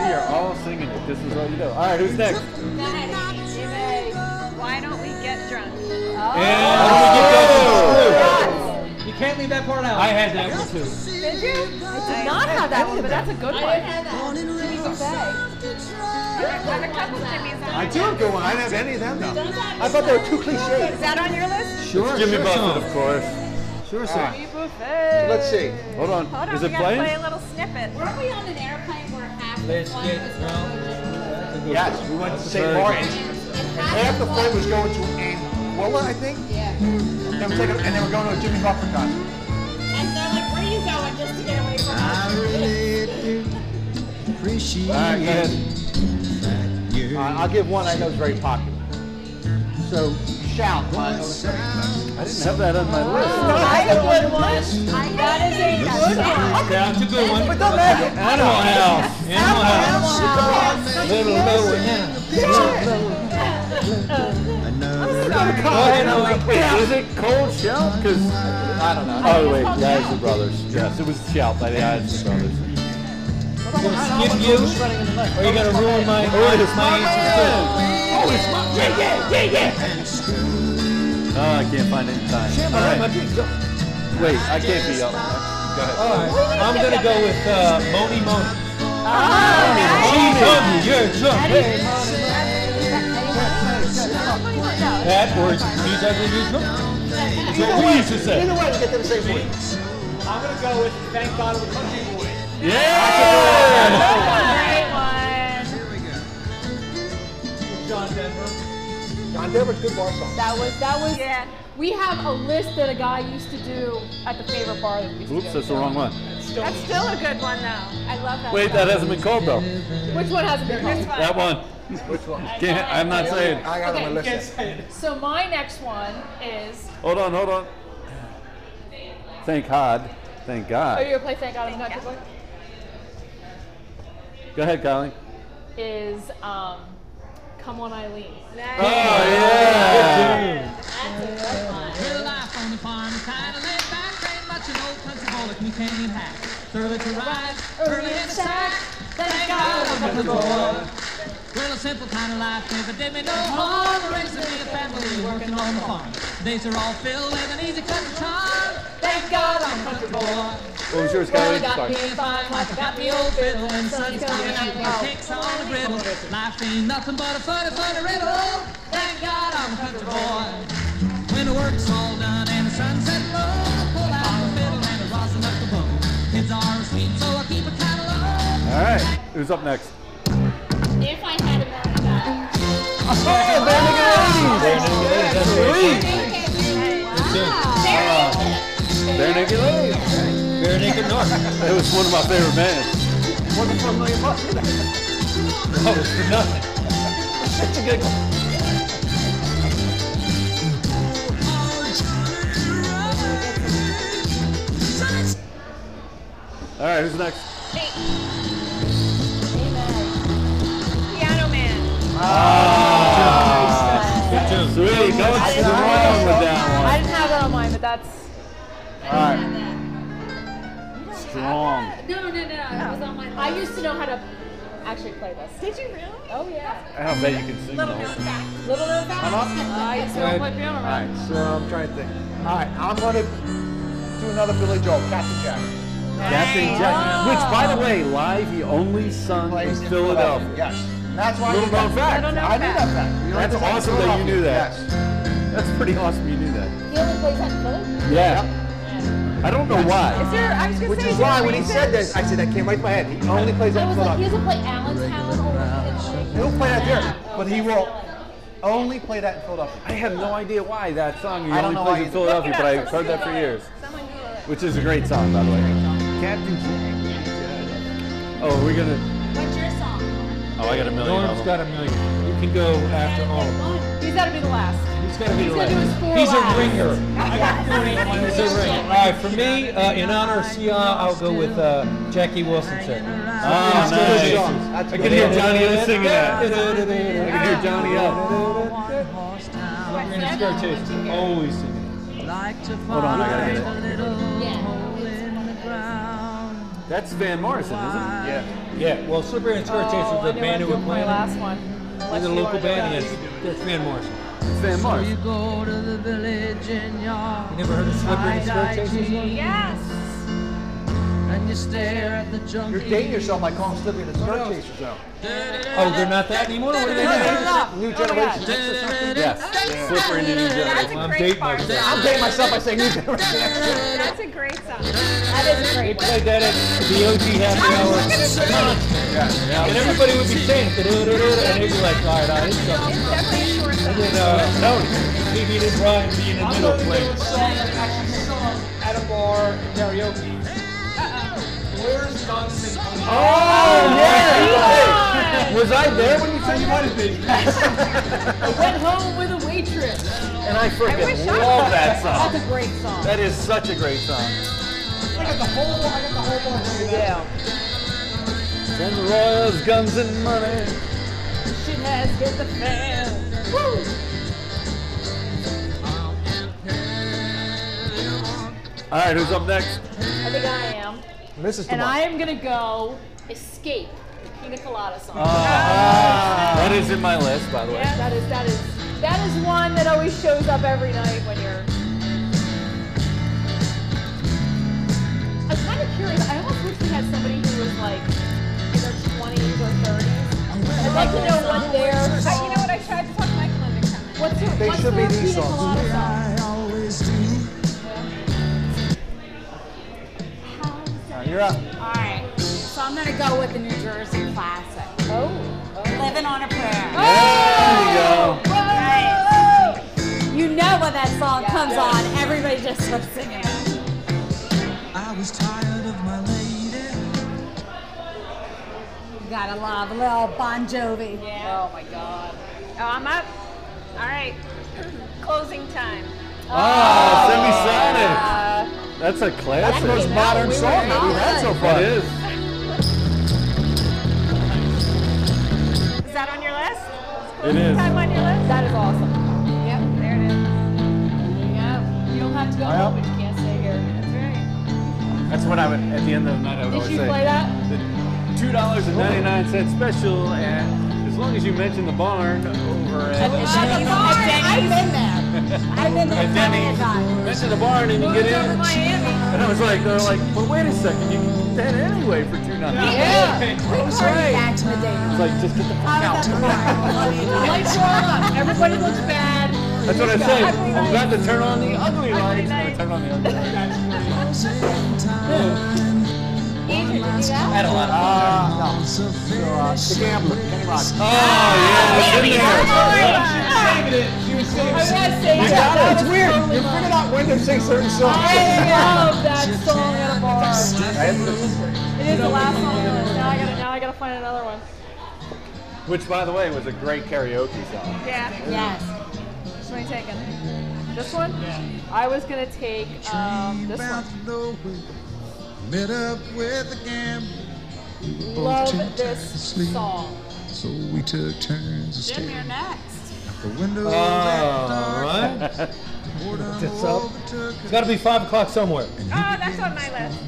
Speaker 2: you're all singing it. This is all you know. All right, who's next?
Speaker 10: Why don't we get drunk?
Speaker 2: Oh,
Speaker 8: You can't leave that part out. I had that one too.
Speaker 4: list. Did you? I did not have that one, but that's a good one.
Speaker 10: There's a couple Jimmy's on.
Speaker 1: I do have good one. I didn't have any of them though. I thought they were too cliche.
Speaker 10: Is that on your list?
Speaker 8: Sure,
Speaker 2: Jimmy
Speaker 8: sure
Speaker 2: Buffett,
Speaker 8: song.
Speaker 2: of course.
Speaker 8: Sure,
Speaker 1: All
Speaker 8: song.
Speaker 1: right,
Speaker 10: Buffet.
Speaker 1: Let's see.
Speaker 2: Hold on.
Speaker 10: Hold on,
Speaker 2: is
Speaker 10: we
Speaker 2: it
Speaker 10: gotta
Speaker 2: playing?
Speaker 10: play a little snippet.
Speaker 11: Weren't we on an airplane where half the
Speaker 8: Let's
Speaker 11: flight
Speaker 8: get
Speaker 11: was
Speaker 8: drunk. That's a good
Speaker 1: Yes, we went to St.
Speaker 2: very
Speaker 1: Martin's. Half the flight
Speaker 11: flight
Speaker 1: was going to Angola, I think.
Speaker 11: Yeah.
Speaker 1: They were taking, and they were going to a Jimmy Buffett concert.
Speaker 11: And they're like, where are you going just to get away from us?
Speaker 2: All right, go ahead.
Speaker 1: Uh, I'll give one I know is very popular. So, shout. by-
Speaker 2: I didn't have that on my list.
Speaker 11: That is a
Speaker 8: Yeah, that's a good one.
Speaker 1: Don't matter.
Speaker 8: Animal House. Animal House. Little lower now.
Speaker 2: Go ahead. I'm like, wait, is it Cold Shelf? Because I don't know. Oh wait, the Isley Brothers. Yes, it was Shelf by the Isley Brothers.
Speaker 8: Gonna skip you, or you gonna ruin Oh, my, my answer too.
Speaker 2: Oh, it's my yeah, yeah, yeah, yeah. Oh, I can't find it in time.
Speaker 1: Jim,
Speaker 2: All
Speaker 1: I
Speaker 2: right.
Speaker 1: might be-
Speaker 2: Wait, I can't be up. Go ahead.
Speaker 8: All right, I'm gonna go with uh, Moni Moni.
Speaker 11: Oh,
Speaker 8: Moni, you're drunk. That words, she's ugly, you drunk. That's what we used to say.
Speaker 1: Either way, you get to the same point.
Speaker 12: I'm gonna go with Thank God I'm a Country Boy.
Speaker 2: Yeah!
Speaker 12: John Denver.
Speaker 1: John Denver's good bar song.
Speaker 4: That was that was.
Speaker 10: Yeah.
Speaker 4: We have a list that a guy used to do at the favorite bar that we used
Speaker 2: Oops,
Speaker 4: to go
Speaker 2: that's the
Speaker 4: to.
Speaker 2: wrong one.
Speaker 10: That's still a good one, though. I love that.
Speaker 2: Wait,
Speaker 10: song.
Speaker 2: that hasn't been called though.
Speaker 4: Which one hasn't been
Speaker 10: This
Speaker 4: called?
Speaker 10: one.
Speaker 2: That one.
Speaker 1: Which one?
Speaker 2: Can't, I'm not saying.
Speaker 1: I got it on my
Speaker 12: Can't
Speaker 1: list.
Speaker 12: say it.
Speaker 4: So my next one is.
Speaker 2: Hold on, hold on. Thank God. Thank
Speaker 4: Oh,
Speaker 2: God.
Speaker 4: you're gonna play Thank God I'm a Country Boy?
Speaker 2: Go ahead, Colleen.
Speaker 4: Is um, Come On Eileen.
Speaker 2: Oh, yeah.
Speaker 5: life on the farm, kind of laid back, ain't much an old country boy like me can't hack. Thoroughly to ride, early in the sack, thank God I'm a country boy. Well, a simple kind of life never did me no harm, raising me a family, working on the farm. Days are all filled with an easy country charm, thank God I'm a country boy.
Speaker 2: What was yours,
Speaker 5: Well, I
Speaker 2: Colleen?
Speaker 5: got
Speaker 2: Sorry.
Speaker 5: me a fine wife, I got me old fiddle, and son's coming out with kicks on the griddle. Life ain't nothing but a funny, funny riddle. Thank God I'm a country boy. When the work's all done and the sun's set low, pull out the fiddle and the rosin up the bow. Kids are sweet, so I keep a catalog.
Speaker 2: All right. Who's up next?
Speaker 4: If I had a married guy.
Speaker 2: Oh, Sweet. Bare Naked Ladies.
Speaker 8: Bare naked north.
Speaker 2: It was one of my favorite bands.
Speaker 1: Wasn't for a million bucks. either.
Speaker 8: That was for nothing.
Speaker 2: That's a good one. All right, who's next?
Speaker 10: Piano Man.
Speaker 8: Good tune.
Speaker 2: Sweet. Ah. No, it's
Speaker 4: didn't
Speaker 2: wrong with that
Speaker 4: I didn't have that on mine, but that's.
Speaker 2: one. All right. Strong.
Speaker 4: No, no, no, no. It was on my. I used to know how to actually play this.
Speaker 10: Did you really?
Speaker 4: Oh yeah.
Speaker 2: I don't bet you can sing
Speaker 10: Little
Speaker 2: those.
Speaker 10: known fact.
Speaker 4: Little known fact.
Speaker 1: I'm up.
Speaker 4: I used to know how to play piano.
Speaker 1: All right, so I'm trying to think. All right, I'm gonna do another Billy Joel, Captain Jack.
Speaker 2: Captain Jack, which, by the way, live he only sung in
Speaker 1: Plays in
Speaker 2: Philadelphia.
Speaker 1: Yes, that's why. I
Speaker 2: Little
Speaker 1: knew that
Speaker 2: known fact.
Speaker 1: I knew that fact. You don't
Speaker 2: That's
Speaker 1: have to say
Speaker 2: awesome that you knew that.
Speaker 1: Philadelphia.
Speaker 2: That's pretty awesome. You knew that.
Speaker 4: He only plays that note.
Speaker 2: Yeah. I don't know why.
Speaker 10: Is there? I was
Speaker 1: Yes.
Speaker 10: gonna
Speaker 1: Which
Speaker 10: say,
Speaker 1: is
Speaker 10: there
Speaker 1: why
Speaker 10: a
Speaker 1: when he
Speaker 10: reason?
Speaker 1: said this, I said that came right to my head. He only plays
Speaker 4: I
Speaker 1: on
Speaker 4: was like, he
Speaker 1: Philadelphia.
Speaker 4: doesn't play Alan Talon or.
Speaker 1: He'll play that there, but he will only play that in Philadelphia.
Speaker 2: I have no idea why that song he
Speaker 1: I don't
Speaker 2: only
Speaker 1: know
Speaker 2: plays in
Speaker 1: why either.
Speaker 2: Philadelphia, but I've heard that for years. Which is a great song, by the way. Captain Jack. Oh, are we gonna?
Speaker 4: What's your song?
Speaker 2: Oh, I got a million.
Speaker 8: Norm's
Speaker 2: of them.
Speaker 8: got a million. You can go after all of them.
Speaker 4: He's gotta be the last.
Speaker 8: He's gotta be
Speaker 4: He's
Speaker 8: the
Speaker 4: gotta do his
Speaker 8: last.
Speaker 4: four
Speaker 8: He's
Speaker 4: laps.
Speaker 8: a ringer. I got 41. He's a ringer. All right, for me, uh, in honor of Sia, I'll go with uh, Jackie Wilson.
Speaker 2: Oh,
Speaker 8: That's good.
Speaker 2: nice.
Speaker 1: That's
Speaker 2: I
Speaker 1: good.
Speaker 2: can hear Johnny O singing that. I can
Speaker 8: that.
Speaker 2: hear Johnny O.
Speaker 8: Always singing.
Speaker 2: Hold on, I gotta get it.
Speaker 4: Yeah.
Speaker 2: That's Van Morrison, isn't
Speaker 1: Yeah.
Speaker 8: Yeah, well, Slippery and
Speaker 4: Oh,
Speaker 8: Square Chase was the band who were
Speaker 4: My
Speaker 8: playing.
Speaker 4: last one.
Speaker 8: And the local band, yes, that's Van Morrison.
Speaker 2: it? It's Van Morrison.
Speaker 5: Go to the village in your
Speaker 8: You never heard of Slippery and Square Chase? before?
Speaker 10: Yes.
Speaker 5: and you stare at the junkie.
Speaker 1: You're dating yourself by calling Slippery the Skirt Chasers, though.
Speaker 8: Oh, they're not that anymore? What are they now?
Speaker 1: New Generation X or something.
Speaker 2: Yes. Slippery and New Jersey.
Speaker 10: That's a
Speaker 8: I'm
Speaker 10: great
Speaker 8: dating
Speaker 10: bar
Speaker 8: myself.
Speaker 10: song.
Speaker 1: I'm dating myself by saying New Generation X.
Speaker 10: That's a great song.
Speaker 8: They played that at the OG Happy Hour. And everybody would be saying it, "Da-da-da-da," and they'd be like, all right, all right, it's something.
Speaker 10: It's definitely a short song.
Speaker 8: And, uh, no, he needed Brian being in the
Speaker 12: I'm
Speaker 8: middle
Speaker 12: gonna
Speaker 8: place.
Speaker 12: go with a song that actually sung at a bar karaoke.
Speaker 5: Uh-uh.
Speaker 12: Uh-oh. Where's Johnson?
Speaker 2: Oh, yeah! Was I there when you
Speaker 12: So you might have been.
Speaker 4: Went home with a waitress.
Speaker 2: And I freaking
Speaker 10: wish I-
Speaker 2: love that song.
Speaker 4: That's a great song.
Speaker 2: That is such a great song.
Speaker 12: I got the whole I got the whole bar. singing that.
Speaker 4: Yeah.
Speaker 2: Send the Royals, guns, and money.
Speaker 4: Shit has hit the fan. Woo!
Speaker 2: All right, who's up next?
Speaker 4: I think I am.
Speaker 1: Mrs.
Speaker 4: And I
Speaker 1: Tomorrow.
Speaker 4: am gonna go Escape,
Speaker 2: Oh,
Speaker 4: the Pina Colada song.
Speaker 2: that Ah. is in my list, by the way.
Speaker 4: That is that is That is one that always shows up every night when you're. I'm kind of curious. I almost wish we had somebody who was like in their 20s or 30s. I'd like to know what their.
Speaker 10: I- you know what? I tried to talk Michael into coming.
Speaker 4: What's your,
Speaker 1: They
Speaker 4: what's
Speaker 1: should be
Speaker 4: their
Speaker 1: these
Speaker 4: pina
Speaker 1: songs.
Speaker 4: colada song?
Speaker 2: Ah,
Speaker 1: Now you're up.
Speaker 7: All right. So I'm gonna go with the New Jersey classic,
Speaker 4: Oh.
Speaker 7: "Living on a Prayer."
Speaker 2: There you go.
Speaker 7: Right. You know when that song comes on, everybody just starts singing. it.
Speaker 13: I was tired of my lady.
Speaker 7: You gotta love a little Bon Jovi.
Speaker 4: Oh my God.
Speaker 10: Oh, I'm up. All right. Closing time.
Speaker 2: Ah, semi-sonic.
Speaker 4: Uh,
Speaker 2: That's a classic.
Speaker 1: Most modern
Speaker 4: we were
Speaker 1: song that we've had so far.
Speaker 2: It is.
Speaker 10: Is that on your list?
Speaker 2: It is.
Speaker 10: Time on your list?
Speaker 4: that is awesome.
Speaker 10: Yep, there it is.
Speaker 4: Yeah. You don't have to go home, but you can't stay here.
Speaker 10: That's right.
Speaker 2: That's what I would, at the end of the night, I would
Speaker 4: Did
Speaker 2: always
Speaker 4: you
Speaker 2: say.
Speaker 4: play that?
Speaker 2: The $2.99 special, and as long as you mention the barn over at,
Speaker 7: I've been there. I've been there
Speaker 2: at
Speaker 7: plenty of
Speaker 2: Denny's,
Speaker 7: times.
Speaker 2: mention the barn and you get in. And I was like, they're like, but wait a second, you can get in anyway for two ninety.
Speaker 4: Yeah.
Speaker 7: Party back in the day.
Speaker 2: It's like, just get the fuck
Speaker 7: I
Speaker 2: out.
Speaker 7: was at the bar. What do you do?
Speaker 4: Lights are on. Everybody looks bad.
Speaker 2: That's what I say. I'm about to turn on the ugly lights. I'm gonna turn on the ugly lights. Had a lot of fun.
Speaker 1: Ah, no. So, uh, the Gambler, Kenny Rogers.
Speaker 2: Oh, yeah, it's in there.
Speaker 5: Saving it. She was saving
Speaker 4: I
Speaker 5: it.
Speaker 4: was gonna say
Speaker 1: Yeah,
Speaker 4: that.
Speaker 1: it's weird. You figured out when to sing certain songs.
Speaker 4: I love that song at a bar.
Speaker 1: Right?
Speaker 4: It is the last song on the list. Now I gotta now I gotta find another one.
Speaker 2: Which, by the way, was a great karaoke song.
Speaker 10: Yeah.
Speaker 7: Yes.
Speaker 4: Which one are you taking? This one? I was gonna take um, this one.
Speaker 14: Met up with a gambler,
Speaker 4: Love this song.
Speaker 14: so we took turns of staring
Speaker 9: You're next.
Speaker 14: out the window.
Speaker 2: Oh, right.
Speaker 8: It's up. It's got to be five o'clock somewhere.
Speaker 10: Oh, that's on my list.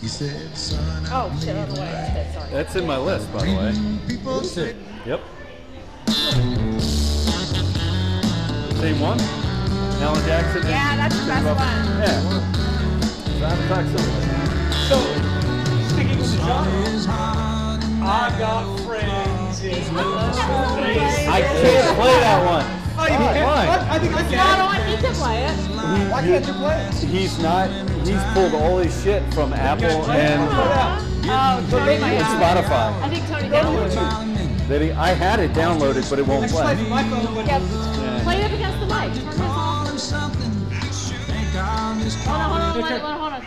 Speaker 14: He said, "Son, I
Speaker 4: Oh shit, I don't know what I just did, sorry.
Speaker 2: That's in my list, by the way.
Speaker 14: people say
Speaker 2: Yep. Same one? Alan Jackson? and-
Speaker 10: Yeah, that's the best one.
Speaker 2: Yeah. Five o'clock somewhere.
Speaker 5: So, sticking with the genre, I got friends in space.
Speaker 2: I can't play that one.
Speaker 5: Oh, you can't-
Speaker 2: Why?
Speaker 5: I think Oh, I can.
Speaker 4: on, you can play it.
Speaker 1: Why can't you play it?
Speaker 2: He's not, he's pulled all his shit from Apple and
Speaker 4: Oh, Tony Down.
Speaker 2: Spotify.
Speaker 4: I think Tony Down.
Speaker 2: That he, I had it downloaded, but it won't
Speaker 5: Play
Speaker 2: play.
Speaker 5: my phone with
Speaker 4: Yeah,
Speaker 2: Yeah.
Speaker 4: play it up against the mic. Turn this off. Hold on, hold on, hold on, hold on.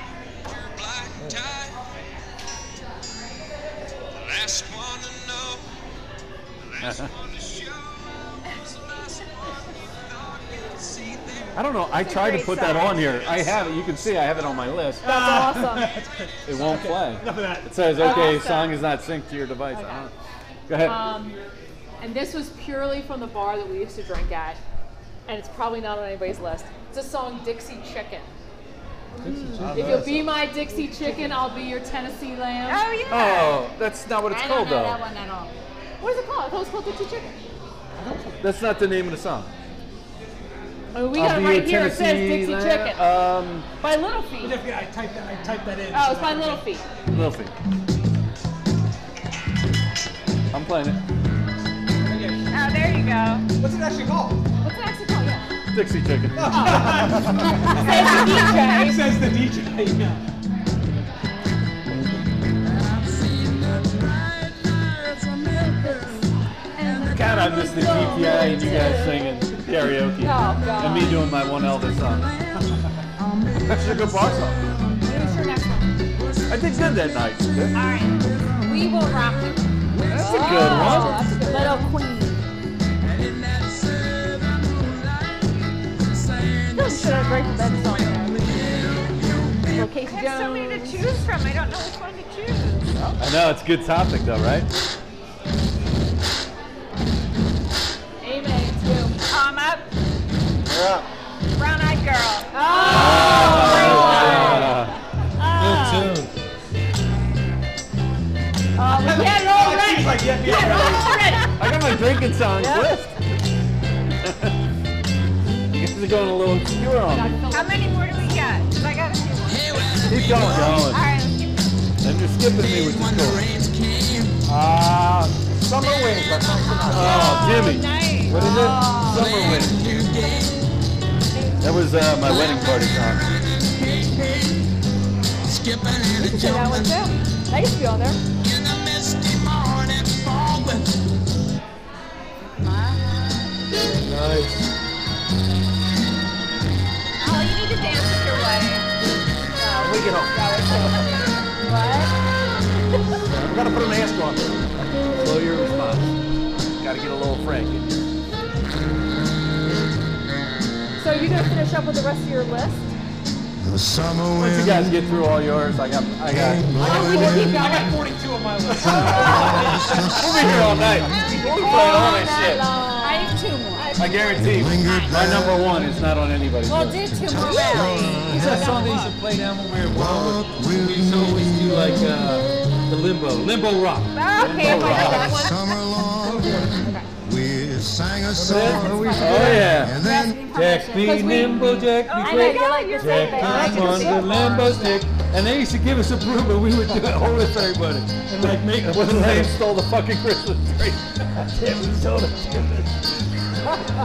Speaker 14: Last one to know, last one to show, was the last one you thought you'd see there.
Speaker 2: I don't know. I tried to put that on here. I have it. You can see I have it on my list.
Speaker 4: That's awesome.
Speaker 2: It won't play.
Speaker 5: that.
Speaker 2: It says, okay,
Speaker 4: awesome.
Speaker 2: song is not synced to your device. I don't know. Go ahead.
Speaker 4: Um, and this was purely from the bar that we used to drink at, and it's probably not on anybody's list. It's a song, Dixie Chicken. If you'll be my Dixie Chicken, I'll be your Tennessee lamb.
Speaker 10: Oh, yeah.
Speaker 2: oh, that's not what it's
Speaker 7: I
Speaker 2: called,
Speaker 7: don't know that
Speaker 2: though.
Speaker 7: one at all.
Speaker 4: What is it called? I thought it was called Dixie Chicken.
Speaker 2: That's not the name of the song.
Speaker 4: I mean, we
Speaker 2: I'll
Speaker 4: got it
Speaker 2: be
Speaker 4: right
Speaker 2: your
Speaker 4: here. It says
Speaker 2: Tennessee
Speaker 4: Dixie
Speaker 2: lamb.
Speaker 4: Chicken
Speaker 2: Um,
Speaker 4: by Little Feet.
Speaker 5: Yeah, I typed that, I typed that in.
Speaker 4: Oh, it's by Little Feet.
Speaker 2: Little Feet. I'm playing it.
Speaker 10: Oh, there you go.
Speaker 5: What's it actually called?
Speaker 4: What's it actually called? Yeah.
Speaker 2: Dixie
Speaker 4: Oh,
Speaker 2: Chicken.
Speaker 5: It says the DJ. Yeah.
Speaker 2: God, I miss the GPI and you guys singing karaoke.
Speaker 4: Oh, God.
Speaker 2: And me doing my one Elvis song.
Speaker 1: That's a good bar song.
Speaker 4: What's your next one?
Speaker 2: I did good that night.
Speaker 7: All right. We will rock you.
Speaker 2: That's a good one.
Speaker 4: that's a good
Speaker 7: Little Queen.
Speaker 4: Should I break the bed song? Little Casey
Speaker 10: There's so many to
Speaker 4: Jones.
Speaker 10: choose from. I don't know which one to choose.
Speaker 2: I know, it's a good topic, though, right?
Speaker 4: Amen. Too.
Speaker 10: Oh, I'm up.
Speaker 1: You're up.
Speaker 10: Brown Eyed Girl.
Speaker 2: Uh,
Speaker 8: Good tune.
Speaker 4: We had it all right.
Speaker 5: She's like, yeah, yeah.
Speaker 2: I got my drinking songs list. is going a little obscure on me.
Speaker 10: How many more do we get? 'Cause I got a few more.
Speaker 2: Keep going.
Speaker 10: All right, let's keep
Speaker 2: And you're skipping me with the score.
Speaker 1: Ah, summer wind. but not tonight.
Speaker 2: Oh, Jimmy. Oh,
Speaker 10: nice.
Speaker 2: What is it? Summer wind. That was uh, my wedding party song.
Speaker 10: You can that one too. Nice feel there.
Speaker 2: Nice.
Speaker 10: Oh, you need to dance with your
Speaker 1: We
Speaker 10: wife.
Speaker 1: get home. We gotta put a mask on.
Speaker 2: Slow your response. Got to get a little Frank in here.
Speaker 10: So you're gonna finish up with the rest of your list?
Speaker 2: Once you guys get through all yours, I got, I got,
Speaker 5: I got 42 on my list.
Speaker 2: we'll be here all night. We'll be playing all that shit.
Speaker 7: I have two more.
Speaker 2: I guarantee. My number one is not on anybody's
Speaker 7: Well,
Speaker 2: list.
Speaker 7: do two more rounds.
Speaker 8: Is that song that you should play down when we're walking? We used to always do like uh, the limbo, limbo rock.
Speaker 10: Okay, if I know that one.
Speaker 14: Summer long, we sang a
Speaker 2: Oh
Speaker 14: song.
Speaker 2: yeah.
Speaker 14: And then
Speaker 8: Jack be nimble, Jack be quick.
Speaker 10: God, you're
Speaker 8: Jack
Speaker 10: I
Speaker 8: climb on the limbo stick. And they used to give us a broom and we would do it all with everybody. And like make
Speaker 2: When
Speaker 8: one
Speaker 2: Lane
Speaker 8: lane.
Speaker 2: stole the fucking Christmas tree.
Speaker 8: It was so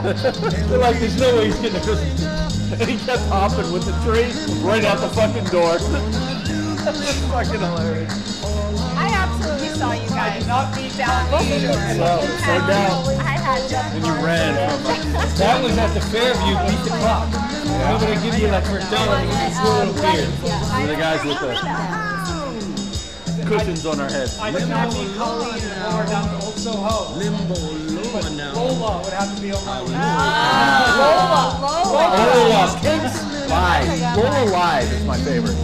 Speaker 8: They're like, there's no way he's getting a Christmas tree.
Speaker 2: And he kept hopping with the tree right out the fucking door. fucking hilarious.
Speaker 10: I absolutely saw you guys beat down the door.
Speaker 2: Well,
Speaker 10: You
Speaker 2: so
Speaker 10: had-
Speaker 2: now-
Speaker 10: I had just.
Speaker 2: And you ran.
Speaker 8: That was at the Fairview, beat the clock. Nobody would give you like McDonald's, you just swirl it up here.
Speaker 2: And the guys with the cushions on our heads.
Speaker 5: I did not beat Colleen in the bar down to Old Soho. Limbo, Luma now. Lola would have to be on my list.
Speaker 2: Lola Live. Live. Lola Live is my favorite.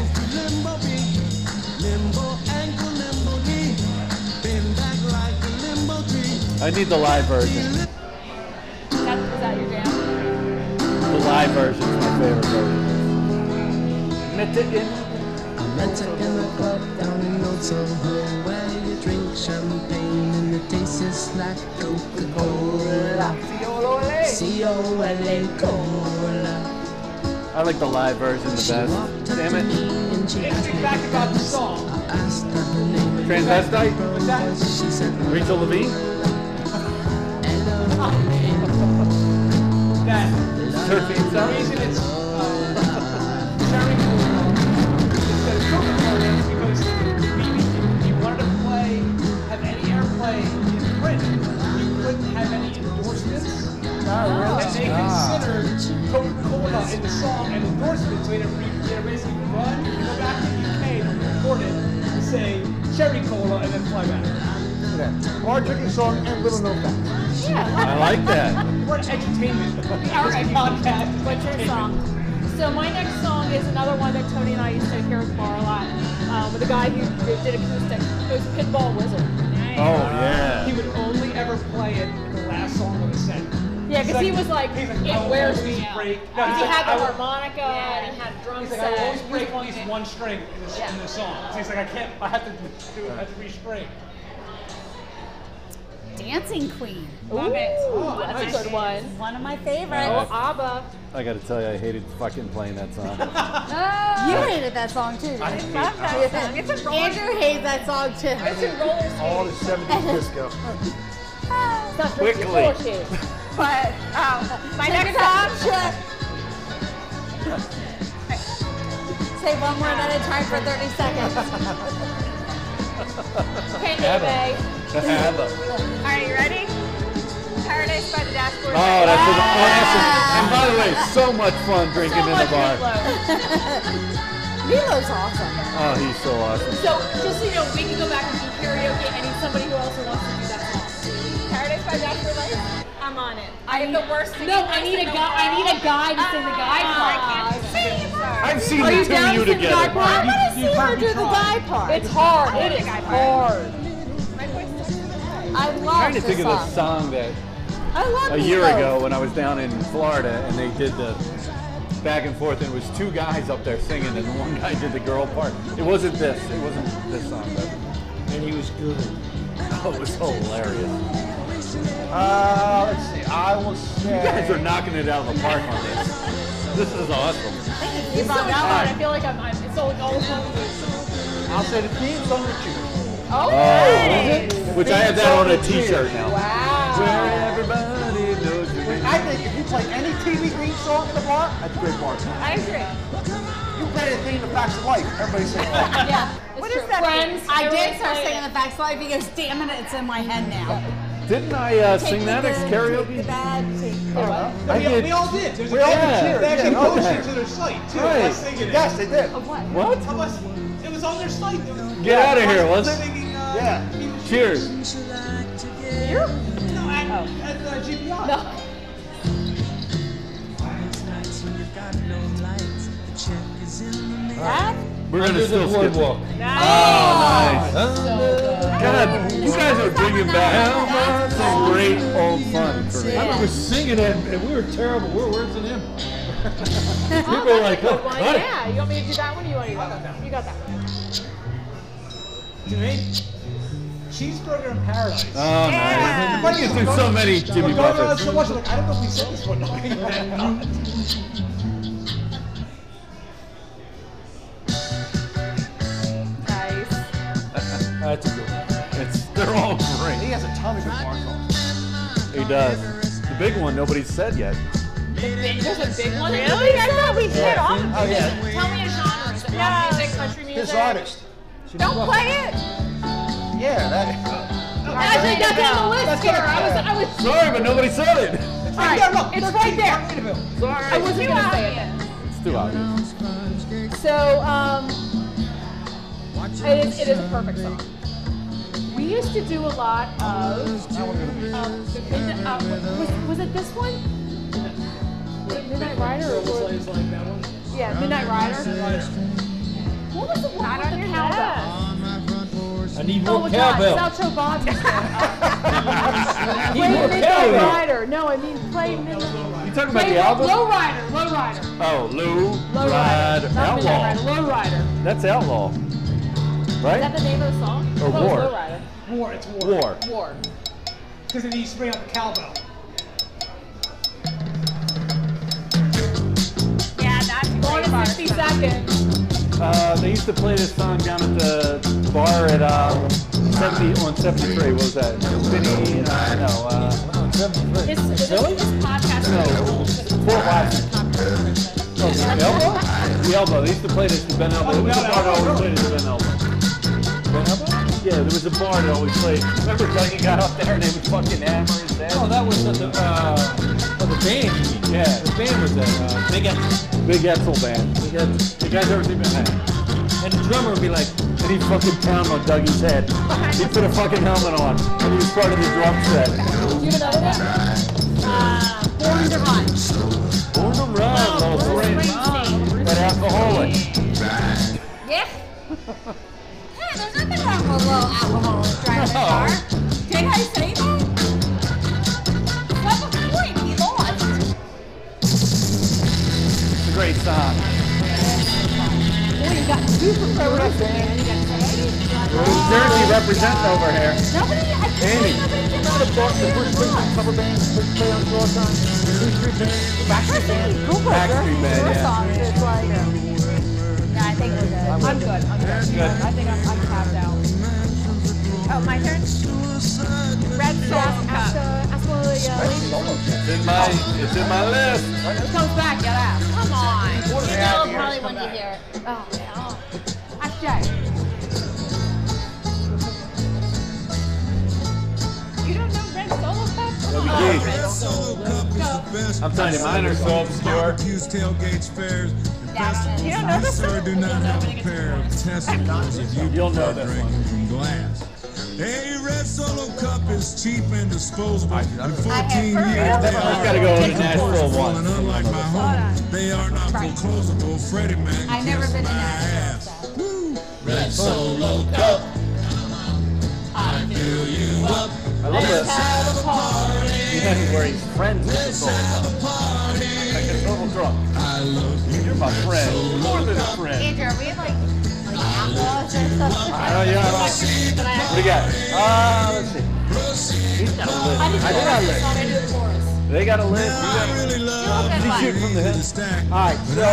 Speaker 2: I need the live version.
Speaker 10: That, was that your jam?
Speaker 2: The live version is my favorite version.
Speaker 13: Met her in the club down in Old Soho where you drink champagne and it tastes like Coca-Cola. C-O-L-A Cola.
Speaker 2: I like the live version the best. Damn it.
Speaker 13: And she
Speaker 5: Let's think back about the song.
Speaker 13: asked her her name.
Speaker 2: Transvestite?
Speaker 5: But that,
Speaker 13: She said,
Speaker 2: Rachel Levine?
Speaker 5: that
Speaker 2: Surfing
Speaker 5: the
Speaker 2: Sound?
Speaker 5: reason it's uh, Jerry Cool instead of Coca-Cola is because BB, you wanted to play, have any airplay in print. You couldn't have any endorsements. And they considered Coca-Cola in the song an endorsement, so they had to re- they had to basically run, go back to the UK, and record it, and say Cherry Cola, and then fly back.
Speaker 1: Hard drinking song and little known fact.
Speaker 2: I like that.
Speaker 5: We're an entertainment.
Speaker 4: are
Speaker 5: This podcast. is
Speaker 4: What's your
Speaker 5: entertainment.
Speaker 4: song? So my next song is another one that Tony and I used to hear at the bar a lot uh, with a guy who did acoustic. It was Pinball Wizard.
Speaker 2: Oh,
Speaker 5: He
Speaker 2: yeah.
Speaker 5: would only ever play it in the last song of the set.
Speaker 4: Yeah, because he was like, "Oh,
Speaker 5: He's like,
Speaker 4: it
Speaker 5: "I'll
Speaker 4: wears
Speaker 5: always
Speaker 4: me out.
Speaker 5: break- No,
Speaker 4: Because
Speaker 5: he's
Speaker 4: he
Speaker 5: like,
Speaker 4: had
Speaker 5: "I
Speaker 4: the
Speaker 5: will-
Speaker 4: harmonica and he had a drum
Speaker 5: He's like, I will
Speaker 4: set.
Speaker 5: always break at least one string in the, in the song. So he's like, I can't, I have to do, I have to restring.
Speaker 7: Dancing Queen.
Speaker 4: Love it. Oh, That's a good one.
Speaker 7: One of my favorites.
Speaker 4: Oh, ABBA.
Speaker 2: I gotta tell you, I hated fucking playing that song.
Speaker 7: You hated that song too. didn't
Speaker 1: I
Speaker 7: you?
Speaker 1: hate
Speaker 10: Love that song. It's a roller.
Speaker 7: Andrew hates that song too.
Speaker 4: It's a roller skate.
Speaker 1: all the 70s disco.
Speaker 4: That's
Speaker 2: Quickly.
Speaker 4: roller skate.
Speaker 7: But
Speaker 10: Oh, my
Speaker 7: Take
Speaker 10: next
Speaker 7: it out,
Speaker 10: song.
Speaker 7: shut. Say one word at a time for 30 seconds.
Speaker 10: Okay,
Speaker 2: ABBA.
Speaker 10: Bay.
Speaker 2: ABBA.
Speaker 10: All right, you ready? Paradise by the Dashboard.
Speaker 2: Oh, that's an awesome. And by the way, so much fun drinking in the bar.
Speaker 7: Milo's awesome.
Speaker 2: Oh, he's so awesome.
Speaker 4: So just so you know, we can go back and do karaoke. I need somebody who else who wants to do that song.
Speaker 10: Paradise by Dashboard Lights. I'm on it. I am the worst. singing
Speaker 4: No, I
Speaker 10: person
Speaker 4: need a
Speaker 10: in the
Speaker 4: guy. I need
Speaker 10: world.
Speaker 4: a guy to sing the guy
Speaker 10: Ah, I
Speaker 4: part.
Speaker 10: can't sing. Sorry.
Speaker 2: I've seen the two of you together.
Speaker 7: I'm gonna see her do the guy part.
Speaker 4: It's hard.
Speaker 10: I
Speaker 4: It
Speaker 10: need
Speaker 4: is
Speaker 10: a guy part.
Speaker 4: hard.
Speaker 10: My voice is
Speaker 7: I love
Speaker 2: trying to
Speaker 7: this
Speaker 2: think of
Speaker 7: song.
Speaker 2: the song that
Speaker 7: I love
Speaker 2: a year
Speaker 7: Milo.
Speaker 2: ago when I was down in Florida and they did the back and forth and it was two guys up there singing and the one guy did the girl part. It wasn't this. It wasn't this song, but
Speaker 8: And he was good.
Speaker 2: oh, it was hilarious.
Speaker 1: Uh, let's see. I will say.
Speaker 2: You guys are knocking it out of the park on this. This is awesome.
Speaker 4: Thank
Speaker 7: you.
Speaker 4: It's so
Speaker 7: Brought
Speaker 4: much
Speaker 7: that
Speaker 4: fun.
Speaker 7: one.
Speaker 4: I feel like I'm, I'm it's all, all fun.
Speaker 1: I'll say the theme song that you.
Speaker 4: Oh,
Speaker 2: Which I have that on a T-shirt now.
Speaker 1: Wow.
Speaker 2: Everybody knows your name.
Speaker 1: I think if you play any TV theme song at the bar, that's a great bar.
Speaker 4: I agree.
Speaker 1: You play the theme to Facts of Life. Everybody "Oh, sings.
Speaker 7: yeah.
Speaker 9: What is that?
Speaker 7: Friends,
Speaker 9: I did
Speaker 7: everyone's
Speaker 9: start
Speaker 7: like-
Speaker 9: singing the back slide because damn it, it's in my head now.
Speaker 2: Didn't I uh,
Speaker 9: Take
Speaker 2: sing
Speaker 9: the
Speaker 2: that
Speaker 9: good,
Speaker 2: as
Speaker 9: take
Speaker 2: karaoke?
Speaker 9: the bad, take the bad.
Speaker 2: I
Speaker 5: we,
Speaker 2: did.
Speaker 5: we all did. There's
Speaker 1: We
Speaker 5: a
Speaker 1: all
Speaker 2: Yeah.
Speaker 1: cheered.
Speaker 5: They actually
Speaker 1: Yeah, okay.
Speaker 5: posted it to their site too.
Speaker 2: Right.
Speaker 5: Us singing it.
Speaker 1: Yes, they did.
Speaker 9: Of what?
Speaker 2: What?
Speaker 5: Of us- It was on their site. They were-
Speaker 2: Get out of here, let's.
Speaker 5: Singing, uh,
Speaker 1: Yeah.
Speaker 2: Cheers.
Speaker 5: No, at,
Speaker 4: Oh.
Speaker 5: at uh, GPI.
Speaker 2: We're gonna
Speaker 8: Under
Speaker 2: still
Speaker 8: the
Speaker 2: skip.
Speaker 8: boardwalk.
Speaker 2: Nice.
Speaker 8: Under-
Speaker 2: God, you guys are bringing back some great old fun for
Speaker 8: I
Speaker 2: me.
Speaker 8: remember singing it, and we were terrible. We were worse than him. People were like, oh,
Speaker 4: One,
Speaker 8: got it.
Speaker 4: yeah, you want me to do that one? Or you want to do that one? You got that one.
Speaker 5: To me, cheeseburger in paradise.
Speaker 2: Oh,
Speaker 5: Yeah.
Speaker 2: nice. You do so many Jimmy
Speaker 5: We're going around
Speaker 2: Buffets.
Speaker 5: so much. I'm like, I don't know if we said this one. I
Speaker 4: Nice.
Speaker 8: That's a good one.
Speaker 2: It's, they're all
Speaker 1: He
Speaker 2: great.
Speaker 1: has a ton of good bar songs.
Speaker 2: He does. The big one nobody's said yet.
Speaker 4: The big, there's a big one.
Speaker 9: Really? I thought we did all of
Speaker 1: Oh yeah.
Speaker 4: Tell me a genre. Is it rock music, country music?
Speaker 1: This artist.
Speaker 9: Don't play it.
Speaker 1: Yeah, that.
Speaker 4: Actually, that's on the list
Speaker 1: That's
Speaker 4: here.
Speaker 1: what
Speaker 4: I was,
Speaker 1: I'm
Speaker 4: I was,
Speaker 2: Sorry, but nobody said it.
Speaker 4: all right, it's right there. I wasn't gonna say it.
Speaker 2: It's too obvious.
Speaker 4: So, um, it is, it is a perfect song. We used to do a lot of. Um, the midnight, uh, was, was it this one? Was it Midnight Rider or was it?
Speaker 5: like that one.
Speaker 4: Yeah, Midnight Rider. What was the one with the cowbell?
Speaker 8: I need
Speaker 4: Oh
Speaker 8: more
Speaker 4: my
Speaker 8: cowbell.
Speaker 4: God, South Show Bob's was there.
Speaker 8: I need
Speaker 4: Play
Speaker 8: more
Speaker 4: Midnight
Speaker 8: cowbell.
Speaker 4: Rider. No, I mean play Midnight.
Speaker 2: You talking about
Speaker 4: Play
Speaker 2: the album?
Speaker 4: Low Rider. Low Rider.
Speaker 2: Oh, Lou
Speaker 4: Low Rider.
Speaker 2: Ride
Speaker 4: Not Midnight
Speaker 2: Outlaw.
Speaker 4: Rider. Low Rider.
Speaker 2: That's Outlaw,
Speaker 4: Is that
Speaker 2: right?
Speaker 4: the name of the song?
Speaker 2: Or
Speaker 4: Oh,
Speaker 2: War.
Speaker 4: Low Rider.
Speaker 5: War. It's war.
Speaker 2: War.
Speaker 4: War.
Speaker 5: Because they used to bring out the cowbell.
Speaker 10: Yeah, that's a
Speaker 4: Going
Speaker 10: great
Speaker 4: to
Speaker 10: bar
Speaker 4: 60
Speaker 10: song.
Speaker 4: seconds.
Speaker 2: Uh, they used to play this song down at the bar at uh, 70 on 73. What was that? Vinny, uh, no, uh,
Speaker 4: This, this, this podcast is
Speaker 2: Fort Wise. Oh, the elbow? The elbow. They used to play this to Ben Elbow. There was a bar that always played this to Ben Elbow. Yeah, there was a bar that always played. Remember, Dougie got up there and they would fucking hammer his head?
Speaker 8: Oh, that was the, uh, oh, the band. you mean.
Speaker 2: Yeah.
Speaker 8: The band was that. Uh, big X.
Speaker 2: Big Etzel band.
Speaker 8: Big X.
Speaker 2: You guys ever seen Ben Elbow?
Speaker 8: And the drummer would be like,
Speaker 2: And he fucking pound on Dougie's head. He put a fucking helmet on and he was part of the drum set.
Speaker 4: Do you know that?
Speaker 9: Uh, Born to Oh, Run.
Speaker 2: Born to oh, run, little friend. But alcoholic.
Speaker 9: Yeah. Yeah, there's nothing wrong with a little alcohol driving a car. Did I say that? What the point? He lost.
Speaker 2: It's a great song.
Speaker 9: Boy, you got super pro
Speaker 2: Jersey representing over here.
Speaker 9: Nobody, I
Speaker 2: Andy.
Speaker 9: think nobody gets out of Boston.
Speaker 1: Cover bands, first play on tour time. Street bands.
Speaker 9: First thing you Google your,
Speaker 2: Backstreet Band,
Speaker 9: your
Speaker 2: yeah.
Speaker 9: songs is like, yeah, I think we're good.
Speaker 4: I'm good. I'm good. I think I'm, I'm tapped out.
Speaker 10: Oh, my turn. Red Sox Cup.
Speaker 1: This is almost it.
Speaker 2: It's in my, it's in my list.
Speaker 9: Comes back, get out.
Speaker 11: Come on. You
Speaker 1: Quarter
Speaker 11: know
Speaker 1: out here,
Speaker 11: probably
Speaker 1: come
Speaker 11: when you
Speaker 1: back.
Speaker 11: hear it.
Speaker 9: Oh, yeah. Ashtray.
Speaker 4: You don't know Red Solo Cup? Come
Speaker 9: Oh,
Speaker 4: on.
Speaker 2: WG. I'm telling you, mine are so obscure.
Speaker 14: Barbecues, tailgates, fairs, and festivals.
Speaker 9: You don't
Speaker 14: I sir do not have a pair of testicles if you
Speaker 2: You'll know
Speaker 14: prefer
Speaker 2: this
Speaker 14: drinking from glass. A red solo cup is cheap and disposable. In 14 years, they
Speaker 9: heard of
Speaker 2: I've
Speaker 14: are
Speaker 2: got to go to the Nashville
Speaker 14: disposable,
Speaker 2: one.
Speaker 14: and unlike my home, they are not foreclosable. Freddie Mac
Speaker 9: I've never
Speaker 14: kissed
Speaker 9: been to
Speaker 14: my
Speaker 9: Nashville, so.
Speaker 14: ass. Woo! Red solo cup. I fill you up.
Speaker 2: I love this. You know he's where he's friends with the soul. Like a total drunk.
Speaker 14: I love you.
Speaker 2: You're my friend. You're More than a friend.
Speaker 9: Andrew, are we like, like outlaws or something?
Speaker 2: I know, yeah, I know. What do you got? Uh, let's see. He's got a list. I did not list.
Speaker 11: I do the chorus.
Speaker 2: They got to live. You got to
Speaker 14: Shoot from the
Speaker 1: All right, so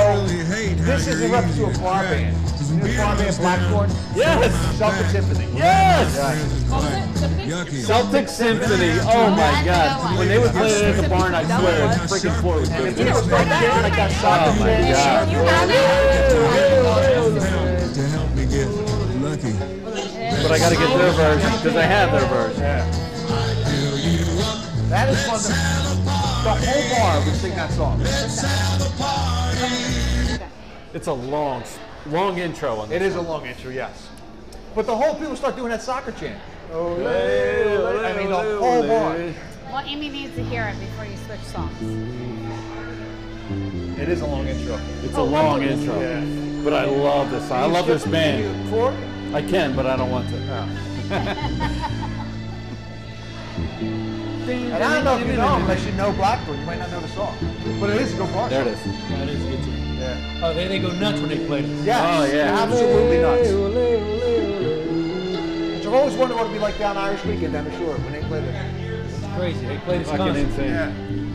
Speaker 1: this is a reference to a choir band. You know the choir band Blackthorn?
Speaker 2: Yes.
Speaker 1: Celtic Symphony.
Speaker 2: Yes.
Speaker 14: Celtic
Speaker 2: Symphony. Oh my God! When they would play it at the barn, I swear, it's freaking floor was moving.
Speaker 1: It was my kid, I got shot.
Speaker 2: Oh my God!
Speaker 14: To help me get lucky.
Speaker 2: But I got to get their version because I have their version.
Speaker 1: That is fun. to- The whole bar would sing that song.
Speaker 2: It's a long, long intro on
Speaker 1: It
Speaker 2: this.
Speaker 1: is a long intro, yes. But the whole people start doing that soccer chant. Ole, ole. I mean, the whole bar.
Speaker 9: Well, Amy needs to hear it before you switch songs.
Speaker 1: It is a long intro.
Speaker 2: It's a long intro. But I love this. song. I love this band.
Speaker 1: Four?
Speaker 2: I can, but I don't want to.
Speaker 1: And I don't know if you know, unless you know Blackbird, you might not know the song. But it is a good bar.
Speaker 2: There it
Speaker 1: song.
Speaker 2: is.
Speaker 8: That is good too.
Speaker 1: Yeah.
Speaker 8: Oh, they, they go nuts when they play this.
Speaker 1: Yes,
Speaker 2: Oh, yeah.
Speaker 1: Absolutely nuts. Which I've always wondered what it'd be like down Irish Weekend down the shore when they play this.
Speaker 8: It's crazy. They play this
Speaker 2: Fucking
Speaker 8: constant.
Speaker 2: insane.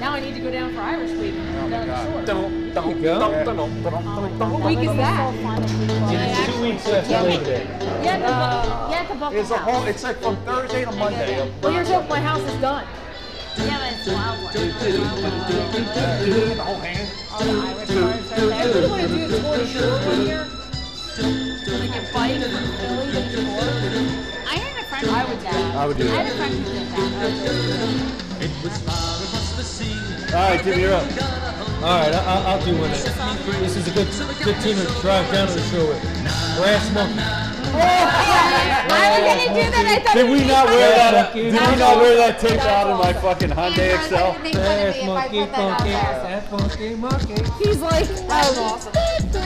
Speaker 4: Now I need to go down for Irish Week. down
Speaker 1: my
Speaker 4: at the
Speaker 1: God.
Speaker 4: shore.
Speaker 8: There you go.
Speaker 4: What week is that?
Speaker 8: It's two weeks after Labor Day.
Speaker 11: Yeah, the book. Yeah, the book.
Speaker 1: It's a whole. It's like from Thursday to Monday.
Speaker 4: Well, here's hope my house is done.
Speaker 11: Yeah, but it's wild one.
Speaker 1: The whole hand.
Speaker 4: I really want to do the tour to shore one year. Like a bike from Philly to shore.
Speaker 11: I had a friend who did that.
Speaker 2: I would do
Speaker 11: I
Speaker 2: that.
Speaker 11: had a friend who did that.
Speaker 2: All right, Jimmy, you're up.
Speaker 8: All right, I, I'll, I'll do one. then. This is a good, good team to drive down to the shore with. Brass Monkey.
Speaker 11: I was gonna do that. I thought.
Speaker 2: Did we not wear that?
Speaker 8: Fuck you.
Speaker 2: Did we not wear that tape out of my fucking Hyundai
Speaker 7: Anton
Speaker 2: Excel?
Speaker 7: wouldn't make fun of me if
Speaker 8: Brass
Speaker 7: I
Speaker 8: Monkey,
Speaker 7: put that
Speaker 8: funky,
Speaker 7: out
Speaker 8: that funky monkey.
Speaker 7: there. He's like,
Speaker 11: That's
Speaker 7: oh,
Speaker 11: awesome.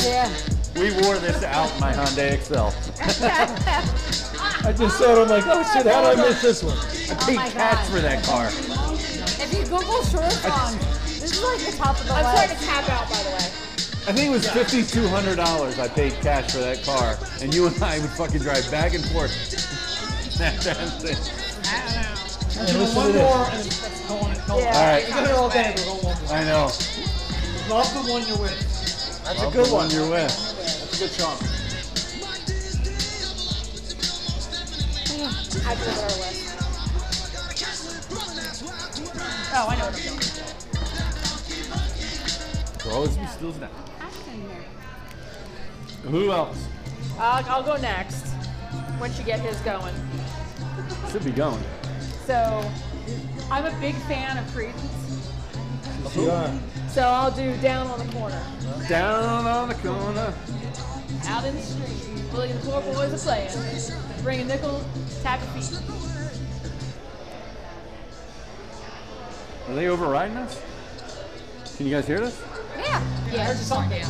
Speaker 7: yeah.
Speaker 2: We wore this out in my Hyundai Excel.
Speaker 8: I just saw it. I'm like, oh shit, how did I miss this one?
Speaker 7: Oh
Speaker 2: Big
Speaker 7: my
Speaker 2: cats
Speaker 7: god.
Speaker 2: for that car.
Speaker 7: If you Google short songs, this is like the top of the
Speaker 4: I'm
Speaker 7: list.
Speaker 4: starting to tap out, by the way.
Speaker 2: I think it was fifty-two hundred dollars I paid cash for that car, and you and I would fucking drive back and forth. That's it.
Speaker 8: And listen to
Speaker 5: One
Speaker 8: this.
Speaker 5: more and it's going and
Speaker 2: All
Speaker 5: going. We're
Speaker 2: right,
Speaker 5: gonna all day, we're going one more.
Speaker 2: I know.
Speaker 5: Love the one you're with.
Speaker 1: That's a good one.
Speaker 2: You're with.
Speaker 1: That's a good song.
Speaker 4: I do it our way. Oh, I know what I'm doing.
Speaker 2: We'll always be steals now. Who else?
Speaker 4: I'll, I'll go next once you get his going.
Speaker 2: Should be going.
Speaker 4: So, I'm a big fan of Credence.
Speaker 8: You are.
Speaker 4: So I'll do Down on the Corner.
Speaker 2: Down on the corner.
Speaker 4: Out in the street, Willie and the Poor Boys are playing. Bring a nickel, tap a feet.
Speaker 2: Are they overriding us? Can you guys hear this?
Speaker 4: Yeah, there's a song down.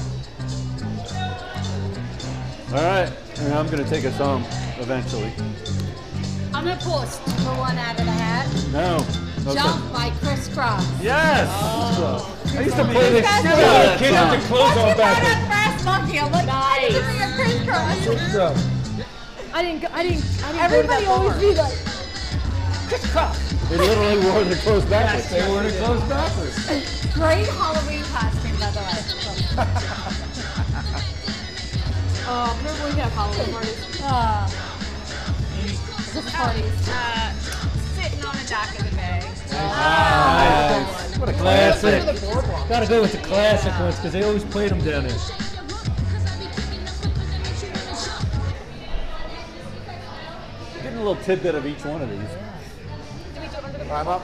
Speaker 2: All right, and I'm gonna take us home eventually.
Speaker 7: I'm gonna pull a super one out of the hat.
Speaker 2: No. Okay.
Speaker 7: Jump by Chris Cross.
Speaker 2: Yes. I used to play this shit out of
Speaker 8: Kids
Speaker 2: that
Speaker 8: have
Speaker 2: song.
Speaker 8: to close on backwards.
Speaker 7: Brass monkey. I'm like, nice. Chris Cross.
Speaker 8: So,
Speaker 4: I didn't go, I didn't, I didn't
Speaker 7: Everybody
Speaker 4: go to
Speaker 7: always be like,
Speaker 2: They literally wore their clothes backwards.
Speaker 8: they were to close backwards.
Speaker 7: great Halloween costume, by the way.
Speaker 4: Oh, remember when we had Halloween parties?
Speaker 7: Uh, just parties.
Speaker 10: Uh, sitting on the dock of the bay.
Speaker 2: Nice. What a classic.
Speaker 8: Gotta go with the classic ones because they always played them down there.
Speaker 2: Getting a little tidbit of each one of these.
Speaker 1: I'm up.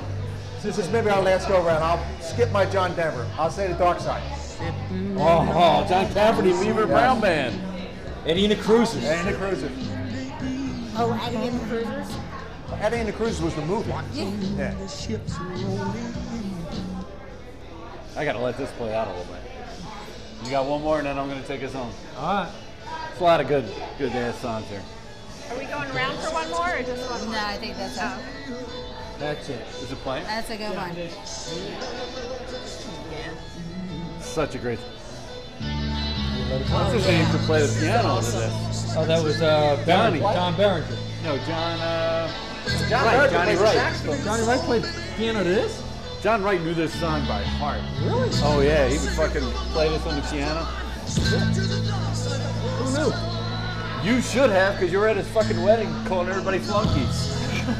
Speaker 1: This is maybe our last go around. I'll skip my John Denver. I'll say the dark side.
Speaker 2: Oh, John Cafferty, Weaver Brown Band.
Speaker 8: Eddie and the Cruisers.
Speaker 1: Eddie and the Cruisers.
Speaker 7: Oh, Eddie and the Cruisers.
Speaker 1: Eddie and the Cruisers was the movie. Yeah.
Speaker 2: I gotta let this play out a little bit. You got one more, and then I'm gonna take us home.
Speaker 8: All right.
Speaker 2: It's a lot of good, good ass songs here.
Speaker 10: Are we going around for one more or just one
Speaker 7: No,
Speaker 10: more?
Speaker 7: I think that's a,
Speaker 8: That's it.
Speaker 2: Is it playing?
Speaker 7: that's a good one.
Speaker 2: Such a great. What's his name to play the piano to this?
Speaker 8: Oh, that was uh,
Speaker 2: Donnie.
Speaker 8: Barringer. Don Barringer.
Speaker 2: No, John. Uh,
Speaker 1: John
Speaker 2: right,
Speaker 1: Wright
Speaker 2: Johnny
Speaker 1: plays the
Speaker 2: Wright.
Speaker 1: saxophone.
Speaker 8: Johnny Wright played piano to this?
Speaker 2: John Wright knew this song by heart.
Speaker 8: Really?
Speaker 2: Oh yeah, he would fucking play this on the piano.
Speaker 8: Who knew?
Speaker 2: You should have, because you were at his fucking wedding calling everybody flunkies.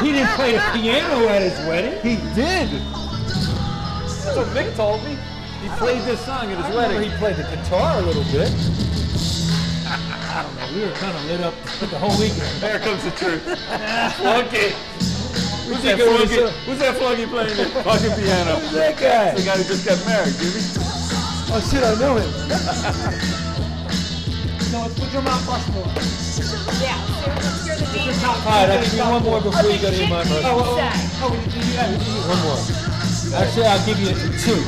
Speaker 8: He didn't play a piano at his wedding.
Speaker 2: He did. That's what Mick told me. He played this song at his wedding.
Speaker 8: He played the guitar a little bit. I don't know. We were kind of lit up the whole weekend.
Speaker 2: There comes the truth. Flunky. Who's
Speaker 8: think
Speaker 2: that
Speaker 8: it was,
Speaker 2: flunky?
Speaker 8: uh,
Speaker 2: Who's that flunky playing the fucking piano?
Speaker 8: Who's that guy?
Speaker 2: The guy who just got married, Jimmy.
Speaker 8: Oh shit! I know him.
Speaker 5: No, it's put your mouth first more.
Speaker 8: All right, I'll give you one more before you go to your mind.
Speaker 5: Oh,
Speaker 8: brother.
Speaker 5: oh, oh, oh, we did- yeah, we did-
Speaker 8: One more. Actually, I'll give you two.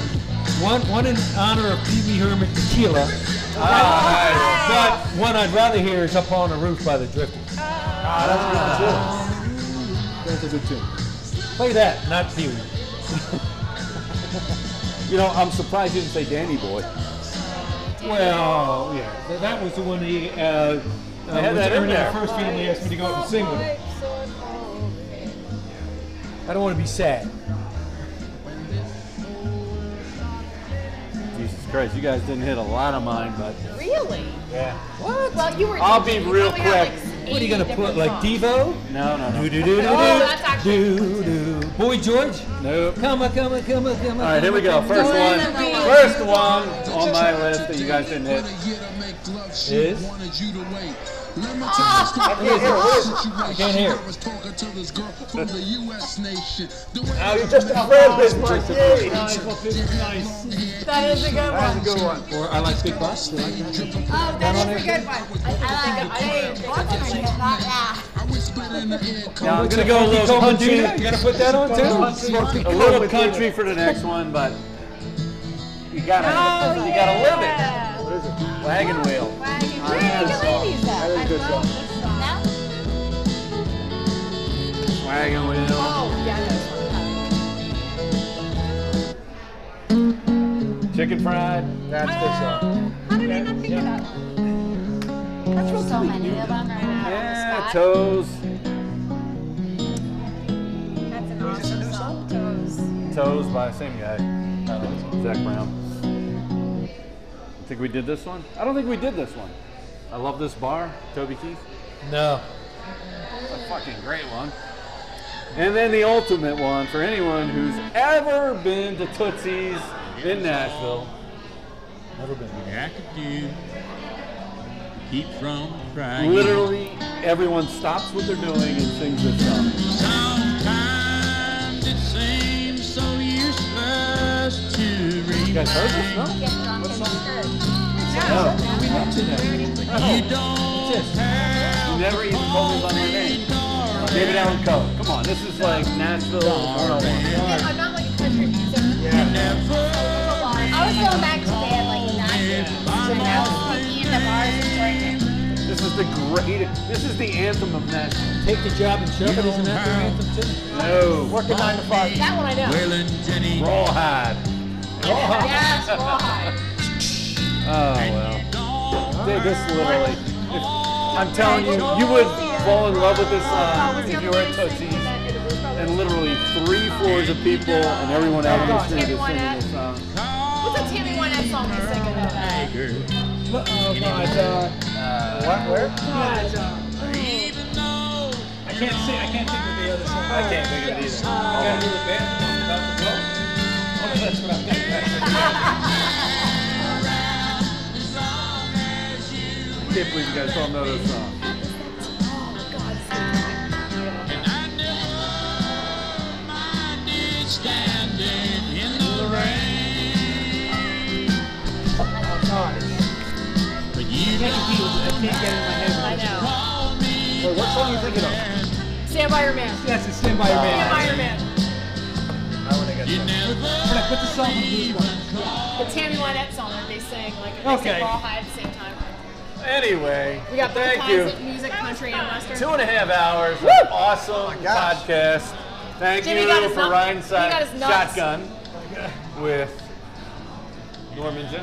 Speaker 8: One, one in honor of Pee Wee Herman Tequila. But one I'd rather hear is Up on the Roof by the Drifters. Ah, That's a good tune. Play that, not Pee Wee.
Speaker 2: You know, I'm surprised you didn't say Danny Boy.
Speaker 8: Well, yeah, th- that was the one he. Uh, uh,
Speaker 2: had
Speaker 8: was
Speaker 2: that in
Speaker 8: earning
Speaker 2: there.
Speaker 8: the first feeling they asked me to go up and sing with him. I don't want to be sad.
Speaker 2: Jesus Christ, you guys didn't hit a lot of mine, but
Speaker 4: Really?
Speaker 8: Yeah.
Speaker 4: Well, you were.
Speaker 2: I'll be real
Speaker 4: probably got,
Speaker 2: quick.
Speaker 4: Like
Speaker 8: What are you
Speaker 4: 80
Speaker 8: gonna put,
Speaker 4: different
Speaker 8: like
Speaker 4: songs.
Speaker 8: Devo?
Speaker 2: no, no,
Speaker 8: Do
Speaker 2: no.
Speaker 8: do do do
Speaker 4: Oh,
Speaker 8: do.
Speaker 4: that's actually.
Speaker 8: Do do. Boy George.
Speaker 2: Nope.
Speaker 8: Come on, come on, come on, come on.
Speaker 2: All right, here we go. First one, first one on my list that you guys didn't hit.
Speaker 8: Is?
Speaker 7: Oh!
Speaker 14: I
Speaker 8: can't hear.
Speaker 14: was talking to this girl from the U.S. nation. The way
Speaker 1: Oh, you just affirmed this, Mike. Yay.
Speaker 7: That is a good
Speaker 1: That's a
Speaker 7: one.
Speaker 1: good one.
Speaker 8: Or I like Big Boss. You like that?
Speaker 7: Oh, that is a good one. I like it.
Speaker 14: I whispered in the ear, come
Speaker 2: Now I'm gonna go a
Speaker 8: Funky
Speaker 2: little
Speaker 8: Coventino?
Speaker 2: country.
Speaker 8: You gonna put that on too?
Speaker 2: A little country for the next one, but you gotta, you gotta live it. What is it? Wagon wheel.
Speaker 1: That is a good song.
Speaker 2: Wagon wheel.
Speaker 4: Oh, yeah, that's one.
Speaker 2: Chicken fried.
Speaker 1: That's the song.
Speaker 11: How did I not pick it up? There's so many of them right now.
Speaker 2: Yeah, toes.
Speaker 10: That's an awesome song. Toes.
Speaker 2: Toes by same guy. Zach Brown. Think we did this one? I don't think we did this one. I love this bar, Toby Keith.
Speaker 8: No.
Speaker 2: a fucking great one. And then the ultimate one for anyone who's ever been to Tootsie's in Nashville.
Speaker 8: Never been.
Speaker 15: Back again. Keep from crying.
Speaker 2: Literally everyone stops what they're doing and sings this song.
Speaker 15: Sometimes it seems so useless to remind.
Speaker 2: You guys heard this? No?
Speaker 8: We mentioned that.
Speaker 15: You don't have
Speaker 2: Oh. You never even told me about my name. David Allen Coe. Come on, this is like Nashville. 101.
Speaker 4: I'm not like a country music.
Speaker 11: I was going back to bed like nine. So when I was thinking the bars and
Speaker 2: This is the greatest. This is the anthem of Nashville.
Speaker 8: Take the job and shove it. Isn't that their anthem too?
Speaker 2: No.
Speaker 1: Working nine to five.
Speaker 4: That one I know.
Speaker 15: Will and Jenny.
Speaker 2: Rawhide.
Speaker 4: Yes, rawhide.
Speaker 2: Oh well. Dude, this literally. if- I'm telling you, you would fall in love with this song if you were at Tootsie's. And literally three floors of people and everyone out in the street is singing this song.
Speaker 4: What's a Tammy Wynette song they sing about that?
Speaker 8: Oh my god.
Speaker 1: What? Where?
Speaker 5: I can't see. I can't think of the other Uh, song.
Speaker 2: I can't think of it either.
Speaker 8: Gotta do the band about the blow.
Speaker 2: I can't believe you guys all know this song.
Speaker 15: Standing in the rain. But you
Speaker 5: I can't get it in my head.
Speaker 4: I know.
Speaker 1: Wait, what song are you thinking of?
Speaker 4: Stand by your man.
Speaker 5: Yes, it's Stand By Your
Speaker 4: Stand by
Speaker 5: Man.
Speaker 4: your man.
Speaker 1: I would have guessed.
Speaker 5: But I put the song on the blue one.
Speaker 4: The Tammy Wynette song that they sing like they
Speaker 2: Okay.
Speaker 4: sing rawhide at the same time.
Speaker 2: Anyway,
Speaker 4: We got the
Speaker 2: thank you.
Speaker 4: classic music, country, and western.
Speaker 2: Two and a half hours of awesome
Speaker 1: gosh.
Speaker 2: podcast. Thank
Speaker 4: Jimmy
Speaker 2: you
Speaker 4: got his
Speaker 2: for
Speaker 4: nuts.
Speaker 2: Ryan
Speaker 4: He got his nuts.
Speaker 2: Shotgun with Norman Jim.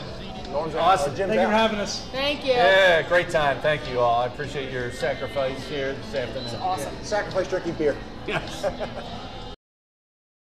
Speaker 1: Norms out.
Speaker 2: Awesome.
Speaker 1: Jim's
Speaker 2: Thank you
Speaker 1: out.
Speaker 2: for having us.
Speaker 4: Thank you.
Speaker 2: Yeah, great time. Thank you all. I appreciate your sacrifice here this afternoon.
Speaker 1: Awesome. Sacrifice drinking beer.
Speaker 2: Yes.